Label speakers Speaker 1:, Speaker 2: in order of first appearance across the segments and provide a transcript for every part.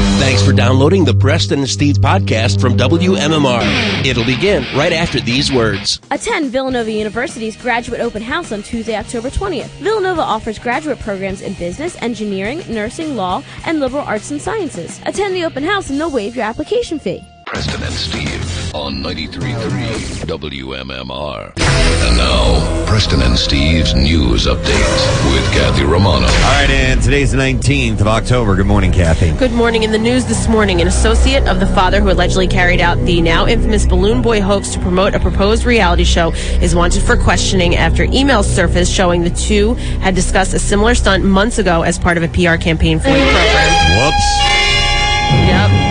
Speaker 1: Thanks for downloading the Preston and Steve podcast from WMMR. It'll begin right after these words.
Speaker 2: Attend Villanova University's Graduate Open House on Tuesday, October 20th. Villanova offers graduate programs in business, engineering, nursing, law, and liberal arts and sciences. Attend the open house and they'll waive your application fee.
Speaker 3: Preston and Steve on 93.3 WMMR. And now, Preston and Steve's news update with Kathy Romano.
Speaker 4: All right, and today's the 19th of October. Good morning, Kathy.
Speaker 5: Good morning. In the news this morning, an associate of the father who allegedly carried out the now infamous Balloon Boy hoax to promote a proposed reality show is wanted for questioning after emails surfaced showing the two had discussed a similar stunt months ago as part of a PR campaign for the program.
Speaker 4: Whoops.
Speaker 5: Yep.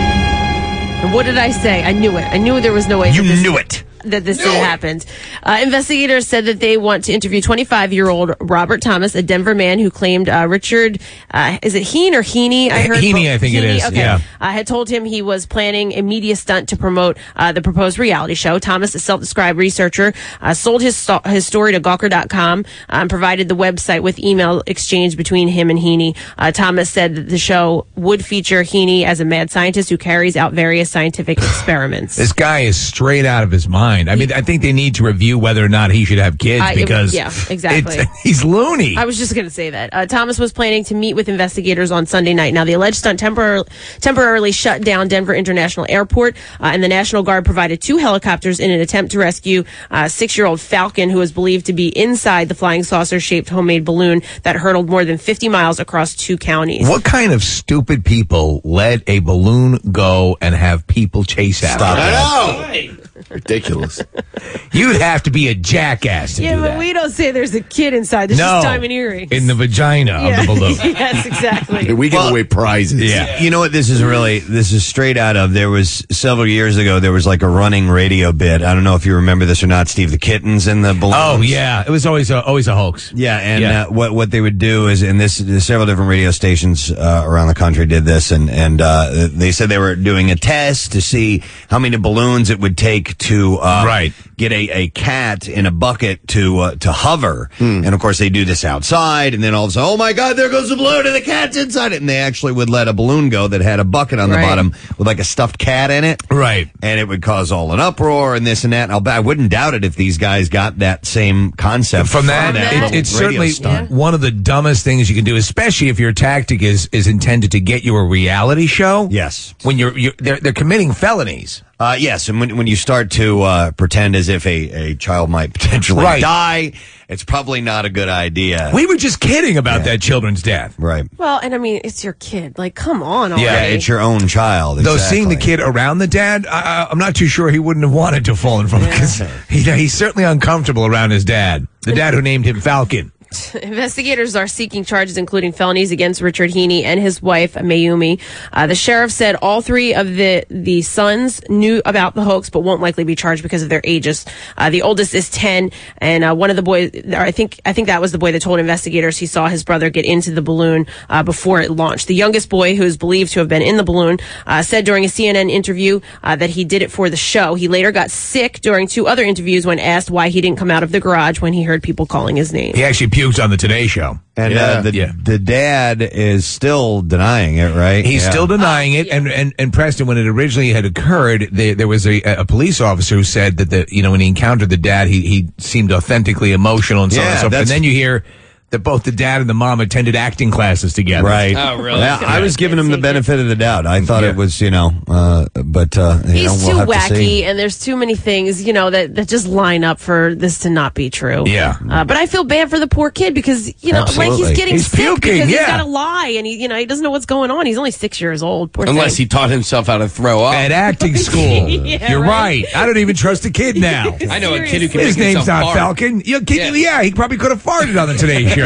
Speaker 5: And What did I say? I knew it. I knew there was no way. that this-
Speaker 4: it.
Speaker 5: that this had happened. Uh, investigators said that they want to interview 25 year old Robert Thomas, a Denver man who claimed uh, Richard, uh, is it Heen or Heaney? I heard
Speaker 6: Heaney,
Speaker 5: both-
Speaker 6: I think it
Speaker 5: Heaney,
Speaker 6: is,
Speaker 5: Okay.
Speaker 6: yeah.
Speaker 5: Uh, had told him he was planning a media stunt to promote uh, the proposed reality show. Thomas, a self described researcher, uh, sold his, sto- his story to Gawker.com and um, provided the website with email exchange between him and Heaney. Uh, Thomas said that the show would feature Heaney as a mad scientist who carries out various scientific experiments.
Speaker 6: This guy is straight out of his mind. I mean, I think they need to review whether or not he should have kids
Speaker 5: I- it-
Speaker 6: because
Speaker 5: yeah, exactly.
Speaker 6: it's- he's loony.
Speaker 5: I was just going to say that. Uh, Thomas was planning to meet with investigators on Sunday night. Now, the alleged stunt temporarily, temporarily shut down Denver International Airport, uh, and the National Guard provided two helicopters in an attempt to rescue uh, six year old Falcon, who was believed to be inside the flying saucer shaped homemade balloon that hurtled more than 50 miles across two counties.
Speaker 6: what kind of stupid people let a balloon go and have people chase after
Speaker 4: Stop
Speaker 6: it?
Speaker 4: it. Ridiculous.
Speaker 6: You'd have to be a jackass to
Speaker 5: Yeah,
Speaker 6: do
Speaker 5: but
Speaker 6: that.
Speaker 5: we don't say there's a kid inside. There's
Speaker 6: no,
Speaker 5: just diamond earrings.
Speaker 6: in the vagina of the balloon.
Speaker 5: yes, exactly.
Speaker 7: We give
Speaker 4: Well-
Speaker 7: away prizes.
Speaker 6: Yeah.
Speaker 4: You know what? This is really this is straight out of. There was several years ago. There was like a running radio bit. I don't know if you remember this or not, Steve. The kittens and the balloons.
Speaker 6: Oh yeah, it was always a, always a hoax.
Speaker 4: Yeah, and
Speaker 6: Yeah.
Speaker 4: Uh, what what they would do is, and this there's several different radio stations uh, around the country did this, and and uh, they said they were doing a test to see how many balloons it would take to uh,
Speaker 6: Right.
Speaker 4: get a, a cat in a bucket to uh, to hover,
Speaker 6: Hmm.
Speaker 4: and of course they do this outside, and then all of a sudden, oh my god, there goes the balloon, and the cat's inside it, and they actually would let a balloon go that had a bucket on
Speaker 5: Right.
Speaker 4: the bottom with like a stuffed cat in it,
Speaker 6: Right.
Speaker 4: and it would cause all an uproar and this and that. And I'll, bet- I wouldn't doubt it if these guys got that same concept
Speaker 6: From that, it, it's
Speaker 4: radio
Speaker 6: certainly
Speaker 4: stunt.
Speaker 6: one of the dumbest things you can do, especially if your tactic is is intended to get you a reality show.
Speaker 4: Yes.
Speaker 6: when you're, you're they're, they're committing felonies.
Speaker 4: Uh, yes, and when, when you start to uh, pretend as if a, a child might potentially
Speaker 6: Right.
Speaker 4: die, it's probably not a good idea.
Speaker 6: We were just kidding about that children's death. Oh,
Speaker 4: right.
Speaker 5: Well, and I mean, it's your kid. Like, come on already.
Speaker 6: Yeah,
Speaker 4: Yeah, it's your own child.
Speaker 6: Though seeing the
Speaker 4: exactly.
Speaker 6: kid around the dad, I, I- I'm not too sure he wouldn't have wanted to have fallen from because he's certainly uncomfortable around his dad, the dad who named him Falcon.
Speaker 5: Investigators are seeking charges, including felonies against Richard Heaney and his wife Mayumi. Uh, the sheriff said all three of the the sons knew about the hoax, but won't likely be charged because of their ages. Uh, the oldest is ten, and uh, one of the boys, or I think, I think that was the boy that told investigators he saw his brother get into the balloon uh, before it launched. The youngest boy, who is believed to have been in the balloon, uh, said during a CNN interview uh, that he did it for the show. He later got sick during two other interviews when asked why he didn't come out of the garage when he heard people calling his name.
Speaker 6: He actually puked on the Today Show.
Speaker 4: And uh,
Speaker 7: Yeah.
Speaker 4: the,
Speaker 6: Yeah.
Speaker 4: the dad is still denying it, right?
Speaker 6: He's
Speaker 4: Yeah.
Speaker 6: still denying it, and, and and Preston, when it originally had occurred, there, there was a, a police officer who said that the you know when he encountered the dad, he he seemed authentically emotional and so on
Speaker 4: Yeah,
Speaker 6: and so forth. And
Speaker 4: that's-
Speaker 6: then you hear that both the dad and the mom attended acting classes together.
Speaker 4: Right.
Speaker 1: Oh, really?
Speaker 4: Yeah, I was giving him the benefit of the doubt. I thought
Speaker 6: Yeah.
Speaker 4: it was, you know, uh, but uh, you know,
Speaker 5: He's
Speaker 4: we'll have
Speaker 5: too
Speaker 4: to see.
Speaker 5: wacky, and there's too many things, you know, that, that just line up for this to not be true.
Speaker 6: Yeah.
Speaker 5: Uh, but I feel bad for the poor kid because, you know, like
Speaker 4: Absolutely.
Speaker 5: he's getting
Speaker 6: He's
Speaker 5: sick
Speaker 6: puking,
Speaker 5: because
Speaker 6: yeah.
Speaker 5: he's got to lie, and he, you know, he doesn't know what's going on. He's only six years old. Poor
Speaker 1: Unless he
Speaker 5: thing.
Speaker 1: taught himself how to throw up.
Speaker 6: At acting school,
Speaker 5: Yeah,
Speaker 6: you're
Speaker 5: right.
Speaker 6: right. I don't even trust the kid now.
Speaker 1: I know a kid who can
Speaker 6: His
Speaker 1: make
Speaker 6: name's
Speaker 1: himself
Speaker 6: not
Speaker 1: fart.
Speaker 6: Falcon. You
Speaker 1: Yeah.
Speaker 6: yeah. yeah, he probably could have farted on the Today Show.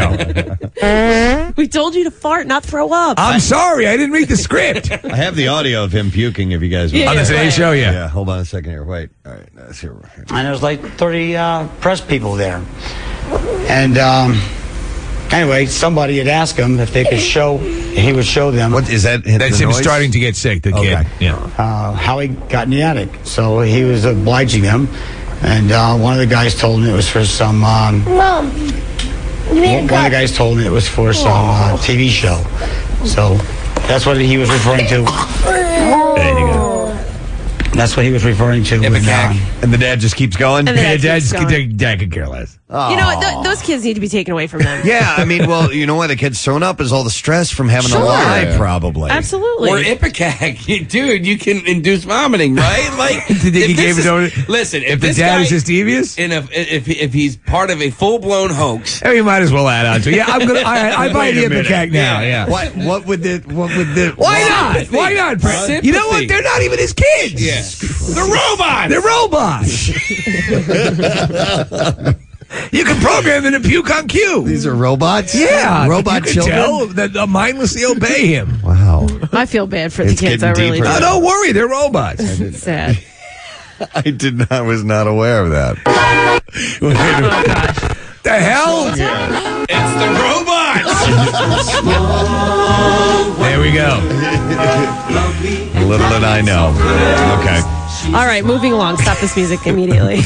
Speaker 5: we told you to fart, not throw up.
Speaker 6: I'm sorry, I didn't read the script on
Speaker 4: I have the audio of him puking. If you guys, want.
Speaker 5: Yeah,
Speaker 6: the Today Show. Yeah.
Speaker 4: yeah. Hold on a second here. Wait. All right. Let's hear. hear-
Speaker 8: and there was like 30 uh, press people there. And um, anyway, somebody had asked him if they could show, he would show them
Speaker 4: What is that?
Speaker 6: that's
Speaker 4: the
Speaker 6: him
Speaker 4: noise?
Speaker 6: starting to get sick. The kid.
Speaker 4: Okay.
Speaker 6: Yeah.
Speaker 8: uh, how he got in the attic. So he was obliging them. And uh, one of the guys told me it was for some.
Speaker 9: Mom,
Speaker 8: Um,
Speaker 9: you
Speaker 8: one
Speaker 9: ain't
Speaker 8: one of
Speaker 9: got
Speaker 8: the guys told me it was for some uh, TV show. So that's what he was referring to. That's what he was referring to. with, uh,
Speaker 4: And the dad just keeps going.
Speaker 5: And the dad keeps going.
Speaker 4: dad could care less.
Speaker 5: You know what? Th- those kids need to be taken away from them.
Speaker 4: Oh. Yeah, I mean, well, you know why the kid's thrown up is all the stress from having
Speaker 5: Sure.
Speaker 4: a lie, probably.
Speaker 5: Absolutely.
Speaker 7: Or Ipecac, dude, you can induce vomiting, right? Like,
Speaker 6: Do you think
Speaker 7: if
Speaker 6: he
Speaker 7: this
Speaker 6: gave it
Speaker 7: is-
Speaker 6: over-
Speaker 7: Listen, if,
Speaker 6: if the
Speaker 7: this
Speaker 6: dad
Speaker 7: guy-
Speaker 6: is just devious?
Speaker 7: and if, if if he's part of a full blown hoax,
Speaker 6: Oh, you might as well add on to it. Yeah, I'm gonna. I, I buy
Speaker 4: Wait a
Speaker 6: the
Speaker 4: minute.
Speaker 6: Ipecac now. Yeah.
Speaker 4: What? What would the? What would the?
Speaker 6: Why not? Why not?
Speaker 7: Sympathy.
Speaker 6: You know what? They're not even his kids.
Speaker 7: yeah, the robot.
Speaker 6: They're robots. you can program them to puke on cue.
Speaker 4: These are robots.
Speaker 6: Yeah,
Speaker 4: robot
Speaker 6: you can
Speaker 4: children.
Speaker 6: Tell that they'll mindlessly obey him.
Speaker 4: Wow.
Speaker 5: I feel bad for the
Speaker 4: It's
Speaker 5: kids. I
Speaker 4: getting
Speaker 5: really
Speaker 4: deeper.
Speaker 6: No,
Speaker 5: do.
Speaker 6: don't worry, they're robots.
Speaker 5: It's sad.
Speaker 4: I did not. I was not aware of
Speaker 6: Oh,
Speaker 4: that.
Speaker 6: the hell?
Speaker 7: It's the robots.
Speaker 6: There we go.
Speaker 4: Little did I know. Okay.
Speaker 5: All right, moving along. Stop this music immediately.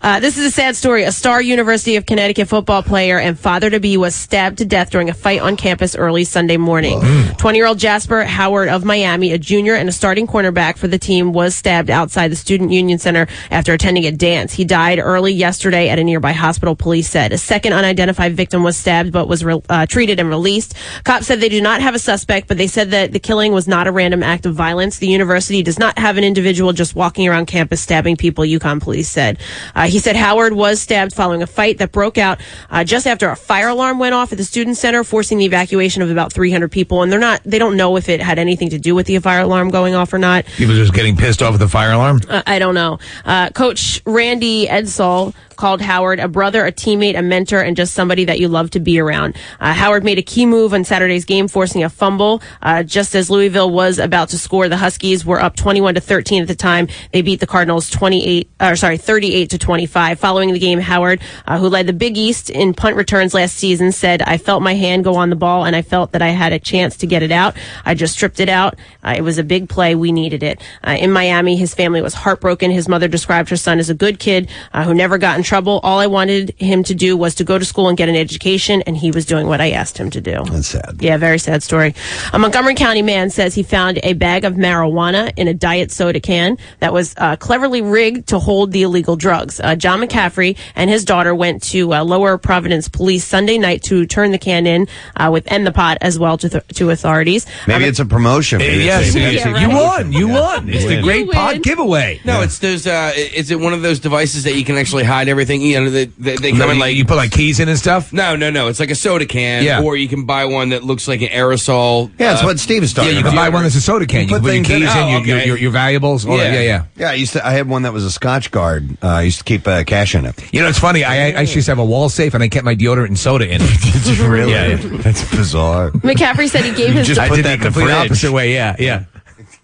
Speaker 5: Uh, this is a sad story. A star University of Connecticut football player and father to be was stabbed to death during a fight on campus early Sunday morning. 20 year old Jasper Howard of Miami, a junior and a starting cornerback for the team, was stabbed outside the Student Union Center after attending a dance. He died early yesterday at a nearby hospital, police said. A second unidentified victim was stabbed but was re- uh, treated and released. Cops said they do not have a suspect, but they said that the killing was not a random act of violence. The university does not have an individual just walking around campus stabbing people, Yukon police said. Uh, he said Howard was stabbed following a fight that broke out uh, just after a fire alarm went off at the student center, forcing the evacuation of about 300 people. And they're not, they don't know if it had anything to do with the fire alarm going off or not.
Speaker 6: People just getting pissed off at the fire alarm.
Speaker 5: I don't know. Uh, Coach Randy Edsall called Howard a brother, a teammate, a mentor, and just somebody that you love to be around. Uh, Howard made a key move on Saturday's game, forcing a fumble. Uh, just as Louisville was about to score, the Huskies were up 21 to 13 at the time. They beat the Cardinals 28, or sorry, 38 to 25. Following the game, Howard, uh, who led the Big East in punt returns last season, said, "I felt my hand go on the ball, and I felt that I had a chance to get it out. I just stripped it out. Uh, it was a big play. We needed it." Uh, in Miami, his family was heartbroken. His mother described her son as a good kid uh, who never got in trouble. All I wanted him to do was to go to school and get an education, and he was doing what I asked him to do.
Speaker 4: That's sad.
Speaker 5: Yeah, very sad story. Um, A Montgomery County man says he found a bag of marijuana in a diet soda can that was uh, cleverly rigged to hold the illegal drugs. Uh, John McCaffrey and his daughter went to uh, Lower Providence Police Sunday night to turn the can in uh, with and the pot as well to, th- to authorities.
Speaker 4: Maybe it's a promotion. Maybe it's
Speaker 6: yes,
Speaker 4: a-
Speaker 6: it is.
Speaker 5: Yeah,
Speaker 6: you
Speaker 5: right.
Speaker 6: won. You won. It's the
Speaker 4: Win.
Speaker 6: great
Speaker 5: You win.
Speaker 6: pot giveaway.
Speaker 7: No, it's those. Uh, is it one of those devices that you can actually hide everything? You know, they, they, they
Speaker 6: You,
Speaker 7: come in like
Speaker 6: you put like keys in and stuff.
Speaker 7: No, no, no. It's like a soda can,
Speaker 6: Yeah.
Speaker 7: or you can buy one that looks like an aerosol.
Speaker 4: Yeah, that's
Speaker 7: uh,
Speaker 4: what Steve's
Speaker 7: yeah,
Speaker 4: talking
Speaker 7: you
Speaker 6: You
Speaker 7: can
Speaker 6: can
Speaker 4: about.
Speaker 6: buy one that's a soda can. You,
Speaker 4: put
Speaker 6: can put your
Speaker 4: things in-
Speaker 6: keys in,
Speaker 7: oh,
Speaker 6: your, your,
Speaker 7: okay.
Speaker 6: your, your valuables. All yeah. That.
Speaker 7: Yeah.
Speaker 6: yeah, yeah.
Speaker 4: Yeah, I used to. I had one that was a Scotch guard. Uh, I used to keep uh, cash in it.
Speaker 6: You know, it's funny. I, I, I used to have a wall safe, and I kept my deodorant and soda in it.
Speaker 4: really?
Speaker 6: Yeah, yeah.
Speaker 4: That's bizarre.
Speaker 5: McCaffrey said he gave his
Speaker 4: just
Speaker 6: I
Speaker 4: put
Speaker 6: did
Speaker 4: that in
Speaker 6: the
Speaker 4: the
Speaker 6: complete
Speaker 4: fridge.
Speaker 6: opposite way. Yeah, yeah.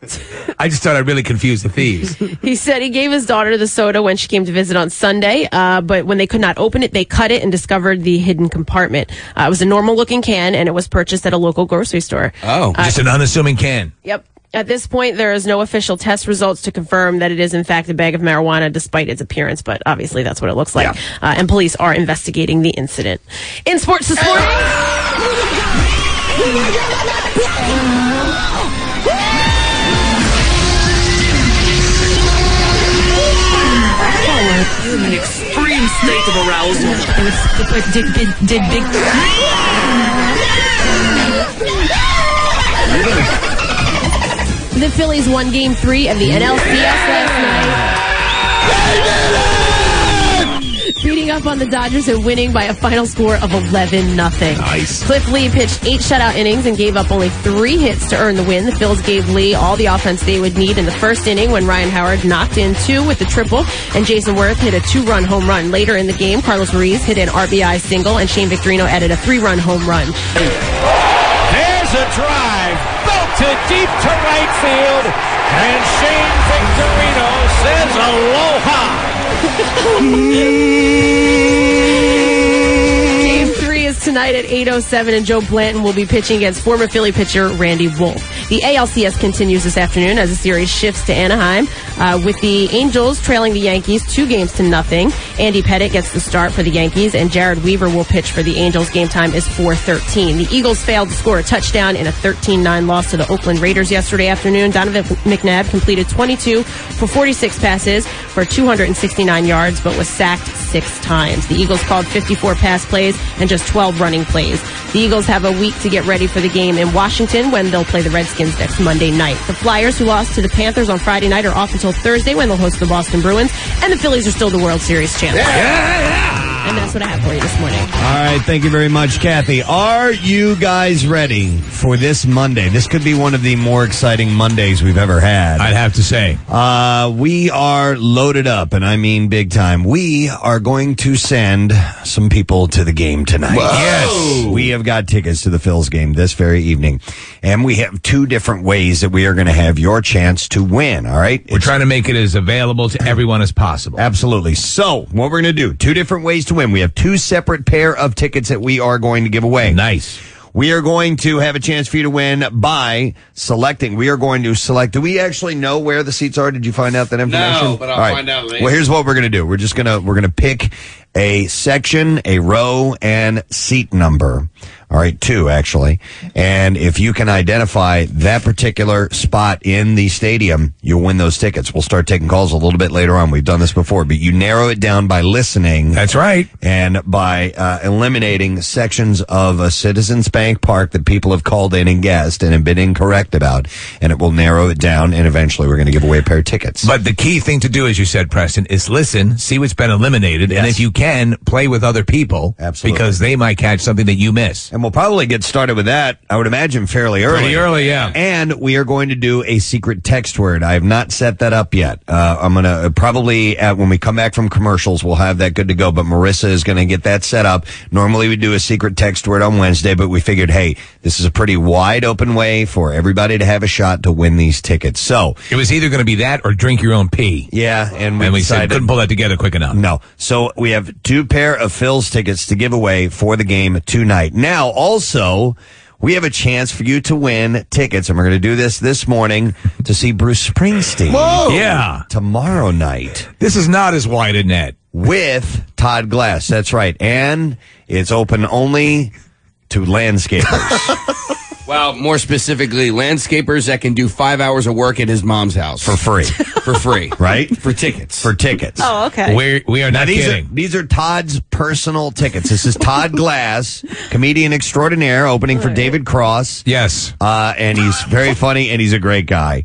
Speaker 6: I just thought I really confused the thieves.
Speaker 5: He said he gave his daughter the soda when she came to visit on Sunday, uh, but when they could not open it, they cut it and discovered the hidden compartment. Uh, it was a normal looking can and it was purchased at a local grocery store.
Speaker 7: Oh,
Speaker 6: just an unassuming can.
Speaker 5: Yep. At this point, there is no official test results to confirm that it is, in fact, a bag of marijuana despite its appearance, but obviously that's what it looks like. Uh, and police are investigating the incident. In sports this morning.
Speaker 10: extreme state of arousal. Did, did, did big.
Speaker 5: The Phillies won game three of the NLCS last night. Beating up on the Dodgers and winning by a final score of 11 nothing. Nice. Cliff Lee pitched eight shutout innings and gave up only three hits to earn the win. The Phils gave Lee all the offense they would need in the first inning when Ryan Howard knocked in two with the triple and Jason Worth hit a two run home run. Later in the game, Carlos Ruiz hit an RBI single and Shane Victorino added a three run home run.
Speaker 11: There's a drive, belted deep to right field, and Shane Victorino says aloha.
Speaker 5: oh Game three is tonight at 8.07, and Joe Blanton will be pitching against former Philly pitcher Randy Wolf. The ALCS continues this afternoon as the series shifts to Anaheim uh, with the Angels trailing the Yankees two games to nothing. Andy Pettit gets the start for the Yankees, and Jared Weaver will pitch for the Angels. Game time is 4:13. The Eagles failed to score a touchdown in a 13-9 loss to the Oakland Raiders yesterday afternoon. Donovan McNabb completed 22 for 46 passes for 269 yards, but was sacked six times. The Eagles called 54 pass plays and just 12 running plays. The Eagles have a week to get ready for the game in Washington when they'll play the Redskins next Monday night. The Flyers, who lost to the Panthers on Friday night, are off until Thursday when they'll host the Boston Bruins, and the Phillies are still the World Series champions. And that's what I have for you this morning.
Speaker 4: All right, thank you very much, Kathy. Are you guys ready for this Monday? This could be one of the more exciting Mondays we've ever had. I'd
Speaker 6: have to say.
Speaker 4: Uh, we are loaded up, and I mean big time. We are going to send some people to the game tonight. Yes. We have got tickets to the Phil's game this very evening, and we have two different ways that we are going to have your chance to win, all right?
Speaker 6: We're trying to make it as available to everyone as possible.
Speaker 4: Absolutely. So, what we're going to do, two different ways to win. We have two separate pair of tickets that we are going to give away.
Speaker 6: Nice.
Speaker 4: We are going to have a chance for you to win by selecting. We are going to select. Do we actually know where the seats are? Did you find out that information?
Speaker 7: but I'll
Speaker 4: All right.
Speaker 7: find out later.
Speaker 4: Well, here's what we're going to do. We're just going to we're going to pick a section, a row, and seat number. All right, two actually. And if you can identify that particular spot in the stadium, you'll win those tickets. We'll start taking calls a little bit later on. We've done this before, but you narrow it down by listening.
Speaker 6: That's right.
Speaker 4: And by uh, eliminating sections of a Citizens Bank Park that people have called in and guessed and have been incorrect about. And it will narrow it down. And eventually we're going to give away a pair of tickets.
Speaker 6: But the key thing to do, as you said, Preston, is listen, see what's been eliminated, and if you can, play with other people. Absolutely. Because they might catch something that you miss.
Speaker 4: And we'll probably get started with that, I would imagine, fairly early.
Speaker 6: Pretty early, yeah.
Speaker 4: And we are going to do a secret text word. I have not set that up yet. Uh, I'm going to probably, uh when we come back from commercials, we'll have that good to go. But Marissa is going to get that set up. Normally we do a secret text word on Wednesday, but we figured, hey, this is a pretty wide open way for everybody to have a shot to win these tickets. So
Speaker 6: It was either going to be that or drink your own pee.
Speaker 4: Yeah, and we
Speaker 6: and we said,
Speaker 4: decided-
Speaker 6: couldn't pull that together quick enough.
Speaker 4: No. So we have two pair of Phil's tickets to give away for the game tonight. Now, also, we have a chance for you to win tickets, and we're going to do this this morning to see Bruce Springsteen.
Speaker 6: Whoa! Yeah.
Speaker 4: Tomorrow night.
Speaker 6: This is not as wide a net.
Speaker 4: With Todd Glass. That's right. And it's open only to landscapers.
Speaker 7: Well, more specifically, landscapers that can do five hours of work at his mom's house for
Speaker 4: free,
Speaker 7: for free,
Speaker 4: right?
Speaker 7: For tickets,
Speaker 4: for tickets.
Speaker 5: Oh, okay.
Speaker 6: We're- we are
Speaker 4: Now,
Speaker 6: not
Speaker 4: these
Speaker 6: kidding.
Speaker 4: Are, these are Todd's personal tickets. This is Todd Glass, comedian extraordinaire, opening for David Cross.
Speaker 6: Yes,
Speaker 4: uh, and he's very funny and he's a great guy.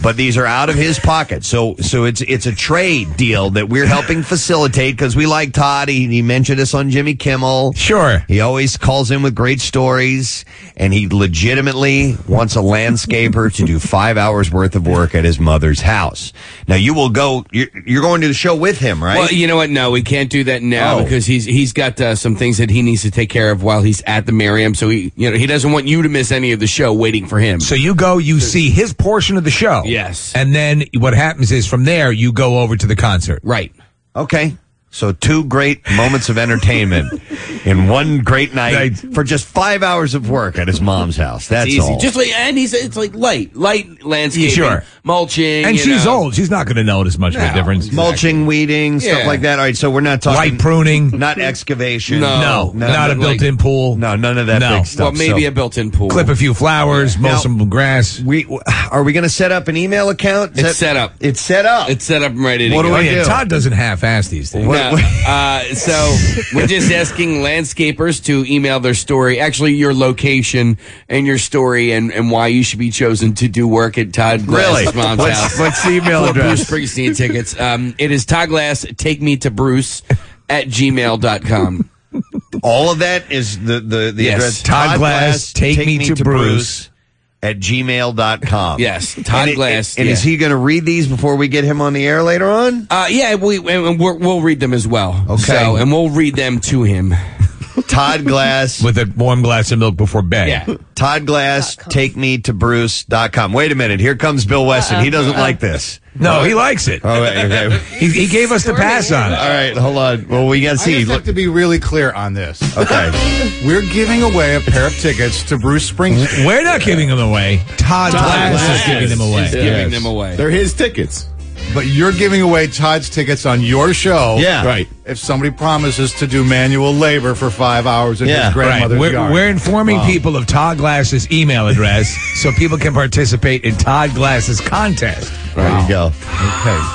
Speaker 4: But these are out of his pocket, so so it's it's a trade deal that we're helping facilitate because we like Todd. He, he mentioned us on Jimmy Kimmel.
Speaker 6: Sure,
Speaker 4: he always calls in with great stories, and he legitimately wants a landscaper to do five hours worth of work at his mother's house. Now you will go. You're, you're going to the show with him, right?
Speaker 7: Well, you know what? No, we can't do that now
Speaker 4: Oh.
Speaker 7: because he's he's got uh, some things that he needs to take care of while he's at the Merriam. So he you know he doesn't want you to miss any of the show waiting for him.
Speaker 6: So you go, you see his portion of the show. Yes. And then what happens is from there, you go over to the concert.
Speaker 7: Right.
Speaker 4: Okay. So two great moments of entertainment in one great night for just five hours of work at his mom's house. That's
Speaker 7: it's easy.
Speaker 4: all.
Speaker 7: Just like and he's it's like light, light landscaping,
Speaker 4: Sure.
Speaker 7: mulching,
Speaker 6: And
Speaker 7: you
Speaker 6: she's
Speaker 7: know.
Speaker 6: old. She's not going to notice much of a
Speaker 7: No,
Speaker 6: difference.
Speaker 4: Mulching, weeding, stuff
Speaker 6: Yeah.
Speaker 4: like that. All right, so we're not talking
Speaker 6: Light pruning,
Speaker 4: not excavation.
Speaker 6: No, not a built-in pool.
Speaker 4: No, none of that
Speaker 6: No.
Speaker 4: big
Speaker 6: Well,
Speaker 4: stuff.
Speaker 6: maybe a
Speaker 7: built-in pool.
Speaker 6: Clip a few flowers, mow
Speaker 4: Now-
Speaker 6: some grass.
Speaker 4: We are we going to set up an email account? Is
Speaker 7: It's
Speaker 4: that-
Speaker 7: set up.
Speaker 4: It's set up.
Speaker 7: It's set up and ready. to
Speaker 4: What do
Speaker 7: go.
Speaker 4: I do?
Speaker 6: Todd doesn't half-ass these things.
Speaker 7: No, uh, so we're just asking landscapers to email their story, actually your location and your story, and, and why you should be chosen to do work at Todd Glass's
Speaker 4: Really?
Speaker 7: mom's
Speaker 4: What's-
Speaker 7: house.
Speaker 4: what's the email
Speaker 7: for
Speaker 4: address?
Speaker 7: Bruce Springsteen tickets. Um, it is Todd Glass. Take me to Bruce at gmail.com.
Speaker 4: All of that is the the, the
Speaker 7: Yes.
Speaker 4: address.
Speaker 7: Todd Glass, take me to Bruce
Speaker 4: at gmail.com.
Speaker 7: Yes, Todd
Speaker 4: and it-
Speaker 7: Glass,
Speaker 4: and is
Speaker 7: yeah.
Speaker 4: he going to read these before we get him on the air later on?
Speaker 7: Uh, yeah, we and we're, we'll read them as well.
Speaker 4: Okay.
Speaker 7: So, and we'll read them to him.
Speaker 4: Todd Glass.
Speaker 6: With a warm glass of milk before bed.
Speaker 4: Yeah. Todd Glass, take me to Bruce.com. Wait a minute. Here comes Bill Weston. He doesn't like this.
Speaker 6: No, he likes it.
Speaker 4: Oh, wait, okay.
Speaker 6: he, he gave us the pass on it.
Speaker 4: All right, hold on. Well, we got to
Speaker 12: I
Speaker 4: see.
Speaker 12: just have to be really clear on this.
Speaker 4: Okay.
Speaker 12: We're giving away a pair of tickets to Bruce Springsteen.
Speaker 6: We're not giving them away. Todd, Glass, is giving them away.
Speaker 12: Yes.
Speaker 13: They're his tickets.
Speaker 12: But you're giving away Todd's tickets on your show.
Speaker 6: Yeah. Right.
Speaker 12: If somebody promises to do manual labor for five hours in his grandmother's
Speaker 6: We're,
Speaker 12: yard.
Speaker 6: we're informing
Speaker 12: Wow.
Speaker 6: people of Todd Glass's email address so people can participate in Todd Glass's contest.
Speaker 4: There you go.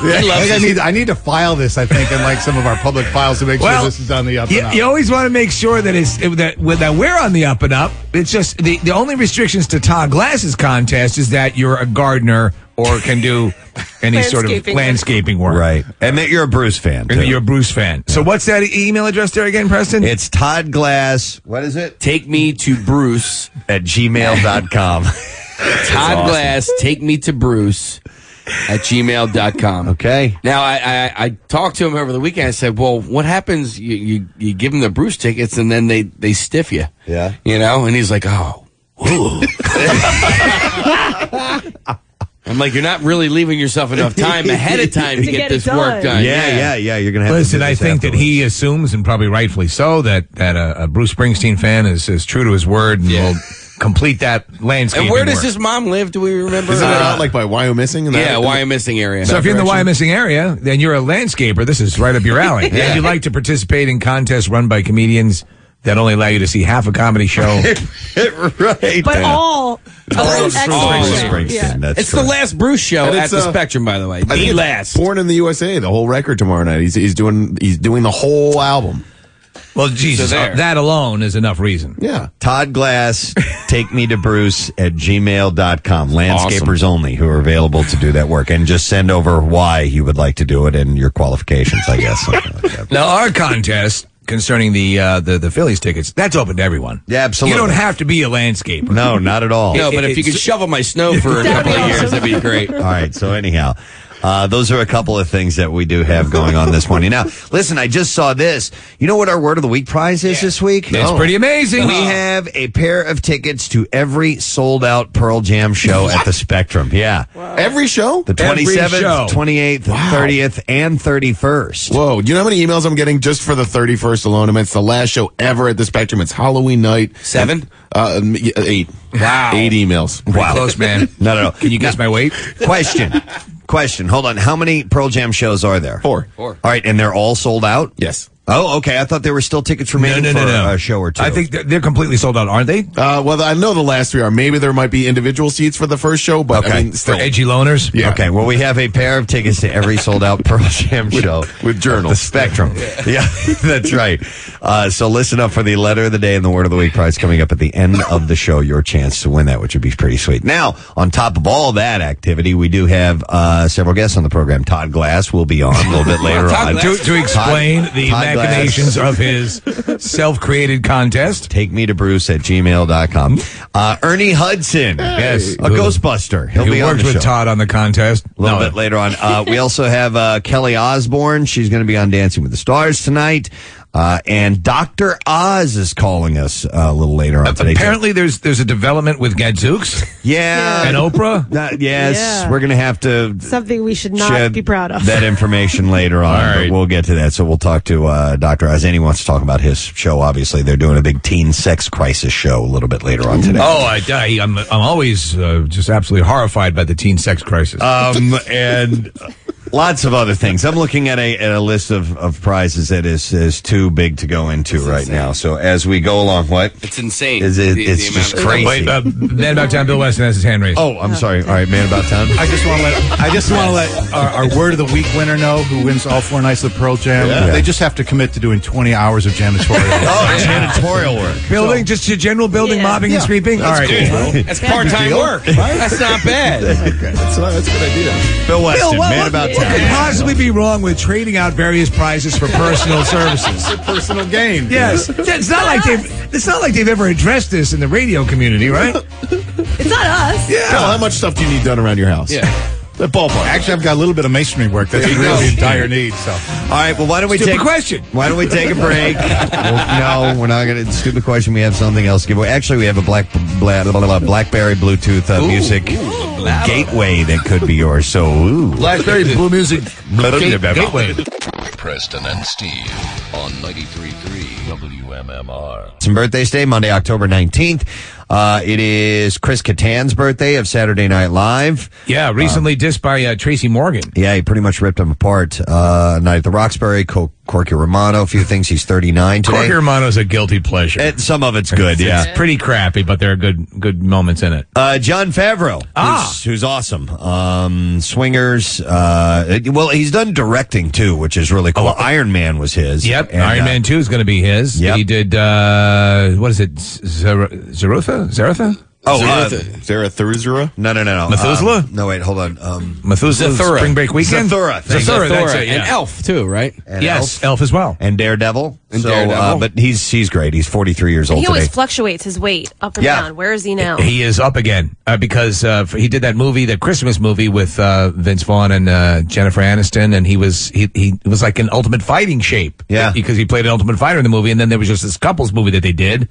Speaker 12: Yeah, I
Speaker 6: He loves
Speaker 12: think I
Speaker 6: his-
Speaker 12: need I need to file this. I think in like some of our public files to make
Speaker 6: Well,
Speaker 12: sure this is on the up and
Speaker 6: You,
Speaker 12: up.
Speaker 6: you always want to make sure that it's that that we're on the up and up. It's just the, the only restrictions to Todd Glass's contest is that you're a gardener or can do any sort of
Speaker 4: Landscaping.
Speaker 6: landscaping work.
Speaker 4: Right. And that you're a Bruce fan.
Speaker 6: And that you're a Bruce fan. So what's that e- email address there again, Preston?
Speaker 4: It's Todd Glass. What is it?
Speaker 7: Take me to Bruce
Speaker 4: at gmail.com.
Speaker 7: Todd
Speaker 4: awesome.
Speaker 7: Glass, take me to Bruce at gmail.com.
Speaker 4: Okay.
Speaker 7: Now, I, I, I talked to him over the weekend. I said, well, what happens? You, you, you give them the Bruce tickets and then they, they stiff you.
Speaker 4: Yeah.
Speaker 7: You know? And he's like, oh, whoa. I'm like, you're not really leaving yourself enough time ahead of time to,
Speaker 6: To
Speaker 7: get,
Speaker 6: get it
Speaker 7: this work
Speaker 6: done.
Speaker 7: done.
Speaker 6: Yeah, yeah, yeah,
Speaker 4: You're gonna have to
Speaker 6: Listen,
Speaker 4: do
Speaker 6: I
Speaker 4: this
Speaker 6: think that he assumes, and probably rightfully so, that that uh, a Bruce Springsteen fan is, is true to his word and will complete that landscape.
Speaker 7: And where does
Speaker 6: work.
Speaker 7: his mom live? Do we remember?
Speaker 6: Isn't it
Speaker 7: Uh,
Speaker 6: out, like,
Speaker 13: By Wyomissing? and that-
Speaker 7: yeah, Wyomissing area.
Speaker 6: So if you're in the Wyomissing area, then you're a landscaper. This is right up your alley.
Speaker 7: Yeah.
Speaker 6: And you like to participate in contests run by comedians that only allow you to see half a comedy show.
Speaker 4: right.
Speaker 6: But
Speaker 5: all.
Speaker 4: Yeah. that's
Speaker 7: it's the
Speaker 13: true.
Speaker 7: last Bruce show
Speaker 13: And
Speaker 7: at
Speaker 13: it's,
Speaker 7: the
Speaker 13: uh,
Speaker 7: Spectrum, by the way.
Speaker 13: I think
Speaker 7: The
Speaker 13: it's
Speaker 7: last.
Speaker 13: Born in the USA, the whole record tomorrow night. He's he's doing he's doing the whole album.
Speaker 6: Well, Jesus,
Speaker 13: So there.
Speaker 6: uh, that alone is enough reason.
Speaker 13: Yeah.
Speaker 4: Todd Glass, take me to Bruce at gmail.com. Landscapers only who are available to do that work. And just send over why you would like to do it and your qualifications, I guess.
Speaker 6: Now our contest concerning the uh, the the Phillies tickets that's open to everyone.
Speaker 4: Yeah, absolutely.
Speaker 6: You don't have to be a landscaper.
Speaker 4: No, not at all.
Speaker 7: No, but if you could shovel my snow for a couple of years, that'd be great.
Speaker 4: All right. So anyhow, uh, those are a couple of things that we do have going on this morning. Now, listen, I just saw this. You know what our word of the week prize is this week? Oh.
Speaker 6: It's pretty amazing.
Speaker 4: We have a pair of tickets to every sold out Pearl Jam show at the Spectrum. Yeah.
Speaker 13: Every show?
Speaker 4: The
Speaker 13: Every
Speaker 4: 27th,
Speaker 13: show.
Speaker 4: 28th,
Speaker 13: Wow.
Speaker 4: 30th, and 31st.
Speaker 13: Whoa, do you know how many emails I'm getting just for the 31st alone? I mean, it's the last show ever at the Spectrum. It's Halloween night.
Speaker 7: Seven?
Speaker 13: Uh, um, y- eight.
Speaker 7: Wow.
Speaker 13: Eight emails.
Speaker 6: Wow. Close, man.
Speaker 4: No, no, no. Can
Speaker 6: you guess my weight?
Speaker 4: Question. Question. Hold on. How many Pearl Jam shows are there? Four.
Speaker 7: Four.
Speaker 4: All right. And they're all sold out?
Speaker 13: Yes.
Speaker 4: Oh, okay. I thought there were still tickets remaining for a show or two.
Speaker 6: I think they're, they're completely sold out, aren't they?
Speaker 13: Uh, well, I know the last three are. Maybe there might be individual seats for the first show, but I mean, still.
Speaker 6: For edgy loners.
Speaker 13: Yeah.
Speaker 4: Okay, well, we have a pair of tickets to every sold out Pearl Jam show
Speaker 13: with journals.
Speaker 4: The Spectrum. Yeah, that's right. Uh, so listen up for the letter of the day and the word of the week prize coming up at the end of the show. Your chance to win that, which would be pretty sweet. Now, on top of all that activity, we do have uh, several guests on the program. Todd Glass will be on a little bit later
Speaker 6: Todd
Speaker 4: on
Speaker 6: Glass. To- to explain the
Speaker 4: Glass.
Speaker 6: machinations of his self-created contest.
Speaker 4: Take me to Bruce at gmail.com. Uh, Ernie Hudson.
Speaker 6: Yes.
Speaker 4: A Ghostbuster. He'll
Speaker 6: He
Speaker 4: be on
Speaker 6: worked
Speaker 4: the
Speaker 6: with
Speaker 4: show.
Speaker 6: Todd on the contest.
Speaker 4: a little
Speaker 6: No.
Speaker 4: bit later on. Uh, we also have uh, Kelly Osborne. She's going to be on Dancing with the Stars tonight. Uh, and Dr. Oz is calling us uh, a little later on today.
Speaker 6: Apparently, there's there's a development with Gadzooks
Speaker 4: yeah.
Speaker 6: and Oprah.
Speaker 4: That- yes,
Speaker 14: Yeah.
Speaker 4: we're going to have to
Speaker 14: Something we should not
Speaker 4: share
Speaker 14: be proud of.
Speaker 4: that information later on.
Speaker 6: All right.
Speaker 4: But we'll get to that. So we'll talk to uh, Dr. Oz. And he wants to talk about his show, obviously. They're doing a big teen sex crisis show a little bit later on today.
Speaker 6: Oh, I, I, I'm I'm always uh, just absolutely horrified by the teen sex crisis.
Speaker 4: Um, and lots of other things. I'm looking at a, at a list of, of prizes that is, is too big to go into right now. So as we go along, what?
Speaker 7: It's insane.
Speaker 4: Is it-
Speaker 7: the-
Speaker 4: it's
Speaker 7: the amount
Speaker 4: just
Speaker 7: of-
Speaker 4: crazy.
Speaker 6: Wait, uh, man about town. Bill Weston has his hand raised.
Speaker 4: Oh, I'm sorry. All right, man about town.
Speaker 12: I just want to let I just want to let our, our word of the week winner know who wins all four nights of Pearl Jam.
Speaker 4: Yeah.
Speaker 12: They just have to commit to doing 20 hours of janitorial.
Speaker 4: Oh, janitorial work.
Speaker 6: building just your general building mobbing and sweeping. All right,
Speaker 7: That's part time work. That's not bad.
Speaker 13: That's, that's a good idea.
Speaker 4: Bill Weston,
Speaker 6: Bill, what,
Speaker 4: man
Speaker 6: what-
Speaker 4: about
Speaker 6: what
Speaker 4: town.
Speaker 6: could possibly be wrong with trading out various prizes for personal services?
Speaker 12: Personal game.
Speaker 6: Yes, it's not like they've it's not like they've ever addressed this in the radio community, right?
Speaker 14: It's not us.
Speaker 13: Yeah. Bill, how much stuff do you need done around your house?
Speaker 7: Yeah.
Speaker 12: The ballpark. Actually, I've got a little bit of masonry work that's
Speaker 4: There you
Speaker 12: really
Speaker 4: go.
Speaker 12: in dire need. So, all
Speaker 4: right. Well, why don't we
Speaker 12: Stupid
Speaker 4: take
Speaker 12: question?
Speaker 4: Why don't we take a break? Well, no, we're not going to. Stupid question. We have something else to give away. Actually, we have a black bla- blah, blah, blah, BlackBerry Bluetooth uh, music gateway that could be yours. So, ooh.
Speaker 3: BlackBerry Blue
Speaker 4: Music
Speaker 3: Gateway. Preston and Steve on 93.3 WMMR.
Speaker 4: It's in Birthday Day, Monday, October 19th. Uh, it is Chris Kattan's birthday of Saturday Night Live.
Speaker 6: Yeah, recently dissed by uh, Tracy Morgan.
Speaker 4: Yeah, he pretty much ripped him apart. Uh, Night at the Roxbury, Co- Corky Romano, a few things. He's 39 today.
Speaker 6: Corky Romano's a guilty pleasure.
Speaker 4: And some of it's good, yeah.
Speaker 6: It's pretty crappy, but there are good good moments in it.
Speaker 4: Uh, John Favreau,
Speaker 6: Ah.
Speaker 4: who's, who's awesome. Um, Swingers. Uh, well, he's done directing too, which is really cool. Iron Man was his.
Speaker 6: Oh, Yep,
Speaker 4: And,
Speaker 6: Iron
Speaker 4: uh,
Speaker 6: Man Two is going to be his.
Speaker 4: Yep.
Speaker 6: He did uh, what is it, Zer- Zerutha? Zaratha?
Speaker 4: Oh,
Speaker 13: Zaratha. Zarathustra?
Speaker 4: No, no, no, no.
Speaker 6: Methuselah?
Speaker 4: Um, no, wait, hold on. Um,
Speaker 6: Methuselah's
Speaker 4: Zathura.
Speaker 6: Spring Break Weekend?
Speaker 4: Zathura. thank you.
Speaker 6: Zathura, that's it, yeah.
Speaker 7: And Elf, too, right?
Speaker 4: And
Speaker 6: Yes, Elf, as well.
Speaker 4: And Daredevil.
Speaker 7: And
Speaker 4: so, Uh,
Speaker 7: Daredevil.
Speaker 4: but he's he's great. He's 43 years old
Speaker 5: He always
Speaker 4: today.
Speaker 5: fluctuates his weight up and
Speaker 6: Yeah.
Speaker 5: down. Where is he now?
Speaker 6: He is up again uh, because uh, f- he did that movie, that Christmas movie with uh, Vince Vaughn and uh, Jennifer Aniston, and he was he, he was like in ultimate fighting shape. Yeah, because he played an ultimate fighter in the movie, and then there was just this couples movie that they did,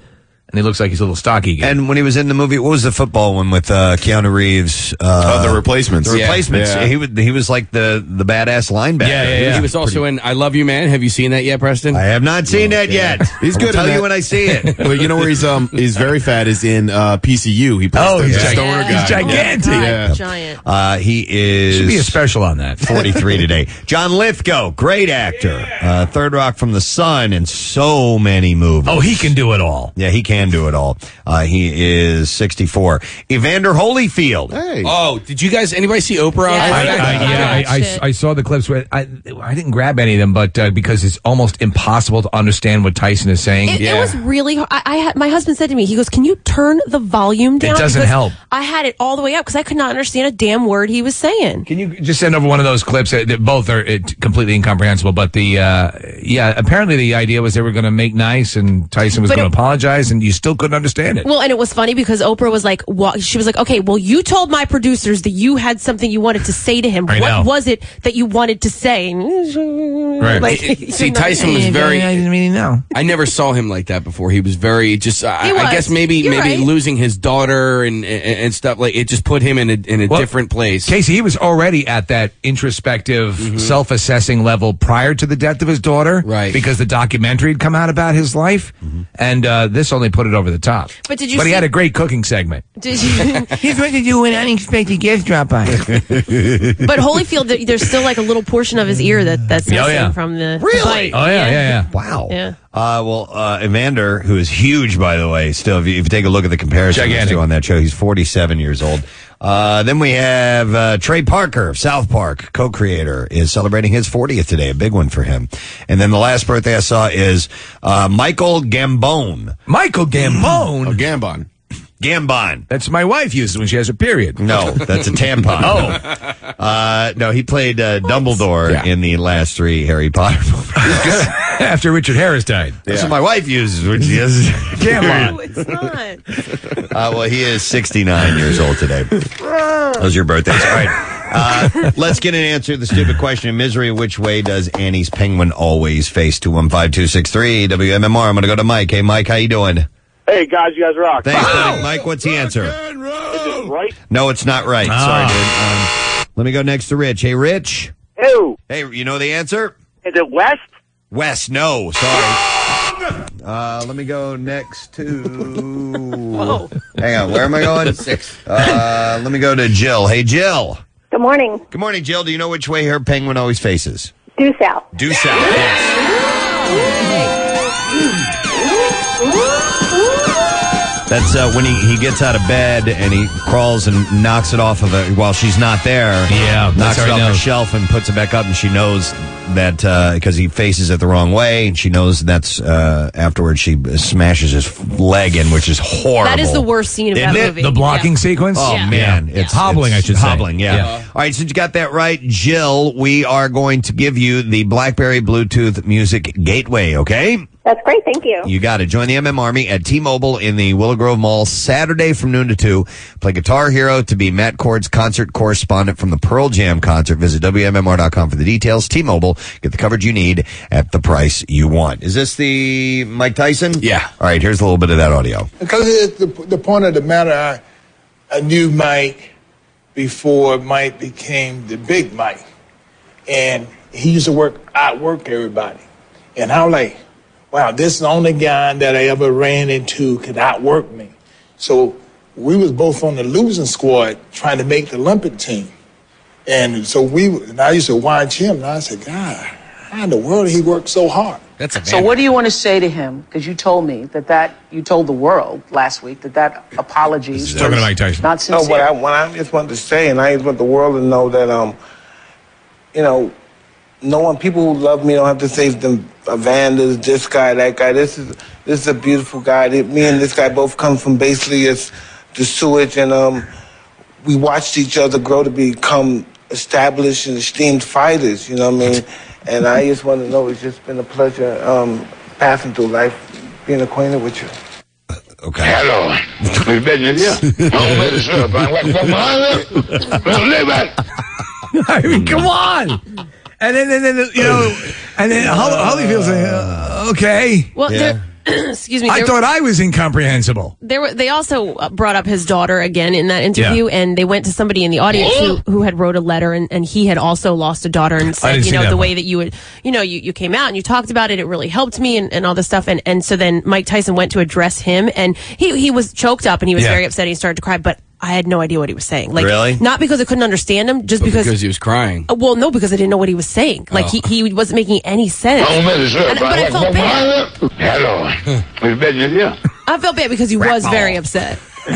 Speaker 6: and he looks like he's a little stocky. Again.
Speaker 4: and when he was in the movie, what was the football one with uh, Keanu Reeves? Uh,
Speaker 13: Oh, The Replacements.
Speaker 4: The
Speaker 13: Yeah.
Speaker 4: replacements.
Speaker 13: Yeah.
Speaker 4: He was he was like the the badass linebacker.
Speaker 7: He was also in I Love You Man. Have you seen that yet, Preston? I
Speaker 4: have not seen that yet.
Speaker 13: He's good. in that. but you know where he's um he's very fat is in uh PCU. He plays
Speaker 4: Oh,
Speaker 13: the
Speaker 4: he's gigantic.
Speaker 13: stoner guy.
Speaker 4: He's gigantic.
Speaker 13: Yeah.
Speaker 5: Giant.
Speaker 4: Uh, he is
Speaker 6: Should be a special on that.
Speaker 4: 43 today. John Lithgow, great actor. Uh, Third Rock from the Sun and so many movies.
Speaker 6: Oh, he can do it all.
Speaker 4: Yeah, he can do it all. Uh, he is 64. Evander Holyfield.
Speaker 7: Oh, did you guys? Anybody see Oprah?
Speaker 6: I,
Speaker 7: on Facebook?
Speaker 6: I- yeah, I, I- I saw the clips. Where I I didn't grab any of them, but uh, because it's almost impossible to understand what Tyson is saying.
Speaker 5: It, it was really. hard. I, I had my husband said to me, he goes, "Can you turn the volume down?"
Speaker 6: doesn't
Speaker 5: Because
Speaker 6: help.
Speaker 5: I had it all the way up because I could not understand a damn word he was saying.
Speaker 6: Can you just send over one of those clips. Uh, that Both are uh, completely incomprehensible, but the uh, yeah. Apparently, the idea was they were going to make nice, and Tyson was
Speaker 5: But
Speaker 6: going to
Speaker 5: it-
Speaker 6: apologize, and you still couldn't understand it.
Speaker 5: Well, and it was funny because Oprah was like, "What?" She was like, "Okay, well, you told my producers that you had something you wanted to say to him.
Speaker 6: I
Speaker 5: what
Speaker 6: know.
Speaker 5: was it that you wanted to say?" Right.
Speaker 7: See, Tyson was very.
Speaker 6: didn't mean know.
Speaker 7: I never saw him like that before. He was very just. I,
Speaker 5: He
Speaker 7: I
Speaker 5: was.
Speaker 7: guess maybe
Speaker 5: You're
Speaker 7: maybe
Speaker 5: right.
Speaker 7: losing his daughter and, and and stuff like it just put him in a in a
Speaker 6: Well,
Speaker 7: different place.
Speaker 6: Casey, he was already at that introspective, self-assessing level prior to the death of his daughter, right? Because the documentary had come out about his life, and uh, this only put it over the top.
Speaker 5: But did you
Speaker 6: But he
Speaker 5: see-
Speaker 6: had a great cooking segment.
Speaker 5: Did you?
Speaker 6: Here's what to do when unexpected guests drop by.
Speaker 5: But
Speaker 6: but
Speaker 5: Holyfield, there- there's still like a little portion of his ear that that's
Speaker 4: Oh,
Speaker 5: missing
Speaker 4: yeah.
Speaker 5: from the the
Speaker 4: Really?
Speaker 5: bite.
Speaker 4: Wow.
Speaker 5: Yeah.
Speaker 4: Uh, well, uh, Evander, who is huge, by the way, still, if you, if you take a look at the comparison those
Speaker 6: Gigantic.
Speaker 4: two on that show, he's 47 years old. Uh, then we have uh, Trey Parker of South Park, co creator, is celebrating his 40th today, a big one for him. And then the last birthday I saw is uh, Michael Gambone.
Speaker 6: Michael Gambone? Oh,
Speaker 13: Gambon.
Speaker 4: Gambon.
Speaker 6: That's my wife uses when she has a period.
Speaker 4: No, that's a tampon. oh. Uh, no, he played uh, Dumbledore in the last three Harry Potter movies.
Speaker 6: After Richard Harris died.
Speaker 4: That's what my wife uses when she has
Speaker 6: Gambon.
Speaker 5: it's not.
Speaker 4: Uh, well, he is 69 years old today. Those are your birthdays. All right. Uh, let's get an answer to the stupid question of misery. Which way does Annie's penguin always face? 215263 WMMR. I'm going to go to Mike. Hey, Mike, how you doing?
Speaker 14: Hey guys, you guys rock.
Speaker 4: Thanks, Mike. Mike, what's the answer?
Speaker 14: Right?
Speaker 4: No, it's not right. Sorry, dude. Um, let me go next to Rich. Hey, Rich.
Speaker 14: Who?
Speaker 4: Hey, you know the answer?
Speaker 14: Is it West?
Speaker 4: Wes, no. Sorry. Uh, let me go next to. Hang on. Where am I going? Six. Uh, let me go to Jill. Hey, Jill.
Speaker 9: Good morning.
Speaker 4: Good morning, Jill. Do you know which way her penguin always faces?
Speaker 9: Due south.
Speaker 4: Due south. Yes. That's uh, when he, he gets out of bed and he crawls and knocks it off of it while she's not there.
Speaker 6: Yeah, that's
Speaker 4: knocks
Speaker 6: how
Speaker 4: it
Speaker 6: he
Speaker 4: off her
Speaker 6: knows.
Speaker 4: shelf and puts it back up, and she knows that because he faces it the wrong way, and she knows that's uh, afterwards she smashes his leg in, which is horrible.
Speaker 5: That is the worst scene of
Speaker 4: Isn't
Speaker 5: that
Speaker 4: it?
Speaker 5: movie.
Speaker 4: The blocking
Speaker 5: Yeah.
Speaker 6: sequence?
Speaker 4: Oh
Speaker 5: Yeah.
Speaker 4: man,
Speaker 6: Yeah.
Speaker 4: it's
Speaker 6: Hobbling,
Speaker 4: it's
Speaker 6: I should say.
Speaker 4: hobbling. Yeah.
Speaker 6: Yeah.
Speaker 4: All right, since you got that right, Jill, we are going to give you the BlackBerry Bluetooth Music Gateway. Okay.
Speaker 15: That's great. Thank you.
Speaker 4: You got to join the MM Army at T-Mobile in the Willow Grove Mall Saturday from noon to two. Play Guitar Hero to be Matt Cord's concert correspondent from the Pearl Jam concert. Visit WMMR.com for the details. T-Mobile, get the coverage you need at the price you want. Is this the Mike Tyson? Yeah. All right, here's a little bit of that audio.
Speaker 16: Because it's the, the point of the matter, I, I knew Mike before Mike became the big Mike. And he used to work, outwork everybody. And I was like, wow, this is the only guy that I ever ran into could outwork me. So we was both on the losing squad trying to make the Olympic team. And so we, and I used to watch him, and I said, God, how in the world he worked so hard?
Speaker 17: That's so what do you want to say to him? Because you told me that that you told the world last week that that apology was
Speaker 6: talking to Mike Tyson.
Speaker 17: not
Speaker 18: Oh,
Speaker 17: sincere.
Speaker 19: No, what I, what I just wanted to say, and I just want the world to know that, um, you know, no one, people who love me don't have to say them Vandas, this guy, that guy. This is this is a beautiful guy. Th- Me and this guy both come from basically it's the sewage, and um, we watched each other grow to become established and esteemed fighters. You know what I mean? And I just want to know it's just been a pleasure um, passing through life, being acquainted with you.
Speaker 18: Hello. We've been in here. Oh, man, it's up. I went from Honda. Well, leave it.
Speaker 6: I mean, come on. And then, and then you know, and then Holly, Holly feels like, uh, okay.
Speaker 5: Well, there, excuse me.
Speaker 6: I
Speaker 5: there-
Speaker 6: thought I was incomprehensible.
Speaker 5: There were, they also uh, brought up his daughter again in that interview, and they went to somebody in the audience who,
Speaker 18: Oh.
Speaker 5: who had wrote a letter, and, and he had also lost a daughter, and said,
Speaker 20: didn't
Speaker 5: you
Speaker 20: see
Speaker 5: know,
Speaker 20: that
Speaker 5: the
Speaker 20: one.
Speaker 5: way that you would, you know, you, you came out and you talked about it, it really helped me, and, and all this stuff, and and so then Mike Tyson went to address him, and he he was choked up, and he was
Speaker 7: Yeah.
Speaker 5: very upset, and he started to cry, but I had no idea what he was saying, like
Speaker 7: Really?
Speaker 5: not because I couldn't understand him, just
Speaker 7: But because,
Speaker 5: because.
Speaker 7: he was crying.
Speaker 5: uh, well, no, because I didn't know what he was saying. Like
Speaker 18: Oh.
Speaker 5: he, he wasn't making any sense.
Speaker 18: Oh, man, it's
Speaker 5: And-
Speaker 18: up.
Speaker 5: but
Speaker 18: I
Speaker 5: I
Speaker 18: went
Speaker 5: felt
Speaker 18: from
Speaker 5: bad.
Speaker 18: Honda. Hello. We've been in here.
Speaker 5: I felt bad because he was very upset.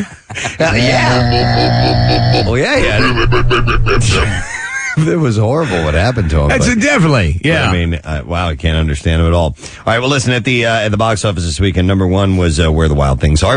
Speaker 18: yeah.
Speaker 4: Oh, yeah, yeah. It was horrible what happened to him.
Speaker 6: That's
Speaker 4: but-
Speaker 6: a- definitely,
Speaker 4: but
Speaker 6: yeah.
Speaker 4: I mean, uh, wow, I can't understand him at all. All right, well, listen at the uh, at the box office this weekend. Number one was uh, Where the Wild Things Are,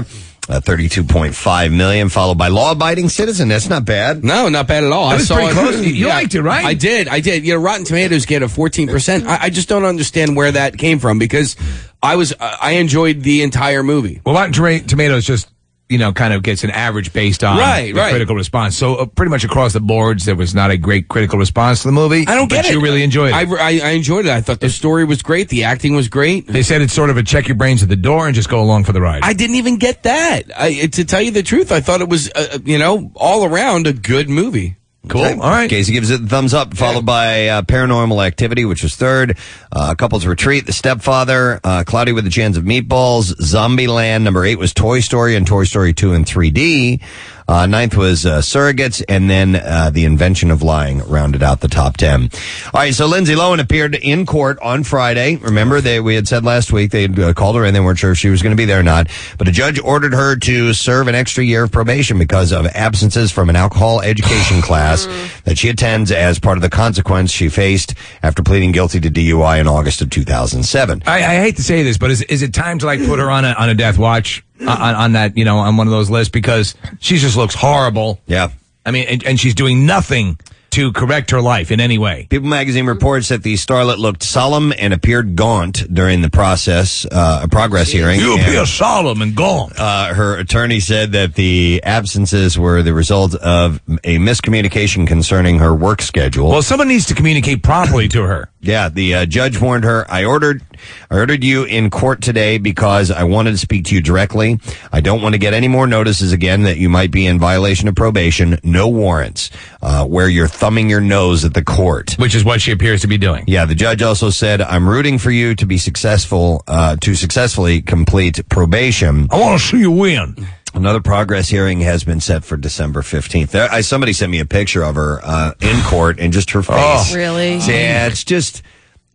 Speaker 4: uh, thirty two point five million, followed by Law Abiding Citizen. That's not bad.
Speaker 7: No, not bad at all. Oh,
Speaker 4: That
Speaker 7: I
Speaker 4: was
Speaker 7: saw
Speaker 4: pretty
Speaker 7: it.
Speaker 4: close. You- you
Speaker 7: Yeah,
Speaker 4: liked it, right?
Speaker 7: I did. I did. You know, Rotten Tomatoes get a 14%. I, I just don't understand where that came from because I was, I I enjoyed the entire movie.
Speaker 6: Well, Rotten Toma- Tomatoes just you know kind of gets an average based on
Speaker 7: Right,
Speaker 6: the
Speaker 7: right.
Speaker 6: critical response. So uh, pretty much across the boards, there was not a great critical response to the movie.
Speaker 7: I don't
Speaker 6: but
Speaker 7: get it.
Speaker 6: You really enjoyed it.
Speaker 7: I, I, I enjoyed it. I thought the story was great. The acting was great.
Speaker 6: they said it's sort of a check your brains at the door and just go along for the ride.
Speaker 7: I didn't even get that. I, to tell you the truth, I thought it was, uh, uh, you know, all around a good movie.
Speaker 4: Cool. All right. Casey gives it the thumbs up, followed by uh, Paranormal Activity, which was third. Uh, Couples Retreat, The Stepfather, uh, Cloudy with a Chance of Meatballs, Zombieland. Number eight was Toy Story and Toy Story 2 in 3D. Uh, ninth was uh, Surrogates, and then uh, The Invention of Lying rounded out the top 10. All right, so Lindsay Lohan appeared in court on Friday. Remember, they, we had said last week they uh, called her in. They weren't sure if she was going to be there or not. But a judge ordered her to serve an extra year of probation because of absences from an alcohol education class that she attends as part of the consequence she faced after pleading guilty to DUI in August of 2007.
Speaker 6: I, I hate to say this, but is is it time to like put her on a on a death watch on, on on that you know on one of those lists because she just looks horrible.
Speaker 4: Yeah,
Speaker 6: I mean, and, and she's doing nothing to correct her life in any way.
Speaker 4: People magazine reports that the starlet looked solemn and appeared gaunt during the process, uh, progress hearing.
Speaker 6: You
Speaker 4: And-
Speaker 6: appear solemn and gaunt.
Speaker 4: Uh, her attorney said that the absences were the result of a miscommunication concerning her work schedule.
Speaker 6: Well, someone needs to communicate properly to her.
Speaker 4: Yeah, the uh, judge warned her. I ordered, I ordered you in court today because I wanted to speak to you directly. I don't want to get any more notices again that you might be in violation of probation. No warrants. Uh, where you're thumbing your nose at the court,
Speaker 6: which is what she appears to be doing.
Speaker 4: Yeah, the judge also said, "I'm rooting for you to be successful, uh, to successfully complete probation."
Speaker 6: I want to see you win.
Speaker 4: Another progress hearing has been set for December 15th. There, I, somebody sent me a picture of her uh, in court and just her face.
Speaker 5: Oh. Really?
Speaker 4: Yeah, it's just,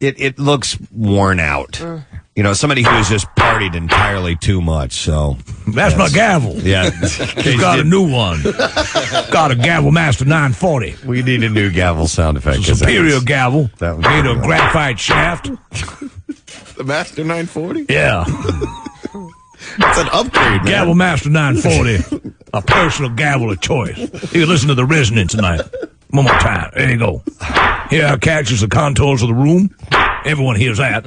Speaker 4: it, it looks worn out. You know, somebody who has just partied entirely too much. So
Speaker 6: That's my gavel.
Speaker 4: Yeah,
Speaker 6: She's got a new one. got a gavel master 940.
Speaker 4: We need a new gavel sound effect. 'cause that
Speaker 6: Superior
Speaker 4: was-
Speaker 6: gavel.
Speaker 4: that was-
Speaker 6: made of graphite shaft.
Speaker 13: The Master 940?
Speaker 6: Yeah.
Speaker 13: That's an upgrade, man.
Speaker 6: Gavel Master 940. a personal gavel of choice. You listen to the resonance tonight. One more time. There you go. Here I catches the contours of the room. Everyone hears that.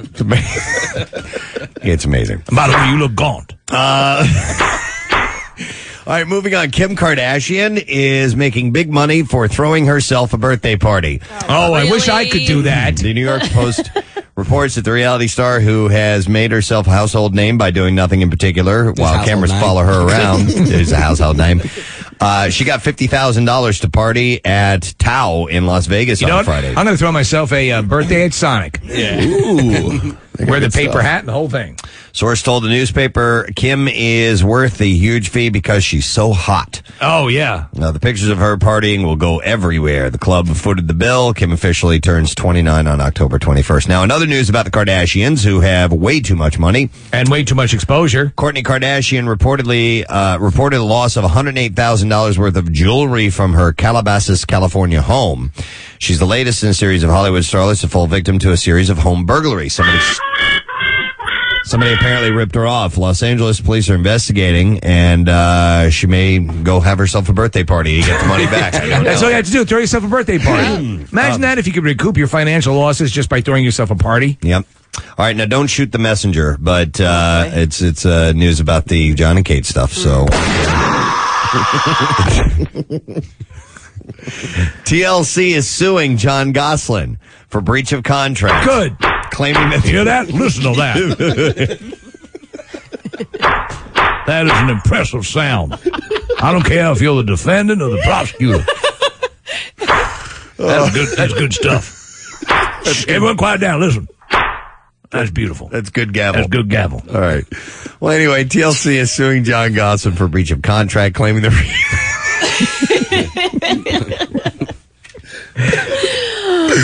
Speaker 4: It's amazing.
Speaker 6: Madeline, you look gaunt.
Speaker 4: Uh, all right, moving on. Kim Kardashian is making big money for throwing herself a birthday party.
Speaker 6: Oh, I wish I could do that.
Speaker 4: The New York Post reports that the reality star who has made herself a household name by doing nothing in particular while
Speaker 15: household
Speaker 4: cameras
Speaker 15: name.
Speaker 4: follow her around is a household name. Uh, she got $50,000 to party at Tao in Las Vegas
Speaker 6: You know
Speaker 4: on
Speaker 6: what?
Speaker 4: Friday.
Speaker 6: I'm going to throw myself a uh, birthday at Sonic. Yeah. Ooh. Wear the
Speaker 4: Good
Speaker 6: paper
Speaker 4: stuff.
Speaker 6: hat and the whole thing.
Speaker 4: Source told the newspaper Kim is worth the huge fee because she's so hot.
Speaker 6: Oh, yeah.
Speaker 4: Now, the pictures of her partying will go everywhere. The club footed the bill. Kim officially turns 29 on October 21st. Now, another news about the Kardashians who have way too much money
Speaker 6: and way too much exposure.
Speaker 4: Courtney Kardashian reportedly uh, reported a loss of $108,000 worth of jewelry from her Calabasas, California home. She's the latest in a series of Hollywood starlets to fall victim to a series of home burglaries. Somebody Somebody apparently ripped her off. Los Angeles police are investigating, and uh, she may go have herself a birthday party to get the money back. I don't
Speaker 6: That's
Speaker 4: know.
Speaker 6: all you have to do. Throw yourself a birthday party. Imagine that if you could recoup your financial losses just by throwing yourself a party.
Speaker 4: Yep. All right, now don't shoot the messenger, but uh, it's it's uh, news about the John and Kate stuff. So.
Speaker 6: Hmm.
Speaker 4: TLC is suing John Goslin for breach of contract.
Speaker 6: Good.
Speaker 4: Claiming that.
Speaker 6: Hear that? Listen to that. That is an impressive sound. I don't care if you're the defendant or the prosecutor. That's good, that's good stuff. Everyone quiet down. Listen. That's beautiful.
Speaker 4: That's good gavel.
Speaker 6: That's good gavel.
Speaker 4: All right. Well, anyway, TLC is suing John Goslin for breach of contract, claiming the.
Speaker 5: Come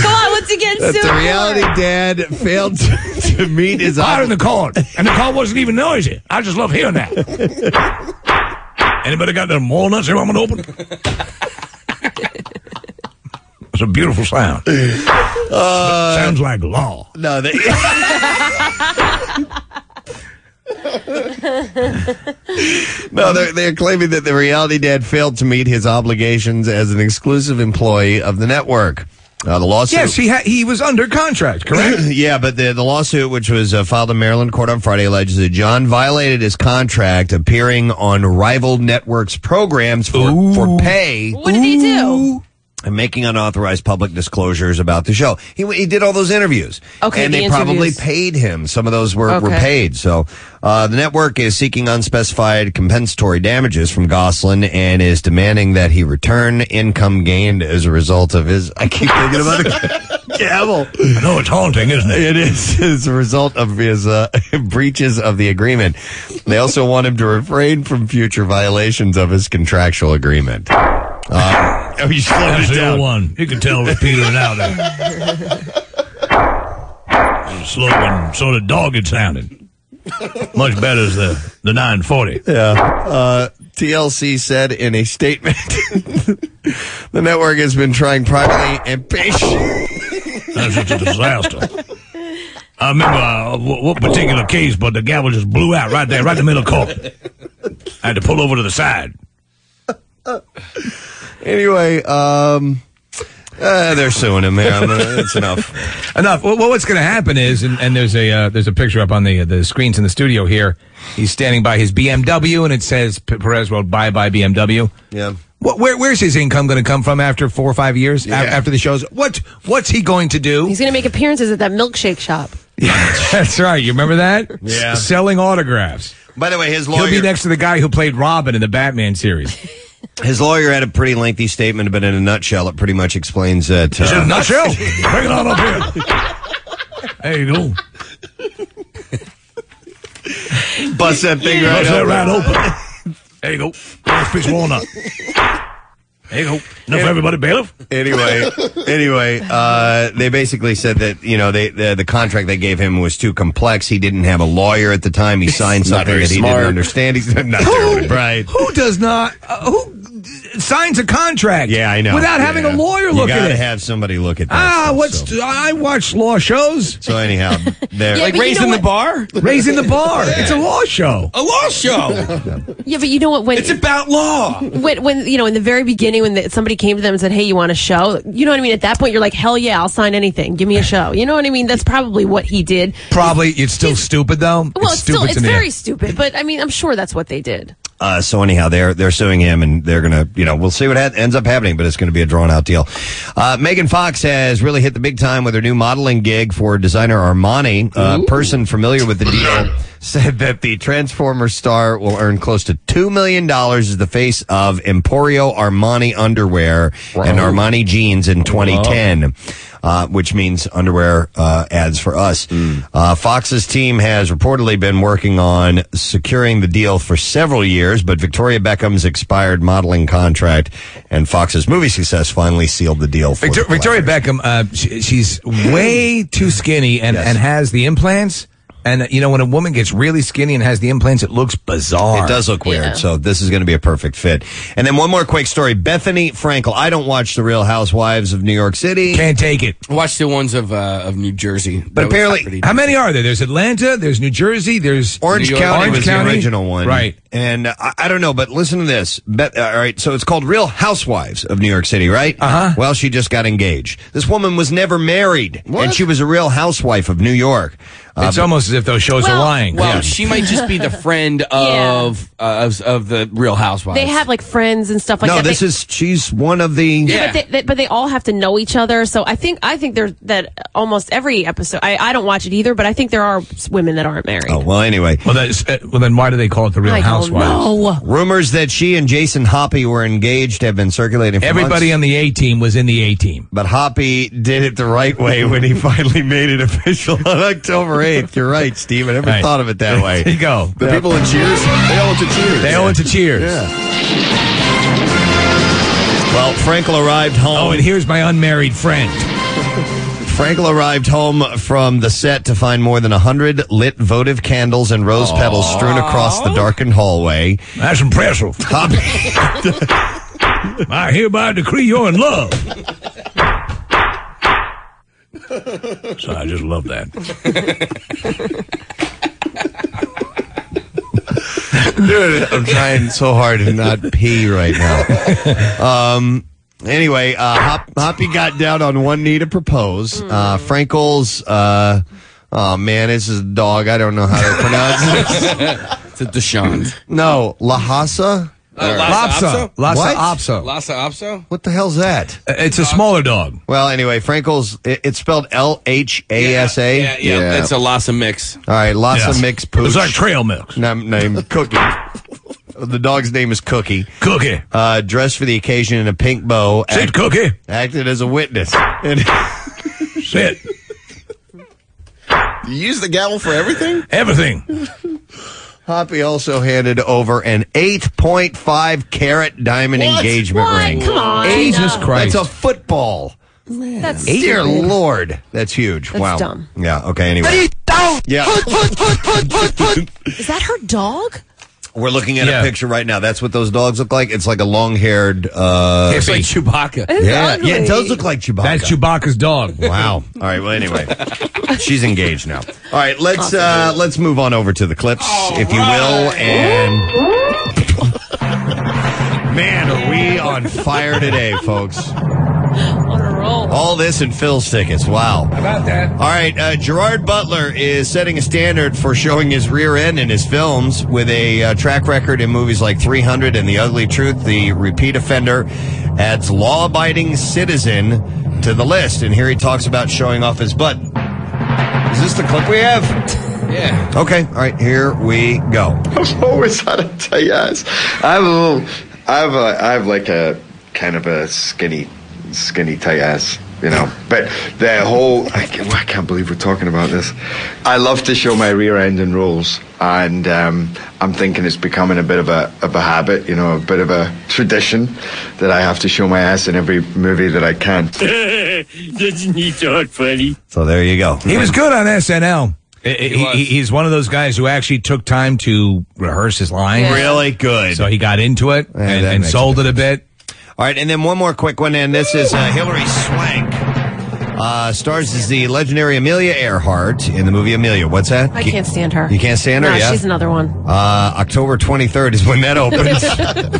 Speaker 5: on, once again,
Speaker 4: That
Speaker 5: Sue.
Speaker 4: the reality dad failed to, to meet his
Speaker 6: Hot in the cold, and the cold wasn't even noisy. I just love hearing that. Anybody got them walnuts here? I'm gonna open. It's a beautiful sound. Sounds like law.
Speaker 4: No, they. No, they're, they're claiming that the reality dad failed to meet his obligations as an exclusive employee of the network. Uh, the lawsuit.
Speaker 6: Yes, he ha- he was under contract, correct?
Speaker 4: yeah, but the, the lawsuit, which was uh, filed in Maryland court on Friday, alleges that John violated his contract appearing on rival networks' programs for, for pay. What
Speaker 5: did he do?
Speaker 4: And making unauthorized public disclosures about the show. He, he did all those interviews.
Speaker 5: Okay,
Speaker 4: And
Speaker 5: the
Speaker 4: they probably
Speaker 5: interviews.
Speaker 4: paid him. Some of those were, were
Speaker 5: Okay.
Speaker 4: paid. So uh, the network is seeking unspecified compensatory damages from Goslin and is demanding that he return income gained as a result of his. I keep thinking about it. Gavel.
Speaker 6: I know it's haunting, isn't it?
Speaker 4: It is as a result of his uh, breaches of the agreement. They also want him to refrain from future violations of his contractual agreement. Uh, oh, you slowed
Speaker 6: That's
Speaker 4: it
Speaker 6: the
Speaker 4: down.
Speaker 6: old one. You can tell it's petering out. there. It's Slow and sort of dogged sounding. Much better as the the 940.
Speaker 4: Yeah. Uh, TLC said in a statement, the network has been trying privately and patient.
Speaker 6: That's just a disaster. I remember uh, wh- what particular case, but the gavel just blew out right there, right in the middle of court. I had to pull over to the side.
Speaker 4: Anyway, um, uh, they're suing him. Man. That's enough.
Speaker 6: enough. Well, well, what's going to happen is, and, and there's a uh, there's a picture up on the the screens in the studio here. He's standing by his BMW, and it says P- Perez wrote "Bye Bye BMW."
Speaker 4: Yeah.
Speaker 6: What, where where's his income going to come from after four or five years a- after the shows? What what's he going to do?
Speaker 5: He's going to make appearances at that milkshake shop.
Speaker 6: That's right. You remember that?
Speaker 4: Yeah.
Speaker 6: S- selling autographs.
Speaker 4: By the way, his
Speaker 6: He'll be
Speaker 4: lawyer,
Speaker 6: next to the guy who played Robin in the Batman series.
Speaker 4: his lawyer had a pretty lengthy statement, but in a nutshell, it pretty much explains that.
Speaker 6: It's in
Speaker 4: uh,
Speaker 6: a nutshell. Bring it on up here. There you go.
Speaker 4: Bust that thing right
Speaker 6: Bust
Speaker 4: open.
Speaker 6: that right open. There you go. Last piece of walnut. There you go. Enough for everybody, bailiff.
Speaker 4: anyway, anyway, uh, they basically said that you know they the, the contract they gave him was too complex. He didn't have a lawyer at the time. He signed
Speaker 6: not
Speaker 4: something
Speaker 6: very
Speaker 4: that he
Speaker 6: smart.
Speaker 4: didn't understand. He's not terribly bright.
Speaker 6: Who does not? Uh, who signs a contract.
Speaker 4: Yeah, I know.
Speaker 6: Without having a
Speaker 4: Yeah.
Speaker 6: lawyer
Speaker 4: you
Speaker 6: look
Speaker 4: gotta
Speaker 6: at it.
Speaker 4: have somebody look at that.
Speaker 6: Ah,
Speaker 4: stuff,
Speaker 6: what's I watch law shows.
Speaker 4: So anyhow, there.
Speaker 5: Yeah, Like but you raising know the
Speaker 6: bar, raising the bar. It's a law show.
Speaker 7: A law show.
Speaker 5: Yeah, but you know what? When it's
Speaker 7: about law.
Speaker 5: When, when you know, in the very beginning, when the, somebody came to them and said, "Hey, you want a show?" You know what I mean? At that point, you're like, "Hell yeah, I'll sign anything. Give me a show." You know what I mean? That's probably what he did.
Speaker 6: Probably it's still stupid though.
Speaker 5: Well, it's, still
Speaker 6: stupid to
Speaker 5: it's
Speaker 6: me.
Speaker 5: very stupid, but I mean, I'm sure that's what they did.
Speaker 4: Uh, so anyhow, they're they're suing him, and they're gonna, you know, we'll see what ha- ends up happening, but it's gonna be a drawn out deal. Uh, Megan Fox has really hit the big time with her new modeling gig for designer Armani. A person familiar with the deal said that the Transformer star will earn close to two million dollars as the face of Emporio Armani underwear and Armani jeans in 2010 uh, which means underwear uh, ads for us. Uh, Fox's team has reportedly been working on securing the deal for several years, but Victoria Beckham's expired modeling contract and Fox's movie success finally sealed the deal for
Speaker 6: Victor- Victoria Beckham, uh, she, she's way too skinny and, and has the implants. And uh, you know, when a woman gets really skinny and has the implants, it looks bizarre.
Speaker 4: It does look weird. So this is going to be a perfect fit. And then one more quick story. Bethany Frankel. I don't watch The Real Housewives of New York City.
Speaker 6: Can't take it.
Speaker 7: Watch the ones of uh, of New Jersey.
Speaker 6: But apparently, how many are there? There's Atlanta, there's New Jersey, there's
Speaker 4: Orange
Speaker 6: New York-
Speaker 4: County
Speaker 6: Orange
Speaker 4: was
Speaker 6: County.
Speaker 4: the original one,
Speaker 6: right?
Speaker 4: And uh, I, I don't know, but listen to this. Bet, uh, all right, so it's called Real Housewives of New York City, right? Uh
Speaker 6: Uh-huh.
Speaker 4: huh. Well, she just got engaged. This woman was never married, and she was a real housewife of New York. Uh,
Speaker 6: It's almost as if those shows are lying.
Speaker 7: Well, she might just be the friend of uh, of, of the Real Housewives.
Speaker 5: They have like friends and stuff like
Speaker 4: no,
Speaker 5: that.
Speaker 4: this
Speaker 5: They-
Speaker 4: is she's one of the.
Speaker 5: Yeah, but, they, they, but they all have to know each other. So I think I think there's that almost every episode. I, I don't watch it either, but I think there are women that aren't married.
Speaker 4: well, anyway.
Speaker 6: Well, that's, uh, well, then why do they call it the Real
Speaker 5: I don't
Speaker 6: Housewives?
Speaker 5: know.
Speaker 4: Rumors that she and Jason Hoppy were engaged have been circulating. For
Speaker 6: Everybody
Speaker 4: months.
Speaker 6: on the A team was in the A team.
Speaker 4: But Hoppy did it the right way when he finally made it official on October 8th. You're right, Steve. I never
Speaker 6: Right.
Speaker 4: thought of it that way.
Speaker 6: There you go.
Speaker 13: The people in Cheers, they owe it to Cheers.
Speaker 6: They owe it to Cheers.
Speaker 13: Yeah.
Speaker 4: Well, Frankel arrived home.
Speaker 6: Oh, and here's my unmarried friend.
Speaker 4: Frankel arrived home from the set to find more than 100 lit votive candles and rose petals strewn across the darkened hallway.
Speaker 6: That's impressive. I hereby decree you're in love. So I just love that.
Speaker 4: Dude, I'm trying so hard to not pee right now. Um, anyway, uh, Hop, Hoppy got down on one knee to propose. Uh, Frankel's, uh, oh man, this is a dog. I don't know how to pronounce it.
Speaker 7: it's a Deshawn.
Speaker 4: No, Lhasa?
Speaker 7: Lhasa Uh, Opso?
Speaker 4: What?
Speaker 7: Lhasa Opso?
Speaker 4: What the hell's that?
Speaker 6: Uh, It's a smaller dog.
Speaker 4: Well, anyway, Frankel's, it, it's spelled L H A S A.
Speaker 7: Yeah, yeah, It's a Lhasa mix.
Speaker 4: All right, lots
Speaker 6: Yes.
Speaker 4: of mixed pooch.
Speaker 6: It's like trail mix.
Speaker 4: Name, name Cookie. the dog's name is Cookie.
Speaker 6: Cookie.
Speaker 4: Uh, dressed for the occasion in a pink bow.
Speaker 6: Sit, Cookie.
Speaker 4: Acted as a witness. And
Speaker 6: Sit.
Speaker 13: You use the gavel for everything?
Speaker 6: Everything.
Speaker 4: Hoppy also handed over an 8.5 carat diamond
Speaker 5: What?
Speaker 4: engagement
Speaker 5: What?
Speaker 4: ring.
Speaker 5: Come on.
Speaker 6: Jesus Christ.
Speaker 4: That's a football.
Speaker 5: That's
Speaker 4: Dear
Speaker 5: stupid.
Speaker 4: Lord. That's huge.
Speaker 5: That's
Speaker 4: wow.
Speaker 5: dumb.
Speaker 4: Yeah, okay, anyway. Yeah.
Speaker 5: Is that her dog?
Speaker 4: We're looking at a picture right now. That's what those dogs look like. It's like a long haired. Uh,
Speaker 7: It's like Chewbacca.
Speaker 4: yeah, yeah, it does look like Chewbacca.
Speaker 6: That's Chewbacca's dog.
Speaker 4: Wow. All right. Well, anyway, she's engaged now. All right. Let's uh, let's move on over to the clips, if you will. And man, are we on fire today, folks? All this and Phil's tickets. Wow.
Speaker 6: About that.
Speaker 4: All right. Uh, Gerard Butler is setting a standard for showing his rear end in his films with a uh, track record in movies like 300 and The Ugly Truth. The repeat offender adds law abiding citizen to the list. And here he talks about showing off his butt. Is this the clip we have?
Speaker 7: Yeah.
Speaker 4: Okay. All right. Here we go.
Speaker 15: I'm always out of Tayaz. I have a little, I have a, I have like a kind of a skinny, skinny tight ass, you know. But the whole, I can't, I can't believe we're talking about this. I love to show my rear end in rolls, and um, I'm thinking it's becoming a bit of a, of a habit, you know, a bit of a tradition that I have to show my ass in every movie that I can.
Speaker 20: Doesn't he talk funny?
Speaker 4: So there you go.
Speaker 6: He was good on SNL. he- he- he's one of those guys who actually took time to rehearse his lines.
Speaker 4: Yeah. Really good.
Speaker 6: So he got into it and,
Speaker 4: that
Speaker 6: and
Speaker 4: makes
Speaker 6: sold it a bit.
Speaker 4: All right, and then one more quick one, and this is uh, Hillary Swank. Uh, stars as the legendary Amelia Earhart in the movie Amelia. What's that?
Speaker 5: I can't stand her.
Speaker 4: You can't stand her,
Speaker 5: No,
Speaker 4: yeah?
Speaker 5: she's another one.
Speaker 4: Uh, October 23rd is when that opens.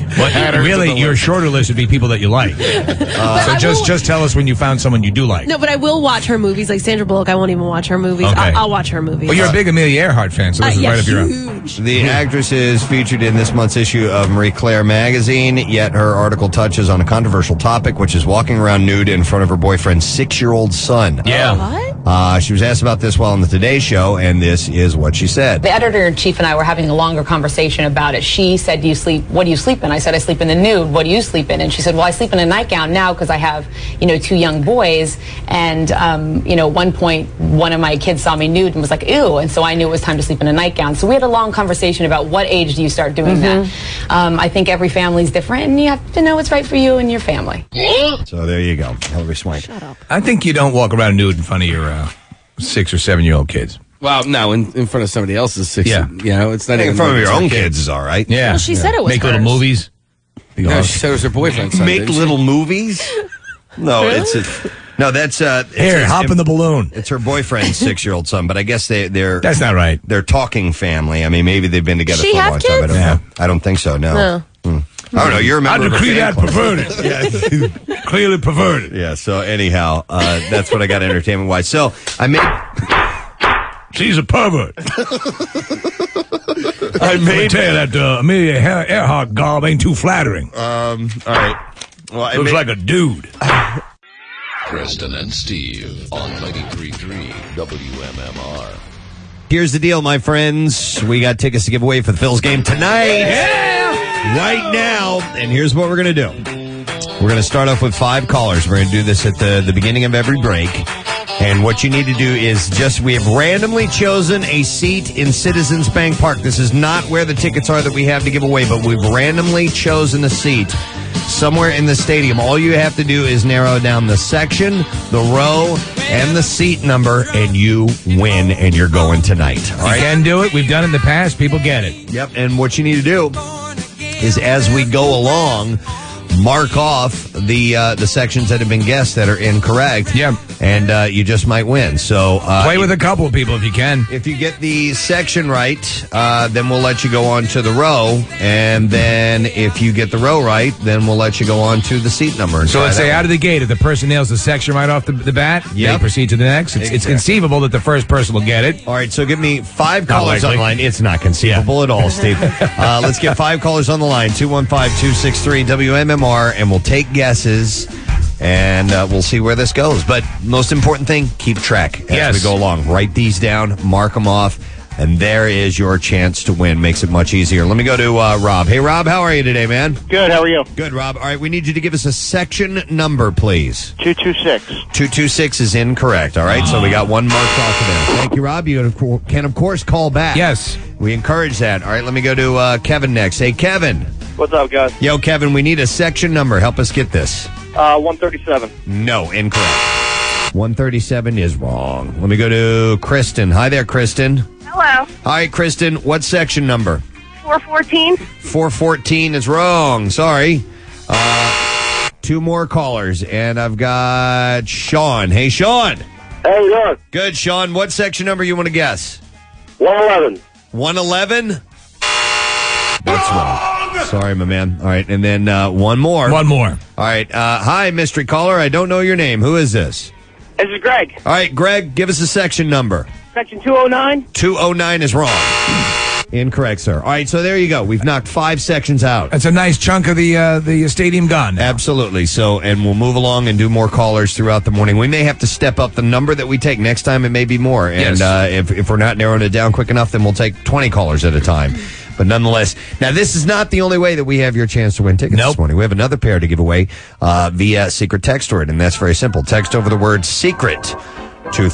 Speaker 6: But really, your shorter list would be people that you like. Uh,
Speaker 5: But I
Speaker 6: so just
Speaker 5: will-
Speaker 6: just tell us when you found someone you do like.
Speaker 5: No, but I will watch her movies. Like Sandra Bullock, I won't even watch her movies.
Speaker 6: Okay.
Speaker 5: I'll, I'll watch her movies.
Speaker 6: Well, you're a big Amelia Earhart fan, so this
Speaker 5: Uh,
Speaker 6: is
Speaker 5: yeah,
Speaker 6: right up your alley.
Speaker 4: The actress is featured in this month's issue of Marie Claire magazine, yet her article touches on a controversial topic, which is walking around nude in front of her boyfriend's six year old son.
Speaker 6: Yeah.
Speaker 4: Uh, she was asked about this while on the Today Show, and this is what she said.
Speaker 20: The editor in chief and I were having a longer conversation about it. She said, "Do you sleep? What do you sleep in?" I said, "I sleep in the nude. What do you sleep in?" And she said, "Well, I sleep in a nightgown now because I have, you know, two young boys." And um, you know, at one point, one of my kids saw me nude and was like, "Ew!" And so I knew it was time to sleep in a nightgown. So we had a long conversation about what age do you start doing that. Um, I think every family's different, and you have to know what's right for you and your family.
Speaker 4: So there you go. Hillary Swank.
Speaker 6: I think you don't walk around nude in front of your uh, six or seven year old kids.
Speaker 7: Well, no, in, in front of somebody else's six.
Speaker 6: Yeah.
Speaker 7: You know, it's not
Speaker 6: In
Speaker 7: even
Speaker 6: front of
Speaker 7: like
Speaker 6: your
Speaker 7: it's
Speaker 6: own
Speaker 7: a kid.
Speaker 6: kids is all right.
Speaker 7: Yeah.
Speaker 6: Well, she Yeah. said it was Make little hers. movies.
Speaker 7: No, she said it was her boyfriend's son.
Speaker 4: Make
Speaker 7: didn't she?
Speaker 4: little movies? No,
Speaker 7: Really?
Speaker 4: it's a, no. That's uh, it's-
Speaker 6: Here,
Speaker 4: it's-
Speaker 6: hop in the balloon.
Speaker 4: It's her boyfriend's six-year-old son, but I guess they, they're
Speaker 6: That's not right.
Speaker 4: They're talking family. I mean, maybe they've been together
Speaker 5: Does she
Speaker 4: for a
Speaker 5: have
Speaker 4: long time. I don't
Speaker 5: kids?
Speaker 4: know. I don't think so. No.
Speaker 5: No.
Speaker 4: I don't know. You're a
Speaker 6: I
Speaker 4: member of a
Speaker 6: decree that
Speaker 4: fan club.
Speaker 6: perverted. Clearly perverted.
Speaker 4: Yeah. So anyhow, uh, that's what I got entertainment wise. So I made.
Speaker 6: She's a pervert. I may tell that uh, Amelia Ear- Earhart garb ain't too flattering.
Speaker 4: Um. All right. Well,
Speaker 6: Looks like a dude.
Speaker 3: Preston and Steve on 93.3 WMMR.
Speaker 4: Here's the deal, my friends. We got tickets to give away for the Phils game tonight. Right now. And here's what we're going to do. We're going to start off with five callers. We're going to do this at the, the beginning of every break. And what you need to do is just, we have randomly chosen a seat in Citizens Bank Park. This is not where the tickets are that we have to give away, but we've randomly chosen a seat somewhere in the stadium. All you have to do is narrow down the section, the row, and the seat number, and you win, and you're going tonight. All right?
Speaker 6: You can do it. We've done it in the past. People get it.
Speaker 4: Yep. And what you need to do is as we go along, mark off the uh, the sections that have been guessed that are incorrect. Yep. And uh, you just might win. So uh,
Speaker 6: Play with a couple of people if you can.
Speaker 4: If you get the section right, uh, then we'll let you go on to the row, and then if you get the row right, then we'll let you go on to the seat number. and
Speaker 6: So
Speaker 4: try
Speaker 6: let's
Speaker 4: that
Speaker 6: say
Speaker 4: one.
Speaker 6: out of the gate, if the person nails the section right off the, the bat,
Speaker 4: Yep.
Speaker 6: they proceed to the next. It's, it's
Speaker 4: Exactly.
Speaker 6: conceivable that the first person will get it.
Speaker 4: All right, so give me five callers on the line. It's not conceivable at all, Steve. uh, let's get five callers on the line 215 263 WMMR, and we'll take guesses and uh, we'll see where this goes. But most important thing, keep track as
Speaker 6: Yes.
Speaker 4: we go along. Write these down, mark them off, and there is your chance to win. Makes it much easier. Let me go to uh, Rob. Hey, Rob, how are you today, man?
Speaker 14: Good. How are you?
Speaker 4: Good, Rob. All right, we need you to give us a section number, please.
Speaker 14: 226.
Speaker 4: 226 is incorrect. All right, so we got one marked off of there. Thank you, Rob. You of cour- can, of course, call back. Yes. We encourage that. All right, let me go to uh, Kevin next. Hey, Kevin.
Speaker 14: What's up, guys?
Speaker 4: Yo, Kevin, we need a section number. Help us get this.
Speaker 14: Uh, 137.
Speaker 4: No, incorrect. 137 is wrong. Let me go to Kristen. Hi there, Kristen.
Speaker 9: Hello,
Speaker 4: Hi, Kristen. What section number?
Speaker 9: 414.
Speaker 4: 414 is wrong. Sorry. Uh, two more callers, and I've got Sean. Hey, Sean.
Speaker 14: Hey, Sean.
Speaker 4: Good, Sean. What section number you want to guess?
Speaker 14: 111.
Speaker 4: 111? That's wrong. Sorry, my man. All right, and then uh, one more.
Speaker 6: One more.
Speaker 4: All right. Uh, hi, mystery caller. I don't know your name. Who is this?
Speaker 14: This is Greg.
Speaker 4: All right, Greg, give us a section number.
Speaker 14: Section 209.
Speaker 4: 209 is wrong. Incorrect, sir. All right, so there you go. We've knocked five sections out.
Speaker 6: That's a nice chunk of the uh, the stadium gone.
Speaker 4: Absolutely. So, and we'll move along and do more callers throughout the morning. We may have to step up the number that we take next time. It may be more. And
Speaker 6: Yes.
Speaker 4: uh, if, if we're not narrowing it down quick enough, then we'll take 20 callers at a time. But nonetheless, now this is not the only way that we have your chance to win tickets this morning. We have another pair to give away uh, via secret text word, and that's very simple. Text over the word secret to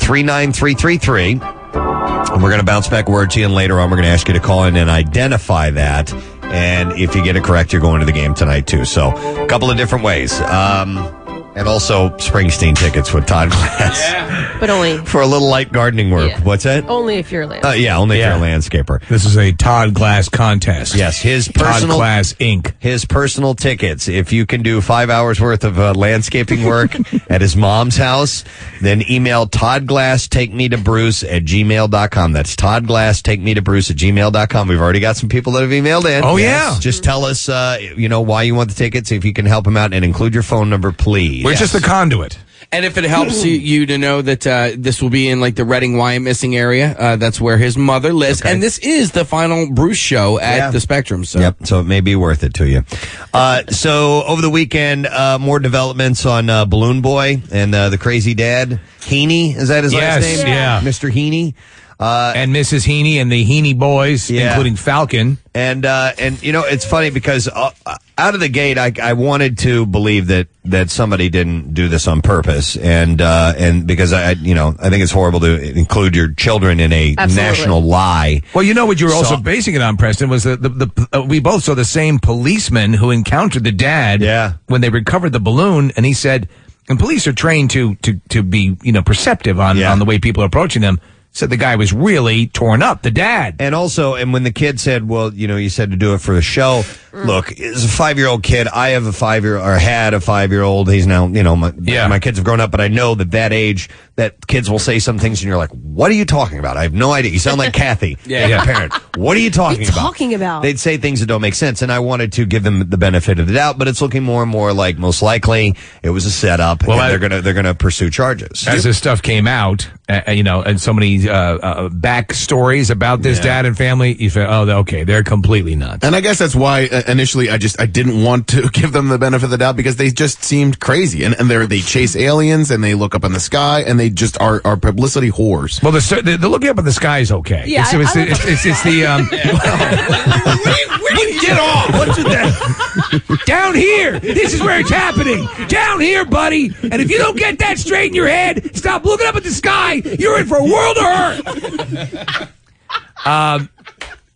Speaker 4: 39333. And we're going to bounce back a word to you, and later on, we're going to ask you to call in and identify that. And if you get it correct, you're going to the game tonight, too. So, a couple of different ways. Um, And also Springsteen tickets with Todd Glass
Speaker 5: but only
Speaker 4: for a little light gardening work. What's that?
Speaker 5: only if you're a
Speaker 4: Uh, yeah, only
Speaker 6: Yeah.
Speaker 4: if you're a landscaper. This is a Todd Glass contest. Yes, his
Speaker 6: Todd
Speaker 4: personal
Speaker 6: Glass,
Speaker 4: Inc. His personal tickets. If you can do five hours worth of uh, landscaping work at his mom's house, then email Todd Glass Take Me to Bruce at gmail.com. That's Todd Glass Take Me to Bruce at gmail.com. We've already got some people that have emailed in.
Speaker 6: Oh, yeah.
Speaker 4: Just tell us, uh, you know, why you want the tickets. If you can help him out and include your phone number, please.
Speaker 7: We're just
Speaker 4: the conduit.
Speaker 7: And if it helps you, you to know that uh, this will be in like the Reading, Wyomissing area, uh, that's where his mother lives. And this is the final Bruce show at
Speaker 4: Yeah.
Speaker 7: the Spectrum. So
Speaker 4: Yep. So it may be worth it to you. Uh, so over the weekend, uh, more developments on uh, Balloon Boy and uh, the Crazy Dad Heaney. Is that his
Speaker 6: Yes,
Speaker 4: last name?
Speaker 6: yeah.
Speaker 4: Mr. Heaney. Uh,
Speaker 6: and Mrs. Heaney and the Heaney boys, including Falcon.
Speaker 4: And uh, and you know it's funny because uh, out of the gate, I, I wanted to believe that that somebody didn't do this on purpose, and uh, and because I you know I think it's horrible to include your children in a
Speaker 6: Absolutely.
Speaker 4: national lie.
Speaker 6: Well, you know what you were
Speaker 4: So-
Speaker 6: also basing it on, Preston, was that the, the uh, we both saw the same policeman who encountered the dad when they recovered the balloon, and he said, and police are trained to to to be you know perceptive on on the way people are approaching them. Said the guy was really torn up, the dad,
Speaker 4: and also and when the kid said, "Well, you know, you said to do it for the show."
Speaker 6: Mm.
Speaker 4: Look, as a five-year-old kid, I have a five-year or had a five-year-old. He's now, you know, my my kids have grown up, but I know that that age that kids will say some things, and you're like, "What are you talking about?" I have no idea. You sound like Kathy,
Speaker 6: Yeah.
Speaker 4: as a parent. What are you talking about?
Speaker 5: talking about.
Speaker 4: They'd say things that don't make sense, and I wanted to give them the benefit of the doubt, but it's looking more and more like most likely it was a setup,
Speaker 6: Well,
Speaker 4: and
Speaker 6: I-
Speaker 4: they're gonna they're gonna pursue charges.
Speaker 6: as this stuff came out, uh, uh, you know, and so many uh, uh, back stories about this dad and family, you feel, oh, okay, they're completely nuts.
Speaker 13: And I guess that's why uh, initially I just I didn't want to give them the benefit of the doubt because they just seemed crazy and and they they chase aliens and they look up in the sky and they just are are publicity whores.
Speaker 6: Well, the, st- the, the looking up at the sky is okay.
Speaker 13: Yeah,
Speaker 6: it's,
Speaker 13: I-
Speaker 6: it's,
Speaker 13: I
Speaker 6: it's, it's, it's the um,
Speaker 11: Get off! What's with that? Down here! This is where it's happening! Down here, buddy! And if you don't get that straight in your head, stop looking up at the sky! You're in for a world of hurt!
Speaker 6: um,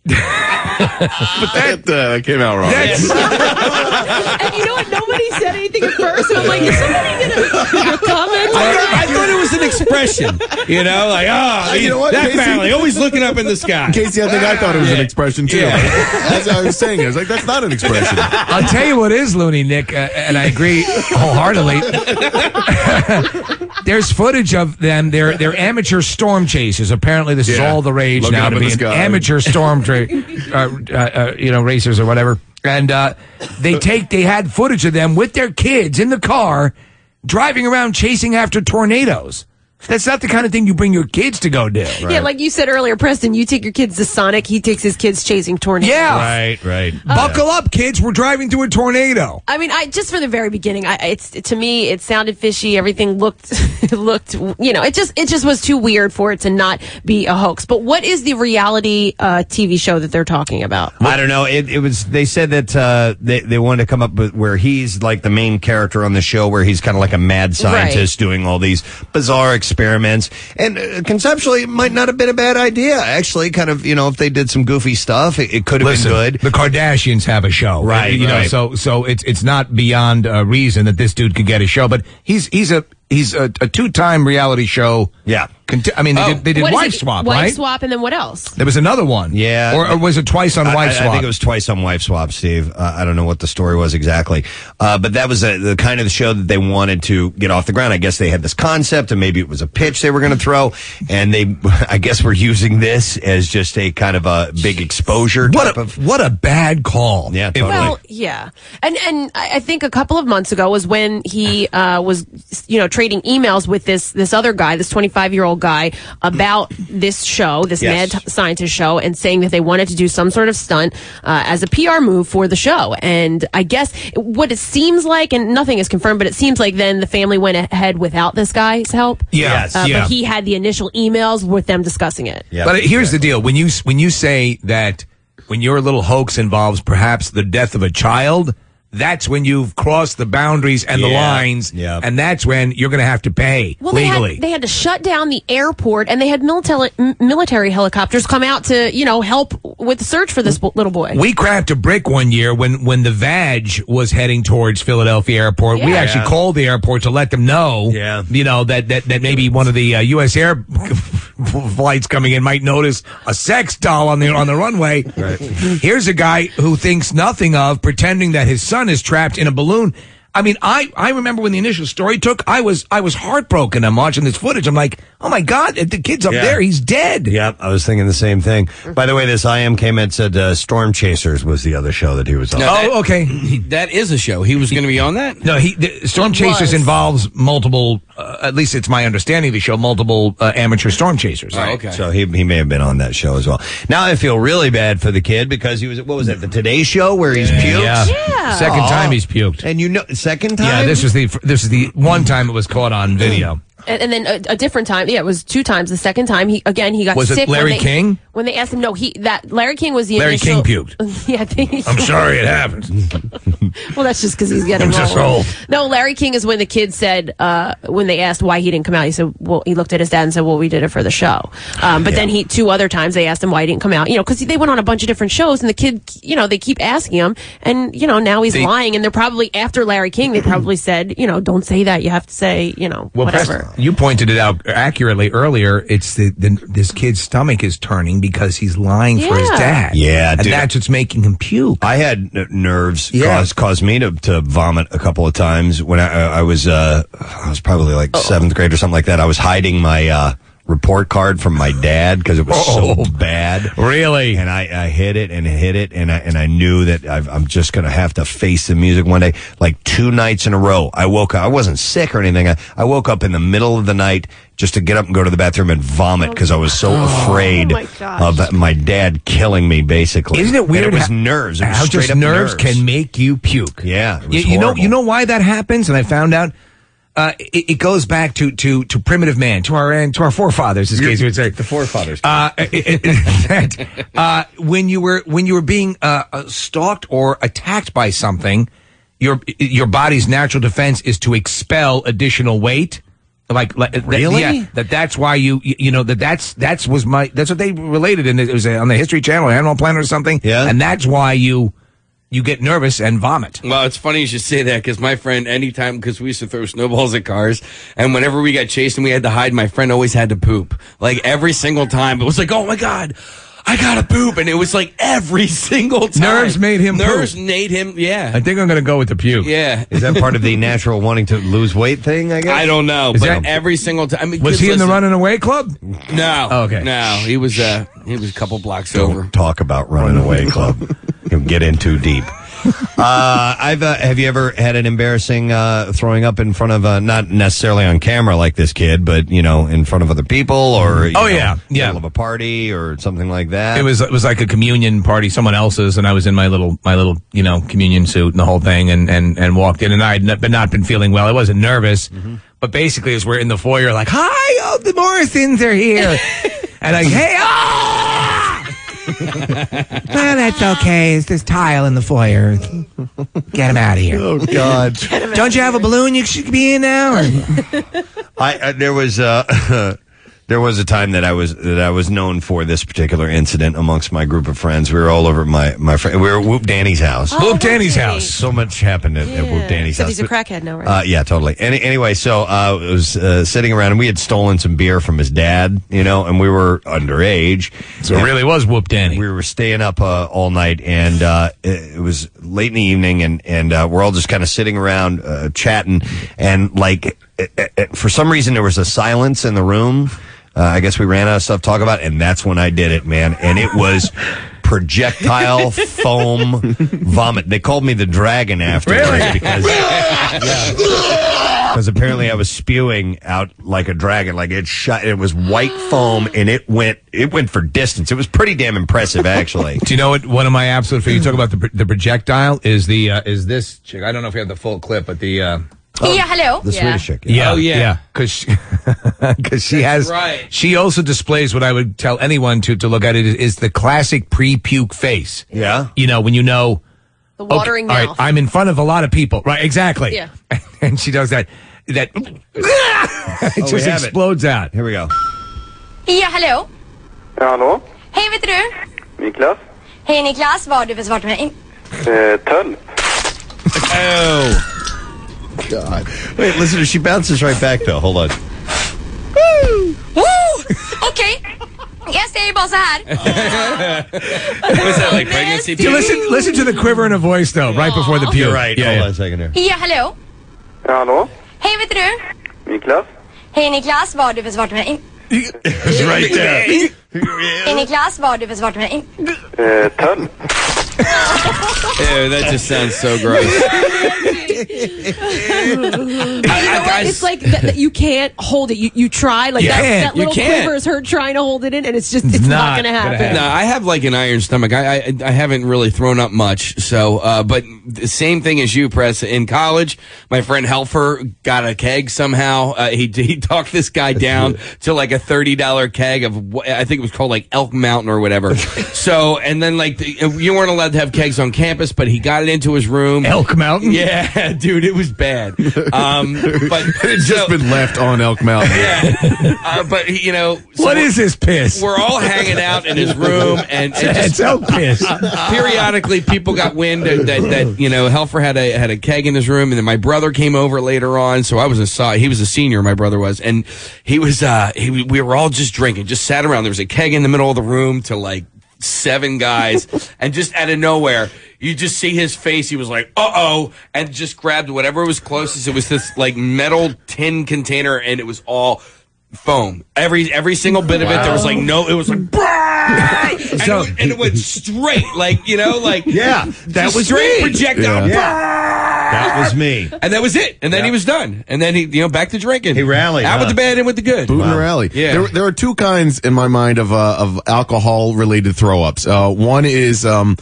Speaker 13: but that uh, came out wrong.
Speaker 5: and you know what? Nobody said anything at first. And I'm like, is somebody gonna comment?
Speaker 11: I thought, I thought it was an expression, you know, like ah,
Speaker 7: Oh,
Speaker 13: Uh, you know what,
Speaker 11: that
Speaker 13: Casey?
Speaker 11: family
Speaker 6: oh,
Speaker 11: always looking up in the sky.
Speaker 13: Casey, I think I thought it was an expression too. That's what I was saying. I was like, that's not an expression.
Speaker 6: I'll tell you what is loony, Nick, uh, and I agree wholeheartedly. There's footage of them. They're they're amateur storm chasers. Apparently, this is
Speaker 13: Yeah.
Speaker 6: all the rage
Speaker 13: Looking
Speaker 6: now
Speaker 13: up
Speaker 6: to
Speaker 13: in
Speaker 6: be
Speaker 13: the
Speaker 6: an
Speaker 13: sky.
Speaker 6: amateur storm, tra- uh, uh, uh, you know, racers or whatever. And uh, they take they had footage of them with their kids in the car driving around chasing after tornadoes. That's not the kind of thing you bring your kids to go do.
Speaker 5: Yeah, like you said earlier, Preston, you take your kids to Sonic, he takes his kids chasing tornadoes.
Speaker 6: Yeah.
Speaker 4: right.
Speaker 6: Buckle up, kids. We're driving through a tornado.
Speaker 5: I mean, I just from the very beginning, I, it's to me, it sounded fishy. Everything looked it looked, you know, it just it just was too weird for it to not be a hoax. But what is the reality uh, TV show that they're talking about?
Speaker 4: I don't know. It, it was. They said that uh, they they wanted to come up with where he's like the main character on the show, where he's kind of like a mad scientist doing all these bizarre experiments. And uh, conceptually, it might not have been a bad idea. Actually, kind of you know, if they did some goofy stuff, it, it could have
Speaker 6: Listen,
Speaker 4: been good.
Speaker 6: The Kardashians have a show,
Speaker 4: Right,
Speaker 6: You know,
Speaker 4: right.
Speaker 6: so so it's it's not beyond uh, reason that this dude could get a show. But he's he's a he's a, a two time reality show. Yeah, I mean they
Speaker 4: Oh.
Speaker 6: did they did
Speaker 5: What is
Speaker 6: Wife
Speaker 5: it?
Speaker 6: Swap,
Speaker 5: Wife
Speaker 6: right?
Speaker 5: Swap, and then what else?
Speaker 6: There was another one.
Speaker 4: Yeah.
Speaker 6: Or, or was it twice on
Speaker 4: I-
Speaker 6: Wife
Speaker 4: I,
Speaker 6: Swap?
Speaker 4: I think it was twice on Wife Swap, Steve. Uh, I don't know what the story was exactly. Uh, but that was a, the kind of show that they wanted to get off the ground. I guess they had this concept and maybe it was a pitch they were going to throw. And they, I guess, were using this as just a kind of a big exposure type of.
Speaker 6: What a bad call.
Speaker 4: Yeah, totally.
Speaker 5: Well, yeah, and and I I think a couple of months ago was when he uh, was, you know, trading emails with this this other guy, this twenty five year old guy, about this show, this
Speaker 20: Yes.
Speaker 5: mad scientist show, and saying that they wanted to do some sort of stunt uh, as a PR move for the show. And I guess what it seems like, and nothing is confirmed, but it seems like then the family went ahead without this guy's help.
Speaker 6: Yeah. Yes,
Speaker 5: uh,
Speaker 6: yeah.
Speaker 5: but he had the initial emails with them discussing it.
Speaker 6: but here's the deal: when you when you say that when your little hoax involves perhaps the death of a child, that's when you've crossed the boundaries and the
Speaker 4: Yeah.
Speaker 6: lines,
Speaker 4: Yeah.
Speaker 6: and that's when you're going to have to pay
Speaker 5: Well, they
Speaker 6: legally.
Speaker 5: had, they had to shut down the airport, and they had military military helicopters come out to you know help with the search for this bo- little boy.
Speaker 6: We cracked a brick one year when, when the Vag was heading towards Philadelphia Airport. We
Speaker 5: Yeah.
Speaker 6: actually
Speaker 5: Yeah.
Speaker 6: called the airport to let them know, yeah. you know, that, that, that maybe one of the uh, U.S. air flights coming in might notice a sex doll on the on the runway. Here's a guy who thinks nothing of pretending that his son is trapped in a balloon. I mean, I, I remember when the initial story took, I was I was heartbroken. I'm watching this footage. I'm like, oh my god, the kid's up
Speaker 4: Yeah.
Speaker 6: there. He's dead.
Speaker 4: Yep, I was thinking the same thing. By the way, this IM came in said uh, Storm Chasers was the other show that he was on.
Speaker 7: No, that-
Speaker 6: oh, okay.
Speaker 7: that is a show. He was going to be on that.
Speaker 6: No, he the, Storm
Speaker 7: It was.
Speaker 6: Chasers involves multiple. Uh, at least it's my understanding of the show. Multiple uh, amateur Storm Chasers.
Speaker 4: So he, he may have been on that show as well. Now I feel really bad for the kid because he was what was that the Today Show where he's puked.
Speaker 6: Yeah. Yeah. Second time he's puked.
Speaker 4: And you know, second time.
Speaker 6: yeah, this was the this is the one time it was caught on video.
Speaker 5: And, and then a, a different time, yeah, it was two times. The second time, he again he got
Speaker 6: Was it
Speaker 5: sick. when
Speaker 6: Larry
Speaker 5: they-
Speaker 6: King?
Speaker 5: When they asked him, no, he that Larry King was the
Speaker 6: Larry
Speaker 5: initial-
Speaker 6: King
Speaker 5: yeah, I think-
Speaker 6: I'm sorry it happened.
Speaker 5: Well, that's just because he's getting
Speaker 6: I'm just old.
Speaker 5: No, Larry King is when the kid said uh, when they asked why he didn't come out. He said, "Well, he looked at his dad and said, well, we did it for the show.'" Um, but then he two other times they asked him why he didn't come out. You know, because they went on a bunch of different shows, and the kid, you know, they keep asking him, and you know now he's
Speaker 6: They-
Speaker 5: lying, and they're probably after Larry King. They probably said, you know, don't say that. You have to say, you know,
Speaker 6: Well,
Speaker 5: whatever.
Speaker 6: Preston, you pointed it out accurately earlier. It's the, the this kid's stomach is turning because he's lying for his
Speaker 5: Yeah.
Speaker 6: dad.
Speaker 4: Yeah,
Speaker 6: and
Speaker 4: dude.
Speaker 6: that's what's making him puke.
Speaker 4: I had n- nerves cause caused me to, to vomit a couple of times when I, I was uh, I was probably like seventh grade or something like that. I was hiding my uh, report card from my dad because it was
Speaker 6: Oh.
Speaker 4: so bad,
Speaker 6: really.
Speaker 4: And I, I hid it and hid it and I and I knew that I've, I'm just gonna have to face the music one day. Like two nights in a row, I woke up. I wasn't sick or anything. I, I woke up in the middle of the night just to get up and go to the bathroom and vomit because I was so
Speaker 6: Oh,
Speaker 4: afraid of my dad killing me. Basically,
Speaker 6: Isn't it
Speaker 4: And
Speaker 6: weird?
Speaker 4: it was
Speaker 6: how-
Speaker 4: nerves. It was
Speaker 6: how
Speaker 4: straight
Speaker 6: just
Speaker 4: up
Speaker 6: nerves, can make you puke.
Speaker 4: Yeah, it
Speaker 6: You,
Speaker 4: was
Speaker 6: you know,
Speaker 4: horrible.
Speaker 6: you know why that happens, and I found out. Uh, it, it goes back to, to, to primitive man, to our and to our forefathers, as Casey would say. The
Speaker 4: forefathers.
Speaker 6: Uh, it- it- that, uh, when you were when you were being uh, uh, stalked or attacked by something, your your body's natural defense is to expel additional weight. Like, like that-
Speaker 4: Really?
Speaker 6: yeah, that that's why you you you know that that's that's was my that's what they related in it was on the History Channel, Animal Planet, or something. Yeah, and that's why you you get nervous and vomit.
Speaker 7: Well, it's funny you should say that because my friend, anytime, because we used to throw snowballs at cars, and whenever we got chased and we had to hide, my friend always had to poop. Like every single time. It was like, oh my God, I got to poop. And it was like every single time.
Speaker 6: Nerves made him poop.
Speaker 7: Nerves made him, yeah.
Speaker 6: I think I'm going to go with the puke.
Speaker 7: Yeah.
Speaker 4: Is that part of the natural wanting to lose weight thing? I guess
Speaker 7: I don't know,
Speaker 4: Is
Speaker 7: but
Speaker 4: that-
Speaker 7: every single time. I mean,
Speaker 6: Was
Speaker 7: kids
Speaker 6: he in
Speaker 7: listen-
Speaker 6: the running away club?
Speaker 7: No.
Speaker 6: Oh, okay.
Speaker 7: No, he was, uh, he was a couple blocks over.
Speaker 4: talk about running away club. You'll get in too deep. Uh, I've uh, have you ever had an embarrassing uh, throwing up in front of uh, not necessarily on camera like this kid, but you know in front of other people or you
Speaker 6: Oh,
Speaker 4: know,
Speaker 6: yeah.
Speaker 4: middle
Speaker 6: Yeah.
Speaker 4: of a party or something like that.
Speaker 6: It was it was like a communion party, someone else's, and I was in my little my little you know communion suit and the whole thing, and and and walked in, and I had not, but not been feeling well. I wasn't nervous, but basically, as we're in the foyer, like, hi, oh, the Morrisons are here, and I hey, ah! oh, well, that's okay. It's this tile in the foyer. Get him out of here.
Speaker 4: Oh God!
Speaker 6: Don't you have a balloon you should be in now?
Speaker 4: I uh, there was uh, there was a time that I was that I was known for this particular incident amongst my group of friends. We were all over at my my friend. We were at Whoop Danny's house.
Speaker 5: Oh, Whoop Danny's Whoop Danny. house.
Speaker 4: So much happened at, at Whoop Danny's
Speaker 5: Except
Speaker 4: house.
Speaker 5: he's a
Speaker 4: But-
Speaker 5: crackhead now, right?
Speaker 4: Uh, yeah, totally. Any, anyway, so uh, I was uh, sitting around and we had stolen some beer from his dad, you know, and we were underage.
Speaker 6: So it really was Whoop Danny.
Speaker 4: We were staying up uh, all night and uh, it, it was late in the evening and, and uh, we're all just kind of sitting around uh, chatting. And like, it, it- it- for some reason, there was a silence in the room. Uh, I guess we ran out of stuff to talk about, and that's when I did it, man. And it was projectile foam vomit. They called me the dragon afterwards because because apparently I was spewing out like a dragon. Like it shot. It was white foam, and it went. It went for distance. It was pretty damn impressive, actually.
Speaker 6: Do you know what? One of my absolute favorite. You talk about the pro- the projectile is the uh, is this chick. I don't know if we have the full clip, but the uh,
Speaker 21: yeah, hello.
Speaker 4: the
Speaker 21: yeah.
Speaker 4: Swedish chick.
Speaker 6: yeah,
Speaker 4: Oh, yeah.
Speaker 6: because because she has
Speaker 21: right.
Speaker 6: she also displays what I would tell anyone to to look at it is, is the classic pre puke face.
Speaker 4: Yeah,
Speaker 6: you know when you know
Speaker 5: The
Speaker 6: okay,
Speaker 5: watering
Speaker 6: all right,
Speaker 5: mouth.
Speaker 6: I'm in front of a lot of people. Right, exactly.
Speaker 5: Yeah.
Speaker 6: and she does that. That it
Speaker 4: Oh, we
Speaker 6: just
Speaker 4: have it.
Speaker 6: explodes out.
Speaker 4: Here we go.
Speaker 21: Ja, hallå.
Speaker 22: Hallå,
Speaker 21: Hej, vet du?
Speaker 22: Niklas?
Speaker 21: Hej Niklas, vad har du för svar till mig?
Speaker 18: Uh, tull.
Speaker 4: Oh. God. Wait, listen, she bounces right back, though. Hold on.
Speaker 21: Woo! Okej, jag säger bara så här.
Speaker 7: Was that like pregnancy?
Speaker 6: Yeah, listen, listen to the quiver in her voice though, right before the puke.
Speaker 4: You're right. Hold on a second here.
Speaker 21: Ja, hallå?
Speaker 18: Ja, hallå?
Speaker 21: Hej, vet du?
Speaker 18: Niklas?
Speaker 21: Hej Niklas, vad har du för svar till mig?
Speaker 18: It's right there.
Speaker 21: Hej Niklas, vad har du för svar till mig?
Speaker 18: Uh, tull.
Speaker 7: Ew, that just sounds so gross.
Speaker 22: you know what? It's like that, that you can't hold it. You, you try like
Speaker 7: You
Speaker 22: that,
Speaker 7: can't,
Speaker 22: that
Speaker 7: you
Speaker 22: little
Speaker 7: can't.
Speaker 22: quiver is her trying to hold it in, and it's just it's not, gonna happen.
Speaker 7: No, I have like an iron stomach. I I, I haven't really thrown up much. So, uh, but the same thing as you, Press. In college, my friend Helfer got a keg somehow. Uh, he he talked this guy down to like a thirty dollar keg of wh- I think it was called like Elk Mountain or whatever. so, and then like the, uh, you weren't allowed to have kegs on campus, but he got it into his room.
Speaker 6: Elk Mountain.
Speaker 7: Yeah, dude, it was bad. Um, but
Speaker 13: it just been left on Elk Mountain.
Speaker 7: uh, but you know,
Speaker 6: What is this piss?
Speaker 7: We're all hanging out in his room, and, and
Speaker 6: It's elk piss.
Speaker 7: periodically people got wind that, that, that you know Helfer had a had a keg in his room, and then my brother came over later on. So I was a so- he was a senior, my brother was, and he was uh he, we were all just drinking, just sat around. There was a keg in the middle of the room to like seven guys, and just out of nowhere. You just see his face. He was like, "Uh oh," and just grabbed whatever was closest. It was this like metal tin container, and it was all foam. Every every single bit of it. There was like no. It was like and, it, went- and it went straight, like you know, like
Speaker 4: yeah,
Speaker 6: that was
Speaker 7: straight
Speaker 6: me.
Speaker 7: projectile.
Speaker 4: That was me.
Speaker 7: And that was it. And then he was done. And then he, you know, back to drinking. He rallied. Out with
Speaker 13: huh?
Speaker 7: the bad, in with the good.
Speaker 13: Boot and rally.
Speaker 7: Yeah.
Speaker 13: There, there are two kinds in my mind of uh, of alcohol related throw ups. Uh, one is um,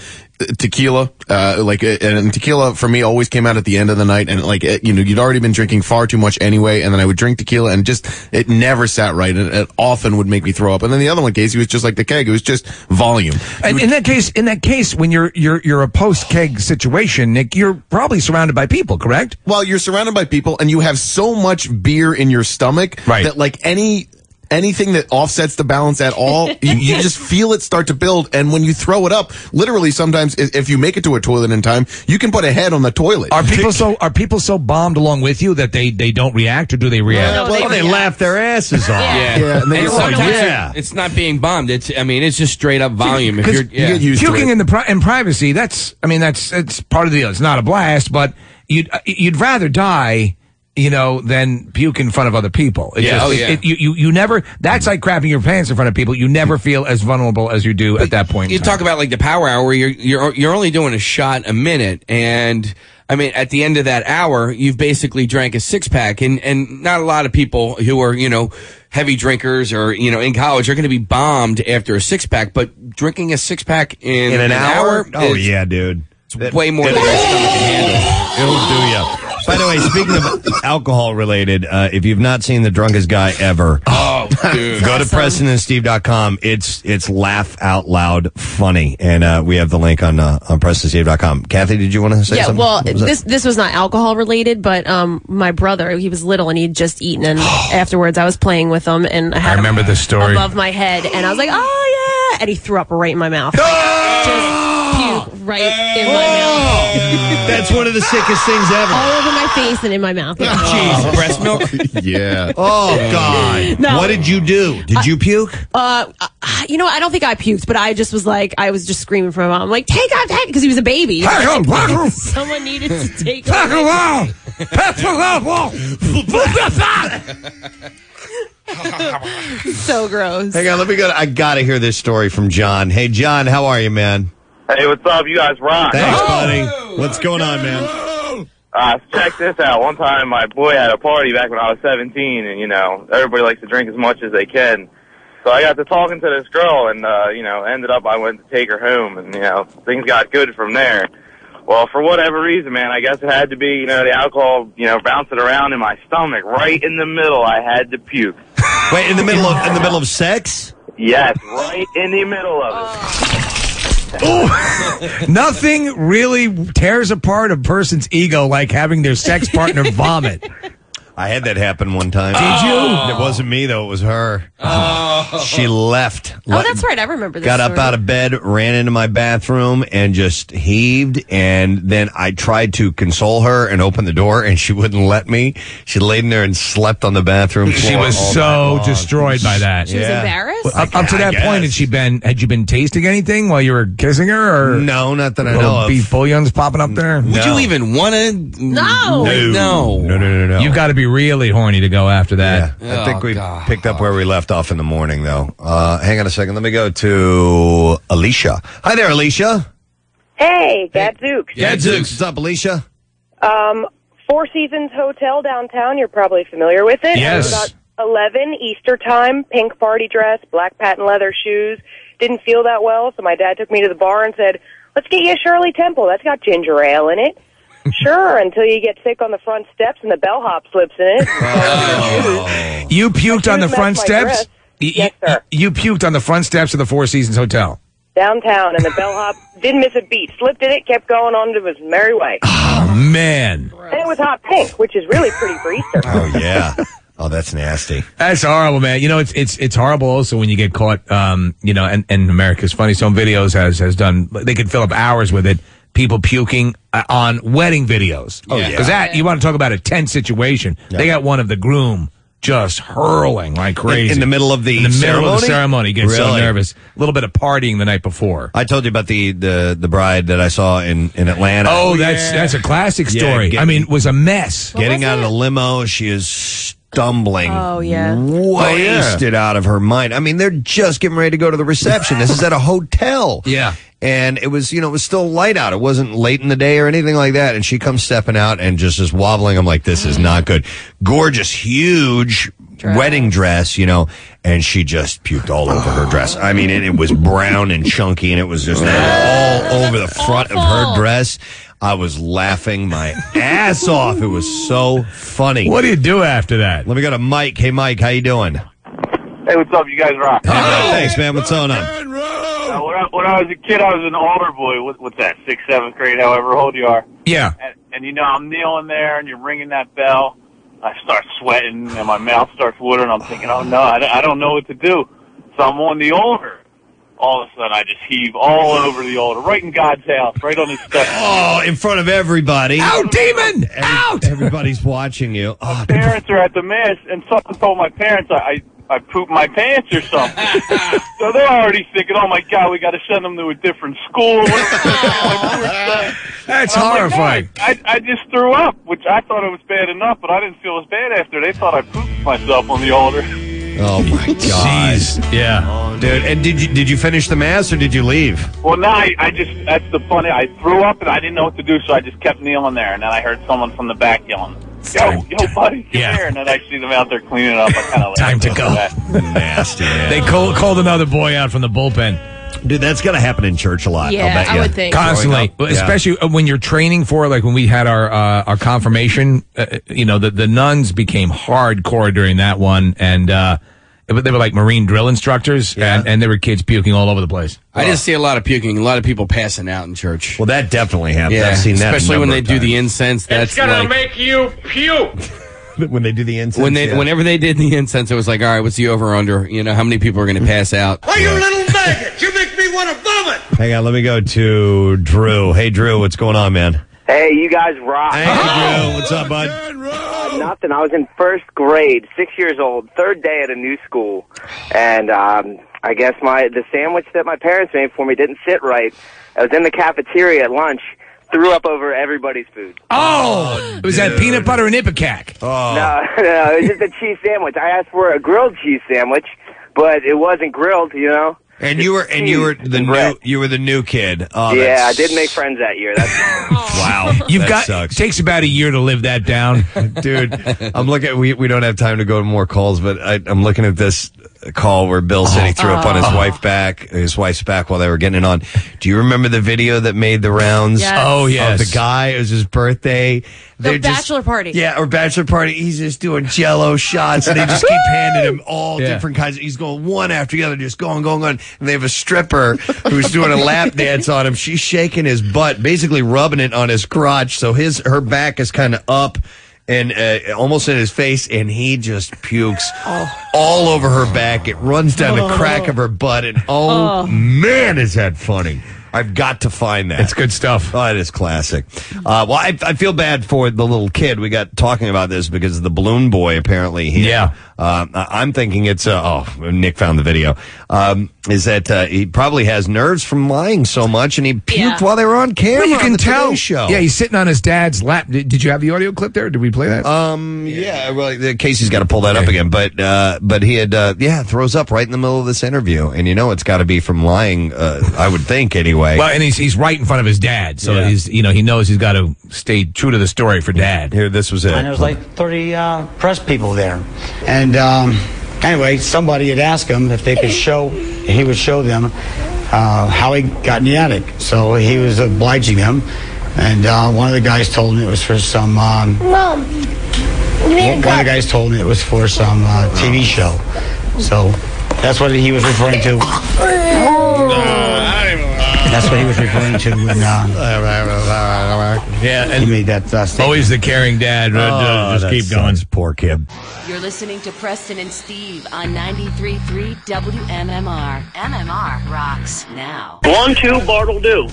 Speaker 13: tequila. Uh, like uh, and tequila for me always came out at the end of the night, and like it, you know you'd already been drinking far too much anyway, and then I would drink tequila, and just it never sat right, and it often would make me throw up. And then the other one, Casey, was just like the keg. It was just volume.
Speaker 6: And in that case, in that case, when you're you're you're a post keg situation, Nick, you're probably surrounded by people, correct?
Speaker 13: Well, you're surrounded by people, and you have so much beer in your stomach that like any anything that offsets the balance at all, you, you just feel it start to build. And when you throw it up, literally sometimes i- if you make it to a toilet in time, you can put a head on the toilet.
Speaker 6: Are people so are people so bombed along with you that they they don't react or do they react?
Speaker 7: No, they Well, they react.
Speaker 4: laugh their asses off.
Speaker 7: Yeah,
Speaker 6: and they go,
Speaker 7: sometimes
Speaker 6: "Yeah."
Speaker 7: it- it's not being bombed. It's, I mean, it's just straight up volume. If you're yeah.
Speaker 6: puking in the pri- in privacy, that's I mean that's it's part of the deal. It's not a blast, but you'd uh, you'd rather die, you know, than puke in front of other people.
Speaker 7: Yeah, oh,
Speaker 6: it-
Speaker 7: yeah.
Speaker 6: it- you, you you never. That's like crapping your pants in front of people. You never feel as vulnerable as you do at that point.
Speaker 7: you talk about like the power hour where you're you're you're only doing a shot a minute and I mean, at the end of that hour, you've basically drank a six pack and, and not a lot of people who are, you know, heavy drinkers or, you know, in college are going to be bombed after a six pack, but drinking a six pack in,
Speaker 4: In an hour? Oh, yeah,
Speaker 6: dude.
Speaker 7: It's way more than your stomach can handle.
Speaker 4: It'll do ya. By the way, speaking of alcohol related, uh, if you've not seen the drunkest guy ever,
Speaker 7: oh, dude.
Speaker 4: go to PrestonandSteve.com. It's it's laugh out loud funny, and uh, we have the link on uh, on PrestonandSteve.com. Kathy, did you want to say
Speaker 5: yeah,
Speaker 4: something?
Speaker 5: well,
Speaker 4: What was that?
Speaker 5: this this was not alcohol related, but um, my brother, he was little and he'd just eaten, and afterwards I was playing with him, and I had
Speaker 6: I remember
Speaker 5: him
Speaker 6: this story.
Speaker 5: above my head, and I was like, oh yeah, and he threw up right in my mouth, Like, just puke right in my mouth,
Speaker 4: That's one of the sickest things ever.
Speaker 5: all over my face and in my mouth.
Speaker 7: Jesus. Breast milk?
Speaker 13: yeah.
Speaker 4: Oh God!
Speaker 5: No.
Speaker 4: What did you do? Did you puke?
Speaker 5: Uh, uh, you know, I don't think I puked, but I just was like, I was just screaming for my mom, like, take out, take, because he was a baby. Someone needed to take
Speaker 6: out.
Speaker 5: so gross.
Speaker 4: Hang on, let me go. To, I gotta hear this story from John. Hey, John, how are you, man?
Speaker 18: Hey, what's up? You guys rock.
Speaker 4: Thanks, buddy. What's going on, man?
Speaker 18: Uh, check this out. One time, my boy had a party back when I was 17, and you know, everybody likes to drink as much as they can. So I got to talking to this girl, and uh, you know, ended up I went to take her home, and you know, things got good from there. Well, for whatever reason, man, I guess it had to be you know the alcohol, you know, bouncing around in my stomach, right in the middle. I had to puke.
Speaker 4: Wait, in the middle of in the middle of sex?
Speaker 18: Yes, right in the middle of it.
Speaker 6: Nothing really tears apart a person's ego like having their sex partner vomit.
Speaker 4: I had that happen one time.
Speaker 5: Did you?
Speaker 4: It wasn't me though. It was her. She left.
Speaker 5: Oh, that's right. I remember this.
Speaker 4: Got up
Speaker 5: story.
Speaker 4: out of bed, ran into my bathroom, and just heaved. And then I tried to console her and open the door, and she wouldn't let me. She laid in there and slept on the bathroom floor.
Speaker 6: She was
Speaker 4: all
Speaker 6: so
Speaker 4: night long.
Speaker 6: destroyed by that.
Speaker 4: She was Yeah. embarrassed?
Speaker 6: Well, Up, up to
Speaker 4: I
Speaker 6: that
Speaker 4: guess.
Speaker 6: point, had she been? Had you been tasting anything while you were kissing her? Or
Speaker 4: no, not that I
Speaker 6: little
Speaker 4: know of.
Speaker 6: Beef bouillon's popping up there.
Speaker 4: Would you
Speaker 7: even want to?
Speaker 5: No.
Speaker 4: No. No. No. No. no.
Speaker 6: You've got to be really horny to go after that.
Speaker 4: I
Speaker 5: Oh,
Speaker 4: think we picked up where we left off in the morning, though. Uh, hang on a second. Let me go to Alicia. Hi there, Alicia.
Speaker 1: Hey, Gadzooks.
Speaker 4: What's up, Alicia?
Speaker 1: Um, Four Seasons Hotel downtown. You're probably familiar with it.
Speaker 4: Yes.
Speaker 1: It was about 11 Easter time, pink party dress, black patent leather shoes. Didn't feel that well, so my dad took me to the bar and said, let's get you a Shirley Temple. That's got ginger ale in it. sure, until you get sick on the front steps and the bellhop slips in it.
Speaker 4: Oh.
Speaker 6: You puked on the
Speaker 1: messed
Speaker 6: front
Speaker 1: my
Speaker 6: steps.
Speaker 1: dress.
Speaker 6: You, yes, sir. You puked on the front steps of the Four Seasons Hotel.
Speaker 1: downtown, and the bellhop didn't miss a beat. Slipped in it, kept going on to his merry way.
Speaker 6: Oh man,
Speaker 1: and it was hot pink, which is really pretty for Easter.
Speaker 4: Oh yeah. oh, that's nasty.
Speaker 6: That's horrible, man. You know, it's it's it's horrible also when you get caught. Um, you know, and, and America's Funniest Home Videos has has done. They could fill up hours with it. People puking uh, on wedding videos.
Speaker 4: Oh, yeah.
Speaker 6: because that you want to talk about a tense situation. They got one of the groom just hurling like crazy
Speaker 4: In, in the middle of the
Speaker 6: in the middle of the ceremony. He Gets so
Speaker 4: Really?
Speaker 6: nervous. A little bit of partying the night before.
Speaker 4: I told you about the, the, the bride that I saw in, in Atlanta.
Speaker 6: Oh, that's that's a classic
Speaker 4: Yeah,
Speaker 6: story.
Speaker 4: get-
Speaker 6: I mean, it was a mess.
Speaker 4: Getting out of the limo, she is stumbling.
Speaker 5: Oh, yeah.
Speaker 6: Oh, yeah.
Speaker 4: Wasted out of her mind. I mean, they're just getting ready to go to the reception. this is at a hotel.
Speaker 6: Yeah.
Speaker 4: And it was, you know, it was still light out. It wasn't late in the day or anything like that. And she comes stepping out and just is wobbling. I'm like,
Speaker 5: Mm.
Speaker 4: this is not good. Gorgeous, huge wedding dress, you know, and she just puked all over her dress. I mean, it, it was brown and chunky and it was just all over the front of her dress. I was laughing my ass off. It was so funny. What
Speaker 6: do you do after that?
Speaker 4: Let me go to Mike. Hey, Mike, how you doing?
Speaker 2: Hey, what's up? You guys rock.
Speaker 4: Thanks, man. What's going on?
Speaker 2: Uh, when, I, when I was a kid, I was an altar boy. What, what's that? Sixth, seventh grade, however old you are.
Speaker 6: Yeah.
Speaker 2: And, and you know, I'm kneeling there, and you're ringing that bell. I start sweating, and my mouth starts watering. I'm thinking, oh no, I, don't- I don't know what to do. So I'm on the altar. All of a sudden, I just heave all over the altar, right in God's house, right on his steps.
Speaker 4: Oh, in front of everybody.
Speaker 2: Out,
Speaker 6: demon! Out!
Speaker 4: Everybody's watching you. Oh,
Speaker 2: parents are at the mass, and someone told my parents I I, I pooped my pants or something. so they're already thinking, "Oh my God, we got to send them to a different
Speaker 23: Oh.
Speaker 2: school."
Speaker 6: That's
Speaker 2: horrifying. I, I just threw up, which I thought it was bad enough, but I didn't feel as bad after. They thought I pooped myself on the altar.
Speaker 4: oh my god.
Speaker 6: Yeah.
Speaker 4: Dude, and did you did you finish the mass or did you leave?
Speaker 2: Well, now I, I just that's the funny. I threw up and I didn't know what to do, so I just kept kneeling there, and then I heard someone from the back yelling. Yo, yo, buddy, come here! And then I see them out there cleaning up. I kind of
Speaker 6: Time to go.
Speaker 4: Nasty.
Speaker 6: They call, called another boy out from the bullpen.
Speaker 4: Dude, that's gonna happen in church a
Speaker 6: lot,
Speaker 4: lot.
Speaker 6: I'll
Speaker 5: Yeah,
Speaker 6: bet
Speaker 5: I
Speaker 6: ya.
Speaker 5: would think.
Speaker 6: constantly,
Speaker 4: Growing up, yeah.
Speaker 6: especially uh, when you're training for like when we had our uh, our confirmation. Uh, you know, the the nuns became hardcore during that one, and uh, it- they were like Marine drill instructors, and, and there were kids puking all over the place.
Speaker 7: I just see a lot of puking, a lot of people passing out in church.
Speaker 4: Well, that definitely happens.
Speaker 7: Yeah,
Speaker 4: I've seen that a
Speaker 7: especially when
Speaker 4: number
Speaker 7: they
Speaker 4: of
Speaker 7: do the incense. That's like,
Speaker 23: make you puke.
Speaker 4: when they do the incense.
Speaker 7: when they
Speaker 4: yeah.
Speaker 7: whenever they did the incense, it was like, all right, what's the over under? You know, how many people are
Speaker 4: Hmm.
Speaker 7: going to pass out?
Speaker 23: Why you little maggot? You make me want to vomit.
Speaker 4: Hang on, let me go to Drew. Hey Drew, what's going on, man?
Speaker 23: Hey, you guys rock.
Speaker 4: Hey,
Speaker 23: Uh-huh.
Speaker 6: Oh,
Speaker 4: Drew, what's up, bud?
Speaker 23: nothing. I was in first grade, six years old, third day at a new school, and um, I guess my the sandwich that my parents made for me didn't sit right. I was in the cafeteria at lunch, threw up over everybody's food.
Speaker 6: Oh, it was that peanut butter and ipecac.
Speaker 4: Oh.
Speaker 23: No, no, it was just a cheese sandwich. I asked for a grilled cheese sandwich, but it wasn't grilled, you know.
Speaker 4: And you were and you were the new you were the new kid. Oh,
Speaker 23: yeah, I
Speaker 4: that's-
Speaker 23: didn't make friends that year. That's
Speaker 4: Wow,
Speaker 6: You've
Speaker 4: that
Speaker 6: got
Speaker 4: sucks.
Speaker 6: it takes about a year to live that down.
Speaker 4: dude. I'm looking. We we don't have time to go to more calls, but I, I'm looking at this call where Bill said he threw up on his
Speaker 6: Oh.
Speaker 4: wife back, his wife's back while they were getting it on. Do you remember the video that made the rounds?
Speaker 5: Yes. Oh, yes.
Speaker 4: of the guy. It was his birthday.
Speaker 5: The
Speaker 4: They're just-
Speaker 5: bachelor party.
Speaker 4: Yeah, or bachelor party. He's just doing Jello shots, and they just keep handing him all
Speaker 6: Yeah.
Speaker 4: different kinds. He's going one after the other, just going, going, going. And they have a stripper who's doing a lap dance on him. She's shaking his butt, basically rubbing it on his crotch, so his her back is kind of up. and uh, almost in his face, and he just pukes
Speaker 5: Oh.
Speaker 4: all over her back. It runs down the crack of her butt, and oh,
Speaker 8: Oh.
Speaker 4: man, is that funny! I've got to find that. It's good stuff. Oh, it is classic. Uh, well, I, I feel bad for the little kid. We got talking about this because the balloon boy apparently. He, yeah. Uh, I- I'm thinking it's. Uh, oh, Nick found the video. Um, is that uh, he probably has nerves from lying so much, and he puked while they were on camera.
Speaker 6: Well, you
Speaker 4: on
Speaker 6: can
Speaker 4: the Today
Speaker 6: tell.
Speaker 4: Show.
Speaker 6: Yeah, he's sitting on his dad's lap. Did, did you have the audio clip there? Did we play that?
Speaker 4: Um. Yeah. Well, the- Casey's got to pull that up again, but uh, but he had uh, yeah throws up right in the middle of this interview, and you know it's got to be from lying. Uh, I would think anyway.
Speaker 6: Well, and he's he's right in front of his dad, so
Speaker 4: Yeah.
Speaker 6: he's you know he knows he's got to stay true to the story for dad.
Speaker 4: Here, this was it.
Speaker 10: And there was like 30 uh, press people there. And um, anyway, somebody had asked him if they could show, he would show them uh, how he got in the attic. So he was obliging them. And uh, one of the guys told me it was for some. Um,
Speaker 9: Mom,
Speaker 10: one of the guys told me it was for some uh, TV show. So that's what he was referring to. That's what he was referring to when. Uh,
Speaker 6: yeah, and
Speaker 10: he made that uh, statement.
Speaker 6: Always the caring dad. uh,
Speaker 10: Oh,
Speaker 6: just
Speaker 10: that
Speaker 6: keep going.
Speaker 10: sucks.
Speaker 4: Poor kid.
Speaker 12: You're listening to Preston and Steve on 93.3 WMMR. MMR rocks now.
Speaker 14: One, two, Bartle do.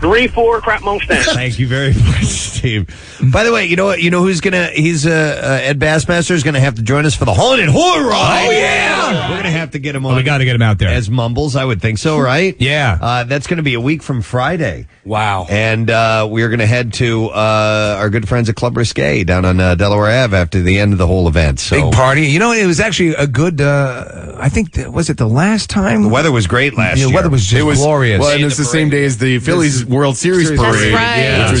Speaker 14: Three, four, crap Mustang.
Speaker 4: Thank you very much, Steve. By the way, you know what? You know who's gonna? He's uh, uh, Ed Bassmaster is gonna have to join us for the haunted horror ride.
Speaker 6: Oh, yeah!
Speaker 4: we're gonna have to get him on.
Speaker 6: we got to get him out there.
Speaker 4: as Mumbles, I would think so, right? yeah. Uh, that's going to be a week from Friday. Wow. And uh, we're going to head to uh, our good friends at Club Risque down on uh, Delaware Ave after the end of the whole event. So
Speaker 6: Big party. You know, it was actually a good. Uh, I think th- was it the last time
Speaker 4: the weather was great last
Speaker 6: The
Speaker 4: year.
Speaker 6: weather was just glorious.
Speaker 13: Well, and it's the same day as the Phillies World Series
Speaker 4: Series parade.
Speaker 13: parade, which was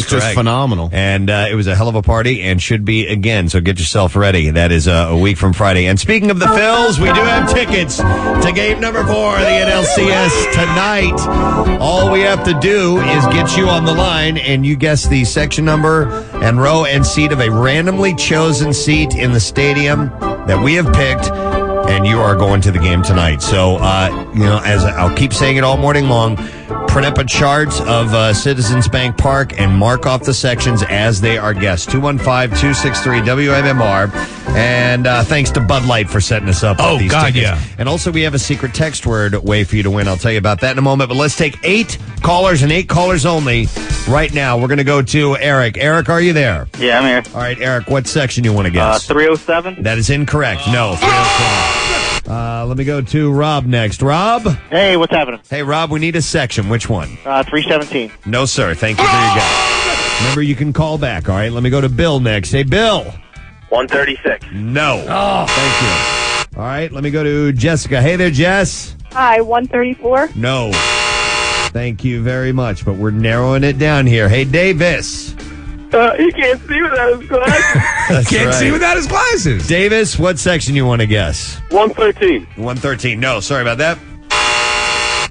Speaker 4: That's
Speaker 13: just
Speaker 4: correct.
Speaker 13: phenomenal.
Speaker 4: And uh, it was a hell of a party and should be again. So get yourself ready. That is uh, a week from Friday. And speaking of the Phils, we do have tickets to game number four of the NLCS tonight. All we have to do is get you on the line and you guess the section number and row and seat of a randomly chosen seat in the stadium that we have picked and you are going to the game tonight. So, uh, you know, as I'll keep saying it all morning long, print up a chart of uh, Citizens Bank Park and mark off the sections as they are guessed. 215 263 WMMR. And uh, thanks to Bud Light for setting us up. with
Speaker 6: Oh,
Speaker 4: these
Speaker 6: God,
Speaker 4: tickets.
Speaker 6: yeah.
Speaker 4: And also, we have a secret text word way for you to win. I'll tell you about that in a moment. But let's take eight callers and eight callers only right now. We're going to go to Eric. Eric, are you there?
Speaker 24: Yeah, I'm here.
Speaker 4: All right, Eric, what section you want to
Speaker 24: Uh,
Speaker 4: guess?
Speaker 24: 307?
Speaker 4: That is incorrect. No. Uh, let me go to Rob next. Rob?
Speaker 24: Hey, what's happening?
Speaker 4: Hey, Rob, we need a section. Which one?
Speaker 24: Uh, 317.
Speaker 4: No, sir. Thank you for your guess. Remember, you can call back, all right? Let me go to Bill next. Hey, Bill.
Speaker 24: 136.
Speaker 4: No. Oh. Thank you. All right, let me go to Jessica. Hey there, Jess.
Speaker 25: Hi, 134.
Speaker 4: No. Thank you very much, but we're narrowing it down here. Hey, Davis.
Speaker 9: Uh, you can't see without his glasses.
Speaker 6: Can't see without
Speaker 4: his glasses. Davis, what section you want to guess?
Speaker 24: 113.
Speaker 4: 113. No, sorry about that.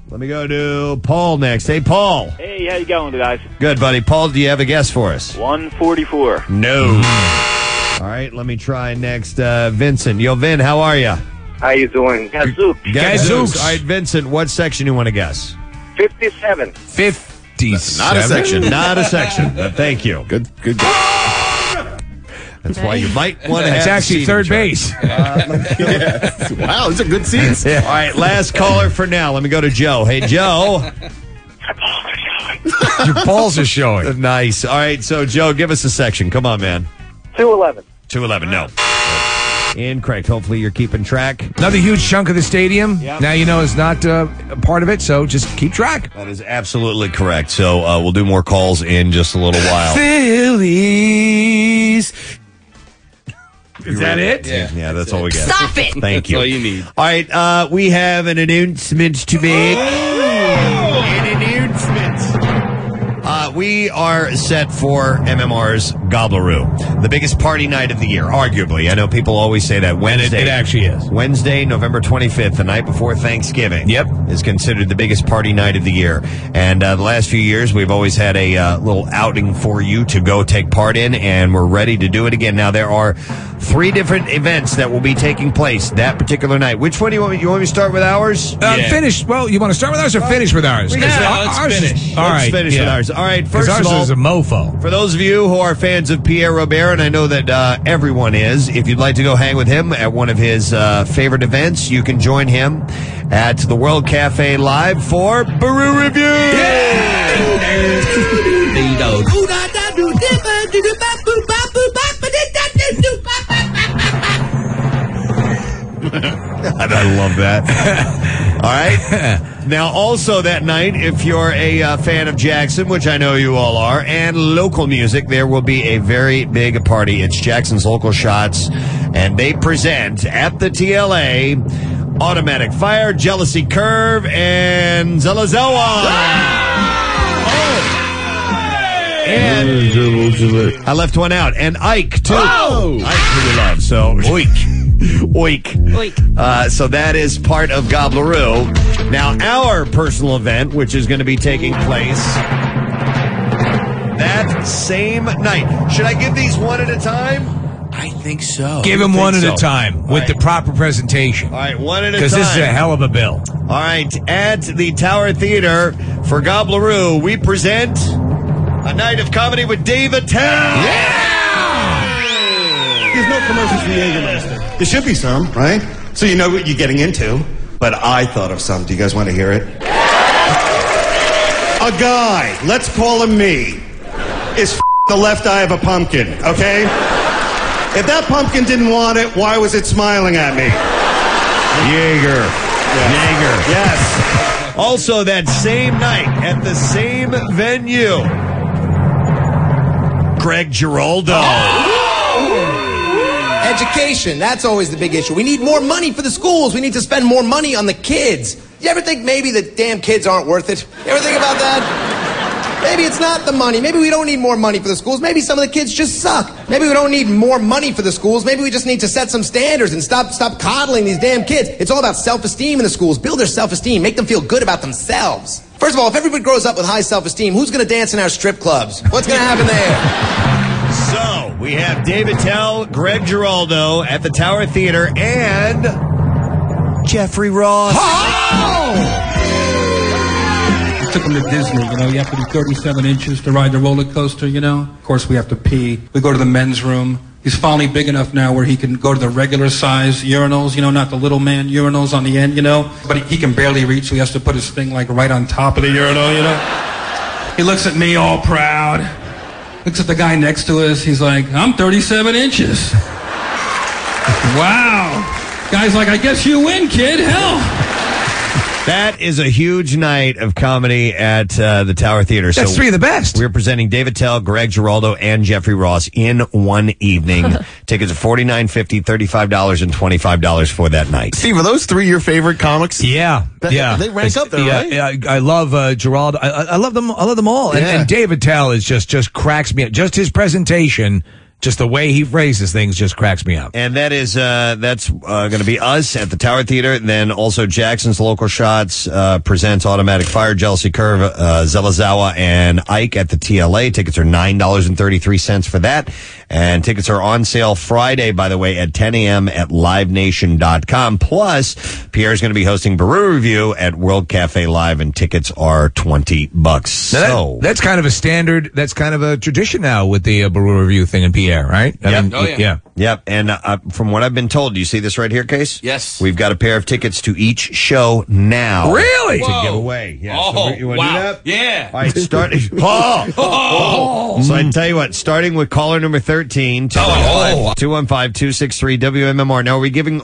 Speaker 4: Let me go to Paul next. Hey, Paul.
Speaker 24: Hey, how you going, guys?
Speaker 4: Good, buddy. Paul, do you have a guess for us?
Speaker 24: 144.
Speaker 4: No.
Speaker 24: Mm.
Speaker 4: All right, let me try next. Uh, Vincent. Yo, Vin, how are you?
Speaker 24: How you doing? Gazooks.
Speaker 4: Gazooks. All right, Vincent, what section you want to guess?
Speaker 24: 57.
Speaker 4: 57.
Speaker 24: Not a section.
Speaker 4: Not a section, but thank you. Good, good. That's why you might want to
Speaker 6: It's
Speaker 4: have the
Speaker 6: actually
Speaker 4: seating
Speaker 6: third
Speaker 4: chart.
Speaker 6: base.
Speaker 4: Wow, these are good seats. All right, last caller for now. Let me go to Joe. Hey, Joe. Your balls are showing. Nice. All right, so Joe, give us a section. Come on, man.
Speaker 24: 211.
Speaker 4: 211, no. Incorrect. Hopefully you're keeping track.
Speaker 6: Another huge chunk of the stadium. Now you know it's not uh, a part of it, so just keep track.
Speaker 4: That is absolutely correct. So uh, we'll do more calls in just a little while.
Speaker 6: Phillies.
Speaker 4: Is that it? Yeah, yeah that's, all we got.
Speaker 9: Stop it!
Speaker 4: Thank you.
Speaker 9: That's all
Speaker 24: you
Speaker 4: need. All right, uh, we have an announcement to make.
Speaker 9: An
Speaker 4: Uh, we are set for MMR's Gobbleroo, the biggest party night of the year, arguably. I know people always say that Wednesday.
Speaker 6: it actually is.
Speaker 4: Wednesday, November 25th, the night before Thanksgiving. Yep. Is considered the biggest party night of the year. And uh, the last few years, we've always had a uh, little outing for you to go take part in, and we're ready to do it again. Now, there are three different events that will be taking place that particular night. Which one do you want me, you want me to start with ours?
Speaker 6: Uh, Finish. Well, you want to start with ours or finish with ours?
Speaker 4: We got it.
Speaker 6: Ours-
Speaker 4: Let's
Speaker 6: All right.
Speaker 4: finish
Speaker 6: yeah.
Speaker 4: with ours. All right, right, first
Speaker 6: ours
Speaker 4: of all,
Speaker 6: is a mofo.
Speaker 4: For those of you who are fans of Pierre Robert, and I know that uh, everyone is, if you'd like to go hang with him at one of his uh, favorite events, you can join him at the World Cafe Live for Brew Review. God, I love that. all right. Now, also that night, if you're a uh, fan of Jackson, which I know you all are, and local music, there will be a very big party. It's Jackson's Local Shots, and they present at the TLA Automatic Fire, Jealousy Curve, and Zelazoa. And I left one out. And Ike, too. Ike, who we love. So, oik. oik. Oik. Uh, so that is part of Gobbleroo. Now, our personal event, which is going to be taking place that same night. Should I give these one at a time? I think so.
Speaker 6: Give him one at a time with the proper presentation.
Speaker 4: All right, one at a time.
Speaker 6: Because this is a hell of a bill.
Speaker 4: All right, at the Tower Theater for Gobbleroo, we present a night of comedy with Dave Attell.
Speaker 8: There's no commercials for Jägermeister. There should be some, right? So you know what you're getting into. But I thought of some. Do you guys want to hear it? A guy, let's call him me, is f- the left eye of a pumpkin, okay? If that pumpkin didn't want it, why was it smiling at me?
Speaker 4: Jaeger. Jaeger. Yes. Also, that same night at the same venue, Greg Giraldo.
Speaker 8: Oh!
Speaker 16: Education, that's always the big issue. We need more money for the schools. We need to spend more money on the kids. You ever think maybe the damn kids aren't worth it? You ever think about that? Maybe it's not the money. Maybe we don't need more money for the schools. Maybe some of the kids just suck. Maybe we don't need more money for the schools. Maybe we just need to set some standards and stop stop coddling these damn kids. It's all about self-esteem in the schools. Build their self-esteem. Make them feel good about themselves. First of all, if everybody grows up with high self-esteem, who's going to dance in our strip clubs? What's going to happen there?
Speaker 4: So we have David Tell, Greg Giraldo at the Tower Theater, and Jeffrey Ross.
Speaker 17: I took him to Disney, you know, you have to be 37 inches to ride the roller coaster, you know. Of course, we have to pee. We go to the men's room. He's finally big enough now where he can go to the regular size urinals, you know, not the little man urinals on the end, you know. But he can barely reach, so he has to put his thing like right on top of the urinal, you know. He looks at me all proud. Looks at the guy next to us. He's like, I'm 37 inches. wow. Guy's like, I guess you win, kid. Hell.
Speaker 4: That is a huge night of comedy at uh, the Tower Theater.
Speaker 6: That's three of the best.
Speaker 4: We're presenting David Tell, Greg Giraldo, and Jeffrey Ross in one evening. Tickets are forty nine fifty, thirty five dollars, and twenty five dollars for that night.
Speaker 13: Steve, are those three your favorite comics?
Speaker 6: Yeah,
Speaker 13: That-
Speaker 6: yeah,
Speaker 13: they rank
Speaker 6: It's-
Speaker 13: up there,
Speaker 6: yeah,
Speaker 13: right?
Speaker 6: yeah, I, I love uh, Gerald. I, I I love them. I love them all. And,
Speaker 13: Yeah.
Speaker 6: and David Tell is just just cracks me up. Just his presentation, just the way he phrases things, just cracks me up.
Speaker 4: And that is uh, that's uh, going to be us at the Tower Theater. Then also Jackson's Local Shots uh, presents Automatic Fire, Jealousy Curve, uh, Zelazawa, and Ike at the TLA. Tickets are nine dollars and thirty three cents for that, and tickets are on sale Friday, by the way, at ten a.m. at LiveNation.com. Plus, Pierre's going to be hosting Baru Review at World Cafe Live, and tickets are twenty bucks.
Speaker 6: Now that-
Speaker 4: So.
Speaker 6: that's kind of a standard. That's kind of a tradition now with the uh, Baru review thing in Pierre, right? I
Speaker 13: Oh,
Speaker 6: mean, y- Oh, yeah.
Speaker 4: Yep. And uh, from what I've been told, do you see this right here, Case? Yes. We've got a pair of tickets to each show now.
Speaker 6: Really?
Speaker 4: To
Speaker 6: Whoa.
Speaker 4: give away. Yeah. so
Speaker 6: Oh,
Speaker 4: we- you wanna do
Speaker 6: wow.
Speaker 4: that?
Speaker 6: Yeah.
Speaker 4: All right. Start. oh, oh. So I tell you what, starting with caller number 13,
Speaker 6: Oh.
Speaker 4: 215-263-WMMR. Now, are we giving...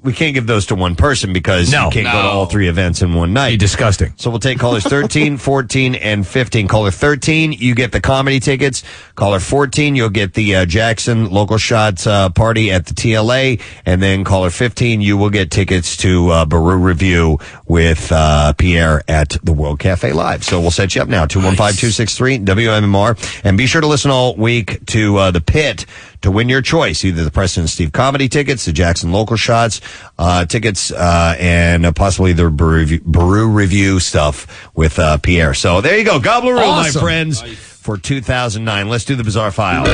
Speaker 4: We can't give those to one person because
Speaker 6: No.
Speaker 4: you can't go to
Speaker 6: No.
Speaker 4: all three events in one night.
Speaker 6: disgusting.
Speaker 4: So we'll take callers 13, 14, and 15. Caller 13, you get the comedy tickets. Caller 14, you'll get the uh, Jackson Local Shots uh, party at the TLA. And then caller 15, you will get tickets to uh, Baru Review with uh, Pierre at the World Cafe Live. So we'll set you up now, 215-263-WMMR. And be sure to listen all week to uh, The Pit to win your choice, either the President Steve comedy tickets, the Jackson local shots uh, tickets, uh, and uh, possibly the brew review, brew review stuff with uh, Pierre. So there you go, Gobbleroo,
Speaker 3: Awesome.
Speaker 4: my friends, for 2009. Let's do the bizarre file.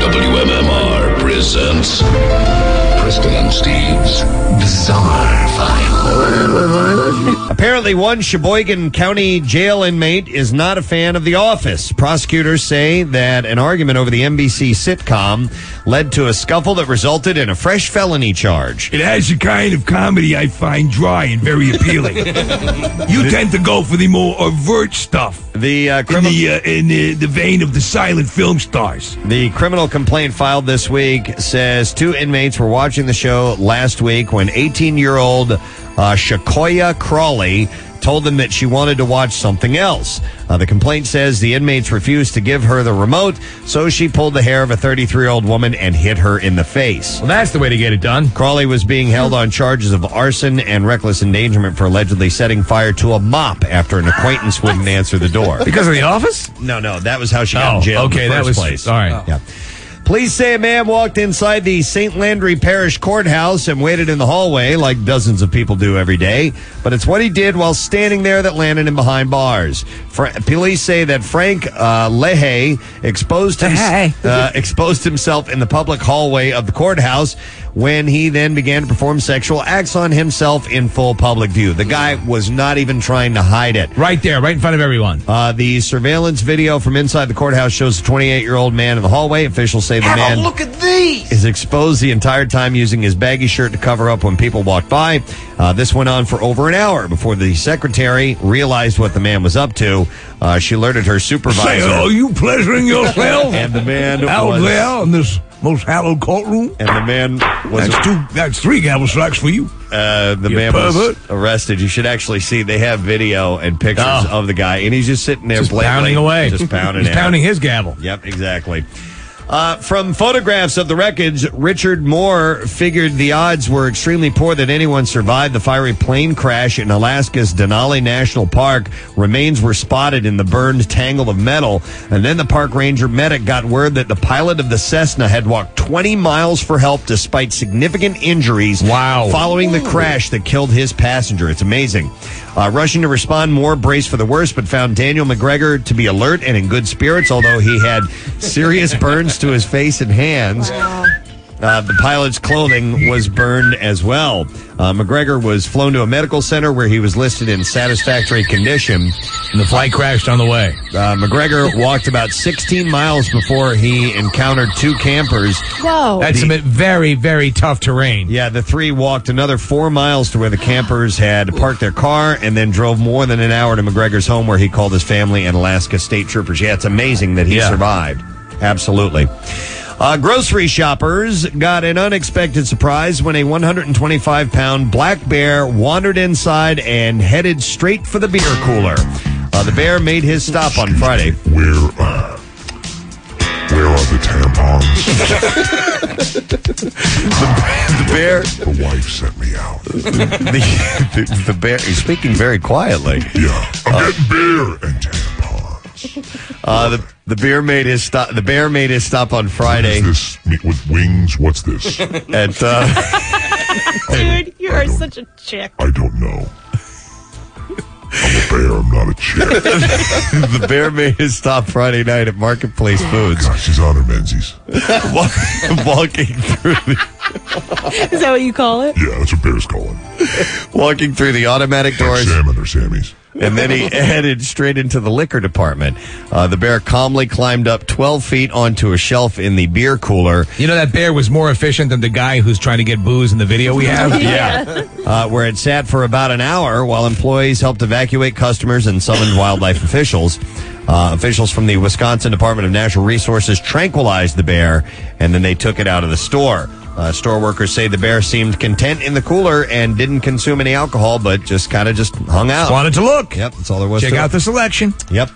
Speaker 3: WMMR presents Preston and Steve's Bizarre File.
Speaker 4: Apparently, one Sheboygan County jail inmate is not a fan of The Office. Prosecutors say that an argument over the NBC sitcom led to a scuffle that resulted in a fresh felony charge.
Speaker 11: It has a kind of comedy I find dry and very appealing. you tend to go for the more overt stuff.
Speaker 4: The uh,
Speaker 11: in the, uh, in the, the vein of the silent film stars.
Speaker 4: The criminal complaint filed this week says two inmates were watching the show last week when 18 year old uh, Shakoya Crawley told them that she wanted to watch something else. Uh, the complaint says the inmates refused to give her the remote, so she pulled the hair of a 33 year old woman and hit her in the face. Well,
Speaker 6: that's the way to get it done.
Speaker 4: Crawley was being held on charges of arson and reckless endangerment for allegedly setting fire to a mop after an acquaintance wouldn't answer the door.
Speaker 6: Because of the office?
Speaker 4: No, no, that was how she got
Speaker 6: Oh,
Speaker 4: in jail. in the
Speaker 6: okay, that
Speaker 4: first
Speaker 6: was-
Speaker 4: place.
Speaker 6: all right.
Speaker 4: Yeah. Police say a man walked inside the St. Landry Parish Courthouse and waited in the hallway like dozens of people do every day. But it's what he did while standing there that landed him behind bars. Fra- police say that Frank uh, Leahy exposed, hims- uh, exposed himself in the public hallway of the courthouse when he then began to perform sexual acts on himself in full public view. The guy was not even trying to hide it.
Speaker 6: Right there, right in front of everyone.
Speaker 4: Uh, the surveillance video from inside the courthouse shows a 28 year old man in the hallway. Officials say the man
Speaker 9: at these.
Speaker 4: is exposed the entire time using his baggy shirt to cover up when people walked by. Uh, this went on for over an hour before the secretary realized what the man was up to. Uh, she alerted her supervisor.
Speaker 11: Say, are you pleasuring yourself?
Speaker 4: and the man
Speaker 11: out
Speaker 4: was,
Speaker 11: there in this most hallowed courtroom.
Speaker 4: And the man was
Speaker 11: that's two. That's three gavel strikes for you.
Speaker 4: Uh, the
Speaker 11: You
Speaker 4: man was
Speaker 11: pervert.
Speaker 4: arrested. You should actually see. They have video and pictures
Speaker 6: Oh.
Speaker 4: of the guy, and he's just sitting there
Speaker 6: Just
Speaker 4: blatantly-
Speaker 6: pounding away.
Speaker 4: just pounding.
Speaker 6: He's
Speaker 4: at it.
Speaker 6: pounding his gavel.
Speaker 4: Yep, exactly. Uh, from photographs of the wreckage, Richard Moore figured the odds were extremely poor that anyone survived the fiery plane crash in Alaska's Denali National Park. Remains were spotted in the burned tangle of metal. And then the park ranger medic got word that the pilot of the Cessna had walked 20 miles for help despite significant injuries. Wow. Following the crash that killed his passenger. It's amazing. Uh, rushing to respond, Moore braced for the worst, but found Daniel McGregor to be alert and in good spirits, although he had serious burns to his face and hands. Uh, the pilot's clothing was burned as well. Uh, McGregor was flown to a medical center where he was listed in satisfactory condition. And
Speaker 6: the flight crashed on the way.
Speaker 4: Uh, McGregor walked about 16 miles before he encountered two campers. Oh.
Speaker 22: Whoa.
Speaker 6: That's some very, very tough terrain.
Speaker 4: Yeah, the three walked another four miles to where the campers had parked their car and then drove more than an hour to McGregor's home where he called his family and Alaska state troopers. Yeah, it's amazing that he
Speaker 6: Yeah.
Speaker 4: survived. Absolutely. Uh, grocery shoppers got an unexpected surprise when a 125 pound black bear wandered inside and headed straight for the beer cooler. Uh, the bear made his stop on Friday.
Speaker 15: Where uh, where are the tampons?
Speaker 4: the, the bear.
Speaker 15: The wife sent me out.
Speaker 4: the, the, the bear. He's speaking very quietly.
Speaker 15: Yeah, I'm getting beer. And
Speaker 4: Uh, the the bear made his stop. The bear made his stop on Friday.
Speaker 15: this meat with wings? What's this?
Speaker 4: At uh,
Speaker 22: Dude, you are such a chick.
Speaker 15: I don't know. I'm a bear. I'm not a chick.
Speaker 4: the bear made his stop Friday night at Marketplace Foods.
Speaker 15: Gosh, she's on her Menzies.
Speaker 4: Walk, walking through the
Speaker 22: Is that what you call it?
Speaker 15: Yeah, that's what bears call it.
Speaker 4: walking through the automatic doors.
Speaker 15: Salmon or Sammy's.
Speaker 4: And then he headed straight into the liquor department. Uh, the bear calmly climbed up 12 feet onto a shelf in the beer cooler.
Speaker 6: You know that bear was more efficient than the guy who's trying to get booze in the video we have.
Speaker 4: Yeah. Uh, where it sat for about an hour while employees helped evacuate customers and summoned wildlife officials. Uh, officials from the Wisconsin Department of Natural Resources tranquilized the bear and then they took it out of the store. Uh, store workers say the bear seemed content in the cooler and didn't consume any alcohol, but just kind of just hung out.
Speaker 6: Wanted to look.
Speaker 4: Yep, that's all there was.
Speaker 6: Check
Speaker 4: to it.
Speaker 6: out the selection.
Speaker 4: Yep.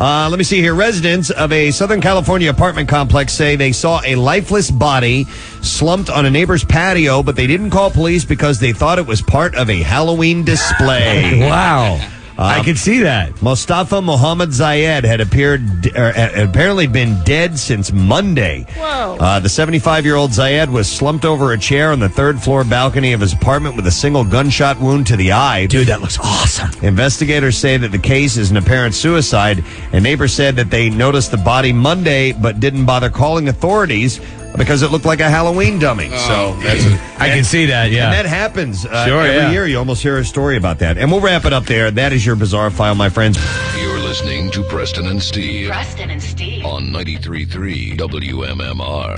Speaker 4: Uh, let me see here. Residents of a Southern California apartment complex say they saw a lifeless body slumped on a neighbor's patio, but they didn't call police because they thought it was part of a Halloween display.
Speaker 6: Wow.
Speaker 4: I
Speaker 6: could see that.
Speaker 4: Mustafa Mohammed Zayed had appeared, er, had apparently been dead since Monday. Whoa. Uh, the 75 year old Zayed was slumped over a chair on the third floor balcony of his apartment with a single gunshot wound to the eye.
Speaker 6: Dude, that looks awesome.
Speaker 4: Investigators say that the case is an apparent suicide, and neighbors said that they noticed the body Monday but didn't bother calling authorities. because it looked like a Halloween dummy. so that's
Speaker 6: I can see that, yeah.
Speaker 4: And that happens uh,
Speaker 6: Sure,
Speaker 4: every
Speaker 6: yeah.
Speaker 4: year. You almost hear a story about that. And we'll wrap it up there. That is your bizarre file, my friends.
Speaker 3: You're listening to Preston and Steve
Speaker 12: Preston and Steve.
Speaker 3: on 93.3 WMMR.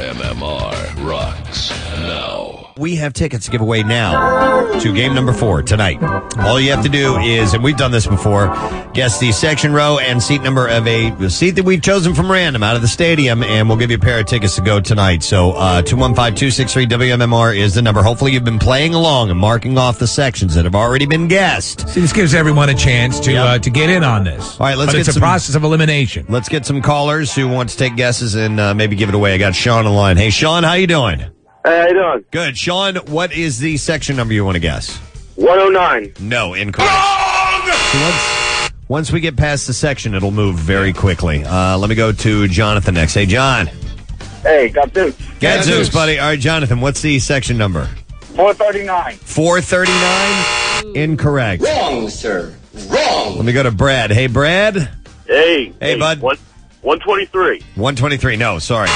Speaker 3: MMR rocks now.
Speaker 4: We have tickets to give away now to game number four tonight. All you have to do is, and we've done this before, guess the section row and seat number of a seat that we've chosen from random out of the stadium, and we'll give you a pair of tickets to go tonight. So, uh, 215 263 WMMR is the number. Hopefully, you've been playing along and marking off the sections that have already been guessed.
Speaker 6: See, this gives everyone a chance to uh, to get in on this.
Speaker 4: All right,
Speaker 6: But
Speaker 4: let's get
Speaker 6: it's a
Speaker 4: some-
Speaker 6: process of elimination.
Speaker 4: Let's get some callers who want to take guesses and uh, maybe give it away. I got Sean in line. Hey, Sean, how you doing?
Speaker 24: Hey, how you doing?
Speaker 4: Good. Sean, what is the section number you want to guess?
Speaker 24: 109.
Speaker 4: No, incorrect. So once, once we get past the section, it'll move very quickly. Uh, let me go to Jonathan next. Hey, John.
Speaker 24: Hey, got this.
Speaker 4: Gadzooks, buddy. All right, Jonathan, what's the section number?
Speaker 24: 439.
Speaker 4: 439? Incorrect.
Speaker 24: Wrong, sir. Wrong.
Speaker 4: Let me go to Brad. Hey, Brad.
Speaker 24: Hey.
Speaker 4: Hey, bud.
Speaker 24: One, 123.
Speaker 4: 123. No, sorry.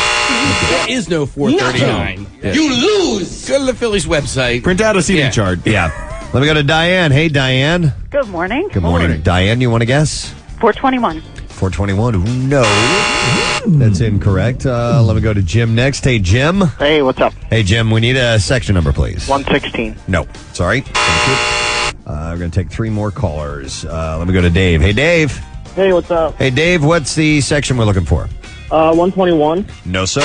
Speaker 7: There is no 439.
Speaker 4: Yeah.
Speaker 7: You lose. Go to the Phillies website.
Speaker 4: Print out a seating chart. Yeah. Let me go to Diane. Hey, Diane.
Speaker 19: Good morning.
Speaker 4: Good morning. Diane, you want to guess?
Speaker 19: 421.
Speaker 4: 421. Ooh, No. That's incorrect. Uh, let me go to Jim next. Hey, Jim.
Speaker 24: Hey, what's up?
Speaker 4: Hey, Jim, we need a section number, please.
Speaker 24: 116.
Speaker 4: No. Sorry. Thank you. Uh, we're going to take three more callers. Uh, let me go to Dave. Hey, Dave.
Speaker 24: Hey, what's up?
Speaker 4: Hey, Dave, what's the section we're looking for?
Speaker 24: Uh, 121.
Speaker 4: No, sir.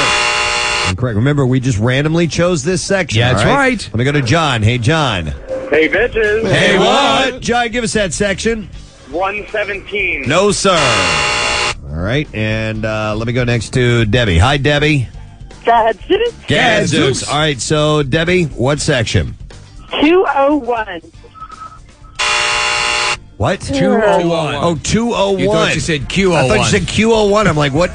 Speaker 4: Incorrect. Remember, we just randomly chose this section.
Speaker 24: Yeah,
Speaker 4: all
Speaker 24: that's
Speaker 4: right. Let me go to John. Hey, John.
Speaker 24: Hey, bitches.
Speaker 4: John, give us that section.
Speaker 24: 117.
Speaker 4: No, sir. All right. And uh, let me go next to Debbie. Hi, Debbie.
Speaker 19: Gadzooks.
Speaker 4: Gadzooks. All right, so Debbie, what section?
Speaker 19: 201.
Speaker 4: What?
Speaker 19: 201.
Speaker 4: Oh, 201.
Speaker 6: You thought you said
Speaker 4: I thought you
Speaker 6: QO1.
Speaker 4: said QO1. I'm like, what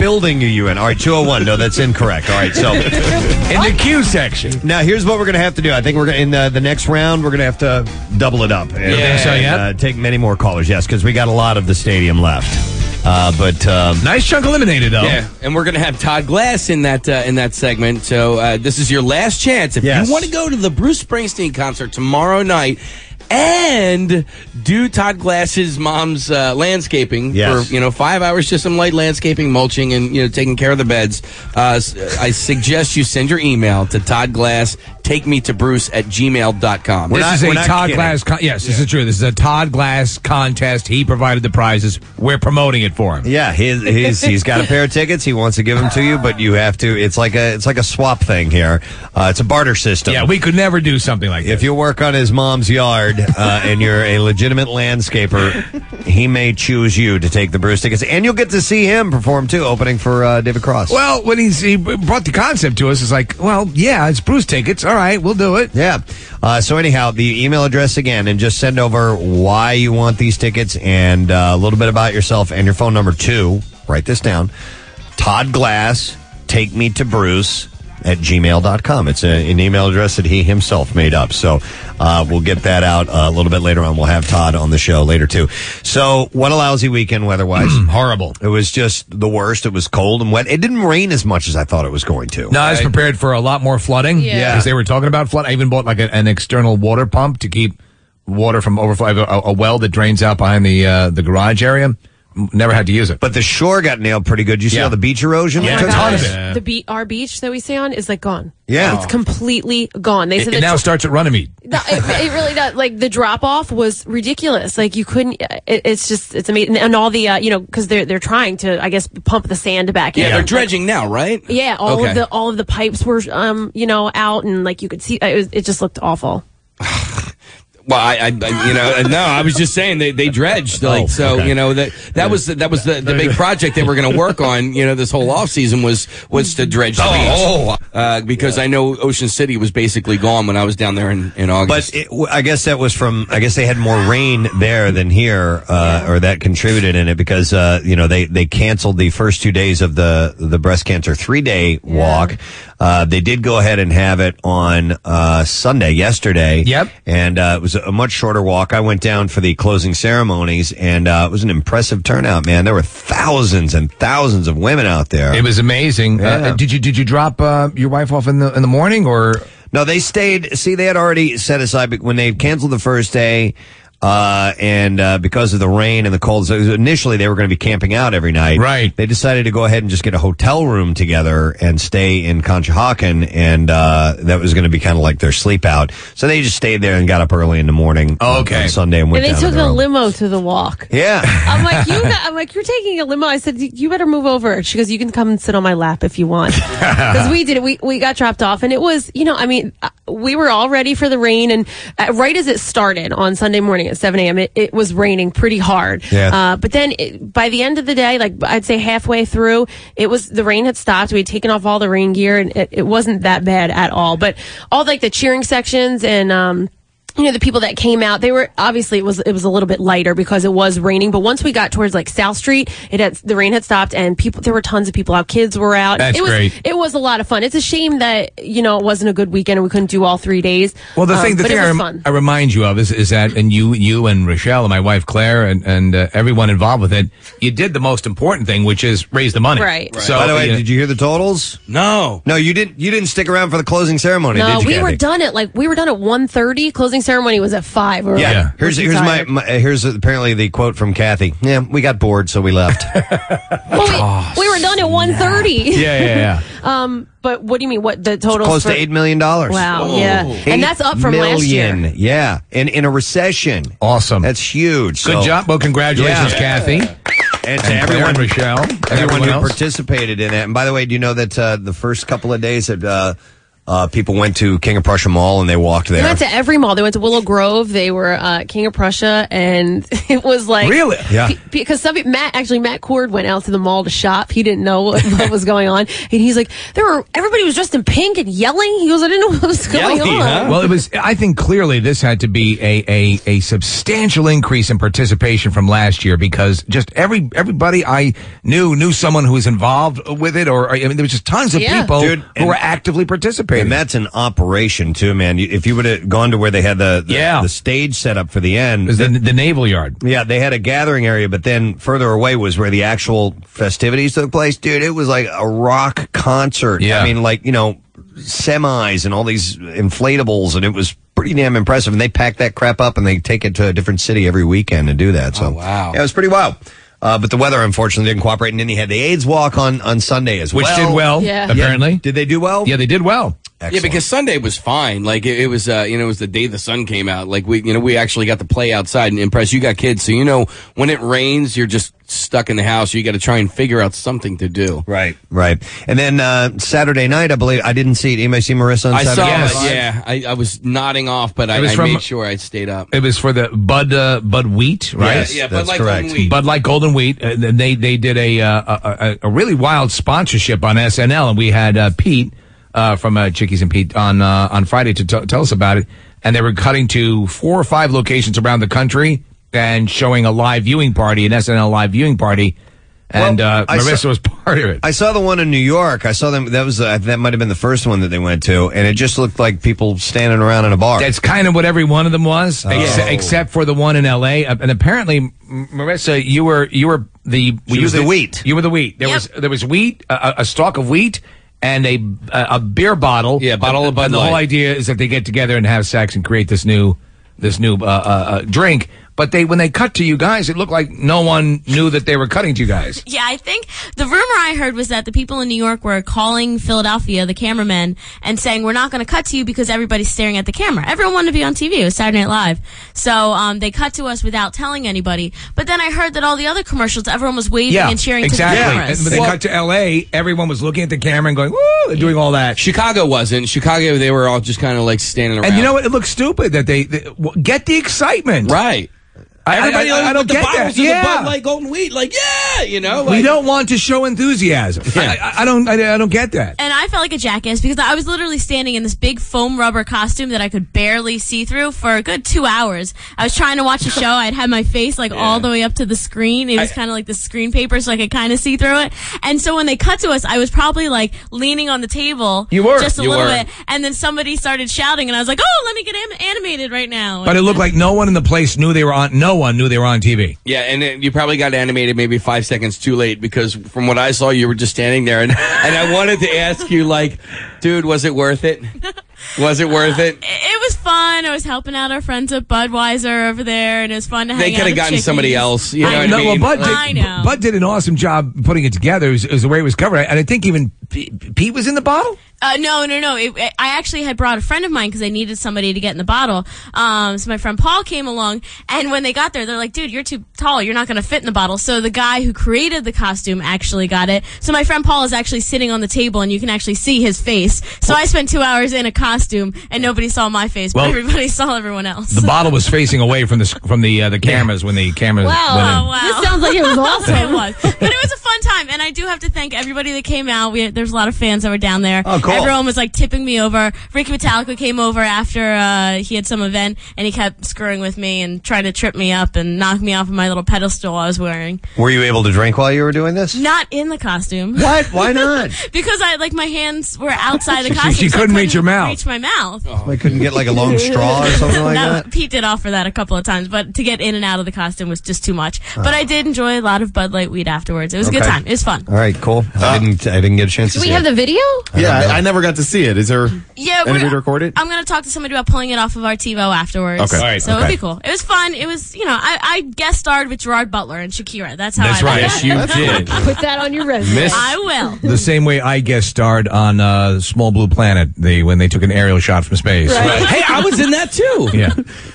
Speaker 4: building are you in? All right, 201. No, that's incorrect. All right, so. in the Q section. Now, here's what we're going to have to do. I think we're going to, in the, the next round, we're going to have to double it up.
Speaker 6: You think so, yeah?
Speaker 4: uh, take many more callers, yes, because we got a lot of the stadium left. Uh, but um,
Speaker 6: nice chunk eliminated though.
Speaker 7: Yeah, and we're gonna have Todd Glass in that uh, in that segment. So uh, this is your last chance if
Speaker 6: Yes.
Speaker 7: you want to go to the Bruce Springsteen concert tomorrow night and do Todd Glass's mom's uh, landscaping
Speaker 4: Yes.
Speaker 7: for you know five hours, just some light landscaping, mulching, and you know taking care of the beds. Uh, s- I suggest you send your email to Todd Glass. Take me to Bruce at gmail.com.
Speaker 6: This is a Todd Glass. Con- yes, this is true. This is a Todd Glass contest. He provided the prizes. We're promoting it for him.
Speaker 4: Yeah, he's, he's he's got a pair of tickets. He wants to give them to you, but you have to. It's like a it's like a swap thing here. Uh, it's a barter system.
Speaker 6: Yeah, we could never do something like that.
Speaker 4: If you work on his mom's yard uh, and you're a legitimate landscaper, he may choose you to take the Bruce tickets, and you'll get to see him perform too, opening for uh, David Cross.
Speaker 6: Well, when he's, he brought the concept to us, it's like, well, yeah, it's Bruce tickets. All right, we'll do it.
Speaker 4: Yeah. Uh, so anyhow, the email address again, and just send over why you want these tickets and uh, a little bit about yourself and your phone number too. Write this down. Todd Glass, take me to Bruce at gmail.com. It's a, an email address that he himself made up. So uh, we'll get that out uh, a little bit later on. We'll have Todd on the show later too. So what a lousy weekend weather-wise. Horrible. It was just the worst. It was cold and wet. It didn't rain as much as I thought it was going to.
Speaker 6: No, I was prepared for a lot more flooding.
Speaker 4: Yeah.
Speaker 6: Because they were talking about flood. I even bought like a, an external water pump to keep water from overflow. I have a, a well that drains out behind the uh, the garage area. M- Never had to use it.
Speaker 4: But the shore got nailed pretty good. You see
Speaker 6: Yeah.
Speaker 4: how the beach erosion
Speaker 6: Yeah,
Speaker 4: took
Speaker 6: a ton of
Speaker 4: place?
Speaker 6: it.
Speaker 5: The be- our beach that we stay on is like gone.
Speaker 4: Yeah.
Speaker 5: it's completely gone. They
Speaker 6: It,
Speaker 5: said
Speaker 6: it
Speaker 5: that
Speaker 6: now starts at Runnymede.
Speaker 5: No, it, it really does. Like the drop off was ridiculous. Like you couldn't. It, it's just it's amazing. And all the uh, you know because they're they're trying to I guess pump the sand back
Speaker 7: Yeah,
Speaker 5: in.
Speaker 7: they're dredging now, right?
Speaker 5: Yeah, all
Speaker 7: Okay.
Speaker 5: of the all of the pipes were um you know out and like you could see it, was, it just looked awful.
Speaker 7: Well, I, I, I- you know, no, I was just saying they, they
Speaker 4: Oh,
Speaker 7: dredged like so, you know that that was the, that was the, the big project they were going to work on. You know, this whole off season was was to dredge the
Speaker 4: Oh.
Speaker 7: beach uh, because I know Ocean City was basically gone when I was down there in, in August.
Speaker 4: But it, w- I guess that was from. I guess they had more rain there than here, uh, or that contributed in it because uh, you know they they canceled the first two days of the the breast cancer three day walk Uh, they did go ahead and have it on uh, Sunday, yesterday. Yep. And uh, it was a much shorter walk. I went down for the closing ceremonies, and uh, it was an impressive turnout, man. There were thousands and thousands of women out there.
Speaker 6: It was amazing.
Speaker 4: Yeah.
Speaker 6: Uh, did you did you drop uh, your wife off in the in the morning or?
Speaker 4: No, they stayed. See, they had already set aside but when they canceled the first day, uh, and uh, because of the rain and the cold, so initially they were going to be camping out every night. Right. They decided to go ahead and just get a hotel room together and stay in Conshohocken, and uh, that was going to be kind of like their sleep out. So they just stayed there and got up early in the morning. on- on Sunday and
Speaker 5: And
Speaker 4: went.
Speaker 5: they
Speaker 4: down
Speaker 5: took
Speaker 4: to their
Speaker 5: a
Speaker 4: own-
Speaker 5: limo to the walk.
Speaker 4: Yeah.
Speaker 5: I'm like, you. got- I'm like, you're taking a limo. I said, you better move over. She goes, you can come and sit on my lap if you want. Because we did it. We we got dropped off, and it was, you know, I mean, uh, we were all ready for the rain, and uh, right as it started on Sunday morning at 7 a.m., it, it was raining pretty hard.
Speaker 1: Yeah.
Speaker 5: Uh, but then it, by the end of the day, like I'd say halfway through, it was the rain had stopped. We had taken off all the rain gear, and it, it wasn't that bad at all. But all like the cheering sections and. um you know the people that came out they were obviously it was it was a little bit lighter because it was raining but once we got towards like south street it had the rain had stopped and people there were tons of people out kids were out
Speaker 6: That's
Speaker 5: it was
Speaker 6: great.
Speaker 5: it was a lot of fun it's a shame that you know it wasn't a good weekend and we couldn't do all three days
Speaker 6: Well, the
Speaker 5: Um,
Speaker 6: thing, the
Speaker 5: but
Speaker 6: thing
Speaker 5: it
Speaker 6: I,
Speaker 5: was
Speaker 6: rem-
Speaker 5: fun.
Speaker 6: I remind you of is, is that, and you, you and Rochelle and my wife Claire and, and uh, everyone involved with it, you did the most important thing, which is raise the money.
Speaker 5: Right. Right.
Speaker 6: So,
Speaker 4: By the way, did you hear the totals?
Speaker 7: No,
Speaker 4: no, you didn't. You didn't stick around for the closing ceremony,
Speaker 5: no
Speaker 4: did you?
Speaker 5: we were
Speaker 4: Kathy?
Speaker 5: done at like we were done at 1.30 closing ceremony was at 5 We were
Speaker 4: Yeah.
Speaker 5: like,
Speaker 4: Here's
Speaker 5: we're
Speaker 4: here's my,
Speaker 5: tired.
Speaker 4: my here's apparently the quote from Kathy. Yeah, we got bored, so we left.
Speaker 5: Well, we, we were done at 1.30
Speaker 4: Yeah, yeah,
Speaker 5: um but what do you mean what the total
Speaker 4: close
Speaker 5: for-
Speaker 4: to eight million dollars.
Speaker 5: Wow, Whoa. yeah. And that's up from last year.
Speaker 4: million, Yeah, and in a recession. Awesome. That's huge.
Speaker 6: Good job. Well, congratulations, Kathy.
Speaker 4: And to
Speaker 6: Claire
Speaker 4: everyone,
Speaker 6: and Rochelle, and
Speaker 4: everyone,
Speaker 6: everyone
Speaker 4: who
Speaker 6: else.
Speaker 4: participated in that. And by the way, do you know that uh, the first couple of days that uh, uh, people went to King of Prussia Mall and they walked
Speaker 5: They
Speaker 4: there?
Speaker 5: went to every mall. They went to Willow Grove. They were uh, King of Prussia, and it was like
Speaker 4: Really? Yeah.
Speaker 5: Because some Matt actually Matt Cord went out to the mall to shop. He didn't know what, what was going on, and he's like, "There were everybody was dressed in pink and yelling." He goes, "I didn't know what was going on."
Speaker 6: Well, it was. I think clearly this had to be a, a, a substantial increase in participation from last year because just every everybody I knew knew someone who was involved with it, or I mean, there was just tons of
Speaker 4: Yeah.
Speaker 6: people
Speaker 4: Dude,
Speaker 6: who
Speaker 4: and-
Speaker 6: were actively participating.
Speaker 4: And that's an operation too, man. You- If you would have gone to where they had the the, the stage set up for the end,
Speaker 6: was the, the naval yard.
Speaker 4: Yeah, they had a gathering area, but then further away was where the actual festivities took place. Dude, it was like a rock concert.
Speaker 6: Yeah.
Speaker 4: I mean, like, you know, semis and all these inflatables, and it was pretty damn impressive. And they pack that crap up and they take it to a different city every weekend to do that. So, wow. Yeah, it was pretty wild. Uh, but the weather, unfortunately, didn't cooperate. And then you had the AIDS walk on, on Sunday as
Speaker 6: Which
Speaker 4: well.
Speaker 6: did well, Yeah. apparently.
Speaker 4: Did they do well? Yeah,
Speaker 6: they did well.
Speaker 7: Yeah, because Sunday was fine. Like it, it was, uh, you know, it was the day the sun came out. Like we, you know, we actually got to play outside and impress. You got kids, so you know when it rains, you're just stuck in the house. You got to try and figure out something to do.
Speaker 4: Right, right. And then uh, Saturday night, I believe, I didn't see it. Anybody see Marissa on
Speaker 7: I saw,
Speaker 4: Saturday night?
Speaker 7: it, yeah, I, I was nodding off, but I,
Speaker 6: It was
Speaker 7: I
Speaker 6: from-
Speaker 7: made sure I stayed up.
Speaker 6: It was for the Bud uh, Bud Wheat, right?
Speaker 7: Yes, Yeah, Bud that's Light Golden correct. Wheat.
Speaker 6: Bud Light Golden Wheat. And then they they did a, uh, a a a really wild sponsorship on SNL, and we had uh, Pete uh, from uh, Chickies and Pete on uh, on Friday to t- tell us about it. And they were cutting to four or five locations around the country and showing a live viewing party, an SNL live viewing party. And uh,
Speaker 4: I
Speaker 6: Marissa
Speaker 4: saw-
Speaker 6: was part of it.
Speaker 4: I saw the one in New York. I saw them. That was uh, that might have been the first one that they went to, and it just looked like people standing around in a bar.
Speaker 6: That's kind of what every one of them was, ex-
Speaker 4: Oh.
Speaker 6: except for the one in L.A. Uh, And apparently, M- Marissa, you were you were the
Speaker 4: She
Speaker 6: you
Speaker 4: was
Speaker 6: were
Speaker 4: the wheat.
Speaker 6: You were the wheat. There was there was wheat, a, a a stalk of wheat, and a a a beer bottle. Yeah,
Speaker 7: bottle of Bud
Speaker 6: And the whole
Speaker 7: Light.
Speaker 6: idea is that they get together and have sex and create this new this new uh, uh, uh, drink. But they when they cut to you guys, it looked like no one knew that they were cutting to you guys.
Speaker 18: Yeah, I think the rumor I heard was that the people in New York were calling Philadelphia, the cameramen, and saying, We're not going to cut to you because everybody's staring at the camera. Everyone wanted to be on TV. It was Saturday Night Live. So um, they cut to us without telling anybody. But then I heard that all the other commercials, everyone was waving and cheering to the
Speaker 6: exactly.
Speaker 18: cameras.
Speaker 6: And when they cut to L.A., everyone was looking at the camera and going, "Woo!" and doing all that.
Speaker 7: Chicago wasn't. Chicago, they were all just kind of like standing around.
Speaker 6: And you know what? It looks stupid that they, they- w- get the excitement.
Speaker 7: Right.
Speaker 6: I I- I-
Speaker 7: Everybody
Speaker 6: I- I
Speaker 7: always
Speaker 6: don't
Speaker 7: with the
Speaker 6: get that.
Speaker 7: bottles of
Speaker 6: Yeah.
Speaker 7: the Bud Light Golden Wheat, like yeah, you know.
Speaker 6: we
Speaker 7: like-
Speaker 6: don't want to show enthusiasm. I, I- I don't. I, I don't get that.
Speaker 18: And I felt like a jackass because I was literally standing in this big foam rubber costume that I could barely see through for a good two hours. I was trying to watch a show. I'd had my face like all the way up to the screen. It was
Speaker 1: I-
Speaker 18: kind of like the screen paper, so I could kind of see through it. And so when they cut to us, I was probably like leaning on the table.
Speaker 6: You were.
Speaker 18: just a
Speaker 6: You
Speaker 18: little
Speaker 6: were.
Speaker 18: bit, and then somebody started shouting, and I was like, "Oh, let me get am- animated right now."
Speaker 6: But it looked like no one in the place knew they were on. No one knew they were on TV.
Speaker 7: Yeah, and it, you probably got animated maybe five seconds too late because from what I saw, you were just standing there, and, and I wanted to ask you, like, dude, was it worth it? Was it worth it?
Speaker 18: it was fun. I was helping out our friends at Budweiser over there, and it was fun to
Speaker 7: They
Speaker 18: hang out.
Speaker 7: could have
Speaker 18: with
Speaker 7: gotten
Speaker 18: chickies.
Speaker 7: somebody else. You know what I
Speaker 6: No, well,
Speaker 7: mean?
Speaker 6: Bud
Speaker 7: Like-
Speaker 6: did, Bud did an awesome job putting it together. It was, it was the way it was covered, and I think even P- Pete was in the bottle.
Speaker 18: Uh, no, no, no. It, I actually had brought a friend of mine because I needed somebody to get in the bottle. Um, so my friend Paul came along, and when they got there, they're like, "Dude, you're too tall. You're not going to fit in the bottle." So the guy who created the costume actually got it. So my friend Paul is actually sitting on the table, and you can actually see his face. So I spent two hours in a costume, and nobody saw my face, but
Speaker 6: Well-
Speaker 18: everybody saw everyone else.
Speaker 6: The bottle was facing away from the s- from the uh, the cameras when the cameras went in.
Speaker 18: Wow, wow.
Speaker 22: This sounds like it was awesome.
Speaker 18: it was. But it was a fun time, and I do have to thank everybody that came out. We there's a lot of fans that were down there.
Speaker 22: Oh, cool.
Speaker 18: Everyone was like tipping me over. Ricky Metallica came over after uh, he had some event, and he kept screwing with me and trying to trip me up and knock me off of my little pedestal I was wearing.
Speaker 4: Were you able to drink while you were doing this?
Speaker 18: Not in the costume.
Speaker 4: What? Why not?
Speaker 18: because I like my hands were outside the
Speaker 4: She- she
Speaker 18: costume. so I
Speaker 4: couldn't reach your mouth.
Speaker 18: Reach my mouth.
Speaker 4: I couldn't get like a long straw or something like
Speaker 18: No,
Speaker 4: that.
Speaker 18: Pete did offer that a couple of times, but to get in and out of the costume was just too much. But I did enjoy a lot of Bud Light weed afterwards. It was a good
Speaker 4: Okay.
Speaker 18: time. It was fun.
Speaker 4: All right, cool. I didn't. I didn't get a chance
Speaker 18: Do we have the video?
Speaker 13: Uh, Yeah, I, I never got to see it. Is there
Speaker 18: Yeah,
Speaker 13: anybody
Speaker 18: we're-
Speaker 13: to record it?
Speaker 18: I'm going to talk to somebody about pulling it off of our TiVo afterwards.
Speaker 13: Okay. All right,
Speaker 18: So it'll
Speaker 13: okay.
Speaker 18: be cool. It was fun. It was, you know, I, I guest starred with Gerard Butler and Shakira. That's how
Speaker 6: That's
Speaker 18: I
Speaker 6: right.
Speaker 18: met
Speaker 6: Yes, you
Speaker 18: them.
Speaker 6: did.
Speaker 22: Put that on your resume.
Speaker 6: Miss-
Speaker 18: I will.
Speaker 6: The same way I guest starred on uh, Small Blue Planet, they when they took an aerial shot from space.
Speaker 7: Hey, I was in that too.
Speaker 6: Yeah.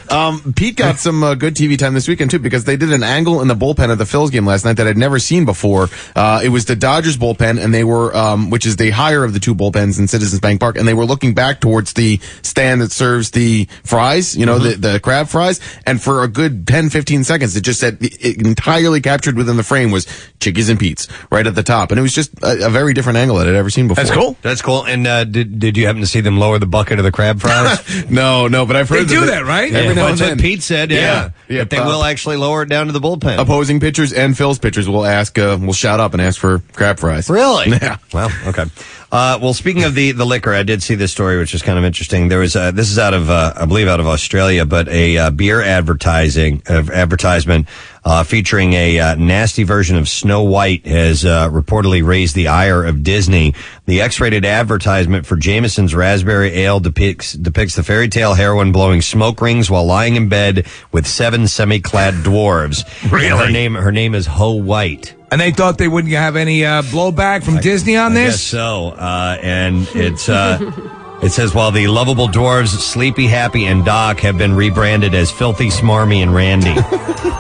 Speaker 13: Um, Pete got some uh, good TV time this weekend too because they did an angle in the bullpen at the Phils game last night that I'd never seen before. Uh, it was the Dodgers bullpen, and they were, um, which is the higher of the two bullpens in Citizens Bank Park, and they were looking back towards the stand that serves the fries, you know,
Speaker 4: Mm-hmm.
Speaker 13: the, the crab fries, and for a good 10, 15 seconds, it just said it entirely captured within the frame was Chickies and Pete's right at the top, and it was just a, a very different angle that I'd ever seen before.
Speaker 4: That's cool. That's cool. And uh, did did you happen to see them lower the bucket of the crab fries?
Speaker 13: no, no. But I've heard
Speaker 4: they
Speaker 13: that
Speaker 4: do
Speaker 13: they-
Speaker 4: that, right?
Speaker 13: Every now
Speaker 4: that's
Speaker 13: and
Speaker 4: what
Speaker 13: then.
Speaker 4: Pete said. Yeah,
Speaker 13: Yeah. Yeah,
Speaker 4: That they
Speaker 13: uh,
Speaker 4: will actually lower it down to the bullpen.
Speaker 13: opposing pitchers and Phil's pitchers will ask, uh, will shout up and ask for crab fries.
Speaker 4: Really?
Speaker 13: Yeah.
Speaker 4: Well, okay. Uh, well, speaking of the, the liquor, I did see this story, which is kind of interesting. There was uh, this is out of uh, I believe out of Australia, but a uh, beer advertising uh, advertisement uh, featuring a uh, nasty version of Snow White has uh, reportedly raised the ire of Disney. The X-rated advertisement for Jameson's Raspberry Ale depicts depicts the fairy tale heroine blowing smoke rings while lying in bed with seven semi-clad dwarves. really? Her name her name is Ho White.
Speaker 6: And they thought they wouldn't have any uh, blowback from Disney on
Speaker 4: I
Speaker 6: this.
Speaker 4: guess so, uh, and it's uh, it says while the lovable dwarves Sleepy, Happy, and Doc have been rebranded as Filthy, Smarmy, and Randy,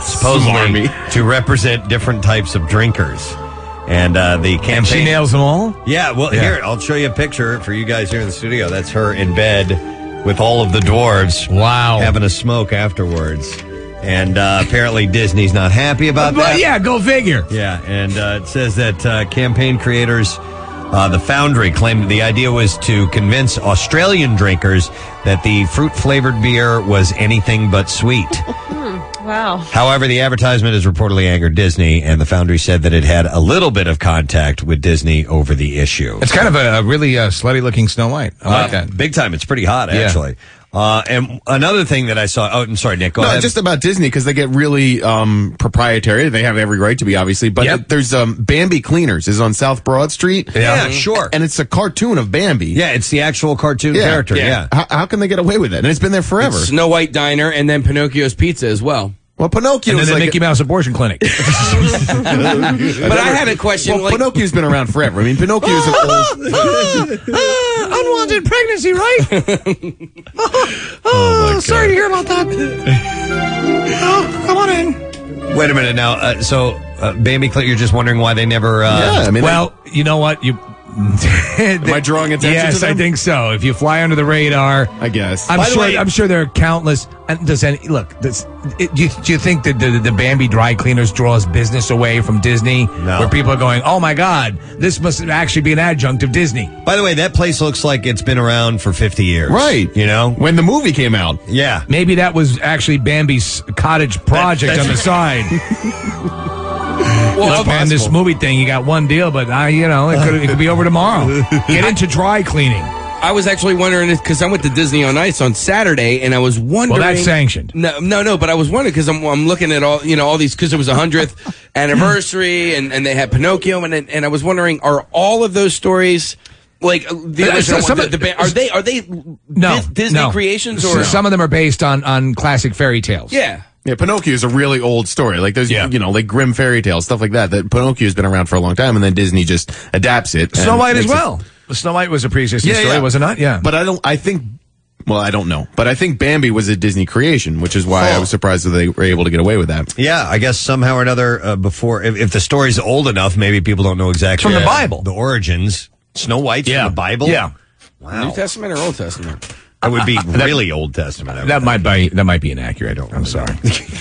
Speaker 4: supposedly to represent different types of drinkers. And uh, the campaign
Speaker 6: And she nails them all.
Speaker 4: Yeah, well,
Speaker 6: Yeah.
Speaker 4: here I'll show you a picture for you guys here in the studio. That's her in bed with all of the dwarves. Wow, having a smoke afterwards. And uh, apparently Disney's not happy about
Speaker 6: But
Speaker 4: that.
Speaker 6: yeah, go figure.
Speaker 4: Yeah, and uh, it says that uh, campaign creators, uh, the Foundry, claimed that the idea was to convince Australian drinkers that the fruit flavored beer was anything but sweet.
Speaker 22: Wow.
Speaker 4: However, the advertisement has reportedly angered Disney, and the Foundry said that it had a little bit of contact with Disney over the issue.
Speaker 6: It's kind of a, a really uh, slutty looking Snow White. I like
Speaker 4: Uh,
Speaker 6: that.
Speaker 4: Big time. It's pretty hot,
Speaker 6: Yeah.
Speaker 4: actually. Uh, and another thing that I saw. Oh, I'm sorry, Nick. Go
Speaker 13: no,
Speaker 4: ahead.
Speaker 13: just about Disney because they get really um, proprietary. They have every right to be, obviously. But there's um, Bambi Cleaners is on South Broad Street.
Speaker 4: Yeah, Yeah, sure.
Speaker 13: And it's a cartoon of Bambi.
Speaker 4: Yeah, it's the actual cartoon
Speaker 7: character, yeah.
Speaker 13: How, how can they get away with it? And it's been there forever.
Speaker 7: It's Snow White Diner and then Pinocchio's Pizza as well.
Speaker 13: Well, Pinocchio
Speaker 6: And then
Speaker 13: is
Speaker 6: the
Speaker 13: like
Speaker 6: Mickey Mouse abortion clinic.
Speaker 13: but
Speaker 7: I had a question,
Speaker 13: Well,
Speaker 7: like-
Speaker 13: Pinocchio's been around forever. I mean, Pinocchio's an old.
Speaker 6: unwanted pregnancy, right?
Speaker 4: Oh, my
Speaker 1: sorry to hear about that. Oh, come on in.
Speaker 4: Wait a minute now. Uh, so, uh, Bambi, Cl- you're just wondering why they never. Uh,
Speaker 6: well, you know what? You Am
Speaker 13: I drawing attention
Speaker 6: Yes,
Speaker 13: to them?
Speaker 6: I think so. Oh, If you fly under the radar, I
Speaker 13: guess.
Speaker 6: I'm
Speaker 13: By the
Speaker 6: sure.
Speaker 13: way-
Speaker 6: I'm sure there are countless. And does any look? Does, it, do, you, do you think that the, the Bambi dry cleaners draws business away from Disney? No. Where people are going, oh my god, this must actually be an adjunct of Disney.
Speaker 4: By the way, that place looks like it's been around for 50 years.
Speaker 6: Right.
Speaker 4: You know?
Speaker 13: When the movie came out.
Speaker 4: Yeah.
Speaker 6: Maybe that was actually Bambi's cottage project
Speaker 4: that's-
Speaker 6: on the side. Look, man, this movie thing, you got one deal, but I, you know, it could, it could be over tomorrow. Get into dry cleaning.
Speaker 7: I was actually wondering because I went to Disney on Ice on Saturday, and I was wondering.
Speaker 6: that's sanctioned.
Speaker 7: No, no, no. But I was wondering because I'm, I'm looking at all you know all these because it was a hundredth anniversary, and, and they had Pinocchio, and then- and I was wondering are all of those stories like the
Speaker 6: Uh,
Speaker 7: original
Speaker 6: some
Speaker 7: ones,
Speaker 6: of-
Speaker 7: the, ba- are they are they
Speaker 6: No,
Speaker 7: Dis- Disney
Speaker 6: no.
Speaker 7: creations
Speaker 6: S-
Speaker 7: or
Speaker 6: some of them are based on on classic fairy tales.
Speaker 7: yeah.
Speaker 13: Yeah, Pinocchio is a really old story. Like there's, you know, like grim fairy tales, stuff like that. That Pinocchio has been around for a long time, and then Disney just adapts it.
Speaker 6: Snow
Speaker 13: and
Speaker 6: White as
Speaker 13: makes it-
Speaker 6: well. Snow White was a pre-existing
Speaker 13: Yeah,
Speaker 6: story,
Speaker 13: yeah.
Speaker 6: was it not? Yeah.
Speaker 13: But I don't. I think. Well, I don't know, but I think Bambi was a Disney creation, which is why I was surprised that they were able to get away with that.
Speaker 4: Yeah, I guess somehow or another, uh, before, if, if the story's old enough, maybe people don't know exactly.
Speaker 7: from the
Speaker 4: Yeah.
Speaker 7: Bible.
Speaker 4: The origins. Snow White's from the Bible?
Speaker 7: Yeah.
Speaker 4: Wow.
Speaker 7: New Testament or Old Testament?
Speaker 4: That would be
Speaker 6: That-
Speaker 4: really Old Testament. I would
Speaker 6: That might be that might be inaccurate. I don't. I'm sorry.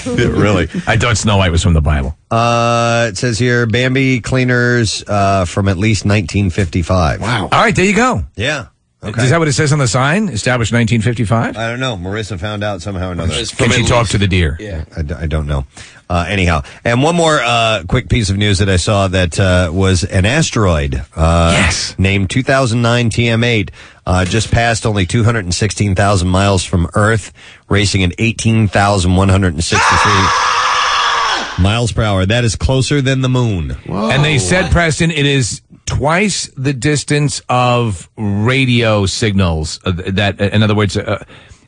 Speaker 4: Really?
Speaker 6: I thought Snow White was from the Bible.
Speaker 4: Uh, it says here Bambi cleaners uh, from at least 1955. Wow.
Speaker 6: All right, there you go.
Speaker 4: Yeah.
Speaker 6: Is that what it says on the sign? Established 1955.
Speaker 4: I don't know. Marissa found out somehow or another.
Speaker 6: It's from Can she at talk least- to the deer?
Speaker 4: Yeah. I, d- I don't know. Uh, anyhow, and one more uh, quick piece of news that I saw that uh, was an asteroid uh, yes. named 2009 TM8 uh, just passed only 216,000 miles from Earth, racing at 18,163 miles per hour. That is closer than the moon.
Speaker 6: Ah! And
Speaker 4: Oh.
Speaker 6: they said, Preston, it is twice the distance of radio signals. Uh, th- that, uh, in other words, uh,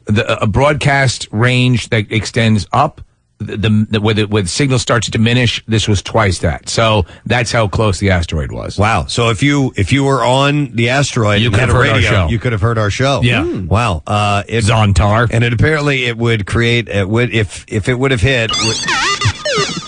Speaker 6: the, a broadcast range that extends up. The, the, the, where the where the signal starts to diminish, this was twice that. So that's how close the asteroid was.
Speaker 4: Wow! So if you if you were on the asteroid,
Speaker 6: You
Speaker 4: and
Speaker 6: could
Speaker 4: had
Speaker 6: have
Speaker 4: a
Speaker 6: heard our
Speaker 4: radio,
Speaker 6: show.
Speaker 4: You could have heard our show.
Speaker 6: Yeah. Hmm.
Speaker 4: Wow. Oh. Uh, it,
Speaker 6: Zontar.
Speaker 4: And it apparently it would create it would if if it would have hit. would-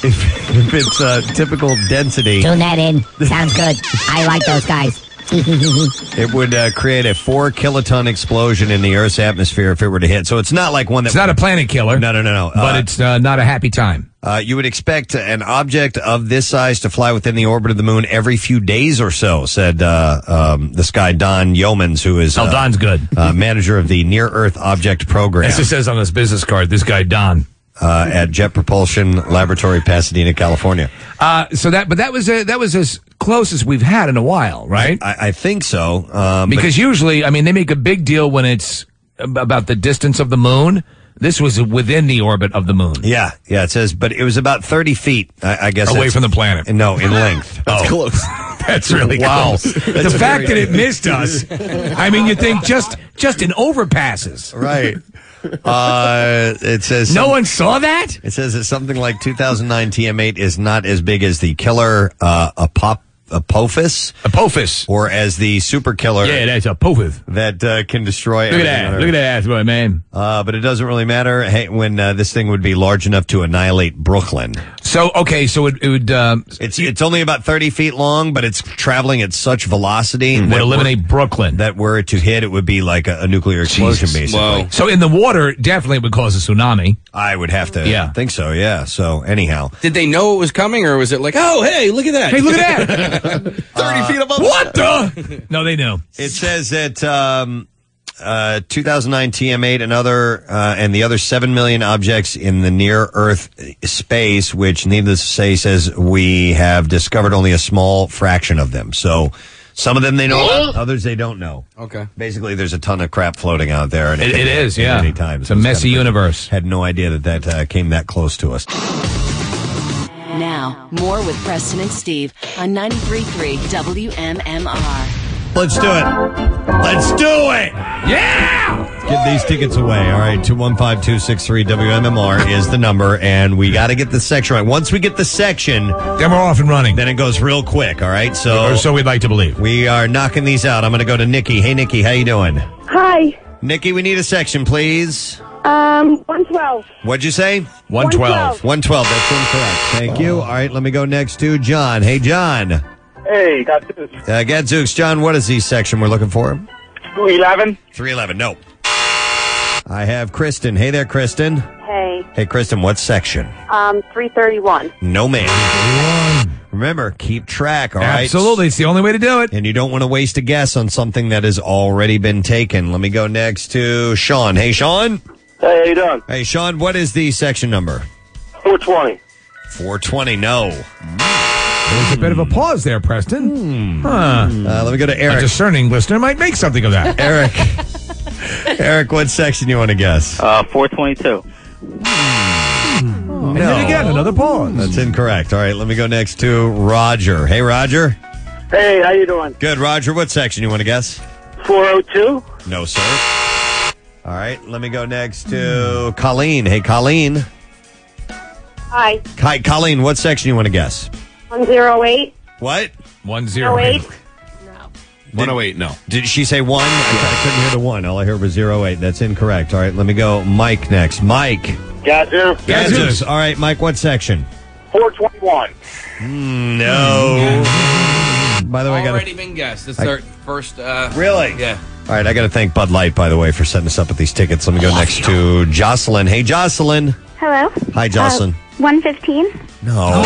Speaker 4: If, if it's uh, typical density,
Speaker 2: Tune that in. Sounds good. I like those guys.
Speaker 4: it would uh, create a four kiloton explosion in the Earth's atmosphere if it were to hit. So it's not like one that
Speaker 6: It's not a planet killer. No,
Speaker 4: no, no, no.
Speaker 6: But it's uh, not a happy time.
Speaker 4: Uh, you would expect an object of this size to fly within the orbit of the moon every few days or so, said uh, um, this guy Don Yeomans, who is
Speaker 6: Oh,
Speaker 4: uh,
Speaker 6: Don's good.
Speaker 4: uh, manager of the Near Earth Object Program
Speaker 6: As it says on this business card, this guy Don.
Speaker 4: uh, at Jet Propulsion Laboratory, Pasadena, California.
Speaker 6: Uh, so that, but that was a, that was as close as we've had in a while, right?
Speaker 4: I, I think so. Um,
Speaker 6: because usually, I mean, they make a big deal when it's ab- about the distance of the moon. This was within the orbit of the moon.
Speaker 4: Yeah, yeah, it says, but it was about 30 feet, I, I guess.
Speaker 6: Away
Speaker 4: that's-
Speaker 6: from the planet.
Speaker 4: No, in length.
Speaker 6: That's
Speaker 13: close.
Speaker 6: That's really
Speaker 4: Wow.
Speaker 6: close.
Speaker 4: That's
Speaker 6: the fact
Speaker 4: very-
Speaker 6: that it missed us. I mean, you think just just in overpasses,
Speaker 4: Right. Uh, it says
Speaker 6: No one saw that.
Speaker 4: It says that something like 2009 TM8 is not as big as the killer uh, Apop- Apophis,
Speaker 6: Apophis,
Speaker 4: or as the super killer.
Speaker 6: Yeah, that's Apophis
Speaker 4: that uh, can destroy.
Speaker 6: Look at
Speaker 4: everything
Speaker 6: that.
Speaker 4: on Earth.
Speaker 6: Look at that asteroid, man.
Speaker 4: Uh, but it doesn't really matter hey, when uh, this thing would be large enough to annihilate Brooklyn.
Speaker 6: So okay, so it, it would um,
Speaker 4: It's it's only about thirty feet long, but it's traveling at such velocity
Speaker 6: Hmm, would
Speaker 4: that
Speaker 6: eliminate Brooklyn.
Speaker 4: That were it to hit, it would be like a, a nuclear explosion,
Speaker 6: Jesus.
Speaker 4: basically.
Speaker 6: So in the water, definitely would cause a tsunami.
Speaker 4: I would have to.
Speaker 6: Yeah.
Speaker 4: think so. Yeah. So anyhow,
Speaker 7: Did they know it was coming, or was it like, oh, hey, look at that?
Speaker 6: Hey, look at that!
Speaker 7: Thirty feet above.
Speaker 6: What the? No, they know.
Speaker 4: It says that um, uh, 2009 TM8 and other uh, and the other seven million objects in the near Earth space, which needless to say says we have discovered only a small fraction of them. So some of them they know, about,
Speaker 6: Oh.
Speaker 4: others they don't know.
Speaker 7: Okay.
Speaker 4: Basically, there's a ton of crap floating out there. And
Speaker 6: It- it is,
Speaker 4: at
Speaker 6: yeah.
Speaker 4: Any time.
Speaker 6: It's a messy
Speaker 4: universe. Had no idea that that uh, came that close to us.
Speaker 12: Now, more with Preston and Steve on 93.3 WMMR.
Speaker 4: Let's do it. Let's do it.
Speaker 6: Yeah.
Speaker 4: Give these tickets away. All right, 215-263 WMMR is the number, and we got to get the section right. Once we get the section,
Speaker 6: then we're off and running.
Speaker 4: Then it goes real quick. All right, so
Speaker 6: Or so we'd like to believe.
Speaker 4: we are knocking these out. I'm going to go to Nikki. Hey, Nikki, how you doing?
Speaker 19: Hi.
Speaker 4: Nikki, we need a section, please.
Speaker 19: Um, 112.
Speaker 4: What'd you say?
Speaker 19: 112.
Speaker 4: 112. That's incorrect. Thank you. All right, let me go next to John. Hey, John.
Speaker 24: Hey, got this.
Speaker 4: Uh, Gadzooks, John, what is the section we're looking for?
Speaker 24: 211.
Speaker 4: 311, no. I have Kristen. Hey there, Kristen.
Speaker 19: Hey,
Speaker 4: Hey, Kristen, what section?
Speaker 19: um, 331.
Speaker 4: No man. Remember, keep track, all right?
Speaker 6: Absolutely. It's the only way to do it.
Speaker 4: And you don't want to waste a guess on something that has already been taken. Let me go next to Sean. Hey, Sean.
Speaker 24: Hey, how you doing?
Speaker 4: Hey, Sean, what is the section number?
Speaker 24: 420.
Speaker 4: 420, no.
Speaker 6: There's a bit of a pause there, Preston. Huh.
Speaker 4: Uh, let me go to Eric.
Speaker 6: A discerning listener might make something of that.
Speaker 4: Eric. Eric, what section you want to guess?
Speaker 10: Uh, 422.
Speaker 6: Oh, And then again, another pause.
Speaker 4: That's incorrect. All right, let me go next to Roger. Hey, Roger.
Speaker 24: Hey, how you doing?
Speaker 4: Good, Roger. What section you want to guess?
Speaker 24: 402.
Speaker 4: No, sir. All right, let me go next to Colleen. Hey, Colleen.
Speaker 19: Hi,
Speaker 4: Hi, Colleen, what section you want to guess?
Speaker 19: 108.
Speaker 4: What?
Speaker 6: One
Speaker 19: zero eight.
Speaker 4: 108, no. Did she say one? I, I couldn't hear the one. All I heard was zero eight. That's incorrect. All right, let me go Mike next. Mike.
Speaker 24: Gadzooks.
Speaker 4: Gadzooks. All right, Mike, what section?
Speaker 24: 421.
Speaker 4: Mm, No. By the way, I got
Speaker 7: Already
Speaker 4: to.
Speaker 7: been guessed. It's
Speaker 4: I-
Speaker 7: our first. Uh,
Speaker 4: Really?
Speaker 7: Yeah.
Speaker 4: All right, I got to thank Bud Light, by the way, for setting us up with these tickets. Let me go next to Jocelyn. Hey, Jocelyn.
Speaker 19: Hello. Uh,
Speaker 4: Hi, Jocelyn.
Speaker 19: 115.
Speaker 4: No.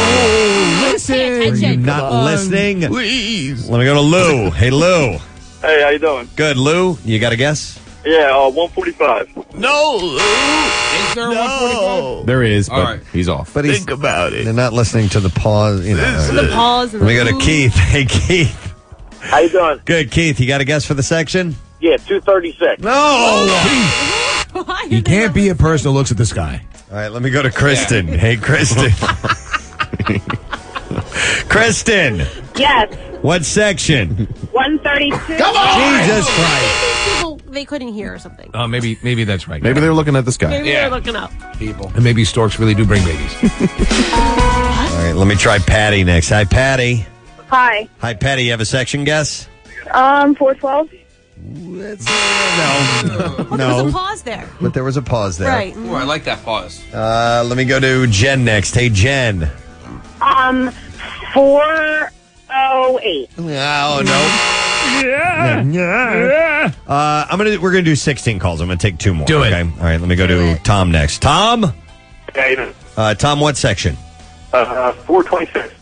Speaker 19: Listen.
Speaker 4: Are you not listening? Please. Let me go to Lou. Hey, Lou.
Speaker 24: Hey, how you doing?
Speaker 4: Good, Lou. You got a guess?
Speaker 24: Yeah, uh, 145.
Speaker 10: No, Lou. Is
Speaker 7: there no.
Speaker 4: There is,
Speaker 13: but he's off.
Speaker 4: But he's, think about it. They're not listening to the pause. You know,
Speaker 10: The pause and
Speaker 4: Let me
Speaker 10: the
Speaker 4: go to
Speaker 10: ooh.
Speaker 4: Keith. Hey, Keith.
Speaker 24: How you doing?
Speaker 4: Good, Keith. You got a guess for the section?
Speaker 24: Yeah, 236.
Speaker 4: No.
Speaker 6: You can't be a person who looks at the sky.
Speaker 4: All right, let me go to Kristen. Hey, Kristen. Kristen,
Speaker 19: Yes,
Speaker 4: what section?
Speaker 19: 132. Come
Speaker 4: on! Jesus Christ.
Speaker 5: People, they couldn't hear or something.
Speaker 6: Oh, maybe maybe that's right.
Speaker 13: Maybe they're looking at the sky.
Speaker 5: Maybe they're looking up.
Speaker 6: People. And maybe storks really do bring babies.
Speaker 4: All right, let me try Patty next. Hi, Patty.
Speaker 19: Hi,
Speaker 4: Hi, Patty. You have a section guess?
Speaker 19: um, 412.
Speaker 4: No. no.
Speaker 5: pause there.
Speaker 4: But there was a pause there.
Speaker 7: Ooh, I like that pause.
Speaker 4: Uh, let me go to Jen next. Hey, Jen.
Speaker 19: Um, 408.
Speaker 4: Oh, no.
Speaker 19: Yeah.
Speaker 4: Yeah. Uh, I'm gonna. We're gonna do 16 calls. I'm gonna take two more. Do it. Okay. All right. Let me go to Tom next. Tom.
Speaker 24: Okay,
Speaker 4: Uh, Tom, what section?
Speaker 24: uh, 426.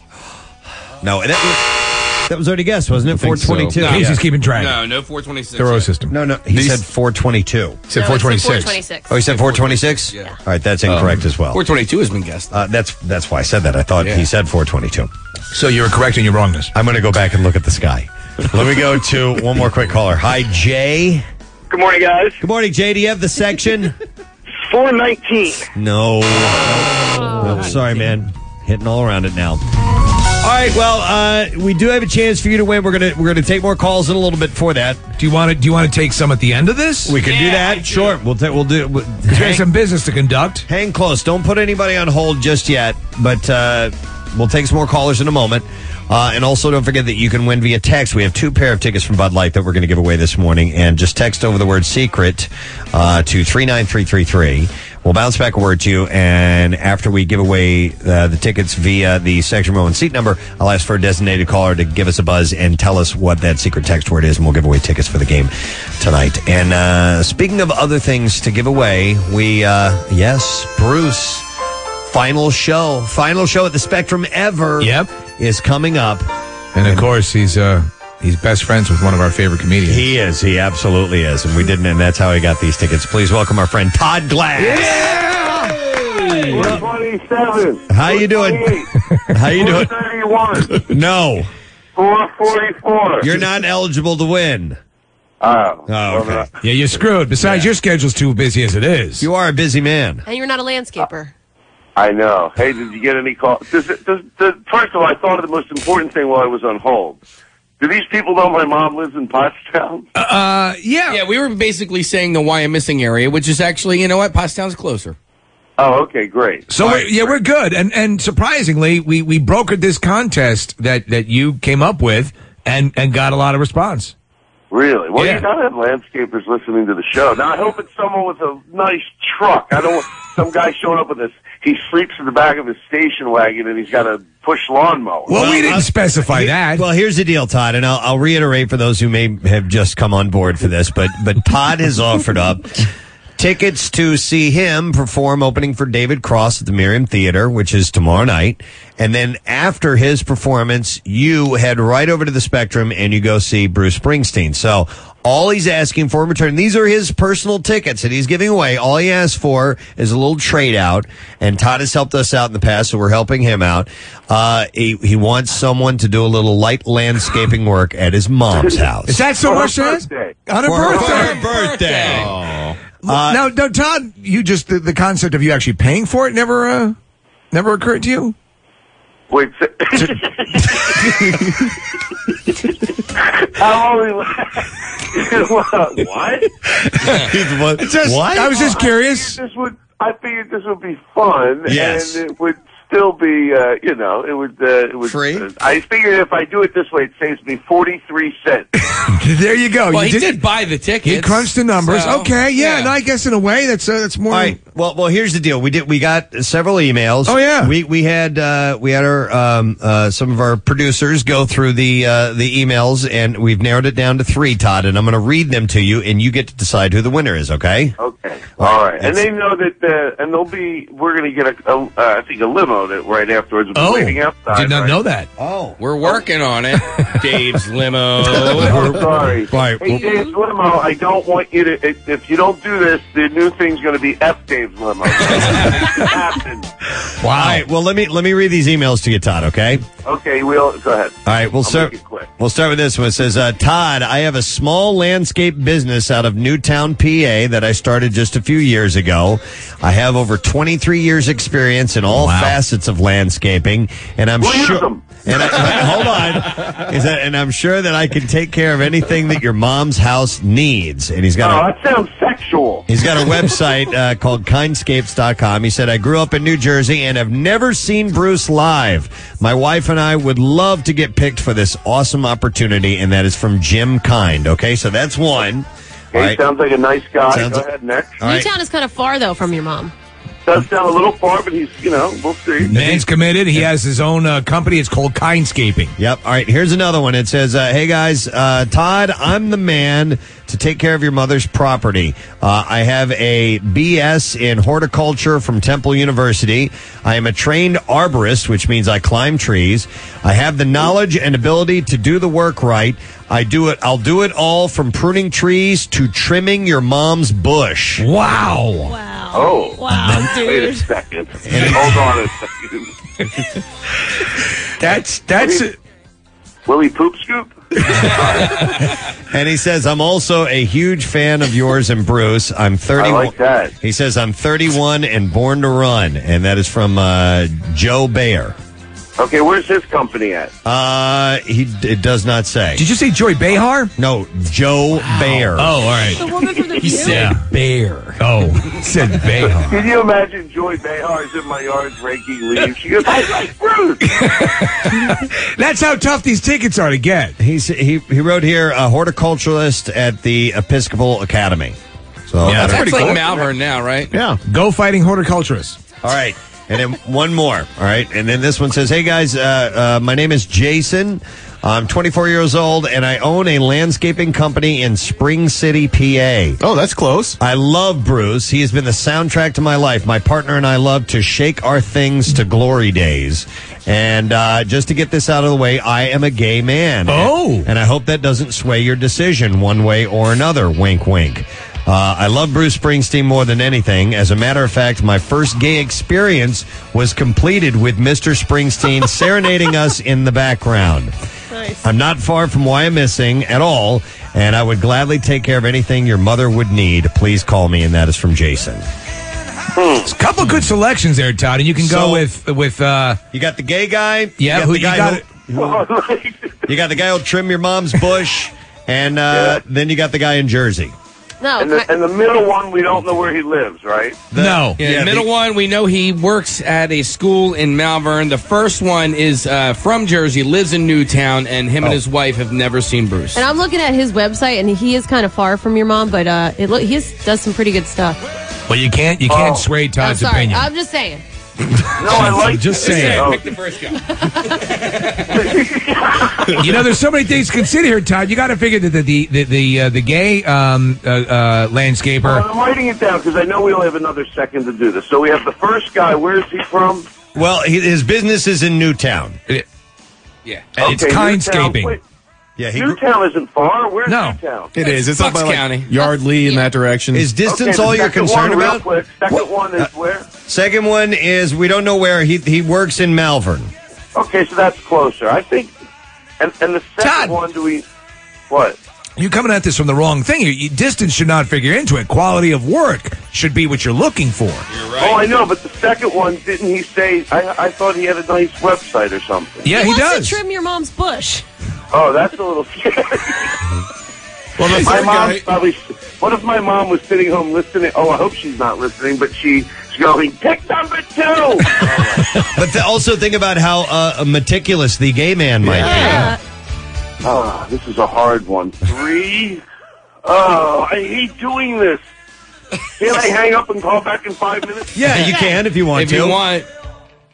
Speaker 4: No. That was, that was already guessed, wasn't it? 422.
Speaker 7: No.
Speaker 4: No.
Speaker 7: No, no, 426.
Speaker 4: system. No, no. He
Speaker 7: These-
Speaker 4: said 422.
Speaker 7: said No, it said 426. 426.
Speaker 4: Oh, he said Um, 426.
Speaker 7: Yeah.
Speaker 4: All right. That's incorrect as well.
Speaker 7: 422 has been guessed.
Speaker 4: Uh, that's that's why I said that. I thought he said 422.
Speaker 6: So you were correct in your wrongness.
Speaker 4: I'm going to go back and look at the sky. Let me go to one more quick caller. Hi, Jay.
Speaker 24: Good morning, guys.
Speaker 4: Good morning, Jay. Do you have the section?
Speaker 24: 419.
Speaker 4: No. I'm sorry, man. Hitting all around it now. All right. Well, uh, we do have a chance for you to win. We're gonna we're gonna take more calls in a little bit for that.
Speaker 6: Do you want to do you want to take some at the end of this?
Speaker 4: We can do that. Sure. We'll ta- we'll do. We'll,
Speaker 6: Because we have some business to conduct.
Speaker 4: Hang close. Don't put anybody on hold just yet, but uh, we'll take some more callers in a moment. Uh, and also, don't forget that you can win via text. We have two pair of tickets from Bud Light that we're going to give away this morning. And just text over the word secret uh, to 39333. We'll bounce back a word to you. And after we give away uh, the tickets via the section row and seat number, I'll ask for a designated caller to give us a buzz and tell us what that secret text word is. And we'll give away tickets for the game tonight. And uh, speaking of other things to give away, we, uh, yes, Bruce, final show, final show at the Spectrum ever. Yep. Is coming up.
Speaker 6: And of course, he's uh he's best friends with one of our favorite comedians.
Speaker 4: He is. He absolutely is. And we didn't, and that's how he got these tickets. Please welcome our friend Todd Glass.
Speaker 24: We're 27.
Speaker 4: How you doing? How you doing?
Speaker 24: 31.
Speaker 4: No.
Speaker 24: 444.
Speaker 4: You're not eligible to win.
Speaker 24: Oh.
Speaker 4: okay.
Speaker 6: Yeah, you're screwed. Besides, your schedule's too busy as it is.
Speaker 4: You are a busy man.
Speaker 5: And you're not a
Speaker 6: Uh,
Speaker 5: landscaper.
Speaker 24: I know. Hey, did you get any calls? Does, it- does, does, first of all, I thought of the most important thing while I was on hold. Do these people know my mom lives in Pottstown?
Speaker 7: Uh, yeah. Yeah, we were basically saying the why I'm missing area, which is actually, you know what? Pottstown's closer.
Speaker 24: Oh, okay, great.
Speaker 6: So we're, yeah, we're good, and and surprisingly, we we brokered this contest that that you came up with, and and got a lot of response.
Speaker 24: Really? Well,
Speaker 6: Yeah.
Speaker 24: you gotta have landscapers listening to the show. Now, I hope it's someone with a nice truck. I don't want some guy showing up with this. He sleeps in the back of his station wagon and he's got a push lawnmower.
Speaker 6: Well, we didn't specify that.
Speaker 4: uh, Well, here's the deal, Todd, and I'll, I'll reiterate for those who may have just come on board for this, but but Todd has offered up tickets to see him perform opening for David Cross at the Miriam Theater, which is tomorrow night, and then after his performance, you head right over to the Spectrum and you go see Bruce Springsteen. So. All he's asking for in return, these are his personal tickets that he's giving away. All he asked for is a little trade out, and Todd has helped us out in the past, so we're helping him out. Uh, he, he wants someone to do a little light landscaping work at his mom's house.
Speaker 6: Is that so
Speaker 4: For her
Speaker 6: much? to ask?
Speaker 4: birthday.
Speaker 6: On a
Speaker 4: For her
Speaker 6: birthday.
Speaker 4: birthday.
Speaker 6: Uh, now, no, Todd, you just the, the concept of you actually paying for it never uh, never occurred to you.
Speaker 24: Wait, say- How old are What?
Speaker 6: It's just- What? I was just curious.
Speaker 24: I figured this would, I figured this would be fun,
Speaker 6: Yes.
Speaker 24: and it would still be, uh, you know, it would, uh, it would. Free. I figured if I do it this way, it saves me forty-three cents.
Speaker 6: there you go.
Speaker 24: Well,
Speaker 6: you
Speaker 24: he did
Speaker 7: buy the tickets.
Speaker 6: He crunched the numbers.
Speaker 24: so-
Speaker 6: okay, yeah, No, I guess in a way that's uh, that's more.
Speaker 4: All right. Well, well, here's the deal. We did. We got several emails.
Speaker 6: Oh, yeah.
Speaker 4: We we had uh, we had our um, uh, some of our producers go through the uh, the emails, and we've narrowed it down to three, Todd. And I'm going to read them to you, and you get to decide who the winner is. Okay.
Speaker 24: Okay. All right, and
Speaker 4: That's-
Speaker 24: they know that, uh, and they'll be. We're going to get a, a uh, I think a limo that right afterwards. will be
Speaker 7: Oh.
Speaker 24: waiting outside.
Speaker 7: Did not
Speaker 24: right?
Speaker 7: know that.
Speaker 4: Oh,
Speaker 7: we're working on it. Dave's limo.
Speaker 24: I'm sorry.
Speaker 7: Right.
Speaker 24: Hey, Dave's limo. I don't want you to. If, if you don't do this, the new thing's going to be F Dave's limo.
Speaker 4: Wow. All right. Well, let me let me read these emails to you, Todd. Okay.
Speaker 24: okay, we'll go ahead.
Speaker 4: All right, we'll start. We'll start with this one. It says, uh, "Todd, I have a small landscape business out of Newtown, PA, that I started just a few years ago. I have over 23 years' experience in all facets of landscaping, and I'm sure. And I, hold on, Is that- and I'm sure that I can take care of anything that your mom's house needs. And he's got a,
Speaker 24: Oh, that sounds sexual.
Speaker 4: He's got a website uh, called kindscapes.com. He said, I grew up in New Jersey and have never seen Bruce live. My wife and I would love to get picked for this awesome opportunity, and that is from Jim Kind. Okay, so that's one.
Speaker 24: He
Speaker 4: All right.
Speaker 24: sounds like a nice guy.
Speaker 4: Sounds-
Speaker 24: go ahead, next.
Speaker 4: All right.
Speaker 5: Newtown is kind of far though from your mom.
Speaker 24: Does sound a little far, but he's you know we'll see.
Speaker 6: Man's committed. He has his own uh, company. It's called Kindscaping.
Speaker 4: Yep. All right. Here's another one. It says, uh, "Hey guys, uh, Todd, I'm the man to take care of your mother's property. Uh, I have a BS in horticulture from Temple University. I am a trained arborist, which means I climb trees. I have the knowledge and ability to do the work right. I do it. I'll do it all from pruning trees to trimming your mom's bush.
Speaker 6: Wow.
Speaker 24: Oh,
Speaker 6: Wow,
Speaker 24: Wait a
Speaker 6: dude.
Speaker 24: second. Hold on a second.
Speaker 6: That's that's it.
Speaker 24: Will he poop scoop?
Speaker 4: And he says, I'm also a huge fan of yours and Bruce. I'm 31.
Speaker 24: like that.
Speaker 4: He says, I'm 31 and born to run. And that is from uh, Joe Bayer.
Speaker 24: Okay, where's his company at?
Speaker 4: Uh, he it does not say. Did
Speaker 6: you say Joy Behar?
Speaker 4: No, Joe Bayer.
Speaker 6: Oh, all right. The
Speaker 24: woman from the
Speaker 6: He said bear. Oh, said bear.
Speaker 24: Can you imagine Joy Behar's in my yard raking leaves? She goes, I like fruit.
Speaker 6: That's how tough these tickets are to get.
Speaker 4: He's, he he wrote here a horticulturalist at the Episcopal Academy. So
Speaker 6: Yeah, that's
Speaker 4: I don't-
Speaker 6: pretty
Speaker 7: It's like
Speaker 6: cool.
Speaker 7: Malvern now, right?
Speaker 4: Yeah.
Speaker 6: Go fighting horticulturists.
Speaker 4: All right. And then one more. All right. And then this one says, Hey guys, uh, uh, my name is Jason. I'm 24 years old and I own a landscaping company in Spring City, PA.
Speaker 13: Oh, that's close.
Speaker 4: I love Bruce. He has been the soundtrack to my life. My partner and I love to shake our things to glory days. And uh, just to get this out of the way, I am a gay man. Oh. And I hope that doesn't sway your decision one way or another. Wink, wink. Uh, I love Bruce Springsteen more than anything. As a matter of fact, my first gay experience was completed with Mr. Springsteen serenading us in the background. I'm not far from why I'm missing at all, and I would gladly take care of anything your mother would need. Please call me, and that is from Jason.
Speaker 6: There's a couple good selections there, Todd, and you can
Speaker 4: So-
Speaker 6: go with with. uh
Speaker 4: You got the gay guy.
Speaker 6: Yeah,
Speaker 4: you got
Speaker 6: who-
Speaker 4: the
Speaker 6: you
Speaker 4: guy
Speaker 6: got it.
Speaker 4: who, you got the guy who'll trim your mom's bush, and uh, then you got the guy in Jersey.
Speaker 5: No,
Speaker 24: and the, and the middle one, we don't know where he lives, right?
Speaker 6: no.
Speaker 7: Yeah, the middle one, we know he works at a school in Malvern. The first one is uh, from Jersey, lives in Newtown, and him
Speaker 6: Oh.
Speaker 7: and his wife have never seen Bruce.
Speaker 22: And I'm looking at his website, and he is kind of far from your mom, but uh, it look he is, does some pretty good stuff.
Speaker 6: Well, you can't you
Speaker 4: Oh.
Speaker 6: can't sway
Speaker 22: I'm
Speaker 6: Todd's
Speaker 22: sorry.
Speaker 6: opinion.
Speaker 22: I'm just saying.
Speaker 24: No, I like
Speaker 6: Just
Speaker 24: it.
Speaker 6: saying.
Speaker 24: Oh.
Speaker 6: Pick
Speaker 24: Oh.
Speaker 6: you know, there's so many things to consider here, Todd. You got to figure that the the the the, uh, the gay um, uh, uh,
Speaker 24: Well,
Speaker 6: landscaper.
Speaker 24: I'm writing it down because I know we only have another second to do this. So we have the first guy. Where is he from?
Speaker 4: Well, he- his business is in Newtown.
Speaker 7: Yeah,
Speaker 4: And it's kindscaping.
Speaker 24: Yeah,
Speaker 4: he grew-
Speaker 24: Newtown isn't far. Where's
Speaker 4: No.
Speaker 24: Newtown?
Speaker 13: It is. It's up by like Yardley in that direction.
Speaker 4: Is distance all you're concerned about?
Speaker 24: Second one is where?
Speaker 4: Second one is we don't know where he he works in Malvern.
Speaker 24: Okay, so that's closer. I think. And and the second one, do we? What?
Speaker 6: You're coming at this from the wrong thing. You, you, distance should not figure into it. Quality of work should be what you're looking for.
Speaker 24: Oh, I know, but the second one didn't he say? I, I thought he had a nice website or something.
Speaker 6: Yeah, he,
Speaker 22: wants
Speaker 6: does.
Speaker 22: To trim your mom's bush.
Speaker 24: Oh, that's a little scary.
Speaker 13: Well,
Speaker 24: my
Speaker 13: the third
Speaker 24: mom's
Speaker 13: guy-
Speaker 24: probably. What if my mom was sitting home listening? Oh, I hope she's not listening, but she's going pick number two.
Speaker 4: But th- also think about how uh, meticulous the gay man might
Speaker 24: Ah, this is a hard one. Three. Oh, I hate doing this. Can I hang up and call back in five minutes?
Speaker 4: be. Yeah, you can if you want
Speaker 7: If
Speaker 4: to.
Speaker 7: you want,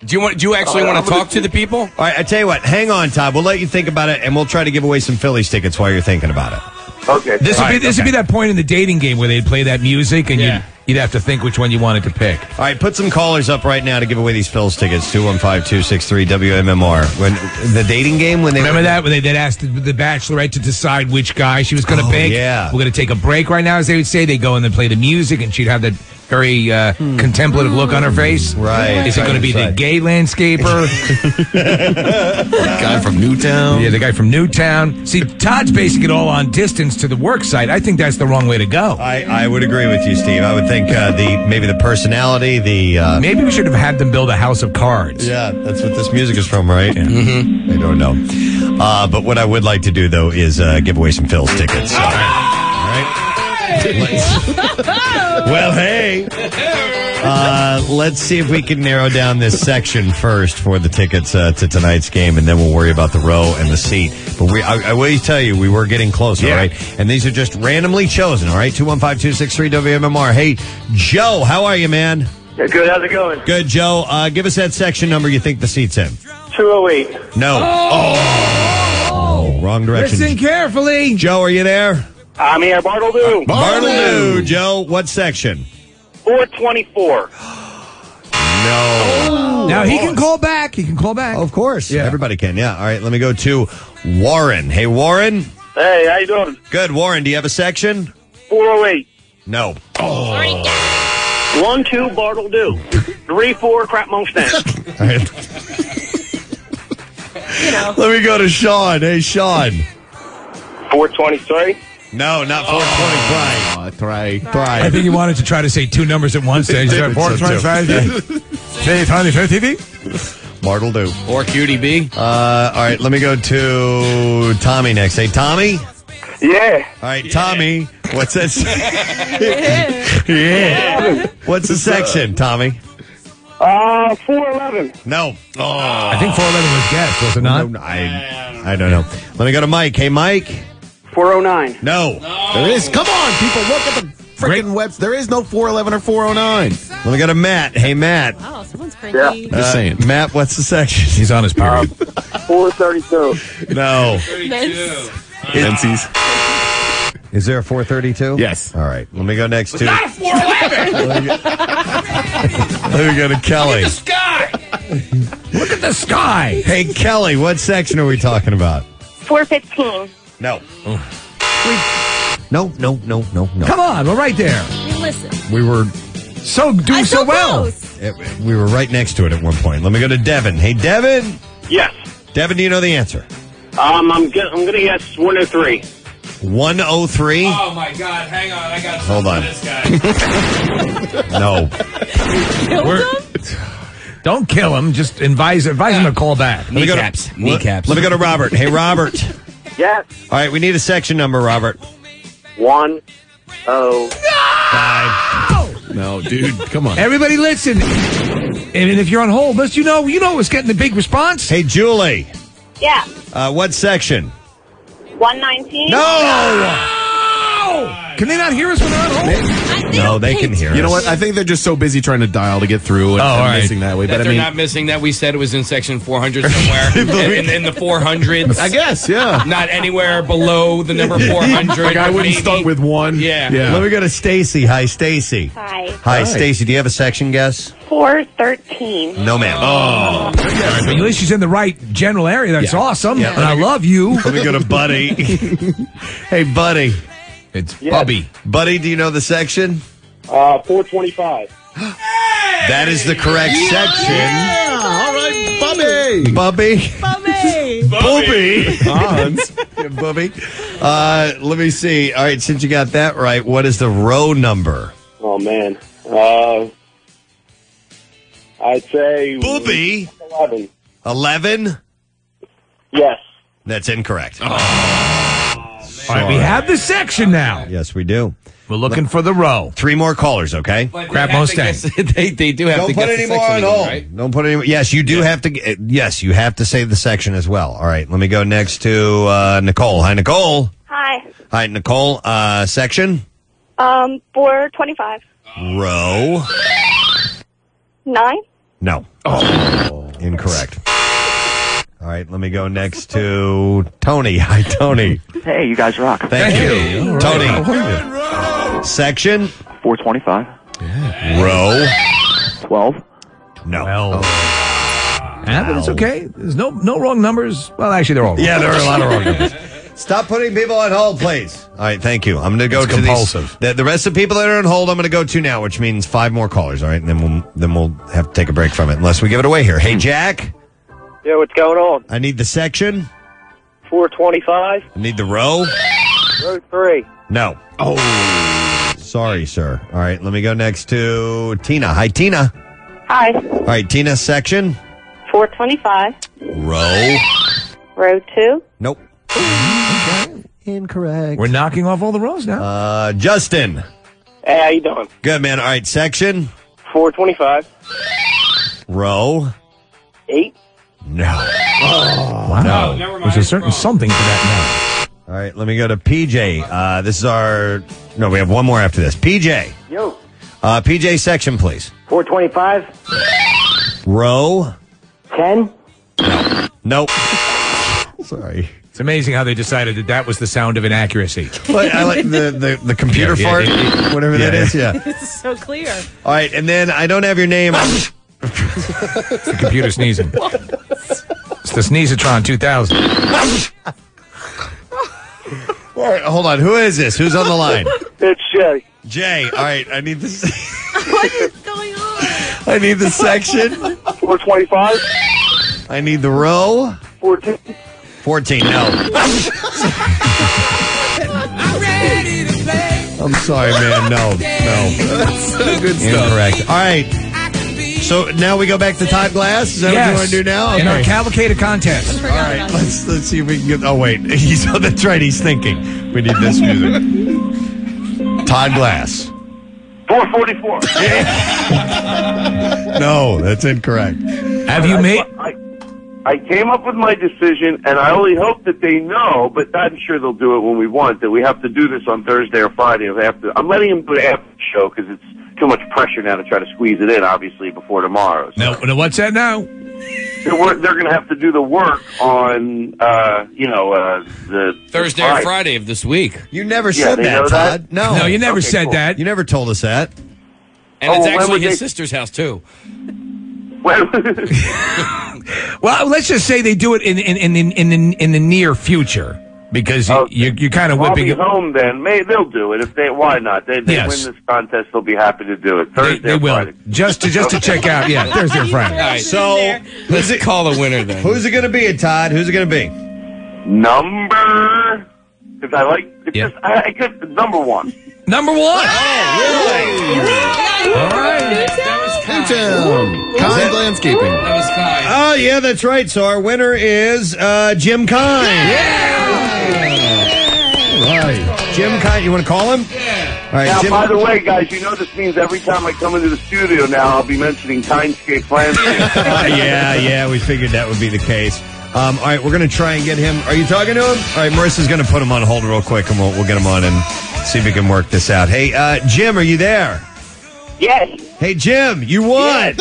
Speaker 7: do you want? Do you actually
Speaker 24: Oh,
Speaker 7: want
Speaker 24: I'm
Speaker 7: to
Speaker 24: gonna
Speaker 7: talk to the people?
Speaker 4: All right, I tell you what. Hang on, Todd. We'll let you think about it, and we'll try to give away some Phillies tickets while you're thinking about it.
Speaker 24: Okay.
Speaker 6: This would
Speaker 4: All
Speaker 6: be
Speaker 4: right,
Speaker 6: this
Speaker 4: okay.
Speaker 6: would be that point in the dating game where they'd play that music and you'd, you'd have to think which one you wanted to pick.
Speaker 4: All right, put some callers up right now to give away these Phillies tickets. Two one five two six three WMMR. When the dating game when they
Speaker 6: Remember that when they then asked the, the Bachelorette to decide which guy she was going to
Speaker 4: Oh,
Speaker 6: pick?
Speaker 4: yeah.
Speaker 6: We're going to take a break right now, as they would say. They go and then play the music, and she'd have that very uh, contemplative look on her face.
Speaker 4: Right.
Speaker 6: Is it going to be the
Speaker 4: Right.
Speaker 6: gay landscaper? guy
Speaker 13: from Newtown.
Speaker 6: Yeah, the guy from Newtown. See, Todd's basing it all on distance to the work site. I think that's the wrong way to go.
Speaker 4: I, I would agree with you, Steve. I would think uh, the maybe the personality, the uh,
Speaker 6: Maybe we should have had them build a house of cards.
Speaker 4: Yeah, that's what this music is from, right? Mm-hmm. I don't know. Uh, but what I would like to do though is uh, give away some Phil's tickets. All right. All right. Well, hey. Uh, let's see if we can narrow down this section first for the tickets uh, to tonight's game, and then we'll worry about the row and the seat. But we, I, I will tell you, we were getting close, all right? And these are just randomly chosen, all right? 215-263-WMMR. Hey, Joe, how are you, man?
Speaker 14: Yeah, good. How's it going?
Speaker 4: Good, Joe. Uh, give us that section number you think the seat's in.
Speaker 14: 208.
Speaker 4: No. Oh! wrong direction.
Speaker 14: Listen
Speaker 6: carefully.
Speaker 4: Joe, are you there?
Speaker 14: I'm here. Bartledew.
Speaker 4: Bartledew, Joe. What section?
Speaker 14: 424.
Speaker 4: No.
Speaker 6: Now he can call back. He can call back.
Speaker 4: Of course. Yeah. Everybody can. Yeah. All right. Let me go to Warren. Hey, Warren.
Speaker 14: Hey, how you doing?
Speaker 4: Good, Warren. Do you have a section?
Speaker 14: 408.
Speaker 4: No.
Speaker 14: Uh,
Speaker 4: Oh.
Speaker 14: One, two, Bartledew. Three, four, crap monk's nest.
Speaker 4: Let me go to Sean. Hey, Sean.
Speaker 14: 423.
Speaker 4: No, not 425.
Speaker 13: Uh, try,
Speaker 6: I think he wanted to try to say two numbers at once. He's like, "Four, twenty, five, eight, twenty, fifty."
Speaker 4: Bartle do.
Speaker 7: Or QDB.
Speaker 4: Uh, all right, let me go to Tommy next. Hey, Tommy.
Speaker 14: Yeah.
Speaker 4: All right, Tommy. What's that? yeah. What's the section, Tommy?
Speaker 14: Uh, 411.
Speaker 4: No. Oh. I
Speaker 6: think 411 was guessed, was it not?
Speaker 4: I, I don't know. Let me go to Mike. Hey, Mike.
Speaker 14: 409.
Speaker 4: No.
Speaker 13: There is. Come on, people. Look at the freaking webs. There is no 411 or 409.
Speaker 4: Let me go to Matt. Hey, Matt.
Speaker 14: Oh, someone's
Speaker 13: cranky. Just saying.
Speaker 4: Uh, Matt, what's the section?
Speaker 6: He's on his period.
Speaker 14: Uh, 432.
Speaker 4: No.
Speaker 13: Nancy's.
Speaker 4: Is there a 432? Yes. All right. Let me go next to.
Speaker 14: Not a 411!
Speaker 4: Let me go to Kelly.
Speaker 14: sky!
Speaker 6: Look at the sky.
Speaker 4: Hey, Kelly, what section are we talking about?
Speaker 19: 415.
Speaker 4: No. No, no, no, no, no.
Speaker 6: Come on, we're right there.
Speaker 19: listen.
Speaker 4: We were
Speaker 6: so doing so, well.
Speaker 4: It- we were right next to it at one point. Let me go to Devin. Hey, Devin.
Speaker 14: Yes.
Speaker 4: Devin, do you know the answer?
Speaker 14: Um, I'm, gu- I'm gonna guess 103.
Speaker 4: 103?
Speaker 14: Oh my god, hang on, I got
Speaker 4: Hold on. no.
Speaker 6: We're- Don't kill him. Just advise advise him to call back.
Speaker 4: Let me go to- let- Let me go to Robert. Hey, Robert.
Speaker 14: Yes.
Speaker 4: All right, we need a section number, Robert.
Speaker 14: One,
Speaker 24: Oh.
Speaker 13: No, dude, come on.
Speaker 6: Everybody listen. And if you're on hold, let you know. You know it's getting the big response.
Speaker 4: Hey, Julie,
Speaker 19: Yeah.
Speaker 4: uh, what section?
Speaker 19: 119.
Speaker 6: Can they not hear us when they're on
Speaker 19: hold?
Speaker 4: No, they can hear
Speaker 13: You know
Speaker 4: us.
Speaker 13: what? I think they're just so busy trying to dial to get through and,
Speaker 7: Oh,
Speaker 13: and
Speaker 7: all right.
Speaker 13: missing that way.
Speaker 7: That
Speaker 13: but I
Speaker 7: they're
Speaker 13: mean,
Speaker 7: not missing that. We said it was in section 400 somewhere, in, in the 400s.
Speaker 13: I guess, yeah.
Speaker 7: Not anywhere below the number 400.
Speaker 13: Like, I wouldn't start with one.
Speaker 7: Yeah.
Speaker 4: Let me go to Stacy. Hi, Stacy.
Speaker 19: Hi.
Speaker 4: Hi, Stacy. Do you have a section guess?
Speaker 19: 413.
Speaker 4: No, ma'am. Oh.
Speaker 6: But at least she's in the right general area. That's awesome. And I love you.
Speaker 4: Let me go to Buddy. hey, Buddy.
Speaker 6: It's
Speaker 4: Bubby. Buddy, do you know the section?
Speaker 24: Uh, 425.
Speaker 4: That is the correct section.
Speaker 24: all right, Bubby.
Speaker 4: Bubby.
Speaker 24: Bubby.
Speaker 4: Bubby. Hans. Ah, Yeah, Bubby. Uh, let me see. All right, since you got that right, what is the row number?
Speaker 24: Oh man. Uh, I'd say
Speaker 4: Booby.
Speaker 24: Eleven.
Speaker 4: 11?
Speaker 24: Yes.
Speaker 4: That's incorrect.
Speaker 6: Oh. All right, we have the section now.
Speaker 4: Yes, we do.
Speaker 6: We're looking for the row.
Speaker 4: Three more callers, okay?
Speaker 7: But they have to guess- they, they do have
Speaker 4: Don't
Speaker 7: to
Speaker 4: put
Speaker 7: guess
Speaker 4: any
Speaker 7: the
Speaker 4: more
Speaker 7: section
Speaker 4: on
Speaker 7: again,
Speaker 4: hold.
Speaker 7: right?
Speaker 4: Don't put any. Yes, you do have to. g- uh, Yes, you have to save the section as well. All right, let me go next to uh, Nicole. Hi, Nicole.
Speaker 19: Hi.
Speaker 4: Hi, Nicole. Uh, section
Speaker 19: Um, 425.
Speaker 4: row.
Speaker 19: 9.
Speaker 4: No. Oh, incorrect. All right, let me go next to Tony. Hi, Tony.
Speaker 8: Hey, you guys rock.
Speaker 4: Thank you, Tony. Section
Speaker 8: 425.
Speaker 4: row.
Speaker 8: 12.
Speaker 4: No.
Speaker 6: Oh. Yeah, but it's okay. There's no no wrong numbers. Well, actually, they're all wrong.
Speaker 4: Yeah, there are a lot of wrong numbers. Stop putting people on hold, please. All right, thank you. I'm going to go
Speaker 6: It's
Speaker 4: to
Speaker 6: compulsive.
Speaker 4: These, the, the rest of the people that are on hold. I'm going to go to now, which means five more callers. All right, and then we'll then we'll have to take a break from it, unless we give it away here.
Speaker 6: Hmm.
Speaker 4: Hey, Jack,
Speaker 24: Yeah, what's going on?
Speaker 4: I need the section.
Speaker 24: 425.
Speaker 4: I need the row.
Speaker 24: Row three.
Speaker 4: No. Oh, sorry, sir. All right, let me go next to Tina. Hi, Tina.
Speaker 19: Hi.
Speaker 4: All right, Tina, section
Speaker 19: 425.
Speaker 4: row.
Speaker 19: Row 2.
Speaker 4: Nope. Incorrect.
Speaker 6: We're knocking off all the rows now.
Speaker 4: Uh, Justin.
Speaker 24: Hey, how you doing?
Speaker 4: Good man. All right, section
Speaker 24: 425.
Speaker 4: row.
Speaker 24: Eight.
Speaker 4: No.
Speaker 6: wow. There's a certain something to that
Speaker 4: now. All right, let me go to PJ. Uh, this is our. No, we have one more after this. PJ.
Speaker 24: Yo.
Speaker 4: Uh, PJ section, please.
Speaker 24: 425.
Speaker 4: Row.
Speaker 24: 10.
Speaker 4: Nope. Sorry.
Speaker 6: It's amazing how they decided that that was the sound of inaccuracy.
Speaker 4: But I like the, the, the computer
Speaker 6: Yeah, yeah,
Speaker 4: fart,
Speaker 6: yeah, yeah.
Speaker 4: whatever that
Speaker 6: Yeah.
Speaker 4: is. Yeah.
Speaker 22: it's so clear.
Speaker 4: All right, and then I don't have your name.
Speaker 6: It's the computer sneezing. It's the Sneezatron 2000.
Speaker 4: All right, hold on. Who is this? Who's on the line?
Speaker 24: It's Jay.
Speaker 4: Jay. All right, I need this. what is going on? I need the section.
Speaker 24: 425.
Speaker 4: I need the row.
Speaker 24: 14.
Speaker 4: 14, no. I'm sorry, man. No, no.
Speaker 13: good
Speaker 4: Incorrect. All right. So now we go back to Todd Glass. Is that what you want to do now?
Speaker 6: In our
Speaker 4: Okay.
Speaker 6: cavalcade contest.
Speaker 4: All right, let's let's see if we can get. Oh wait, he's oh, that's right. He's thinking. We need this music. Todd Glass.
Speaker 24: 444.
Speaker 4: No, that's incorrect.
Speaker 6: Have you made?
Speaker 24: I came up with my decision, and I only hope that they know, but I'm sure they'll do it when we want, that we have to do this on Thursday or Friday. Of after, I'm letting them do it after the show because it's too much pressure now to try to squeeze it in, obviously, before tomorrow. So
Speaker 6: No, no, what's that now?
Speaker 24: they're, wor- they're going to have to do the work on, uh, you know, uh, the
Speaker 7: Thursday or Friday of this week.
Speaker 4: You never
Speaker 24: Yeah,
Speaker 4: said
Speaker 24: they
Speaker 4: that,
Speaker 24: know that?
Speaker 4: Todd. No,
Speaker 6: No, you never Okay, said cool. that.
Speaker 4: You never told us that.
Speaker 7: And
Speaker 24: Oh,
Speaker 7: it's
Speaker 24: when
Speaker 7: actually
Speaker 24: would
Speaker 7: his
Speaker 24: they-
Speaker 7: sister's house, too.
Speaker 6: Well, let's just say they do it in in in in, in, in the near future because you, you you're kind of
Speaker 24: I'll be
Speaker 6: whipping it.
Speaker 24: home then. May they'll do it if they. Why not? They, they
Speaker 6: Yes.
Speaker 24: win this contest. They'll be happy to do it Thursday.
Speaker 6: They
Speaker 24: or
Speaker 6: will
Speaker 24: Friday.
Speaker 6: just to just to check out. Yeah, Thursday or Friday.
Speaker 24: All right,
Speaker 4: So
Speaker 7: let's call a winner then.
Speaker 4: Who's it going to be, Todd? Who's it going to be?
Speaker 24: Number. Because I like. It's just, I, I could, number one.
Speaker 6: Number one. Oh,
Speaker 24: All right.
Speaker 13: Kind landscaping.
Speaker 7: That was kind.
Speaker 4: Oh yeah, that's right. So our winner is uh, Jim Kine. Yeah. All right, Jim Kine. You want to call him? Yeah. right,
Speaker 24: now,
Speaker 4: Jim-
Speaker 24: by the way, guys, you know this means every time I come into the studio now, I'll be mentioning Timescape Landscape.
Speaker 4: yeah, yeah, we figured that would be the case. Um, all right, we're going to try and get him. Are you talking to him? All right, Marissa's going to put him on hold real quick, and we'll, we'll get him on and see if we can work this out. Hey, uh, Jim, are you there?
Speaker 24: Yes.
Speaker 4: Hey, Jim, you won.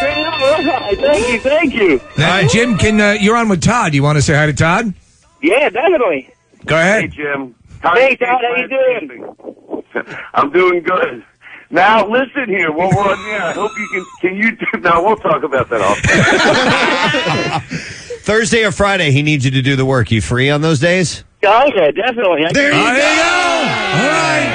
Speaker 24: Thank you, thank you.
Speaker 6: Now, Jim, can uh, you're on with Todd? You want to say hi to Todd?
Speaker 24: Yeah, definitely.
Speaker 6: Go ahead.
Speaker 24: Hey, Jim. Hey, Todd, how you doing? I'm doing good. Now, listen here. Well, well, yeah, I hope you can. Can you do? Now, we'll talk about that off.
Speaker 4: Thursday or Friday, he needs you to do the work. You free on those days?
Speaker 24: Oh, yeah, definitely.
Speaker 6: There you go. All right.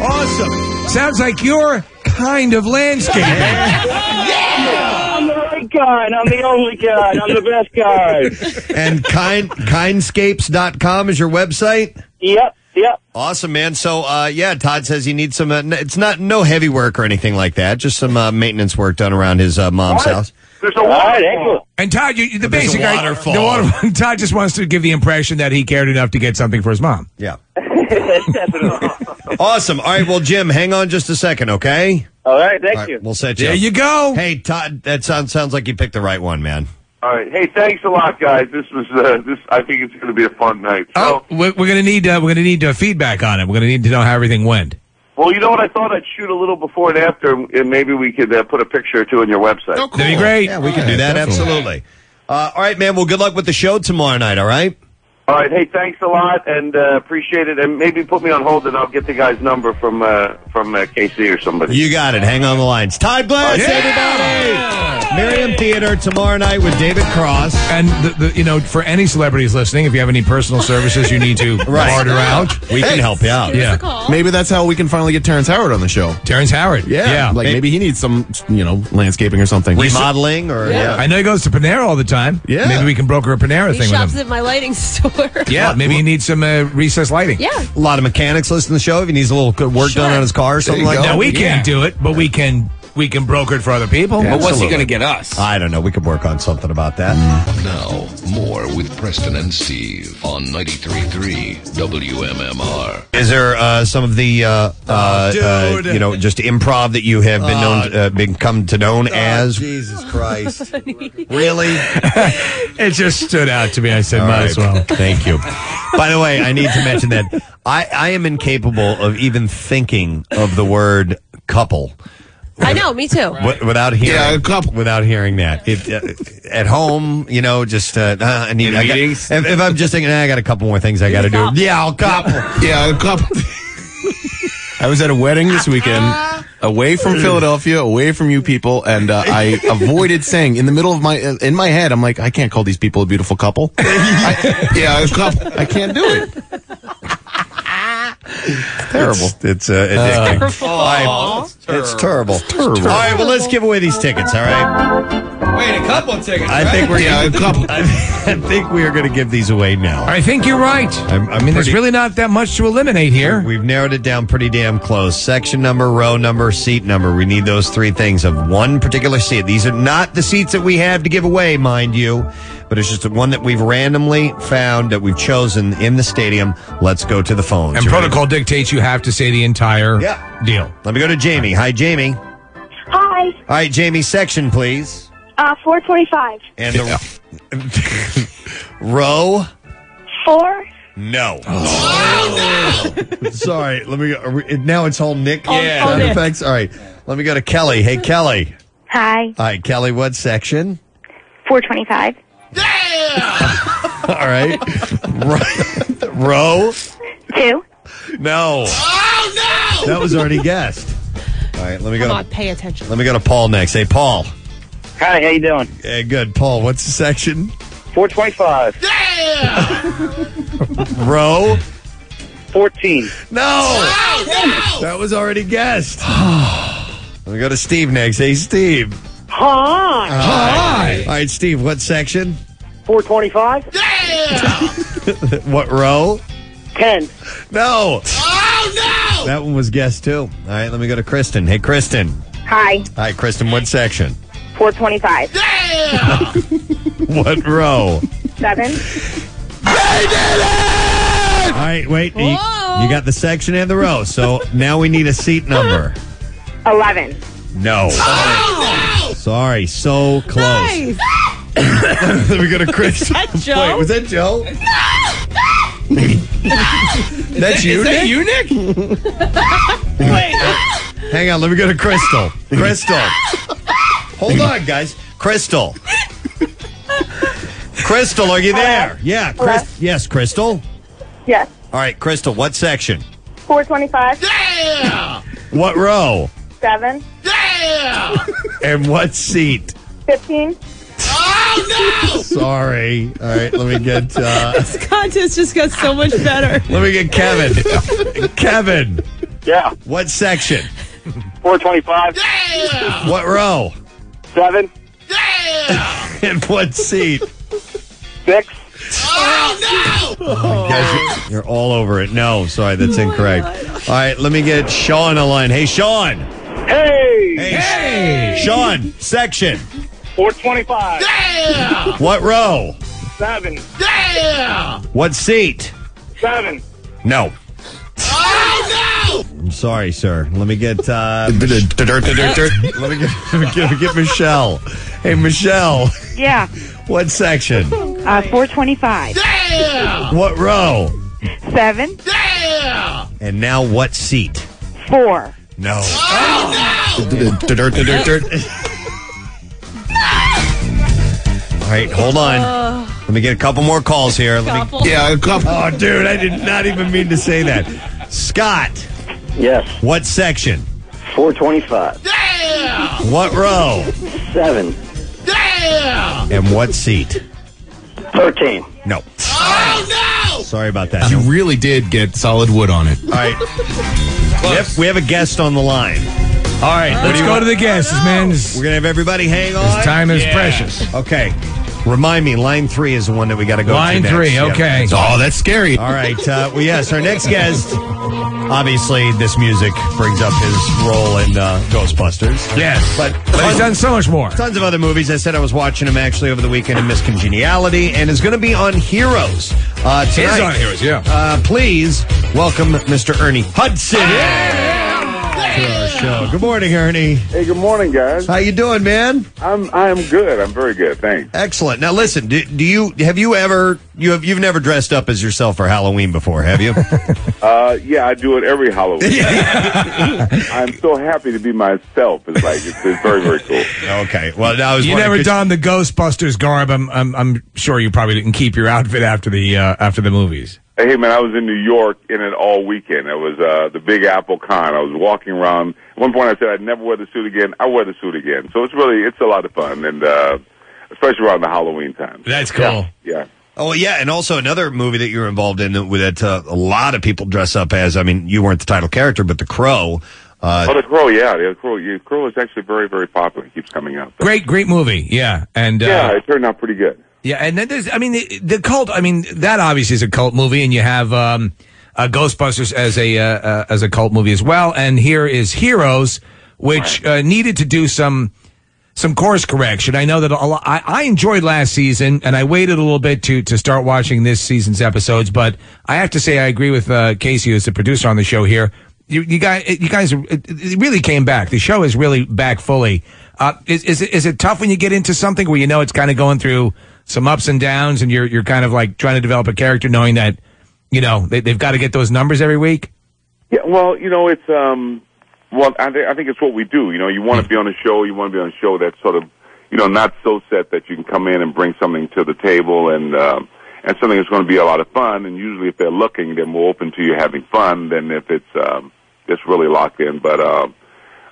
Speaker 6: Awesome. Sounds like your kind of landscaping.
Speaker 24: I'm the right guy. I'm the only guy. I'm the best guy.
Speaker 4: and Uh, kind kindscapes.com is your website?
Speaker 24: Yep, yep.
Speaker 4: Awesome, man. So, uh, yeah, Todd says you need some, uh, n- it's not no heavy work or anything like that, just some uh, maintenance work done around his uh, mom's house.
Speaker 24: There's a waterfall.
Speaker 6: And Todd, you, the
Speaker 4: There's a
Speaker 6: basic idea-
Speaker 4: waterfall.
Speaker 6: The waterfall. Todd just wants to give the impression that he cared enough to get something for his mom.
Speaker 4: Yeah. awesome. All right, well, Jim, hang on just a second, okay?
Speaker 24: All right, thank
Speaker 4: All right,
Speaker 24: you.
Speaker 4: We'll set you.
Speaker 6: There
Speaker 4: up.
Speaker 6: you go.
Speaker 4: Hey, Todd, that sounds sounds like you picked the right one, man.
Speaker 24: All right. Hey, thanks a lot, guys. This was uh, this. I think it's going to be a fun night.
Speaker 6: Oh, we're, we're gonna need uh, we're gonna need uh, feedback on it. We're gonna need to know how everything went.
Speaker 24: Well, you know what? I thought I'd shoot a little before and after, and maybe we could uh, put a picture or two on your website.
Speaker 6: That'd be great.
Speaker 4: Yeah, we can do that. Absolutely. Uh, all right, man. Well, good luck with the show tomorrow night. All right.
Speaker 24: All right. Hey, thanks a lot, and uh, appreciate it. And maybe put me on hold, and I'll get the guy's number from uh, from uh, KC or somebody.
Speaker 4: You got it. Hang on the lines. Todd Glass,
Speaker 24: Yeah!
Speaker 4: everybody. Miriam Theater tomorrow night with David Cross.
Speaker 6: And the, the, you know, for any celebrities listening, if you have any personal services you need to
Speaker 4: Right.
Speaker 6: barter out,
Speaker 4: We can help you out. Give us a
Speaker 6: Yeah.
Speaker 13: Maybe that's how we can finally get Terrence Howard on the show.
Speaker 6: Terrence Howard.
Speaker 13: Yeah.
Speaker 6: Yeah.
Speaker 13: Like
Speaker 6: Maybe-
Speaker 13: maybe, he needs some, you know, landscaping or something.
Speaker 4: Remodeling or yeah.
Speaker 6: I know he goes to Panera all the time.
Speaker 13: Yeah.
Speaker 6: Maybe we can broker a
Speaker 22: He
Speaker 6: Panera thing with
Speaker 22: shops
Speaker 6: him.
Speaker 22: at my lighting store.
Speaker 6: Yeah. Maybe he needs some uh, recessed lighting.
Speaker 22: Yeah.
Speaker 4: A lot of mechanics listen to the show. If he needs a little good work done on his car or something like that.
Speaker 6: Now we can't do it, but we can we can broker it for other people.
Speaker 4: But what's he Absolutely. gonna
Speaker 6: get us?
Speaker 4: I don't know. We could work on something about that.
Speaker 3: Now, more with Preston and Steve on 93.3 WMMR.
Speaker 4: Is there uh, some of the uh, uh, uh,
Speaker 3: dude.
Speaker 4: you know just improv that you have been known uh, become to known as?
Speaker 1: Jesus
Speaker 4: Christ. really?
Speaker 6: it just stood out to me. I said,
Speaker 4: All
Speaker 6: might as
Speaker 4: right.
Speaker 6: well.
Speaker 4: Thank you. By the way, I need to mention that I, I am incapable of even thinking of the word couple
Speaker 22: I know, me too.
Speaker 4: wi- without hearing without hearing that. If, uh, at home, you know, just uh, uh, I need
Speaker 7: In
Speaker 4: I got-
Speaker 7: meetings?
Speaker 4: if, if I'm just thinking, "Ah, I got a couple more things I got to do. Yeah, I'll couple.
Speaker 13: Yeah, a couple. I was at a wedding this weekend, away from Philadelphia, away from you people, and uh, I avoided saying in the middle of my in my head, I'm like, I can't call these people a beautiful couple. I, yeah, a couple. I can't do it. It's terrible.
Speaker 4: It's, it's uh, addicting.
Speaker 13: terrible.
Speaker 4: All right. It's terrible. All right, well, let's give away these tickets. All right,
Speaker 7: Wait, a couple of tickets.
Speaker 4: I think we're
Speaker 7: yeah,
Speaker 4: I, think we are going to give these away now.
Speaker 6: I think you're right.
Speaker 4: I'm,
Speaker 6: I mean, there's really not that much to eliminate here.
Speaker 4: We've narrowed it down pretty damn close. Section number, row number, seat number. We need those three things of one particular seat. These are not the seats that we have to give away, mind you, but it's just the one that we've randomly found that we've chosen in the stadium. Let's go to the phones.
Speaker 6: And
Speaker 4: You ready?
Speaker 6: protocol dictates you have to say the entire
Speaker 4: Yeah.
Speaker 6: deal.
Speaker 4: Let me go to Jamie. Hi, Jamie.
Speaker 19: Hi.
Speaker 4: All right, Jamie, section, please.
Speaker 19: Uh, 425.
Speaker 4: And the row.
Speaker 19: Four.
Speaker 4: No. Sorry. Let me go. are we- Now it's all Nick
Speaker 19: All-
Speaker 4: Oh, yeah.
Speaker 19: all
Speaker 4: sound
Speaker 19: Nick.
Speaker 4: effects. All right. Let me go to Kelly. Hey, Kelly.
Speaker 19: Hi.
Speaker 4: All right, Kelly, what section?
Speaker 19: 425.
Speaker 4: All right. Ro- Row?
Speaker 19: Two.
Speaker 4: No. Oh, no! That was already guessed. All right, let me
Speaker 22: Come
Speaker 4: go.
Speaker 22: on, pay attention.
Speaker 4: Let me go to Paul next. Hey, Paul.
Speaker 8: Hi, how you doing?
Speaker 4: Hey, good. Paul, what's the section?
Speaker 8: 425.
Speaker 4: Row?
Speaker 8: 14.
Speaker 4: No! That was already guessed. let me go to Steve next. Hey, Steve.
Speaker 14: Hi.
Speaker 4: Hi. All right, Steve, what section?
Speaker 14: 425?
Speaker 4: What row?
Speaker 14: 10.
Speaker 4: No.
Speaker 14: Oh,
Speaker 4: That one was guessed too. All right, let me go to Kristen. Hey, Kristen.
Speaker 19: Hi.
Speaker 4: Hi, Kristen, what section?
Speaker 19: 425.
Speaker 4: What row?
Speaker 19: Seven.
Speaker 4: They did it! All right, wait. You, you got the section and the row. So now we need a seat number.
Speaker 19: 11.
Speaker 4: No. Sorry, so close. Let me go to Chris.
Speaker 1: that
Speaker 4: Wait, was that Joe? That's you, Nick?
Speaker 1: you, Nick? Wait.
Speaker 4: Hang on, let me go to Crystal. Crystal. Hold on, guys. Crystal. Crystal, are you there? Yeah, Chris. Yes, Crystal.
Speaker 19: Yes.
Speaker 4: All right, Crystal, what section?
Speaker 19: 425. Yeah!
Speaker 4: What row?
Speaker 19: 7. Yeah!
Speaker 4: And what seat?
Speaker 19: 15.
Speaker 1: Oh,
Speaker 4: Sorry. All right, let me get uh
Speaker 22: This contest just got so much better.
Speaker 4: let me get Kevin. Kevin.
Speaker 24: Yeah.
Speaker 4: What section?
Speaker 24: 425.
Speaker 4: What row?
Speaker 24: Seven.
Speaker 4: And what seat?
Speaker 24: Six.
Speaker 1: Oh, no!
Speaker 4: Guys, you're, you're all over it. No, sorry, that's incorrect. All right, let me get Sean a line. Hey, Sean.
Speaker 24: Hey.
Speaker 4: Hey. Sean, section.
Speaker 24: 425. Yeah!
Speaker 4: What row?
Speaker 24: Seven. Yeah!
Speaker 4: What seat?
Speaker 24: Seven.
Speaker 4: No.
Speaker 1: Oh,
Speaker 4: I'm sorry, sir. Let me get uh,
Speaker 13: Let
Speaker 4: me get, get, get Michelle. Hey, Michelle.
Speaker 16: Yeah.
Speaker 4: What section?
Speaker 16: Uh, 425.
Speaker 4: What row?
Speaker 16: 7.
Speaker 4: And now what seat?
Speaker 16: 4.
Speaker 4: No. All right, hold on.
Speaker 8: Uh,
Speaker 4: Let me get a couple more calls here. Let me,
Speaker 1: Couple. Yeah, a couple.
Speaker 4: Oh, dude, I did not even mean to say that. Scott.
Speaker 24: Yes.
Speaker 4: What section?
Speaker 24: 425.
Speaker 4: What row?
Speaker 24: Seven.
Speaker 4: And what seat?
Speaker 24: 13.
Speaker 4: No.
Speaker 8: Oh,
Speaker 4: Sorry about that.
Speaker 13: You really did get solid wood on it.
Speaker 4: All right. Yep, we have a guest on the line. All right, what
Speaker 6: Let's
Speaker 4: do you
Speaker 6: go
Speaker 4: want-
Speaker 6: to the guests, man. This
Speaker 4: We're gonna have everybody hang on.
Speaker 6: time is
Speaker 4: Yeah.
Speaker 6: precious.
Speaker 4: Okay. Remind me, line three is the one that we got to go
Speaker 6: Line
Speaker 4: to. next.
Speaker 6: three, okay.
Speaker 13: Oh, that's scary.
Speaker 4: All right. Uh, well, yes, our next guest. Obviously, this music brings up his role in uh, Ghostbusters.
Speaker 6: Yes.
Speaker 4: But,
Speaker 6: But he's done so much more.
Speaker 4: Tons of other movies. I said I was watching him actually over the weekend in Miss Congeniality, and is going to be on Heroes uh,
Speaker 6: He is
Speaker 4: tonight.
Speaker 6: on Heroes, yeah.
Speaker 4: Uh, please welcome Mr. Ernie Hudson to our show. Good morning, Ernie.
Speaker 20: Hey, good morning, guys.
Speaker 4: How you doing, man?
Speaker 20: I'm I'm good. I'm very good. Thanks.
Speaker 4: Excellent. Now listen, do, do you have you ever you have you've never dressed up as yourself for Halloween before, have you?
Speaker 20: Uh, yeah, I do it every Halloween. I'm so happy to be myself. It's like it's, it's very very cool.
Speaker 4: okay. Well, now I was
Speaker 6: you
Speaker 4: wondering,
Speaker 6: never
Speaker 4: could-
Speaker 6: donned the Ghostbusters garb. I'm, I'm, I'm sure you probably didn't keep your outfit after the uh, after the movies.
Speaker 20: Hey man, I was in New York in it all weekend. It was uh, the Big Apple Con. I was walking around. At one point, I said I'd never wear the suit again. I wear the suit again. So it's really it's a lot of fun, and uh, especially around the Halloween time.
Speaker 6: That's cool.
Speaker 20: Yeah.
Speaker 4: Oh yeah, and also another movie that you were involved in that, that uh, a lot of people dress up as. I mean, you weren't the title character, but the Crow. Uh,
Speaker 20: oh, the crow, yeah, the crow, the crow is actually very, very popular. It keeps coming up.
Speaker 6: Great, great movie. Yeah, and uh,
Speaker 20: yeah, it turned out pretty good.
Speaker 6: Yeah, and then there's, I mean, the, the cult. I mean, that obviously is a cult movie, and you have um, uh, Ghostbusters as a uh, uh, as a cult movie as well. And here is Heroes, which uh, needed to do some some course correction. I know that a lot, I, I enjoyed last season, and I waited a little bit to to start watching this season's episodes. But I have to say, I agree with uh, Casey, who's the producer on the show here. You, you guys, you guys, are- it, it really came back. The show is really back fully. Uh, is is it, is it tough when you get into something where you know it's kind of going through some ups and downs, and you're you're kind of like trying to develop a character, knowing that you know they, they've got to get those numbers every week.
Speaker 20: Yeah, well, you know, it's um, well, I, th- I think it's what we do. You know, you want to be on a show, you want to be on a show that's sort of, you know, not so set that you can come in and bring something to the table and um, and something that's going to be a lot of fun. And usually, if they're looking, they're more open to you having fun than if it's um, it's really locked in. But um,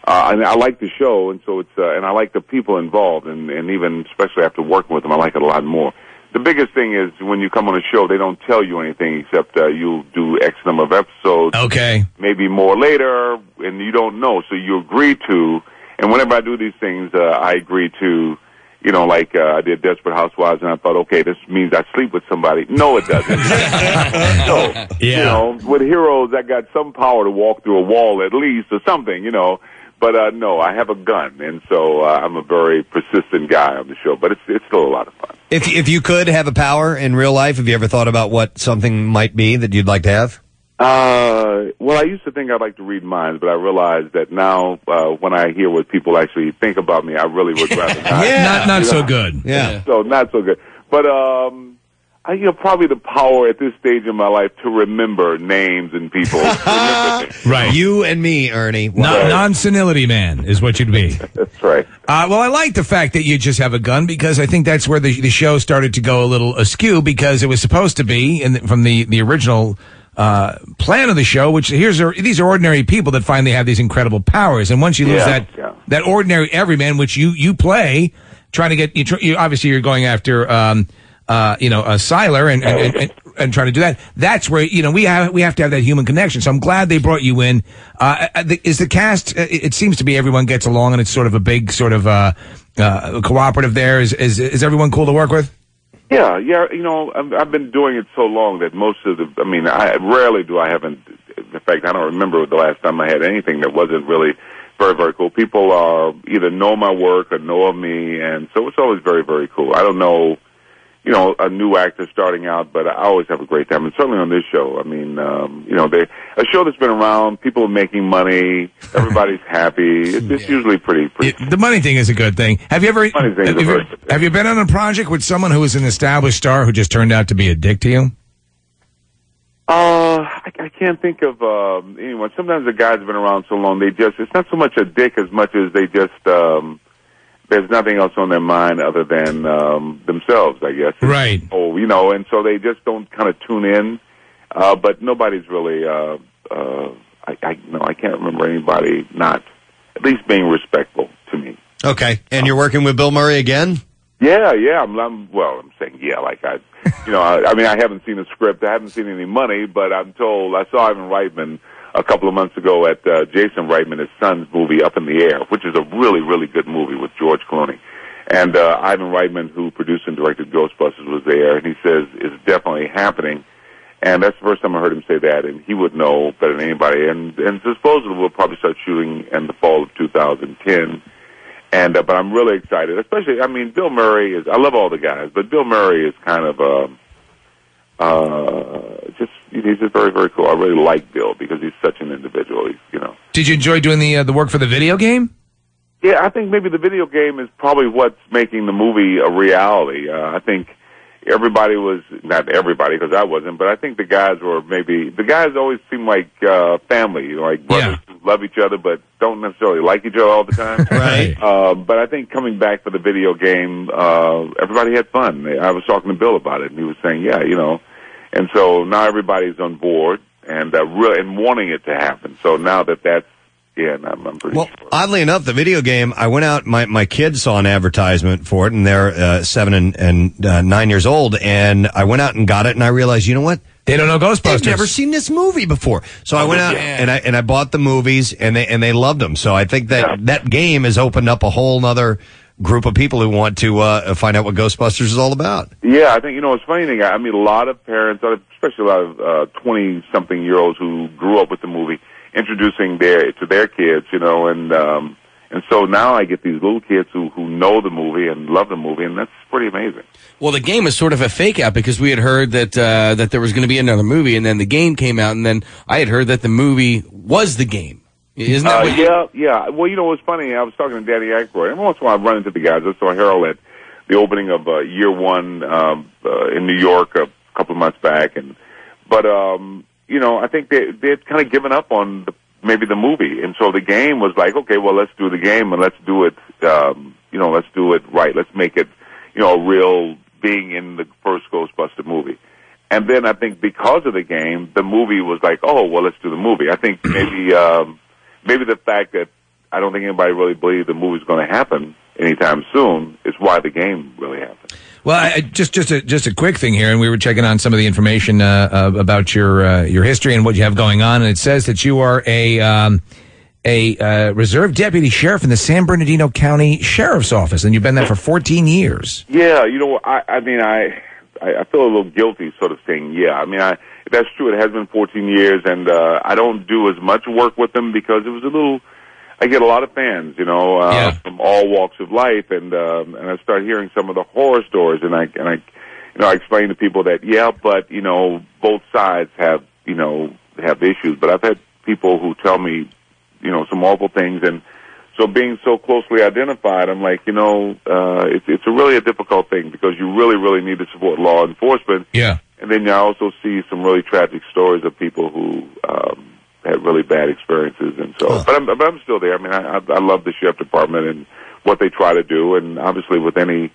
Speaker 20: uh, and I like the show, and so it's uh, and I like the people involved, and and even especially after working with them, I like it a lot more. The biggest thing is when you come on a show, they don't tell you anything except uh, you'll do X number of episodes
Speaker 6: Okay.
Speaker 20: maybe more later, and you don't know. So you agree to, and whenever I do these things, uh, I agree to, you know, like uh, I did Desperate Housewives, and I thought, okay, this means I sleep with somebody. No, it doesn't. no. You know, with heroes, I got some power to walk through a wall at least or something, you know. But uh, no, I have a gun, and so uh, I'm a very persistent guy on the show. But it's it's still a lot of fun.
Speaker 4: If if you could have a power in real life, have you ever thought about what something might be that you'd like to have?
Speaker 20: Uh, well, I used to think I'd like to read minds, but I realized that now, uh, when I hear what people actually think about me, I really would rather not.
Speaker 6: Yeah. Not- not so good.
Speaker 4: Yeah.
Speaker 20: So not so good. But um, I, you know, probably the power at this stage in my life to remember names and people.
Speaker 6: Right.
Speaker 4: You and me, Ernie.
Speaker 6: Non- non-senility man is what you'd be.
Speaker 20: that's right.
Speaker 6: Uh, well, I like the fact that you just have a gun because I think that's where the, the show started to go a little askew because it was supposed to be in the, from the the original uh, plan of the show, which here's are, these are ordinary people that finally have these incredible powers, and once you lose
Speaker 9: Yeah,
Speaker 6: that
Speaker 9: yeah.
Speaker 6: that ordinary everyman, which you you play, trying to get you, tr- you obviously you're going after um, uh, you know a Siler and and, and, and and trying to do that. That's where you know we have we have to have that human connection. So I'm glad they brought you in. Uh, uh, the, is the cast? uh, It it seems to be everyone gets along, and it's sort of a big sort of uh, uh, cooperative. There is is is everyone cool to work with?
Speaker 20: Yeah, yeah. You know, I've, I've been doing it so long that most of the. I mean, I rarely do I haven't. In fact, I don't remember the last time I had anything that wasn't really very, very cool. People uh, either know my work or know of me, and so it's always very, very cool. I don't know, you know, a new actor starting out, but I always have a great time, and certainly on this show. I mean, um, you know, they a show that's been around. People are making money. Everybody's happy. It's, it's usually pretty, pretty.
Speaker 6: The money thing is a good thing. Have you ever
Speaker 20: Money thing is a
Speaker 6: have, you,
Speaker 20: very
Speaker 6: have you been on a project with someone who was an established star who just turned out to be a dick to you?
Speaker 20: Uh, I, I can't think of um, anyone. Sometimes the guys have been around so long, they just, it's not so much a dick as much as they just, um, there's nothing else on their mind other than um, themselves, I guess.
Speaker 6: Right.
Speaker 20: Oh, you know, and so they just don't kind of tune in. Uh, but nobody's really, uh, uh, I, I, no, I can't remember anybody not, at least being respectful to me.
Speaker 4: Okay, and you're working with Bill Murray again.
Speaker 20: Yeah, yeah. I'm, I'm well. I'm saying yeah. Like I, you know, I, I mean, I haven't seen the script. I haven't seen any money, but I'm told I saw Ivan Reitman a couple of months ago at uh, Jason Reitman his son's movie Up in the Air, which is a really, really good movie with George Clooney. And uh, Ivan Reitman, who produced and directed Ghostbusters, was there, and he says it's definitely happening. And that's the first time I heard him say that, and he would know better than anybody. And and disposable will probably start shooting in the fall of 2010. And uh, but I'm really excited, especially I mean Bill Murray is I love all the guys, but Bill Murray is kind of um uh just he's just very very cool. I really like Bill because he's such an individual. He's, you know.
Speaker 6: Did you enjoy doing the uh, the work for the video game?
Speaker 20: Yeah, I think maybe the video game is probably what's making the movie a reality. Uh, I think everybody was not everybody because I wasn't, but I think the guys were maybe the guys always seem like uh, family, you know, like brothers who love each other but don't necessarily like each other all the time.
Speaker 4: right.
Speaker 20: Uh, but I think coming back for the video game, uh, everybody had fun. I was talking to Bill about it, and he was saying, "Yeah, you know." And so now everybody's on board and uh, really and wanting it to happen. So now that that's yeah, I'm, I'm pretty
Speaker 4: Well, oddly enough, the video game, I went out, my, my kids saw an advertisement for it, and they're uh, seven and, and uh, nine years old, and I went out and got it, and I realized, you know Oh, what?
Speaker 6: They don't know
Speaker 4: They've
Speaker 6: Ghostbusters.
Speaker 4: never seen this movie before. So I went out and I and I bought the movies and they and they loved them. So I think that that game has opened up a whole nother group of people who want to uh, find out what Ghostbusters is all about.
Speaker 20: Yeah, I think you know it's funny thing. I I meet a lot of parents, a lot of- especially a lot of uh, twenty-something year olds who grew up with the movie, introducing their to their kids, you know, and um, and so now I get these little kids who who know the movie and love the movie, and that's pretty amazing.
Speaker 7: Well, the game is sort of a fake out because we had heard that uh, that there was going to be another movie, and then the game came out, and then I had heard that the movie was the game. Isn't that
Speaker 20: uh,
Speaker 7: what?
Speaker 20: yeah, yeah. Well, you know, it's funny. I was talking to Danny Aykroyd. Every once in a while, I run into the guys. I saw Harold at the opening of uh, Year One um, uh, in New York a couple of months back, and but um, you know, I think they they had kind of given up on the, maybe the movie, and so the game was like, okay, well, let's do the game and let's do it. Um, you know, let's do it right. Let's make it, you know, a real being in the first Ghostbuster movie. And then I think because of the game, the movie was like, oh, well, let's do the movie. I think maybe. Um, maybe the fact that I don't think anybody really believed the movie's going to happen anytime soon is why the game really happened.
Speaker 6: Well, I, I- just just a, just a quick thing here, and we were checking on some of the information uh, uh, about your uh, your history and what you have going on, and it says that you are a um, a uh, reserve deputy sheriff in the San Bernardino County Sheriff's Office, and you've been there for 14 years.
Speaker 20: Yeah, you know, I, I mean, I, I I feel a little guilty, sort of saying, yeah. I mean, I that's true. It has been 14 years, and uh, I don't do as much work with them because it was a little. I get a lot of fans, you know, uh, from all walks of life, and um, and I start hearing some of the horror stories, and I and I, you know, I explain to people that yeah, but you know, both sides have you know have issues, but I've had people who tell me, you know, some awful things, and so being so closely identified, I'm like, you know, uh, it's it's a really a difficult thing because you really really need to support law enforcement,
Speaker 6: Yeah.
Speaker 20: and then I also see some really tragic stories of people who um, had really bad experiences, and so. But I'm but I'm still there. I mean, I I I love the sheriff department and what they try to do, and obviously with any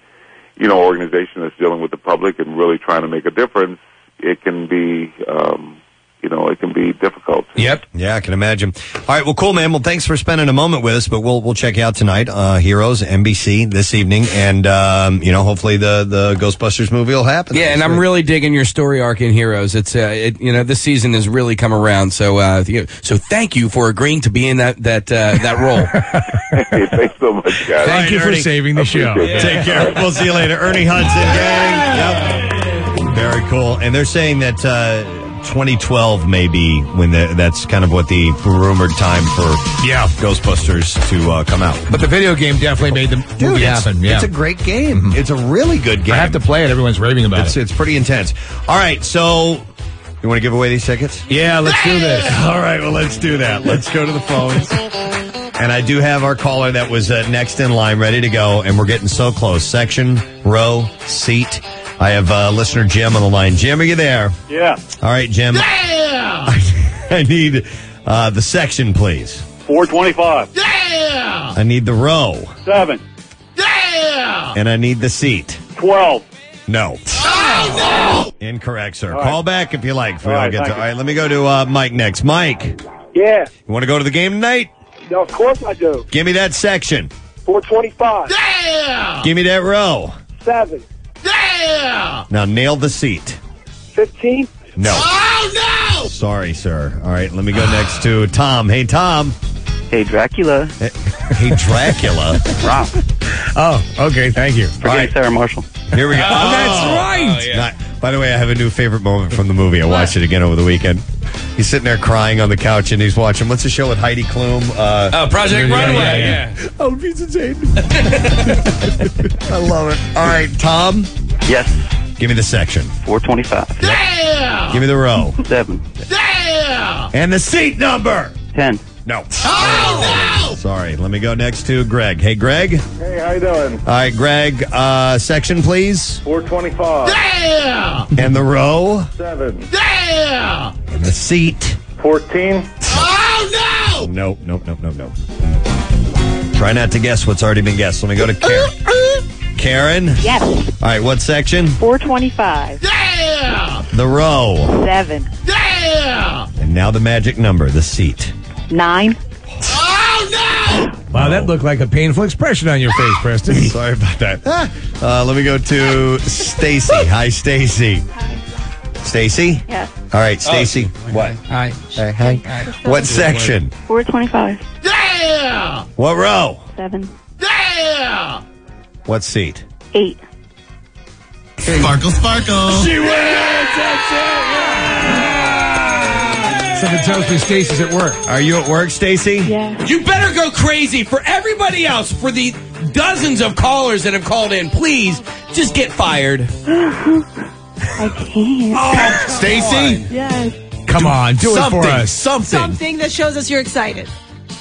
Speaker 20: you know organization that's dealing with the public and really trying to make a difference, it can be um, you know it can be difficult.
Speaker 6: Yep.
Speaker 4: Yeah, I can imagine. All right, well, cool, man. Well, thanks for spending a moment with us. But we'll we'll check you out tonight, uh, Heroes NBC this evening, and um, you know, hopefully the the Ghostbusters movie will happen.
Speaker 7: Yeah, and I'm really digging your story arc in Heroes. It's uh, it, you know this season has really come around. So uh, th- so thank you for agreeing to be in that that uh, that role.
Speaker 20: Thanks so much, guys.
Speaker 6: Thank you for saving the show.
Speaker 4: Take care. We'll see you later, Ernie Hudson. Gang. Yep. Very cool. And they're saying that uh, 2012 maybe when the, that's kind of what the rumored time for yeah Ghostbusters to uh, come out.
Speaker 6: But the video game definitely made the movie
Speaker 4: Dude, it's,
Speaker 6: happen. Yeah. Mm-hmm.
Speaker 4: it's a great game. It's a really good game.
Speaker 6: I have to play it. Everyone's raving about
Speaker 4: it's,
Speaker 6: it.
Speaker 4: It's pretty intense. All right, so you want to give away these tickets?
Speaker 6: Yeah, let's do this.
Speaker 4: All right, well, let's do that. Let's go to the phones. And I do have our caller that was uh, next in line ready to go, and we're getting so close. Section, row, seat. I have uh, listener Jim on the line. Jim, are you there?
Speaker 14: Yeah.
Speaker 4: All right, Jim. I need uh, the section, please.
Speaker 14: 425. Yeah!
Speaker 4: I need the row,
Speaker 14: 7. Yeah!
Speaker 4: and I need the seat.
Speaker 14: 12.
Speaker 4: No.
Speaker 14: Oh,
Speaker 4: Incorrect, sir.
Speaker 14: right.
Speaker 4: Call back if you like. If we
Speaker 14: All
Speaker 4: don't
Speaker 14: right,
Speaker 4: get to.
Speaker 14: thank
Speaker 4: All right, let me go to uh, Mike next. Mike, you
Speaker 14: no! Yeah.
Speaker 4: want to go to the game tonight?
Speaker 14: No, of course I do.
Speaker 4: Give me that section.
Speaker 14: 425. Yeah!
Speaker 4: Give me that row.
Speaker 14: 7. Yeah!
Speaker 4: Now nail the seat.
Speaker 14: 15.
Speaker 4: No.
Speaker 14: Oh, no!
Speaker 4: Sorry, sir. All right, let me go next to Tom. Hey, Tom.
Speaker 9: Hey, Dracula.
Speaker 4: Hey, Dracula.
Speaker 9: Rob.
Speaker 4: Oh, okay. Thank you.
Speaker 9: Forgetting Sarah Marshall.
Speaker 4: Here we go.
Speaker 9: Oh,
Speaker 6: that's right.
Speaker 4: Not- by the way, I have a new favorite moment from the movie. I watched it again over the weekend. He's sitting there crying on the couch and he's watching. What's the show with Heidi Klum? Uh,
Speaker 7: Oh, Project Runway. Yeah.
Speaker 4: Oh, piece of tape. I love it. All right, Tom.
Speaker 9: Yes.
Speaker 4: Give me the section.
Speaker 9: 425.
Speaker 4: Give me the row.
Speaker 9: 7.
Speaker 4: And the seat number.
Speaker 9: 10.
Speaker 4: No. Oh, no. Sorry. Let me go next to Greg. Hey, Greg.
Speaker 24: Hey, how you doing?
Speaker 4: All right, Greg. Uh, section, please.
Speaker 24: 425. Yeah!
Speaker 4: And the row.
Speaker 24: 7. Yeah!
Speaker 4: And the seat.
Speaker 24: 14. Oh,
Speaker 4: Oh, nope, nope, nope, nope, nope. Try not to guess what's already been guessed. Let me go to Karen. Karen.
Speaker 16: Yes.
Speaker 4: All right, what section?
Speaker 16: 425.
Speaker 4: The row.
Speaker 16: 7.
Speaker 4: And now the magic number, the seat.
Speaker 16: 9.
Speaker 8: Oh,
Speaker 6: Wow, that looked like a painful expression on your face, Preston. Ah.
Speaker 4: Sorry about that. Uh, let me go to Stacy. Hi, Stacy. Stacy?
Speaker 9: Yeah.
Speaker 4: All right, Stacy.
Speaker 6: Oh,
Speaker 4: What?
Speaker 9: Hi.
Speaker 4: Hi. What section?
Speaker 9: 425.
Speaker 14: Yeah!
Speaker 4: What row?
Speaker 9: 7.
Speaker 14: Yeah!
Speaker 4: What seat?
Speaker 9: 8.
Speaker 4: Sparkle, sparkle.
Speaker 14: She wins!
Speaker 6: Something tells me Stacy's at work.
Speaker 4: Are you at work, Stacy?
Speaker 9: Yeah.
Speaker 7: You better go crazy for everybody else for the dozens of callers that have called in. Please just get fired.
Speaker 9: I can't.
Speaker 7: Oh,
Speaker 6: Stacy?
Speaker 9: Yes.
Speaker 6: Come on, do it for
Speaker 9: something,
Speaker 6: us.
Speaker 22: Something that shows us you're excited.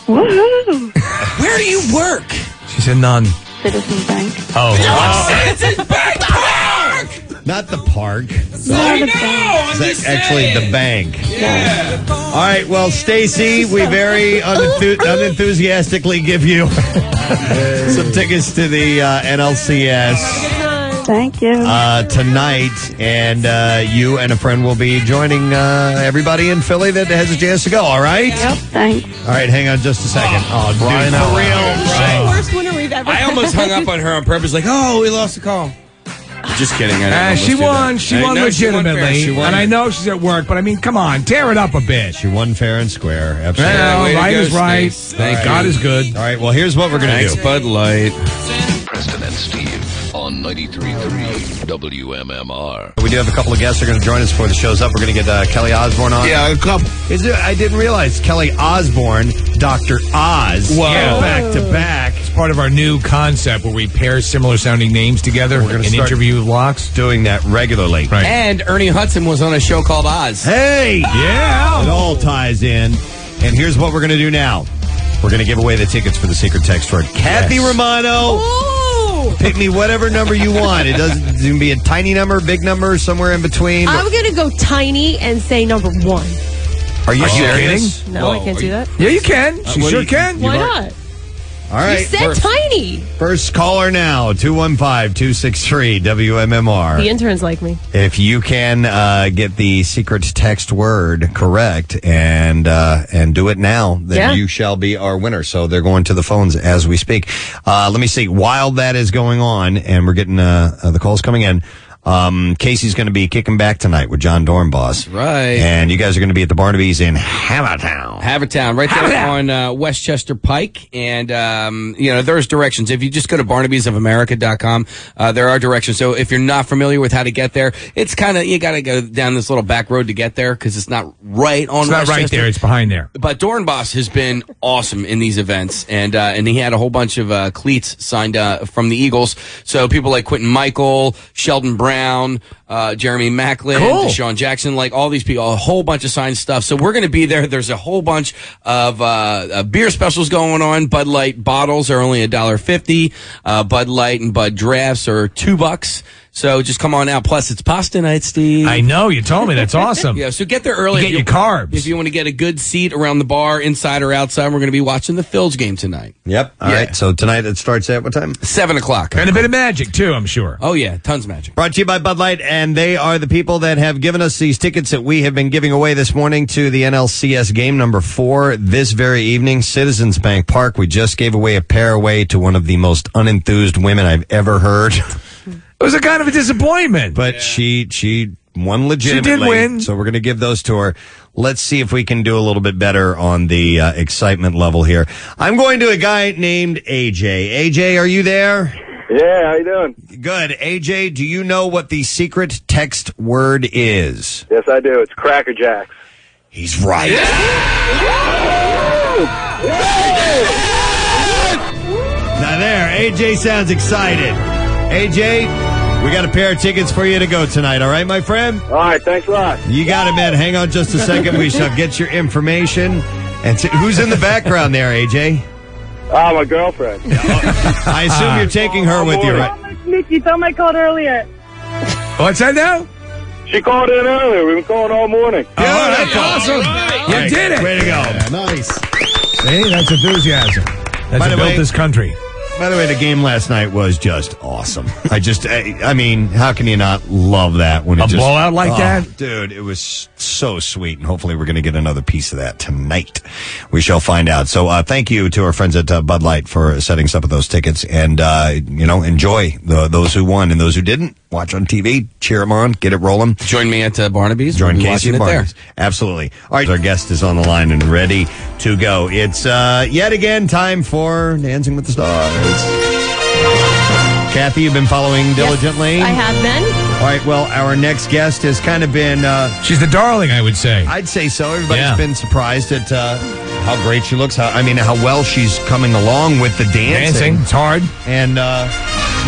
Speaker 9: Woohoo!
Speaker 7: Where do you work?
Speaker 6: She said none.
Speaker 9: Citizen Bank.
Speaker 6: Oh,
Speaker 7: Citizens Bank Park!
Speaker 4: Not the park.
Speaker 7: I know! I'm
Speaker 4: It's
Speaker 7: just
Speaker 4: actually
Speaker 7: saying.
Speaker 4: the bank.
Speaker 7: Yeah.
Speaker 4: All right, well, Stacy, we very unenthu- unenthusiastically give you some tickets to the uh, NLCS
Speaker 9: Thank you.
Speaker 4: uh, tonight, and uh, you and a friend will be joining uh, everybody in Philly that has a chance to go. All right. Yep.
Speaker 9: Thanks.
Speaker 4: All right, hang on just a second. Oh, dude, for real.
Speaker 22: Worst winner we've ever
Speaker 7: I almost hung up on her on purpose, like, oh, we lost the call. Just kidding. I didn't
Speaker 6: Uh,
Speaker 7: almost
Speaker 6: she
Speaker 7: do that.
Speaker 6: won. She
Speaker 7: I
Speaker 6: won
Speaker 7: know she won fair.
Speaker 6: legitimately.
Speaker 7: She won.
Speaker 6: And I know she's at work, but I mean, come on, tear it up a bit.
Speaker 4: She won fair and square. Absolutely.
Speaker 6: Well,
Speaker 7: way to
Speaker 6: right
Speaker 7: go,
Speaker 6: is right.
Speaker 7: Stace. Thank
Speaker 6: God
Speaker 7: you.
Speaker 6: is good.
Speaker 4: All right, well, here's what we're going to do.
Speaker 7: Thanks, Bud Light.
Speaker 3: Preston and Steve. on 93.3 WMMR.
Speaker 4: We do have a couple of guests that are going to join us before the show's up. We're going to get uh, Kelly Osborne on.
Speaker 13: Yeah, a couple.
Speaker 4: Is there, I didn't realize Kelly Osborne, Dr. Oz.
Speaker 6: Whoa.
Speaker 4: Yeah, back to back.
Speaker 6: It's part of our new concept where we pair similar sounding names together. We're
Speaker 4: gonna
Speaker 6: an
Speaker 4: start
Speaker 6: interview with locks.
Speaker 4: Doing that regularly.
Speaker 6: Right.
Speaker 7: And Ernie Hudson was on a show called Oz.
Speaker 4: Hey! Yeah! It all ties in. And here's what we're going to do now we're going to give away the tickets for the secret text word. Kathy Romano. Pick me whatever number you want. It doesn't it's gonna be a tiny number, big number, somewhere in between.
Speaker 5: I'm going to go tiny and say number one.
Speaker 6: Oh,
Speaker 4: Are you
Speaker 5: Are you
Speaker 4: serious?
Speaker 5: No,
Speaker 7: Oh,
Speaker 5: I can't do that.
Speaker 6: Yeah, you can.
Speaker 7: Uh,
Speaker 4: She sure can.
Speaker 5: Why not?
Speaker 4: All right.
Speaker 5: You said
Speaker 4: first,
Speaker 5: tiny.
Speaker 4: first caller now 215 263 WMMR.
Speaker 5: The interns like me.
Speaker 4: If you can uh, get the secret text word correct and uh, and do it now, then
Speaker 5: Yeah.
Speaker 4: you shall be our winner. So they're going to the phones as we speak. Uh, let me see. While that is going on, and we're getting uh, uh, the calls coming in. Um, Casey's going to be kicking back tonight with John Dornbos.
Speaker 7: Right.
Speaker 4: And you guys are going to be at the Barnaby's in Hammertown.
Speaker 7: Havertown, right there on uh, Westchester Pike. And, um, you know, there's directions. If you just go to barnabysofamerica.com, uh, there are directions. So if you're not familiar with how to get there, it's kind of, you got to go down this little back road to get there because it's not right on
Speaker 6: it's not right
Speaker 7: Westchester.
Speaker 6: there. It's behind there.
Speaker 7: But Dornbos has been awesome in these events, and uh, and he had a whole bunch of uh, cleats signed uh, from the Eagles. So people like Quentin Michael, Sheldon Brown, uh, Jeremy Macklin,
Speaker 6: Cool.
Speaker 7: Deshaun Jackson, like all these people, a whole bunch of signed stuff. So we're going to be there. There's a whole bunch of uh, uh, beer specials going on. Bud Light bottles are only a dollar fifty. Uh, Bud Light and Bud drafts are two bucks. So just come on out. Plus, it's pasta night, Steve.
Speaker 6: I know. You told me. That's awesome.
Speaker 7: yeah, so get there early.
Speaker 6: You
Speaker 7: if
Speaker 6: get your carbs.
Speaker 7: If you want to get a good seat around the bar, inside or outside, we're going to be watching the Phil's game tonight.
Speaker 4: Yep. All right. So tonight it starts at what time?
Speaker 7: Seven o'clock.
Speaker 6: And a bit of magic, too, I'm sure.
Speaker 7: Oh, yeah. Tons of magic.
Speaker 4: Brought to you by Bud Light, and they are the people that have given us these tickets that we have been giving away this morning to the NLCS game number four this very evening, Citizens Bank Park. We just gave away a pair away to one of the most unenthused women I've ever heard.
Speaker 6: It was a kind of a disappointment.
Speaker 4: But she she won legitimately.
Speaker 6: win.
Speaker 4: So we're going to give those to her. Let's see if we can do a little bit better on the uh, excitement level here. I'm going to a guy named AJ. AJ, are you there?
Speaker 11: Yeah, how you doing?
Speaker 4: Good. AJ, do you know what the secret text word is?
Speaker 11: Yes, I do. It's Cracker Jacks.
Speaker 4: He's right. Now there, AJ sounds excited. AJ, we got a pair of tickets for you to go tonight, all right, my friend?
Speaker 11: All right, thanks a lot.
Speaker 4: You got it, man. Hang on just a second. We shall get your information. And t- who's in the background there, AJ?
Speaker 11: Ah, my girlfriend. Oh,
Speaker 4: I assume you're taking her with you, right?
Speaker 19: Nikki, somebody called earlier.
Speaker 6: What's that now? Oh,
Speaker 11: She called in earlier. We've been calling all morning.
Speaker 6: that's awesome. You did it.
Speaker 4: Way to go.
Speaker 6: nice. See, that's enthusiasm. That's
Speaker 4: By
Speaker 6: what
Speaker 4: the
Speaker 6: built
Speaker 4: way-
Speaker 6: this country.
Speaker 4: By the way, the game last night was just awesome. I just, I, I mean, how can you not love that when it
Speaker 6: A
Speaker 4: just, Oh,
Speaker 6: blowout like that?
Speaker 4: dude? It was so sweet, and hopefully, we're going to get another piece of that tonight. We shall find out. So, uh, thank you to our friends at uh, Bud Light for setting us up with those tickets, and uh, you know, enjoy the, those who won and those who didn't. Watch on TV, cheer them on, get it rolling.
Speaker 7: Join me at uh, Barnaby's.
Speaker 4: Join
Speaker 7: We'll be
Speaker 4: Casey
Speaker 7: watching it there.
Speaker 4: Barnes. Absolutely. All right, our guest is on the line and ready to go. It's uh, yet again time for Dancing with the Stars. Kathy, you've been following diligently.
Speaker 5: I have been.
Speaker 4: All right. Well, our next guest has kind of been. Uh,
Speaker 6: She's the darling, I would say.
Speaker 4: I'd say so. Everybody's
Speaker 6: Yeah.
Speaker 4: been surprised at uh, how great she looks. How I mean, how well she's coming along with the
Speaker 6: Dancing,
Speaker 4: dancing.
Speaker 6: it's hard.
Speaker 4: And uh,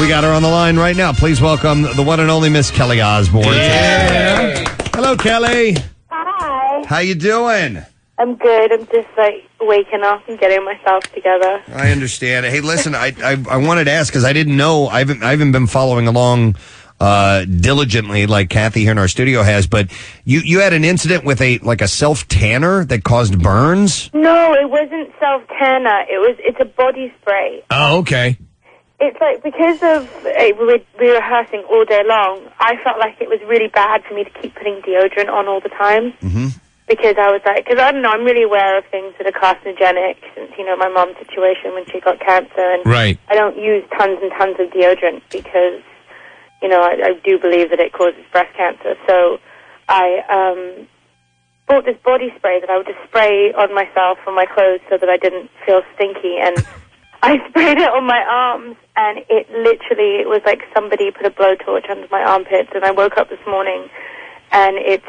Speaker 4: we got her on the line right now. Please welcome the one and only Miss Kelly Osborne. Hello, Kelly.
Speaker 17: Hi.
Speaker 4: How you doing?
Speaker 17: I'm good. I'm just like waking up and getting myself together.
Speaker 4: I understand. Hey, listen, I I, I wanted to ask because I didn't know. I haven't I haven't been following along uh, diligently like Kathy here in our studio has. But you you had an incident with a like a self tanner that caused burns.
Speaker 17: No, it wasn't self tanner. It was. It's a body spray.
Speaker 6: Oh, okay.
Speaker 17: It's like because of it, we were we were rehearsing all day long. I felt like it was really bad for me to keep putting deodorant on all the time
Speaker 4: Mm-hmm.
Speaker 17: because I was like, because I don't know, I'm really aware of things that are carcinogenic since you know my mom's situation when she got cancer, and
Speaker 6: Right.
Speaker 17: I don't use tons and tons of deodorant because you know I, I do believe that it causes breast cancer. So I um, bought this body spray that I would just spray on myself and my clothes so that I didn't feel stinky, and I sprayed it on my arms, and it literally it was like somebody put a blowtorch under my armpits, and I woke up this morning, and it's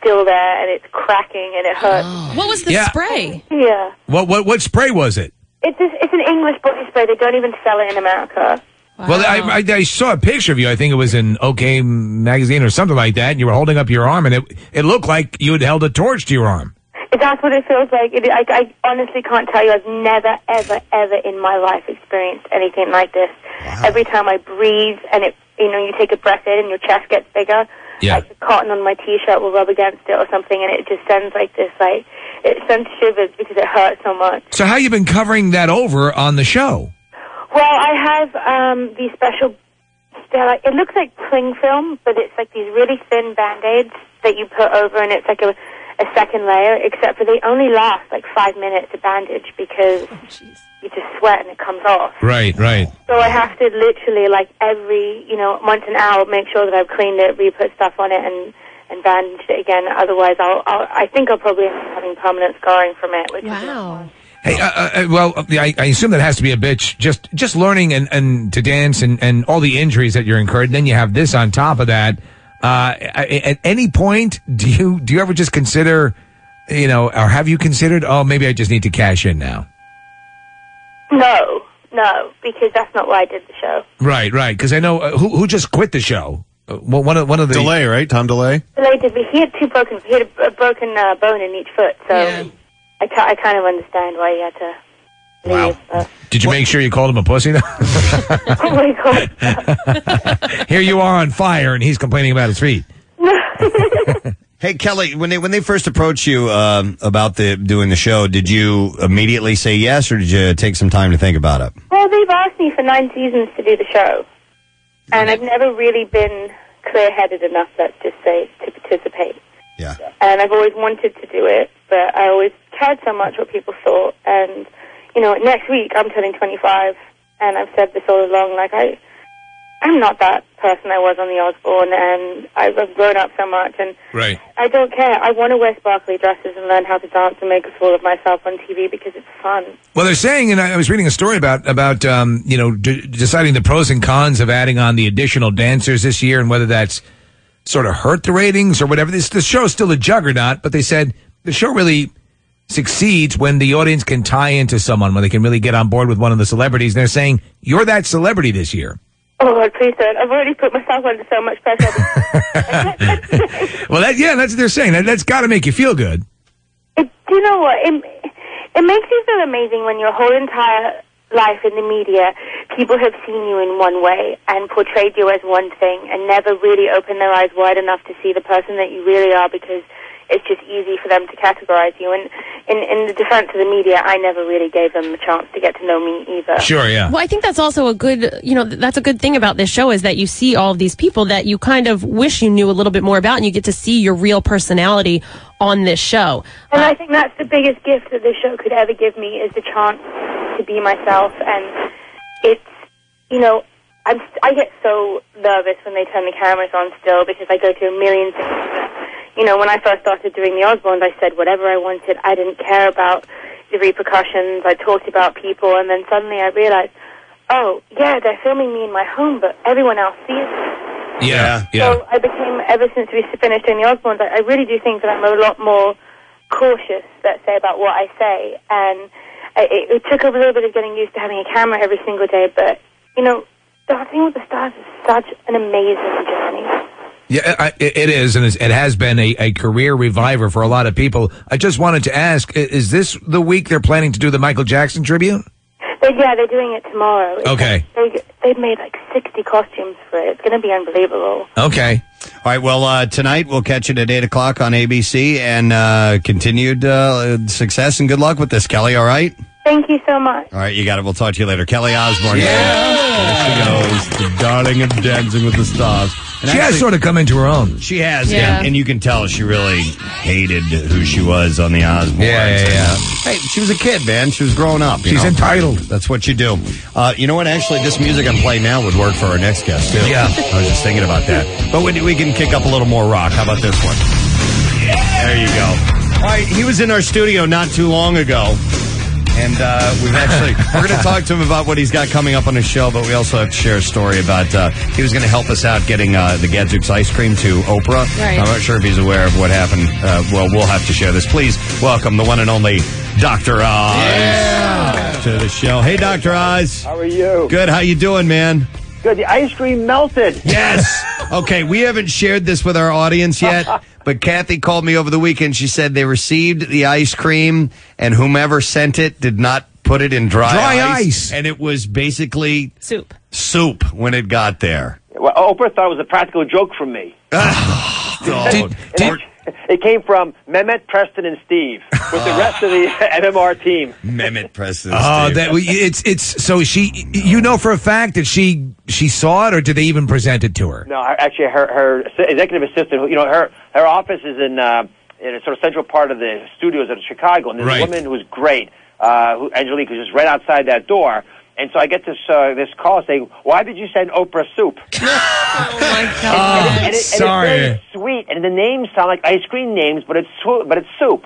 Speaker 17: still there, and it's cracking, and it hurts.
Speaker 22: What was the
Speaker 6: Yeah.
Speaker 22: spray?
Speaker 17: Yeah,
Speaker 6: What what what spray was it?
Speaker 17: it's a, it's an English body spray. They don't even sell it in America.
Speaker 6: Well, I, I, I saw a picture of you. I think it was in OK magazine or something like that. And you were holding up your arm, and it it looked like you had held a torch to your arm.
Speaker 17: That's what it feels like. It, I, I honestly can't tell you. I've never, ever, ever in my life experienced anything like this. Every time I breathe, and it, you know, you take a breath in, and your chest gets bigger.
Speaker 6: Yeah.
Speaker 17: Like the cotton on my t-shirt will rub against it or something, and it just sends like this, like it sends shivers because it hurts so much.
Speaker 6: So how you been covering that over on the show?
Speaker 17: Well, I have um, these special. They're like, it looks like cling film, but it's like these really thin band aids that you put over, and it's like a, a second layer. Except for they only last like five minutes a bandage because you just sweat and it comes off.
Speaker 6: Right, right.
Speaker 17: So I have to literally like every you know once an hour make sure that I've cleaned it, re-put stuff on it, and and bandaged it again. Otherwise, I'll, I'll I think I'll probably end up having permanent scarring from it. Which wow. Is
Speaker 6: Hey, uh, uh, uh, well, I, I assume that has to be a bitch. Just just learning and, and to dance and, and all the injuries that you're incurred. Then you have this on top of that. Uh, I- at any point, do you do you ever just consider, you know, or have you considered? Oh, maybe I just need to cash in now.
Speaker 17: no, no, because that's not why I did the show.
Speaker 6: Right, right. Because I know uh, who who just quit the show. Uh, one one of one of the delay,
Speaker 13: right? Tom Delay.
Speaker 17: Delay did, but he had two broken. He had a, a broken uh, bone in each foot, so I, ca- I kind of understand why he had to.
Speaker 6: Wow. Did you make sure you called him a pussy?
Speaker 17: oh my god!
Speaker 6: Here you are on fire, and he's complaining about his feet.
Speaker 4: Hey Kelly, when they when they first approached you um, about the doing the show, did you immediately say yes, or did you take some time to think about it?
Speaker 17: Well, they've asked me for nine seasons to do the show, and I've never really been clear-headed enough, let's just say, to participate. Yeah. And I've always wanted to do it, but I always cared so much what people thought. And you know, next week I'm turning 25, and I've said this all along. Like I, I'm not that person I was on the Osborne, and I've I've grown up so much, and
Speaker 6: Right.
Speaker 17: I don't care. I want to wear sparkly dresses and learn how to dance and make a fool of myself on TV because it's fun.
Speaker 6: Well, they're saying, and I I was reading a story about about um, you know d- deciding the pros and cons of adding on the additional dancers this year, and whether that's sort of hurt the ratings or whatever. This the show's still a juggernaut, but they said the show really succeeds when the audience can tie into someone, when they can really get on board with one of the celebrities. And they're saying you're that celebrity this year.
Speaker 17: Oh, God, please don't. I've already put myself under so much pressure.
Speaker 6: Well, that yeah, that's what they're saying. That, that's got to make you feel good.
Speaker 17: it, do you know what? It, it makes you feel amazing when your whole entire life in the media, people have seen you in one way and portrayed you as one thing and never really opened their eyes wide enough to see the person that you really are because it's just easy for them to categorize you. And in, in the defense of the media, I never really gave them the chance to get to know me either.
Speaker 22: Well, I think that's also a good, you know, th- that's a good thing about this show is that you see all of these people that you kind of wish you knew a little bit more about, and you get to see your real personality on this show.
Speaker 17: And I think that's the biggest gift that this show could ever give me is the chance to be myself. And it's, you know, I'm, I get so nervous when they turn the cameras on still because I go through a million things. You know, when I first started doing the Osbournes, I said whatever I wanted. I didn't care about the repercussions. I talked about people. And then suddenly I realized, oh, yeah, they're filming me in my home, but everyone else sees me.
Speaker 6: Yeah,
Speaker 17: So I became, ever since we finished doing the Osbournes, I, I really do think that I'm a lot more cautious, let's say, about what I say. And I, it, it took a little bit of getting used to having a camera every single day, but, you know, dancing with the stars is such an amazing journey.
Speaker 6: Yeah, I, it it is, and it's- it has been a, a career reviver for a lot of people. I just wanted to ask: i- Is this the week they're planning to do the Michael Jackson tribute?
Speaker 17: But yeah, they're doing it tomorrow. It's
Speaker 6: Okay.
Speaker 17: like- They, they've made like 60 costumes for it. It's going to be unbelievable.
Speaker 6: Okay.
Speaker 4: All right. Well, uh, tonight we'll catch it at eight o'clock on ABC, and uh, continued uh, success and good luck with this, Kelly. All right.
Speaker 17: Thank you so much.
Speaker 4: All right, you got it. We'll talk to you later, Kelly Osborne. There she goes, the darling of Dancing with the Stars. And
Speaker 6: she has
Speaker 4: actually-
Speaker 6: sort of come into her own.
Speaker 4: She has,
Speaker 6: Yeah.
Speaker 4: and, and you can tell she really hated who she was on the Osbournes.
Speaker 6: Yeah, yeah, yeah.
Speaker 4: Hey, she was a kid, man. She was growing up. you
Speaker 6: She's
Speaker 4: know?
Speaker 6: entitled.
Speaker 4: That's what you do. Uh, you know what? Actually, this music I'm playing now would work for our next guest too.
Speaker 6: Yeah.
Speaker 4: I was just thinking about that. But we, we can kick up a little more rock. How about this one? There you go. All right, he was in our studio not too long ago. And uh, we've actually we're going to talk to him about what he's got coming up on his show, but we also have to share a story about uh, he was going to help us out getting uh, the Gadzooks ice cream to Oprah.
Speaker 1: Right.
Speaker 4: I'm not sure if he's aware of what happened. Uh, well, we'll have to share this. Please welcome the one and only Doctor Oz to the show. Hey, Doctor Oz.
Speaker 15: How are you?
Speaker 4: Good. How you doing, man?
Speaker 15: Good. The ice cream melted.
Speaker 4: Yes. Okay, we haven't shared this with our audience yet, but Kathy called me over the weekend. She said they received the ice cream, and whomever sent it did not put it in dry,
Speaker 6: Dry
Speaker 4: ice, and it was basically
Speaker 22: soup.
Speaker 4: Soup when it got there.
Speaker 15: Well, Oprah thought it was a practical joke from me.
Speaker 4: Dog.
Speaker 15: And it, it came from Mehmet, Preston, and Steve with the rest of the MMR team.
Speaker 4: Mehmet, Preston,
Speaker 6: Oh, that it's it's so she you know for a fact that she she saw it or did they even present it to her?
Speaker 15: No, I- actually, her her assi- executive assistant, who- you know, her her office is in uh, in a sort of central part of the studios of Chicago, and there's
Speaker 18: Right.
Speaker 15: a woman who's great, uh, who Angelique, who's just right outside that door. And so I get this uh, this call saying, "Why did you send Oprah soup?"
Speaker 1: God.
Speaker 15: And, it- and it-
Speaker 6: Sorry.
Speaker 15: And it's very sweet, and the names sound like ice cream names, but it's swo- but it's soup.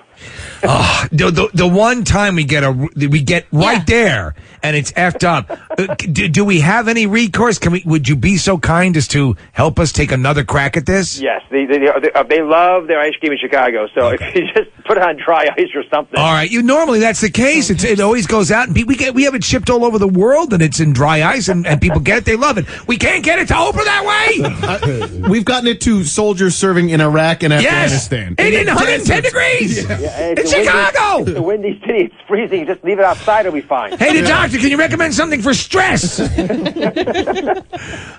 Speaker 6: Oh, the, the the one time we get a we get right there and it's effed up. Uh, do, do we have any recourse? Can we? Would you be so kind as to help us take another crack at this?
Speaker 15: Yes, they they, they, uh, they love their ice cream in Chicago. So if you just put it on dry ice or something,
Speaker 6: All right. You normally that's the case. It's, it always goes out, and pe- we get we have it shipped all over the world, and it's in dry ice, and, and people get it. They love it. We can't get it to Oprah that way.
Speaker 13: We've gotten it to soldiers serving in Iraq and
Speaker 6: Yes,
Speaker 13: Afghanistan.
Speaker 6: and in 110 degrees.
Speaker 15: and
Speaker 6: It's
Speaker 15: a windy-
Speaker 6: Chicago!
Speaker 15: it's a windy city. It's freezing. Just leave it outside. It'll be fine.
Speaker 6: Hey, the doctor, can you recommend something for stress?
Speaker 4: All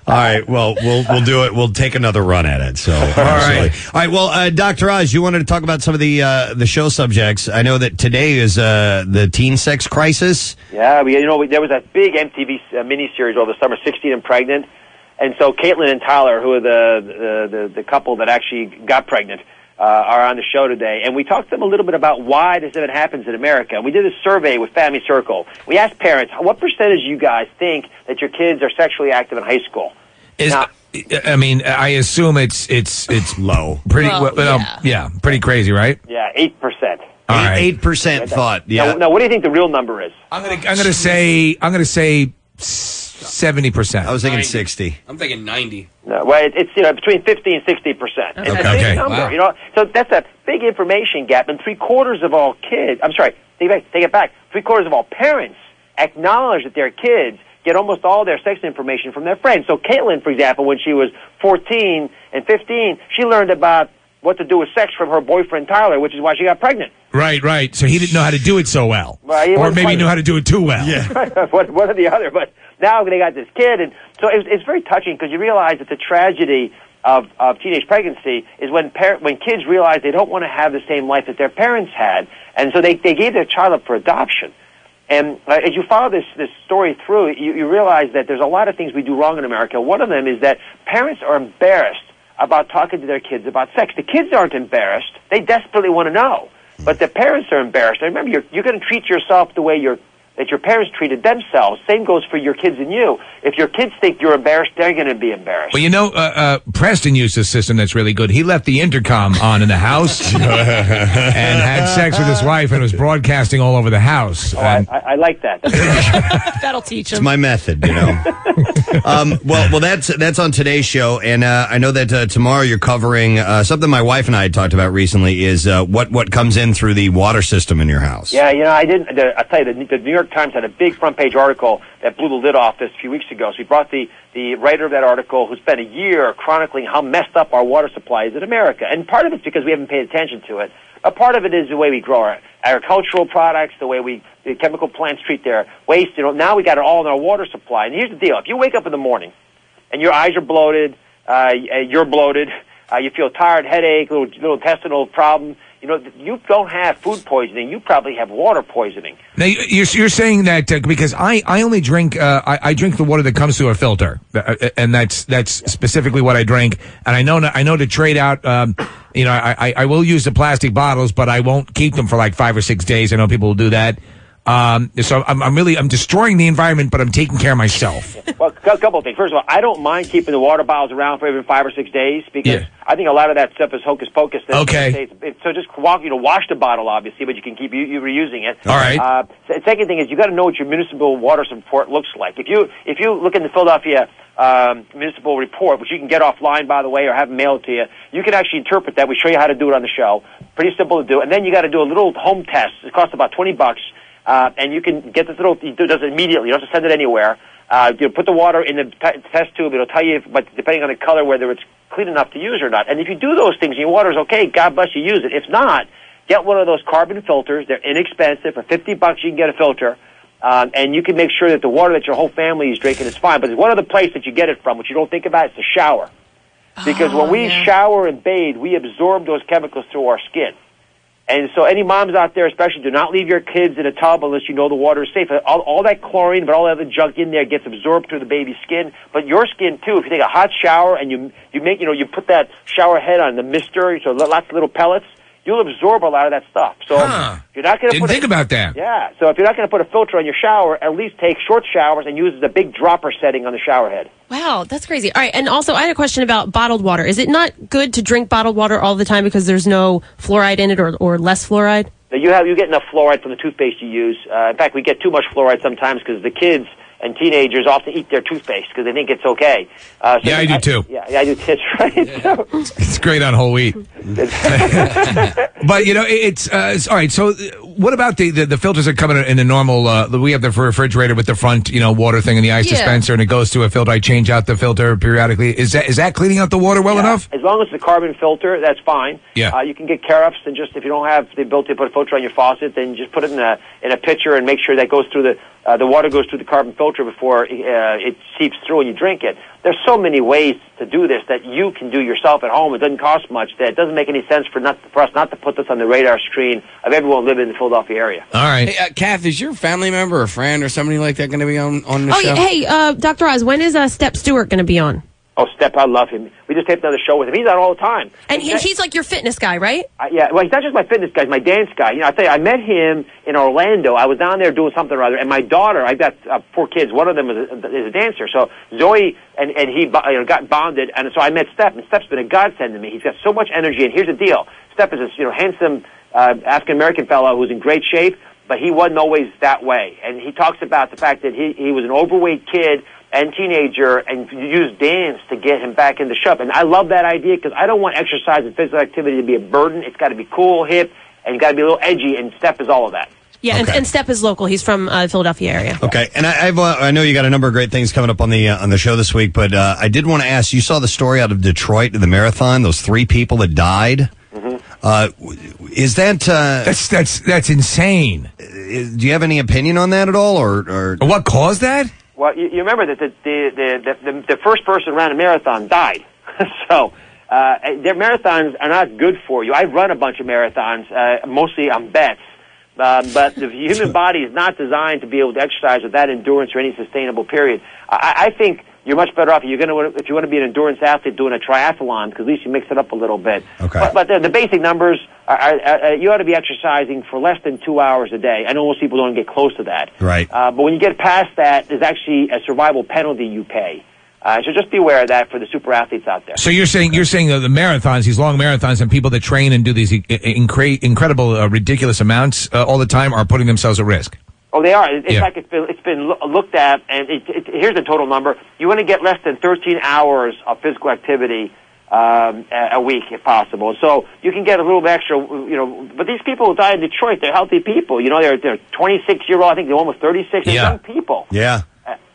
Speaker 4: right, well, we'll we'll do it. We'll take another run at it. So, all right, all right. Well, uh, Doctor Oz, you wanted to talk about some of the uh, the show subjects. I know that today is uh, the teen sex crisis.
Speaker 15: Yeah, we, you know, we, there was a big MTV s- uh, miniseries over the summer, 16 and Pregnant. And so Caitlin and Tyler, who are the, the, the, the couple that actually got pregnant, uh, are on the show today. And we talked to them a little bit about why this even happens in America. We did a survey with Family Circle. We asked parents, what percentage of you guys think that your kids are sexually active in high school?
Speaker 6: Is I mean, I assume it's it's it's
Speaker 4: low.
Speaker 6: Pretty
Speaker 15: Low,
Speaker 6: well, yeah. pretty crazy, right?
Speaker 15: Yeah, 8%.
Speaker 6: All right.
Speaker 4: percent thought.
Speaker 15: Now, now, what do you think the real number is? I'm going
Speaker 6: I'm gonna say I'm gonna say seventy percent. I
Speaker 4: was thinking sixty.
Speaker 15: I'm thinking 90. No, well, it, it's you know between 50 and 60 percent. It's the
Speaker 6: Okay.
Speaker 15: same
Speaker 6: Okay.
Speaker 15: number,
Speaker 6: Wow.
Speaker 15: you know. So that's a big information gap, and three quarters of all kids. I'm sorry, take it back. Take it back. Three quarters of all parents acknowledge that their kids get almost all their sex information from their friends. So Caitlin, for example, when she was 14 and 15, she learned about what to do with sex from her boyfriend Tyler, which is why she got pregnant.
Speaker 6: Right, right. So he didn't know how to do it so well,
Speaker 15: Well, he
Speaker 6: or
Speaker 15: wasn't
Speaker 6: maybe he
Speaker 15: quite-
Speaker 6: knew how to do it too well.
Speaker 15: one, one or the other. But now they got this kid, and so it's, it's very touching because you realize that the tragedy of, of teenage pregnancy is when par- when kids realize they don't want to have the same life that their parents had, and so they they gave their child up for adoption. And uh, as you follow this this story through, you, you realize that there's a lot of things we do wrong in America. One of them is that parents are embarrassed about talking to their kids about sex. The kids aren't embarrassed; they desperately want to know, but the parents are embarrassed. Now remember, you're you're going to treat yourself the way your that your parents treated themselves. Same goes for your kids and you. If your kids think you're embarrassed, they're going to be embarrassed.
Speaker 6: Well, you know, uh, uh, Preston used a system that's really good. He left the intercom on in the house and had sex with his wife, and was broadcasting all over the house. And-
Speaker 15: Oh, I, I like that.
Speaker 22: That'll teach
Speaker 4: It's
Speaker 22: him.
Speaker 4: my method, you know. um, well, well, that's that's on today's show, and uh, I know that uh, tomorrow you're covering uh, something my wife and I had talked about recently is uh, what what comes in through the water system in your house.
Speaker 15: Yeah, you know, I didn't. The, I tell you, the, the New York Times had a big front page article that blew the lid off this a few weeks ago. So we brought the the writer of that article, who spent a year chronicling how messed up our water supply is in America. And part of it's because we haven't paid attention to it. A part of it is the way we grow our agricultural products, the way we the chemical plants treat their waste. You know, now we got it all in our water supply. And here's the deal: if you wake up in the morning and your eyes are bloated, uh, y- uh, you're bloated, uh, you feel tired, headache, little, little intestinal problem. You know, th- you don't have food poisoning. You probably have water poisoning.
Speaker 6: Now you- you're you're saying that uh, because I, I only drink uh, I, I drink the water that comes through a filter, Uh, and that's that's specifically what I drink. And I know I know to trade out. Um, you know, I, I I will use the plastic bottles, but I won't keep them for like five or six days. I know people will do that. Um, so I'm, I'm really I'm destroying the environment, but I'm taking care of myself.
Speaker 15: Well, a cou- couple of things. First of all, I don't mind keeping the water bottles around for even five or six days because
Speaker 6: Yeah.
Speaker 15: I think a lot of that stuff is hocus pocus. that-
Speaker 6: Okay.
Speaker 15: that- that- So just walk, you know, wash the bottle, obviously, but you can keep you, you reusing it.
Speaker 6: All right.
Speaker 15: Uh, se- second thing is you got to know what your municipal water support looks like. If you if you look in the Philadelphia um, municipal report, which you can get offline, by the way, or have them mailed to you, you can actually interpret that. We show you how to do it on the show. Pretty simple to do. And then you got to do a little home test. It costs about twenty bucks uh, and you can get this little. It does it immediately. You don't have to send it anywhere. Uh, you put the water in the t- test tube. It'll tell you, if, but depending on the color, whether it's clean enough to use or not. And if you do those things, and your water's okay. God bless you. Use it. If not, get one of those carbon filters. They're inexpensive. For fifty bucks, you can get a filter. Um, and you can make sure that the water that your whole family is drinking is fine. But there's one other place that you get it from, which you don't think about, is the shower. Because when we shower and bathe, we absorb those chemicals through our skin. And so, any moms out there, especially, do not leave your kids in a tub unless you know the water is safe. All, all that chlorine, but all that other junk in there gets absorbed through the baby's skin. But your skin too. If you take a hot shower and you you make you know you put that shower head on the mister, so lo- lots of little pellets, you'll absorb a lot of that stuff. So if you're not going to
Speaker 6: Didn't
Speaker 15: put
Speaker 6: think
Speaker 15: a,
Speaker 6: about that.
Speaker 15: Yeah. So if you're not going to put a filter on your shower, at least take short showers and use the big dropper setting on the shower head.
Speaker 22: Wow, that's crazy. All right, and also I had a question about bottled water. Is it not good to drink bottled water all the time because there's no fluoride in it or, or less fluoride?
Speaker 15: that you have you get enough fluoride from the toothpaste you use. Uh, in fact, we get too much fluoride sometimes because the kids and teenagers often eat their toothpaste because they think it's okay. Uh, so
Speaker 6: Yeah, I do too.
Speaker 15: Yeah, yeah, I do too. Right? So-
Speaker 6: It's great on whole wheat. but you know, it- it's, uh, it's all right. So, uh, what about the, the the filters that come in, in the normal? Uh, the- we have the refrigerator with the front, you know, water thing and the ice
Speaker 15: Yeah.
Speaker 6: dispenser, and it goes to a filter. I change out the filter periodically. Is that is that cleaning out the water well enough?
Speaker 15: As long as the carbon filter, that's fine.
Speaker 6: Yeah.
Speaker 15: Uh, you can get care ups and just if you don't have the ability to put a filter on your faucet, then just put it in a in a pitcher and make sure that goes through the uh, the water goes through the carbon filter before uh, it seeps through and you drink it. There's so many ways to do this that you can do yourself at home. It doesn't cost much. That it doesn't make any sense for not for us not to put this on the radar screen of everyone living in the Philadelphia area.
Speaker 6: All right.
Speaker 7: Hey, uh, Kath, is your family member or friend or somebody like that going to be on, on the
Speaker 22: Oh,
Speaker 7: show?
Speaker 22: yeah, hey, uh, Dr. Oz, when is uh, Step Stewart going to be on?
Speaker 15: Oh, Step, I love him. We just taped another show with him. He's on all the time.
Speaker 22: And he, he's like your fitness guy, right?
Speaker 15: I, yeah, well, he's not just my fitness guy; he's my dance guy. You know, I tell you, I met him in Orlando. I was down there doing something or other, and my daughter, I got uh, four kids. One of them is a, is a dancer, so Zoe and and he bo- you know, got bonded, and so I met Step, and Step's been a godsend to me. He's got so much energy, and here's the deal: Step is this you know handsome uh, African American fellow who's in great shape, but he wasn't always that way. And he talks about the fact that he he was an overweight kid and teenager and use dance to get him back into shape. And I love that idea because I don't want exercise and physical activity to be a burden. It's got to be cool, hip, and you got to be a little edgy. And step is all of that.
Speaker 22: Yeah, and, and Step is local. He's from uh, the Philadelphia area.
Speaker 4: Okay, and I, I've uh, I know you got a number of great things coming up on the uh, on the show this week, but uh, I did want to ask. You saw the story out of Detroit, the marathon, those three people that died. Uh, w- is that uh,
Speaker 6: that's that's that's insane?
Speaker 4: do you have any opinion on that at all, or, or
Speaker 6: what caused that?
Speaker 15: Well, you, you remember that the the, the the the the first person ran a marathon died, so. Uh, their marathons are not good for you. I run a bunch of marathons, uh, mostly on bets, uh, but the human body is not designed to be able to exercise with that endurance or any sustainable period. I, I think you're much better off if you're going to if you want to be an endurance athlete doing a triathlon because at least you mix it up a little bit. Okay. But, but the, the basic numbers are, are, are uh, you ought to be exercising for less than two hours a day. I know most people don't get close to that.
Speaker 4: Right.
Speaker 15: Uh, but when you get past that, there's actually a survival penalty you pay. Uh, so just be aware of that for the super athletes out there.
Speaker 6: So you're saying you're saying uh, the marathons, these long marathons, and people that train and do these i- i- incre- incredible, uh, ridiculous amounts uh, all the time are putting themselves at risk.
Speaker 15: Oh, they are. It- It's
Speaker 6: Yeah.
Speaker 15: like it's been, it's been loo- looked at, and it, it, here's the total number. You want to get less than 13 hours of physical activity um, a, a week, if possible. So you can get a little bit extra, you know. But these people who die in Detroit, they're healthy people. You know, they're they're 26 year old. I think they're almost 36. They're
Speaker 4: Yeah.
Speaker 15: young people. Uh,
Speaker 4: yeah?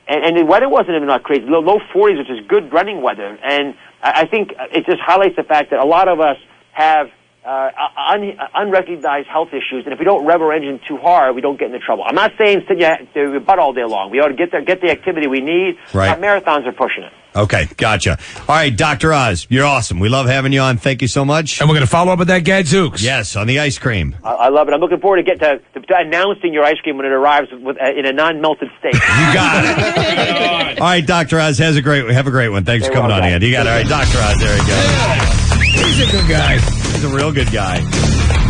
Speaker 15: And, and the weather wasn't even that crazy. Low, low 40s, which is good running weather. And I, I think it just highlights the fact that a lot of us have uh, un, unrecognized health issues. And if we don't rev our engine too hard, we don't get into trouble. I'm not saying sit your your butt all day long. We ought to get there, get the activity we need.
Speaker 4: Right.
Speaker 15: Our marathons are pushing it.
Speaker 4: Okay, gotcha. All right, Doctor Oz, you're awesome. We love having you on. Thank you so much.
Speaker 6: And we're going to follow up with that Gadzooks.
Speaker 4: Yes, on the ice cream.
Speaker 15: I, I love it. I'm looking forward to get to, to, announcing your ice cream when it arrives with, uh, in a non-melted state. you
Speaker 4: got All right, Doctor Oz, has a great have a great one. Thanks for coming on, Andy. You got it. all right, Doctor Oz. There you go.
Speaker 6: He's a good guy.
Speaker 4: He's a real good guy. Uh,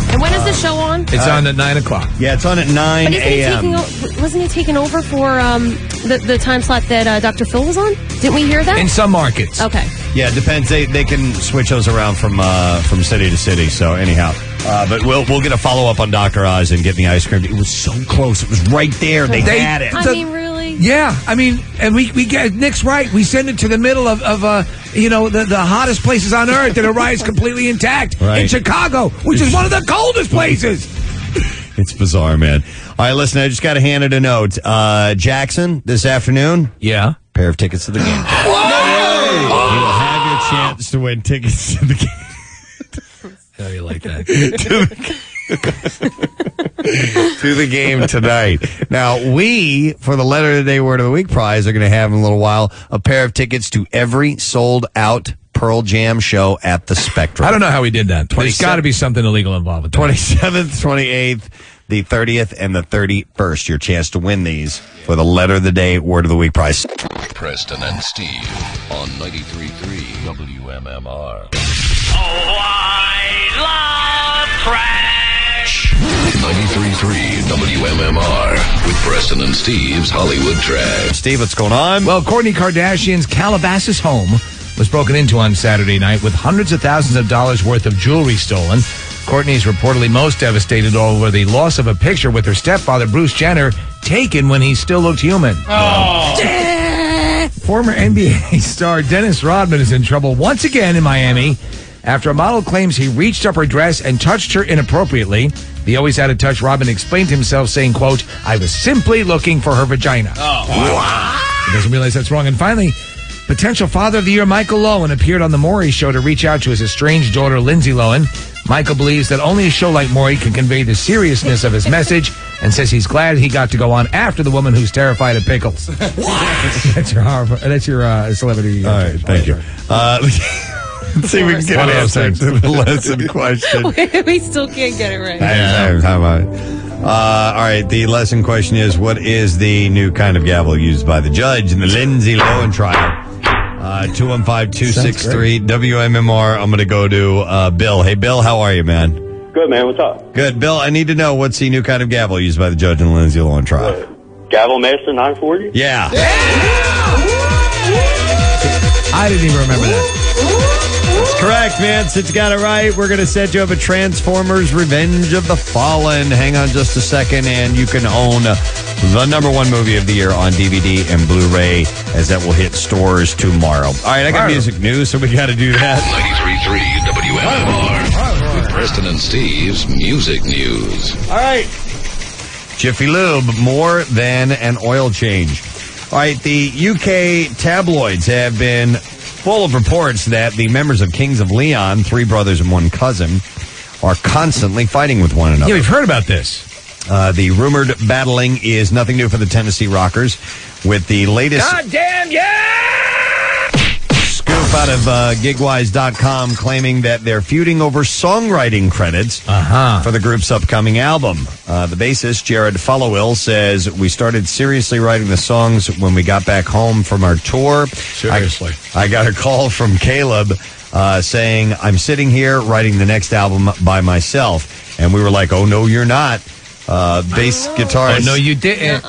Speaker 22: And
Speaker 5: And when is the show on?
Speaker 6: It's on at 9 o'clock.
Speaker 4: Yeah, it's on at 9
Speaker 5: But isn't he taking o- wasn't he taking over for um, the, the time slot that uh, Dr. Phil was on? Didn't we hear that?
Speaker 6: markets.
Speaker 5: Okay.
Speaker 4: Yeah, it depends. They they can switch those around from uh, from city to city. So anyhow, uh, but we'll we'll get a follow up on Doctor Oz and get the ice cream. It was so close. It was right there. They, had it.
Speaker 6: the- Yeah, I mean, and we, we get Nick's right. We send it to the middle of, of uh, you know, the, the hottest places on earth that arrives completely intact in
Speaker 4: Right.
Speaker 6: Chicago, which is one of the coldest places.
Speaker 4: It's bizarre, man. All right, listen, I just got to hand it a note. Uh, Jackson, this afternoon.
Speaker 6: Yeah.
Speaker 4: Pair of tickets to the game. You'll have your chance to win tickets to the game.
Speaker 6: How you like that?
Speaker 4: to, the, to the game tonight. Now, we, for the Letter of the Day Word of the Week prize, are going to have in a little while a pair of tickets to every sold out Pearl Jam show at the Spectrum.
Speaker 6: I don't know how he did that. There's
Speaker 4: 27
Speaker 6: got to be something illegal involved with that.
Speaker 4: 27th, 28th, the 30th, and the 31st. Your chance to win these for the Letter of the Day Word of the Week prize.
Speaker 3: Preston and Steve on 93.3 WMMR. Ninety-three-three WMMR with Preston and Steve's Hollywood Trash.
Speaker 4: Steve, what's going on?
Speaker 6: Well, Kourtney Kardashian's Calabasas home was broken into on Saturday night with hundreds of thousands of dollars worth of jewelry stolen. Courtney's reportedly most devastated over the loss of a picture with her stepfather, Bruce Jenner, taken when he still looked human.
Speaker 4: Oh.
Speaker 6: Former NBA star Dennis Rodman is in trouble once again in Miami after a model claims he reached up her dress and touched her inappropriately. The always out of touch Rodman explained himself saying, quote, I was simply looking for her vagina. Oh, He doesn't realize that's wrong. And finally, potential father of the year Michael Lowen appeared on the Maury show to reach out to his estranged daughter Lindsay Lowen. Michael believes that only a show like Maury can convey the seriousness of his message and says he's glad he got to go on after the woman who's terrified of pickles. that's your horror, that's your uh, celebrity. All right,
Speaker 4: thank you. Uh, let's see if we can get an answer to the lesson question.
Speaker 5: we still can't get it right.
Speaker 4: I don't know. How about it? Uh, all right, the lesson question is what is the new kind of gavel used by the judge in the Lindsay Lohan trial? Uh, 215-263-WMMR. I'm going to go to uh, Bill. Hey, Bill, how are you, man?
Speaker 2: Good man, what's up?
Speaker 4: Good. Bill, I need to know what's the new kind of gavel used by the judge in the Lindsay Lohan trial?
Speaker 2: Uh, Gavel Master 940?
Speaker 4: Yeah.
Speaker 6: I didn't even remember that.
Speaker 4: That's correct, man. Since you got it right, we're going to set you up a Transformers Revenge of the Fallen. Hang on just a second, and you can own the number one movie of the year on DVD and Blu ray, as that will hit stores tomorrow. All right, I got music news, so we got to do that.
Speaker 3: 93.3 WMMR with Preston and Steve's Music News.
Speaker 4: All right. Jiffy Lube, more than an oil change. All right, the UK tabloids have been full of reports that the members of Kings of Leon, three brothers and one cousin, are constantly fighting with one another.
Speaker 6: Yeah, we've heard about this.
Speaker 4: Uh, the rumored battling is nothing new for the Tennessee Rockers, with the latest
Speaker 6: God damn yeah!
Speaker 4: scoop out of uh, gigwise.com claiming that they're feuding over songwriting credits
Speaker 6: Uh-huh.
Speaker 4: for the group's upcoming album. Uh, the bassist, Jared Followill, says, We started seriously writing the songs when we got back home from our tour. Seriously. I, I got a call from Caleb uh, saying, I'm sitting here writing the next album by myself. And we were like, Oh, no, you're not. Uh, bass guitarist.
Speaker 6: Oh, no, you didn't.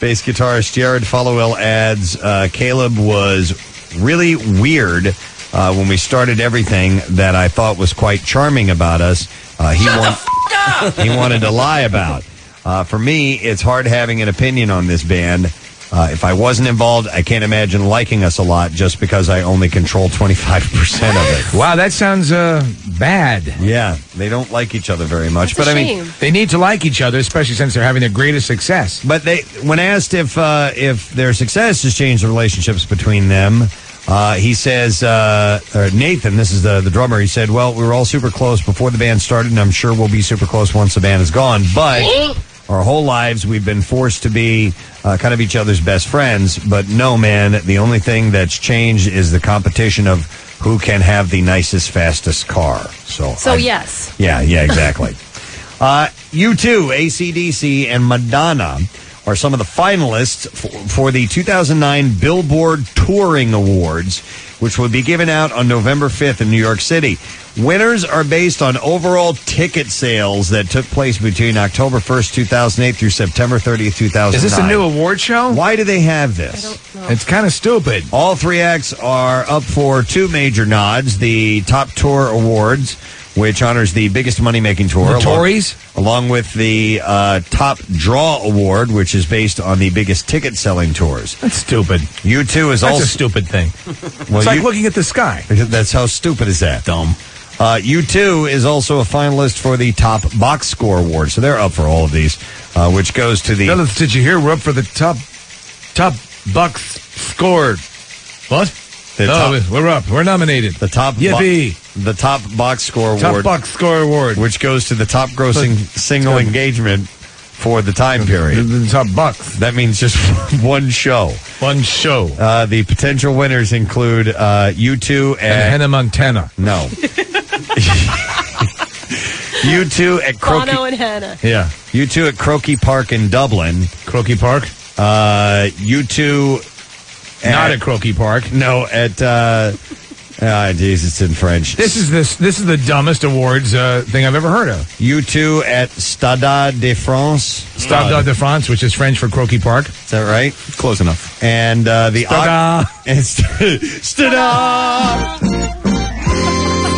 Speaker 4: Bass guitarist Jared Followill adds uh, Caleb was really weird uh, when we started everything that I thought was quite charming about us. Uh, he, want- he wanted to lie about. Uh, for me, it's hard having an opinion on this band. Uh, if I wasn't involved, I can't imagine liking us a lot just because I only control 25% of it.
Speaker 6: Wow, that sounds uh, bad.
Speaker 4: Yeah, they don't like each other very much.
Speaker 6: That's
Speaker 4: but
Speaker 6: a
Speaker 4: I
Speaker 6: shame.
Speaker 4: mean,
Speaker 6: they need to like each other, especially since they're having their greatest success.
Speaker 4: But they, when asked if uh, if their success has changed the relationships between them, uh, he says, uh, or Nathan, this is the the drummer. He said, "Well, we were all super close before the band started, and I'm sure we'll be super close once the band is gone." But our whole lives, we've been forced to be uh, kind of each other's best friends. But no, man, the only thing that's changed is the competition of who can have the nicest, fastest car. So,
Speaker 5: So
Speaker 4: I-
Speaker 5: yes.
Speaker 4: yeah, yeah, exactly. uh, you too, ACDC and Madonna are some of the finalists for, for the 2009 Billboard Touring Awards, which will be given out on November 5th in New York City. Winners are based on overall ticket sales that took place between October 1st, 2008 through September 30th, 2009.
Speaker 6: Is this a new award show?
Speaker 4: Why do they have this?
Speaker 6: It's kind of stupid.
Speaker 4: All three acts are up for two major nods the Top Tour Awards, which honors the biggest money making tour.
Speaker 6: The
Speaker 4: along-
Speaker 6: Tories?
Speaker 4: Along with the uh, Top Draw Award, which is based on the biggest ticket selling tours.
Speaker 6: That's stupid.
Speaker 4: You too is
Speaker 6: That's
Speaker 4: also
Speaker 6: a stupid thing.
Speaker 4: Well,
Speaker 6: it's like
Speaker 4: you-
Speaker 6: looking at the sky.
Speaker 4: That's how stupid is that? Dumb. Uh, U2 is also a finalist for the Top Box Score Award, so they're up for all of these, uh, which goes to the.
Speaker 6: Did you hear? We're up for the top top bucks scored. What?
Speaker 4: The
Speaker 6: no,
Speaker 4: top-
Speaker 6: we're up. We're nominated.
Speaker 4: The top bo-
Speaker 6: Yippee.
Speaker 4: the top box score award.
Speaker 6: Top box score award.
Speaker 4: Which goes to the top grossing single engagement for the time period.
Speaker 6: The, top bucks.
Speaker 4: That means just one show.
Speaker 6: One show.
Speaker 4: Uh, the potential winners include uh, U2 and.
Speaker 6: And Hannah Montana.
Speaker 4: no. U2 at Croaky.
Speaker 22: Bono and Hannah.
Speaker 4: Yeah. You two at Croky Park in Dublin.
Speaker 6: Croky Park?
Speaker 4: Uh, you two.
Speaker 6: Not at Croky Park.
Speaker 4: No, at. Uh, Ah, jeez, it's in French.
Speaker 6: This is this this is the dumbest awards uh, thing I've ever heard of.
Speaker 4: You two at Stade de France.
Speaker 6: Stade de France, which is French for Croky Park.
Speaker 4: Is that right?
Speaker 13: Close enough.
Speaker 4: And uh, the
Speaker 6: Stade.
Speaker 4: and st- Stade.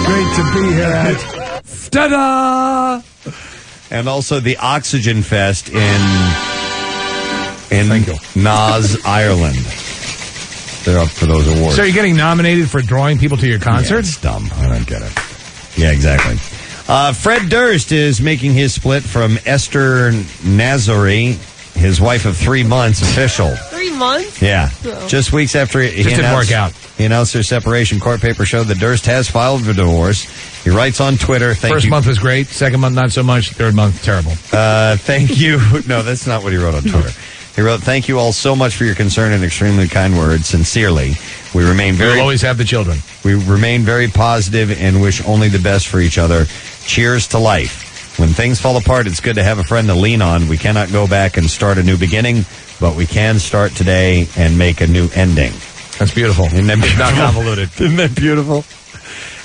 Speaker 6: Great to be here at Stade.
Speaker 4: and also the Oxygen Fest in in Nas, Ireland. They're up for those awards.
Speaker 6: So you're getting nominated for drawing people to your concerts?
Speaker 4: It's dumb. I don't get it. Yeah, exactly. Uh, Fred Durst is making his split from Esther Nazari, his wife of three months, official.
Speaker 5: Three months?
Speaker 4: Yeah.
Speaker 5: Oh.
Speaker 4: Just weeks after it
Speaker 6: Just didn't work out.
Speaker 4: He announced their separation. Court paper showed that Durst has filed for divorce. He writes on Twitter, thank
Speaker 6: First
Speaker 4: you.
Speaker 6: month was great. Second month not so much. Third month terrible.
Speaker 4: Uh, thank you. No, that's not what he wrote on Twitter. He wrote, thank you all so much for your concern and extremely kind words. Sincerely, we remain very...
Speaker 6: We'll always have the children.
Speaker 4: We remain very positive and wish only the best for each other. Cheers to life. When things fall apart, it's good to have a friend to lean on. We cannot go back and start a new beginning, but we can start today and make a new ending.
Speaker 6: That's beautiful.
Speaker 4: Isn't that beautiful?
Speaker 6: Not convoluted.
Speaker 4: Isn't that beautiful?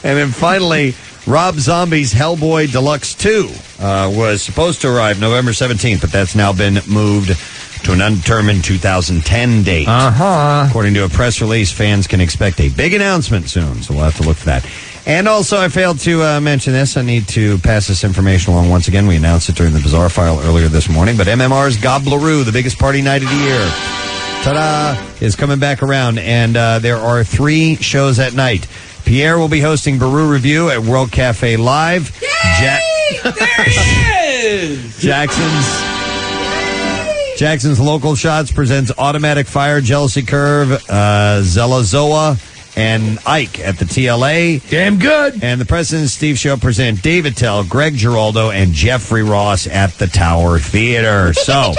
Speaker 4: And then finally, Rob Zombie's Hellboy Deluxe 2 uh, was supposed to arrive November 17th, but that's now been moved to an undetermined 2010 date.
Speaker 6: Uh huh.
Speaker 4: According to a press release, fans can expect a big announcement soon, so we'll have to look for that. And also, I failed to uh, mention this. I need to pass this information along once again. We announced it during the Bizarre File earlier this morning, but MMR's Gobbleroo, the biggest party night of the year, ta-da, is coming back around, and uh, there are three shows at night. Pierre will be hosting Baru Review at World Cafe Live. Jack- Jackson's Jackson's Local Shots presents Automatic Fire, Jealousy Curve, uh, Zelazoa, and Ike at the TLA.
Speaker 6: Damn good.
Speaker 4: And the President and Steve Show present David Tell, Greg Giraldo, and Jeffrey Ross at the Tower Theater. So,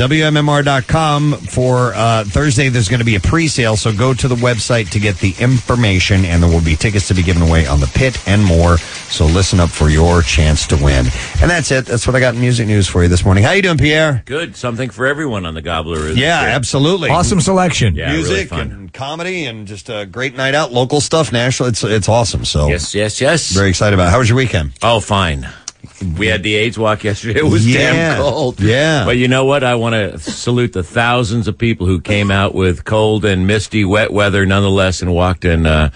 Speaker 4: WMMR.com for uh, Thursday, there's going to be a pre sale. So, go to the website to get the information, and there will be tickets to be given away on the pit and more. So, listen up for your chance to win. And that's it. That's what I got in music news for you this morning. How you doing, Pierre?
Speaker 12: Good. Something for everyone on the Gobbler. is
Speaker 4: Yeah,
Speaker 12: good.
Speaker 4: absolutely.
Speaker 6: Awesome selection.
Speaker 12: Yeah, really
Speaker 4: music
Speaker 12: fun.
Speaker 4: and comedy and just a great night out. Local stuff, national. It's it's awesome. So
Speaker 12: Yes, yes, yes.
Speaker 4: very excited about. it. How was your weekend?
Speaker 12: Oh, fine. We had the AIDS walk yesterday. It was
Speaker 4: Yeah.
Speaker 12: damn cold.
Speaker 4: Yeah.
Speaker 12: But you know what? I want to salute the thousands of people who came out with cold and misty, wet weather nonetheless and walked and uh,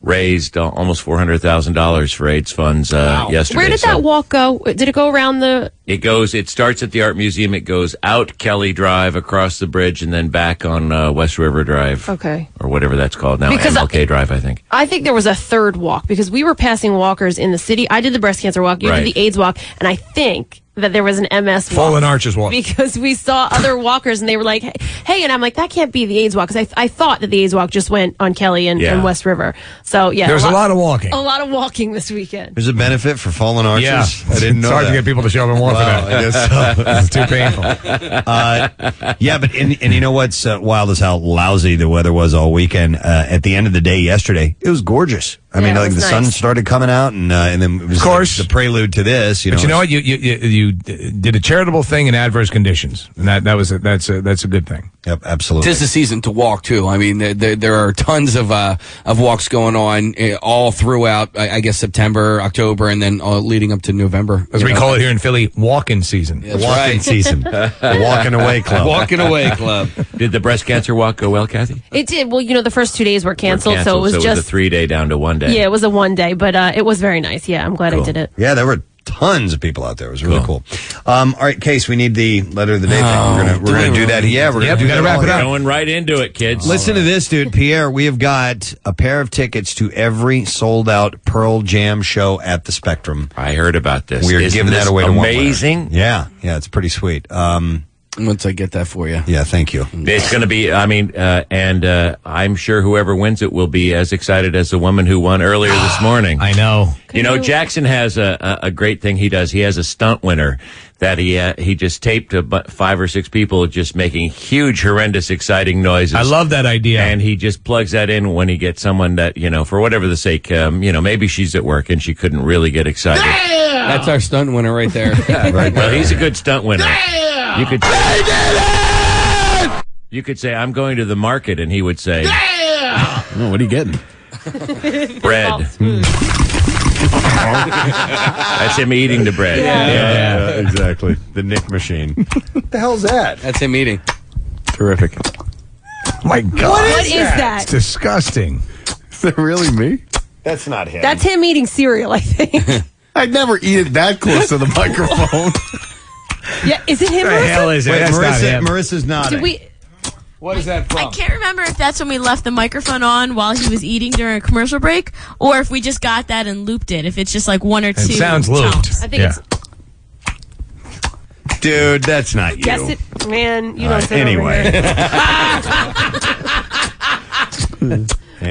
Speaker 12: raised uh, almost $400,000 for AIDS funds uh, yesterday.
Speaker 22: Where did
Speaker 12: So-
Speaker 22: that walk go? Did it go around the?
Speaker 12: It goes. It starts at the art museum. It goes out Kelly Drive, across the bridge, and then back on uh, West River Drive,
Speaker 22: Okay.
Speaker 12: or whatever that's called now.
Speaker 22: Because I-
Speaker 12: MLK Drive, I think.
Speaker 22: I think there was a third walk because we were passing walkers in the city. I did the breast cancer walk, you
Speaker 12: Right.
Speaker 22: did the AIDS walk, and I think that there was an MS walk.
Speaker 6: Fallen arches walk.
Speaker 22: Because we saw other walkers and they were like, hey, and I'm like, that can't be the AIDS walk. Because I, I thought that the AIDS walk just went on Kelly and,
Speaker 4: Yeah.
Speaker 22: and West River. So, yeah.
Speaker 6: There's a lot of walking.
Speaker 22: A lot of walking this weekend.
Speaker 4: There's a benefit for fallen arches.
Speaker 6: Yeah.
Speaker 4: I didn't know
Speaker 6: It's hard to
Speaker 4: that.
Speaker 6: get people to show up and walk
Speaker 4: Wow,
Speaker 6: for that.
Speaker 4: I guess
Speaker 6: it's too painful.
Speaker 4: Uh, yeah, but and, and you know what's uh, wild is how lousy the weather was all weekend. Uh, at the end of the day yesterday, it was gorgeous. I mean,
Speaker 6: it
Speaker 4: like the
Speaker 6: was
Speaker 4: sun
Speaker 6: nice.
Speaker 4: started coming out, and uh, and then it was of course the, prelude to this. You know,
Speaker 6: But you know what? You you you, you you d- did a charitable thing in adverse conditions, and that that was a, that's a, that's a good thing.
Speaker 4: Yep, absolutely.
Speaker 7: Tis the season to walk too. I mean, there, there, there are tons of uh, of walks going on uh, all throughout. I, I guess September, October, and then uh, leading up to November.
Speaker 6: As
Speaker 7: you
Speaker 6: we
Speaker 7: know.
Speaker 6: call it here in Philly, walk-in season.
Speaker 7: That's right. Walking away club.
Speaker 12: Did the breast cancer walk go well, Kathy?
Speaker 22: It did. Well, you know, the first two days were canceled, so it was
Speaker 12: so it was a
Speaker 22: just
Speaker 12: three day down to one day.
Speaker 22: yeah, it was a one day, but uh, it was very nice. Yeah, I'm glad I did it.
Speaker 4: Yeah, there were tons of people out there. It was really cool. Um, all right, Case, we need the letter of the day thing. We're gonna we're gonna do that. Yeah, we're
Speaker 12: Yep,
Speaker 4: gonna do
Speaker 12: we gotta
Speaker 4: that
Speaker 12: wrap
Speaker 4: all
Speaker 12: it up.
Speaker 4: here.
Speaker 12: Going right into it, kids.
Speaker 4: Listen to this, dude. Pierre, we have got a pair of tickets to every sold out Pearl Jam show at the Spectrum.
Speaker 12: I heard about this.
Speaker 4: We're
Speaker 12: Isn't
Speaker 4: giving that
Speaker 12: this
Speaker 4: away to one winner.
Speaker 12: amazing?
Speaker 4: Yeah, yeah, it's pretty sweet. Um,
Speaker 7: Once I get that for you.
Speaker 4: Yeah, thank you.
Speaker 12: It's going to be, I mean, uh, and uh, I'm sure whoever wins it will be as excited as the woman who won earlier this morning. I
Speaker 6: know.
Speaker 12: You know, Jackson has a, a, a great thing he does. He has a stunt winner that he uh, he just taped a bu- five or six people just making huge, horrendous, exciting noises.
Speaker 6: I love that idea.
Speaker 12: And he just plugs that in when he gets someone that, you know, for whatever the sake, um, you know, maybe she's at work and she couldn't really get excited.
Speaker 7: That's our stunt winner right there.
Speaker 12: Well, he's a good stunt winner. You could say, You could say, I'm going to the market, and he would say,
Speaker 13: No, what are you getting?
Speaker 12: Bread. Hmm. That's him eating the bread.
Speaker 4: Yeah.
Speaker 12: exactly. The Nick machine.
Speaker 4: What the hell's that?
Speaker 7: That's him eating.
Speaker 13: Terrific.
Speaker 6: My God.
Speaker 22: What is that?
Speaker 6: It's disgusting.
Speaker 13: Is that really me?
Speaker 4: That's not him.
Speaker 22: That's him eating cereal, I think.
Speaker 13: I'd never eat it that close to the microphone.
Speaker 22: yeah, is it him?
Speaker 13: The hell
Speaker 22: Marissa?
Speaker 13: is it?
Speaker 4: Wait,
Speaker 13: That's not
Speaker 4: Marissa,
Speaker 13: him.
Speaker 4: Marissa's nodding.
Speaker 10: Did we?
Speaker 7: What is that
Speaker 10: I can't remember if that's when we left the microphone on while he was eating during a commercial break, or if we just got that and looped it. If it's just like one or two.
Speaker 6: sounds
Speaker 10: chomps.
Speaker 6: looped.
Speaker 10: I think
Speaker 6: Yeah.
Speaker 10: it's
Speaker 4: Dude, that's not you.
Speaker 22: Yes, it, man. You
Speaker 4: All
Speaker 6: Uh,
Speaker 22: don't
Speaker 4: right,
Speaker 22: say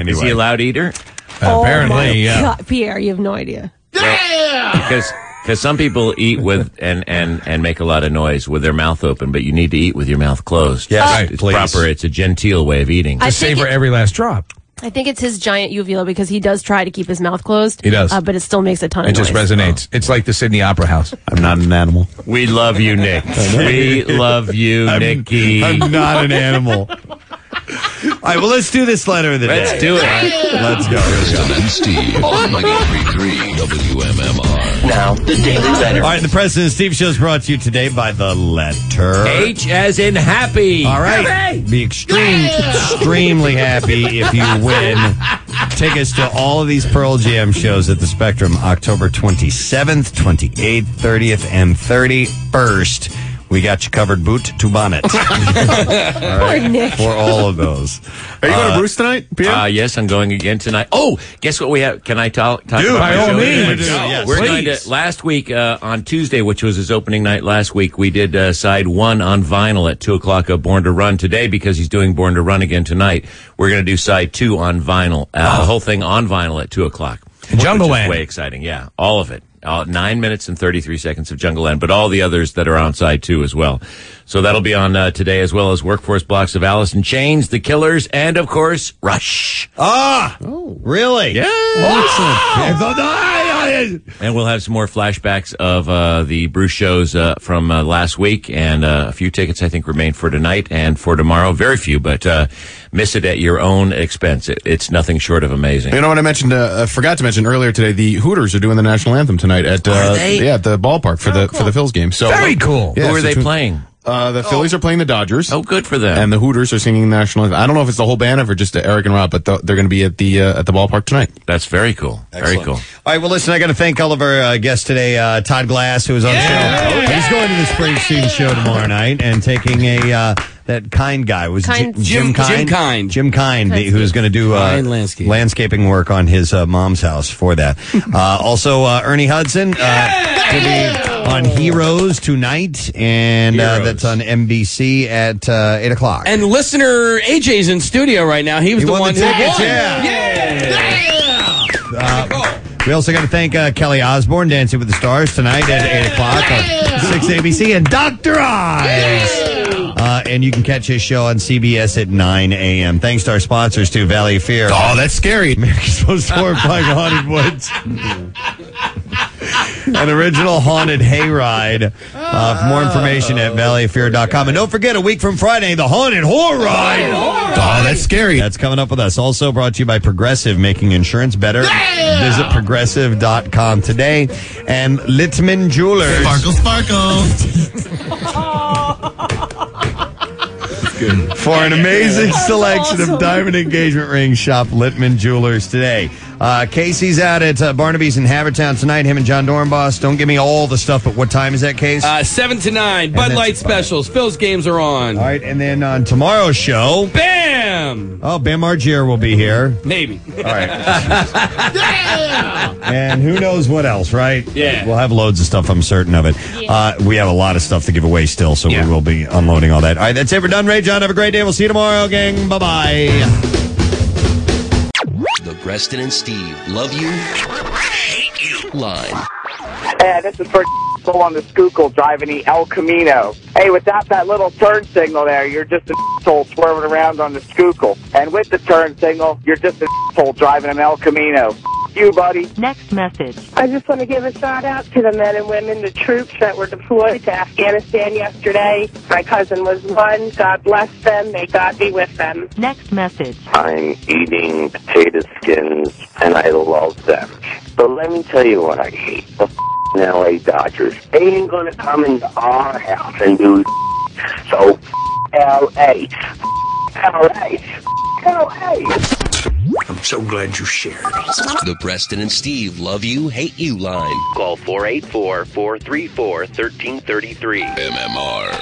Speaker 4: anyway.
Speaker 12: Is he a loud eater?
Speaker 5: Oh
Speaker 22: Apparently, Oh God, Pierre, you have no idea.
Speaker 12: Because because some people eat with and, and, and make a lot of noise with their mouth open, but you need to eat with your mouth closed.
Speaker 6: Yes,
Speaker 12: It's-
Speaker 6: right,
Speaker 12: it's
Speaker 6: please.
Speaker 12: proper. It's a genteel way of eating.
Speaker 22: I Just think savor it-
Speaker 6: every last drop.
Speaker 22: I think it's his giant uvula because he does try to keep his mouth closed.
Speaker 6: He does.
Speaker 22: uh, but it still makes a ton
Speaker 6: It
Speaker 22: of noise.
Speaker 6: just resonates. It's like the Sydney Opera House.
Speaker 4: I'm not an animal.
Speaker 12: We love you, Nick. we love you, Nikki.
Speaker 4: I'm not an animal. All right, well, let's do this letter of the
Speaker 12: Let's
Speaker 4: day.
Speaker 12: do it.
Speaker 4: Let's go.
Speaker 3: Preston and Steve on 93.3 WMMR. Now, the Daily
Speaker 4: All right, the President and Steve Show is brought to you today by the letter
Speaker 12: H as in happy.
Speaker 4: All right. Be extreme, extremely happy if you win tickets to all of these Pearl Jam shows at the Spectrum October 27th, 28th, 30th, and 31st. We got you covered boot to bonnet. All
Speaker 22: Poor Nick.
Speaker 4: For all of those.
Speaker 13: Are you going to
Speaker 12: Uh,
Speaker 13: Bruce tonight, Pierre?
Speaker 12: Uh, yes, I'm going again tonight. Oh, guess what we have? Can I tell? talk
Speaker 13: Dude,
Speaker 12: about
Speaker 13: by
Speaker 12: my
Speaker 13: all
Speaker 12: show?
Speaker 13: means.
Speaker 12: We're
Speaker 13: Please.
Speaker 12: going-
Speaker 13: Yes.
Speaker 12: We're
Speaker 13: Please.
Speaker 12: going to last week uh, on Tuesday, which was his opening night last week. We did uh, side one on vinyl at two o'clock of Born to Run today because he's doing Born to Run again tonight. We're going to do side two on vinyl, uh,
Speaker 13: Oh.
Speaker 12: the whole thing on vinyl at two o'clock. Jungle Land, way exciting, yeah, all of it. Uh, nine minutes and 33 seconds of Jungle Land, but all the others that are on side two as well. So that'll be on uh, today as well as workforce blocks of Alice in Chains, The Killers, and of course, Rush.
Speaker 4: Ah! Really? Yeah.
Speaker 12: And we'll have some more flashbacks of uh, the Bruce shows uh, from uh, last week, and uh, a few tickets I think remain for tonight and for tomorrow. Very few, but uh, miss it at your own expense. It, it's nothing short of amazing.
Speaker 13: You know what I mentioned? Uh, I forgot to mention earlier today. The Hooters are doing the national anthem tonight at uh,
Speaker 12: they?
Speaker 13: yeah at the ballpark for the for the Phils game. So uh,
Speaker 6: Very cool.
Speaker 13: Yeah,
Speaker 12: Who are
Speaker 13: so
Speaker 12: they
Speaker 13: tune-
Speaker 12: playing?
Speaker 13: Uh, the Phillies are playing the Dodgers.
Speaker 12: Oh, good for them.
Speaker 13: And the Hooters are singing the national anthem. I don't know if it's the whole band or if it's just Eric and Rob, but th- they're going to be at the uh, at the ballpark tonight.
Speaker 12: That's very cool. Very cool.
Speaker 4: All right, well, listen, I got to thank all of our uh, guests today. Uh, Todd Glass, who was on the show. He's going to the Springsteen show tomorrow night and taking a. Uh, that kind guy was
Speaker 7: Kind-
Speaker 4: Ji- Jim,
Speaker 7: Jim- Jim
Speaker 4: Kind.
Speaker 7: Kind.
Speaker 4: Jim Kind, the- who's going to do uh,
Speaker 7: Kind landscape.
Speaker 4: landscaping work on his uh, mom's house for that. uh, also, uh, Ernie Hudson uh, to be on Heroes tonight, and uh, that's on NBC at uh, 8 o'clock.
Speaker 7: And listener AJ's in studio right now. He was
Speaker 4: He
Speaker 7: the
Speaker 4: won the
Speaker 7: one who
Speaker 4: tickets,
Speaker 7: won.
Speaker 4: yeah.
Speaker 7: Yeah.
Speaker 4: Uh, we also got to thank uh, Kelly Osborne, Dancing with the Stars, tonight at 8 o'clock on 6 ABC, and Dr. Oz. Uh, and you can catch his show on CBS at 9 a.m. Thanks to our sponsors, too, Valley of Fear.
Speaker 13: Oh, that's scary.
Speaker 4: America's Most Horrifying Haunted Woods. an original haunted hayride. Uh, for more information at valleyofear.com. And don't forget, a week from Friday, the haunted horror ride. Oh, that's scary. That's coming up with us. Also brought to you by Progressive, making insurance better. Visit progressive.com today. And Littman Jewelers.
Speaker 14: Sparkle,
Speaker 4: For an amazing selection of diamond engagement rings, shop Littman Jewelers today. Uh, Casey's out at uh, Barnaby's in Havertown tonight. Him and John Dornbos. Don't give me all the stuff, but what time is that, Case?
Speaker 26: Uh, 7 to 9, Bud
Speaker 4: that's
Speaker 26: Light specials. Phil's games are on. All
Speaker 4: right, and then on tomorrow's show,
Speaker 26: Bam!
Speaker 4: Oh, Bam Margera will be here,
Speaker 26: uh, Maybe. All
Speaker 4: right. and who knows what else, right? Yeah, we'll have loads of stuff. I'm certain of it. Uh, we have a lot of stuff to give away still, so we will be unloading all that. All right, that's it. We're done. Ray John, have a great day. We'll see you tomorrow, gang. Bye bye.
Speaker 7: The Preston and Steve love you, hate you line.
Speaker 8: Hey, this is for on the Schuylkill driving the El Camino. Hey, without that little turn signal there, you're just an asshole swerving around on the Schuylkill. And with the turn signal, you're just an asshole driving an El Camino. You, buddy. Next message.
Speaker 1: I just want to give a shout out to the men and women, the troops that were deployed to Afghanistan yesterday. My cousin was one. God bless them. May God be with them.
Speaker 27: Next message.
Speaker 24: I'm eating potato skins and I love them. But let me tell you what I hate. The f***ing LA Dodgers. They ain't gonna come into our house and do s***. so f- LA. F- LA. F- LA.
Speaker 7: I'm so glad you shared. The Preston and Steve love you, hate you line. Call 484 434 1333. MMR.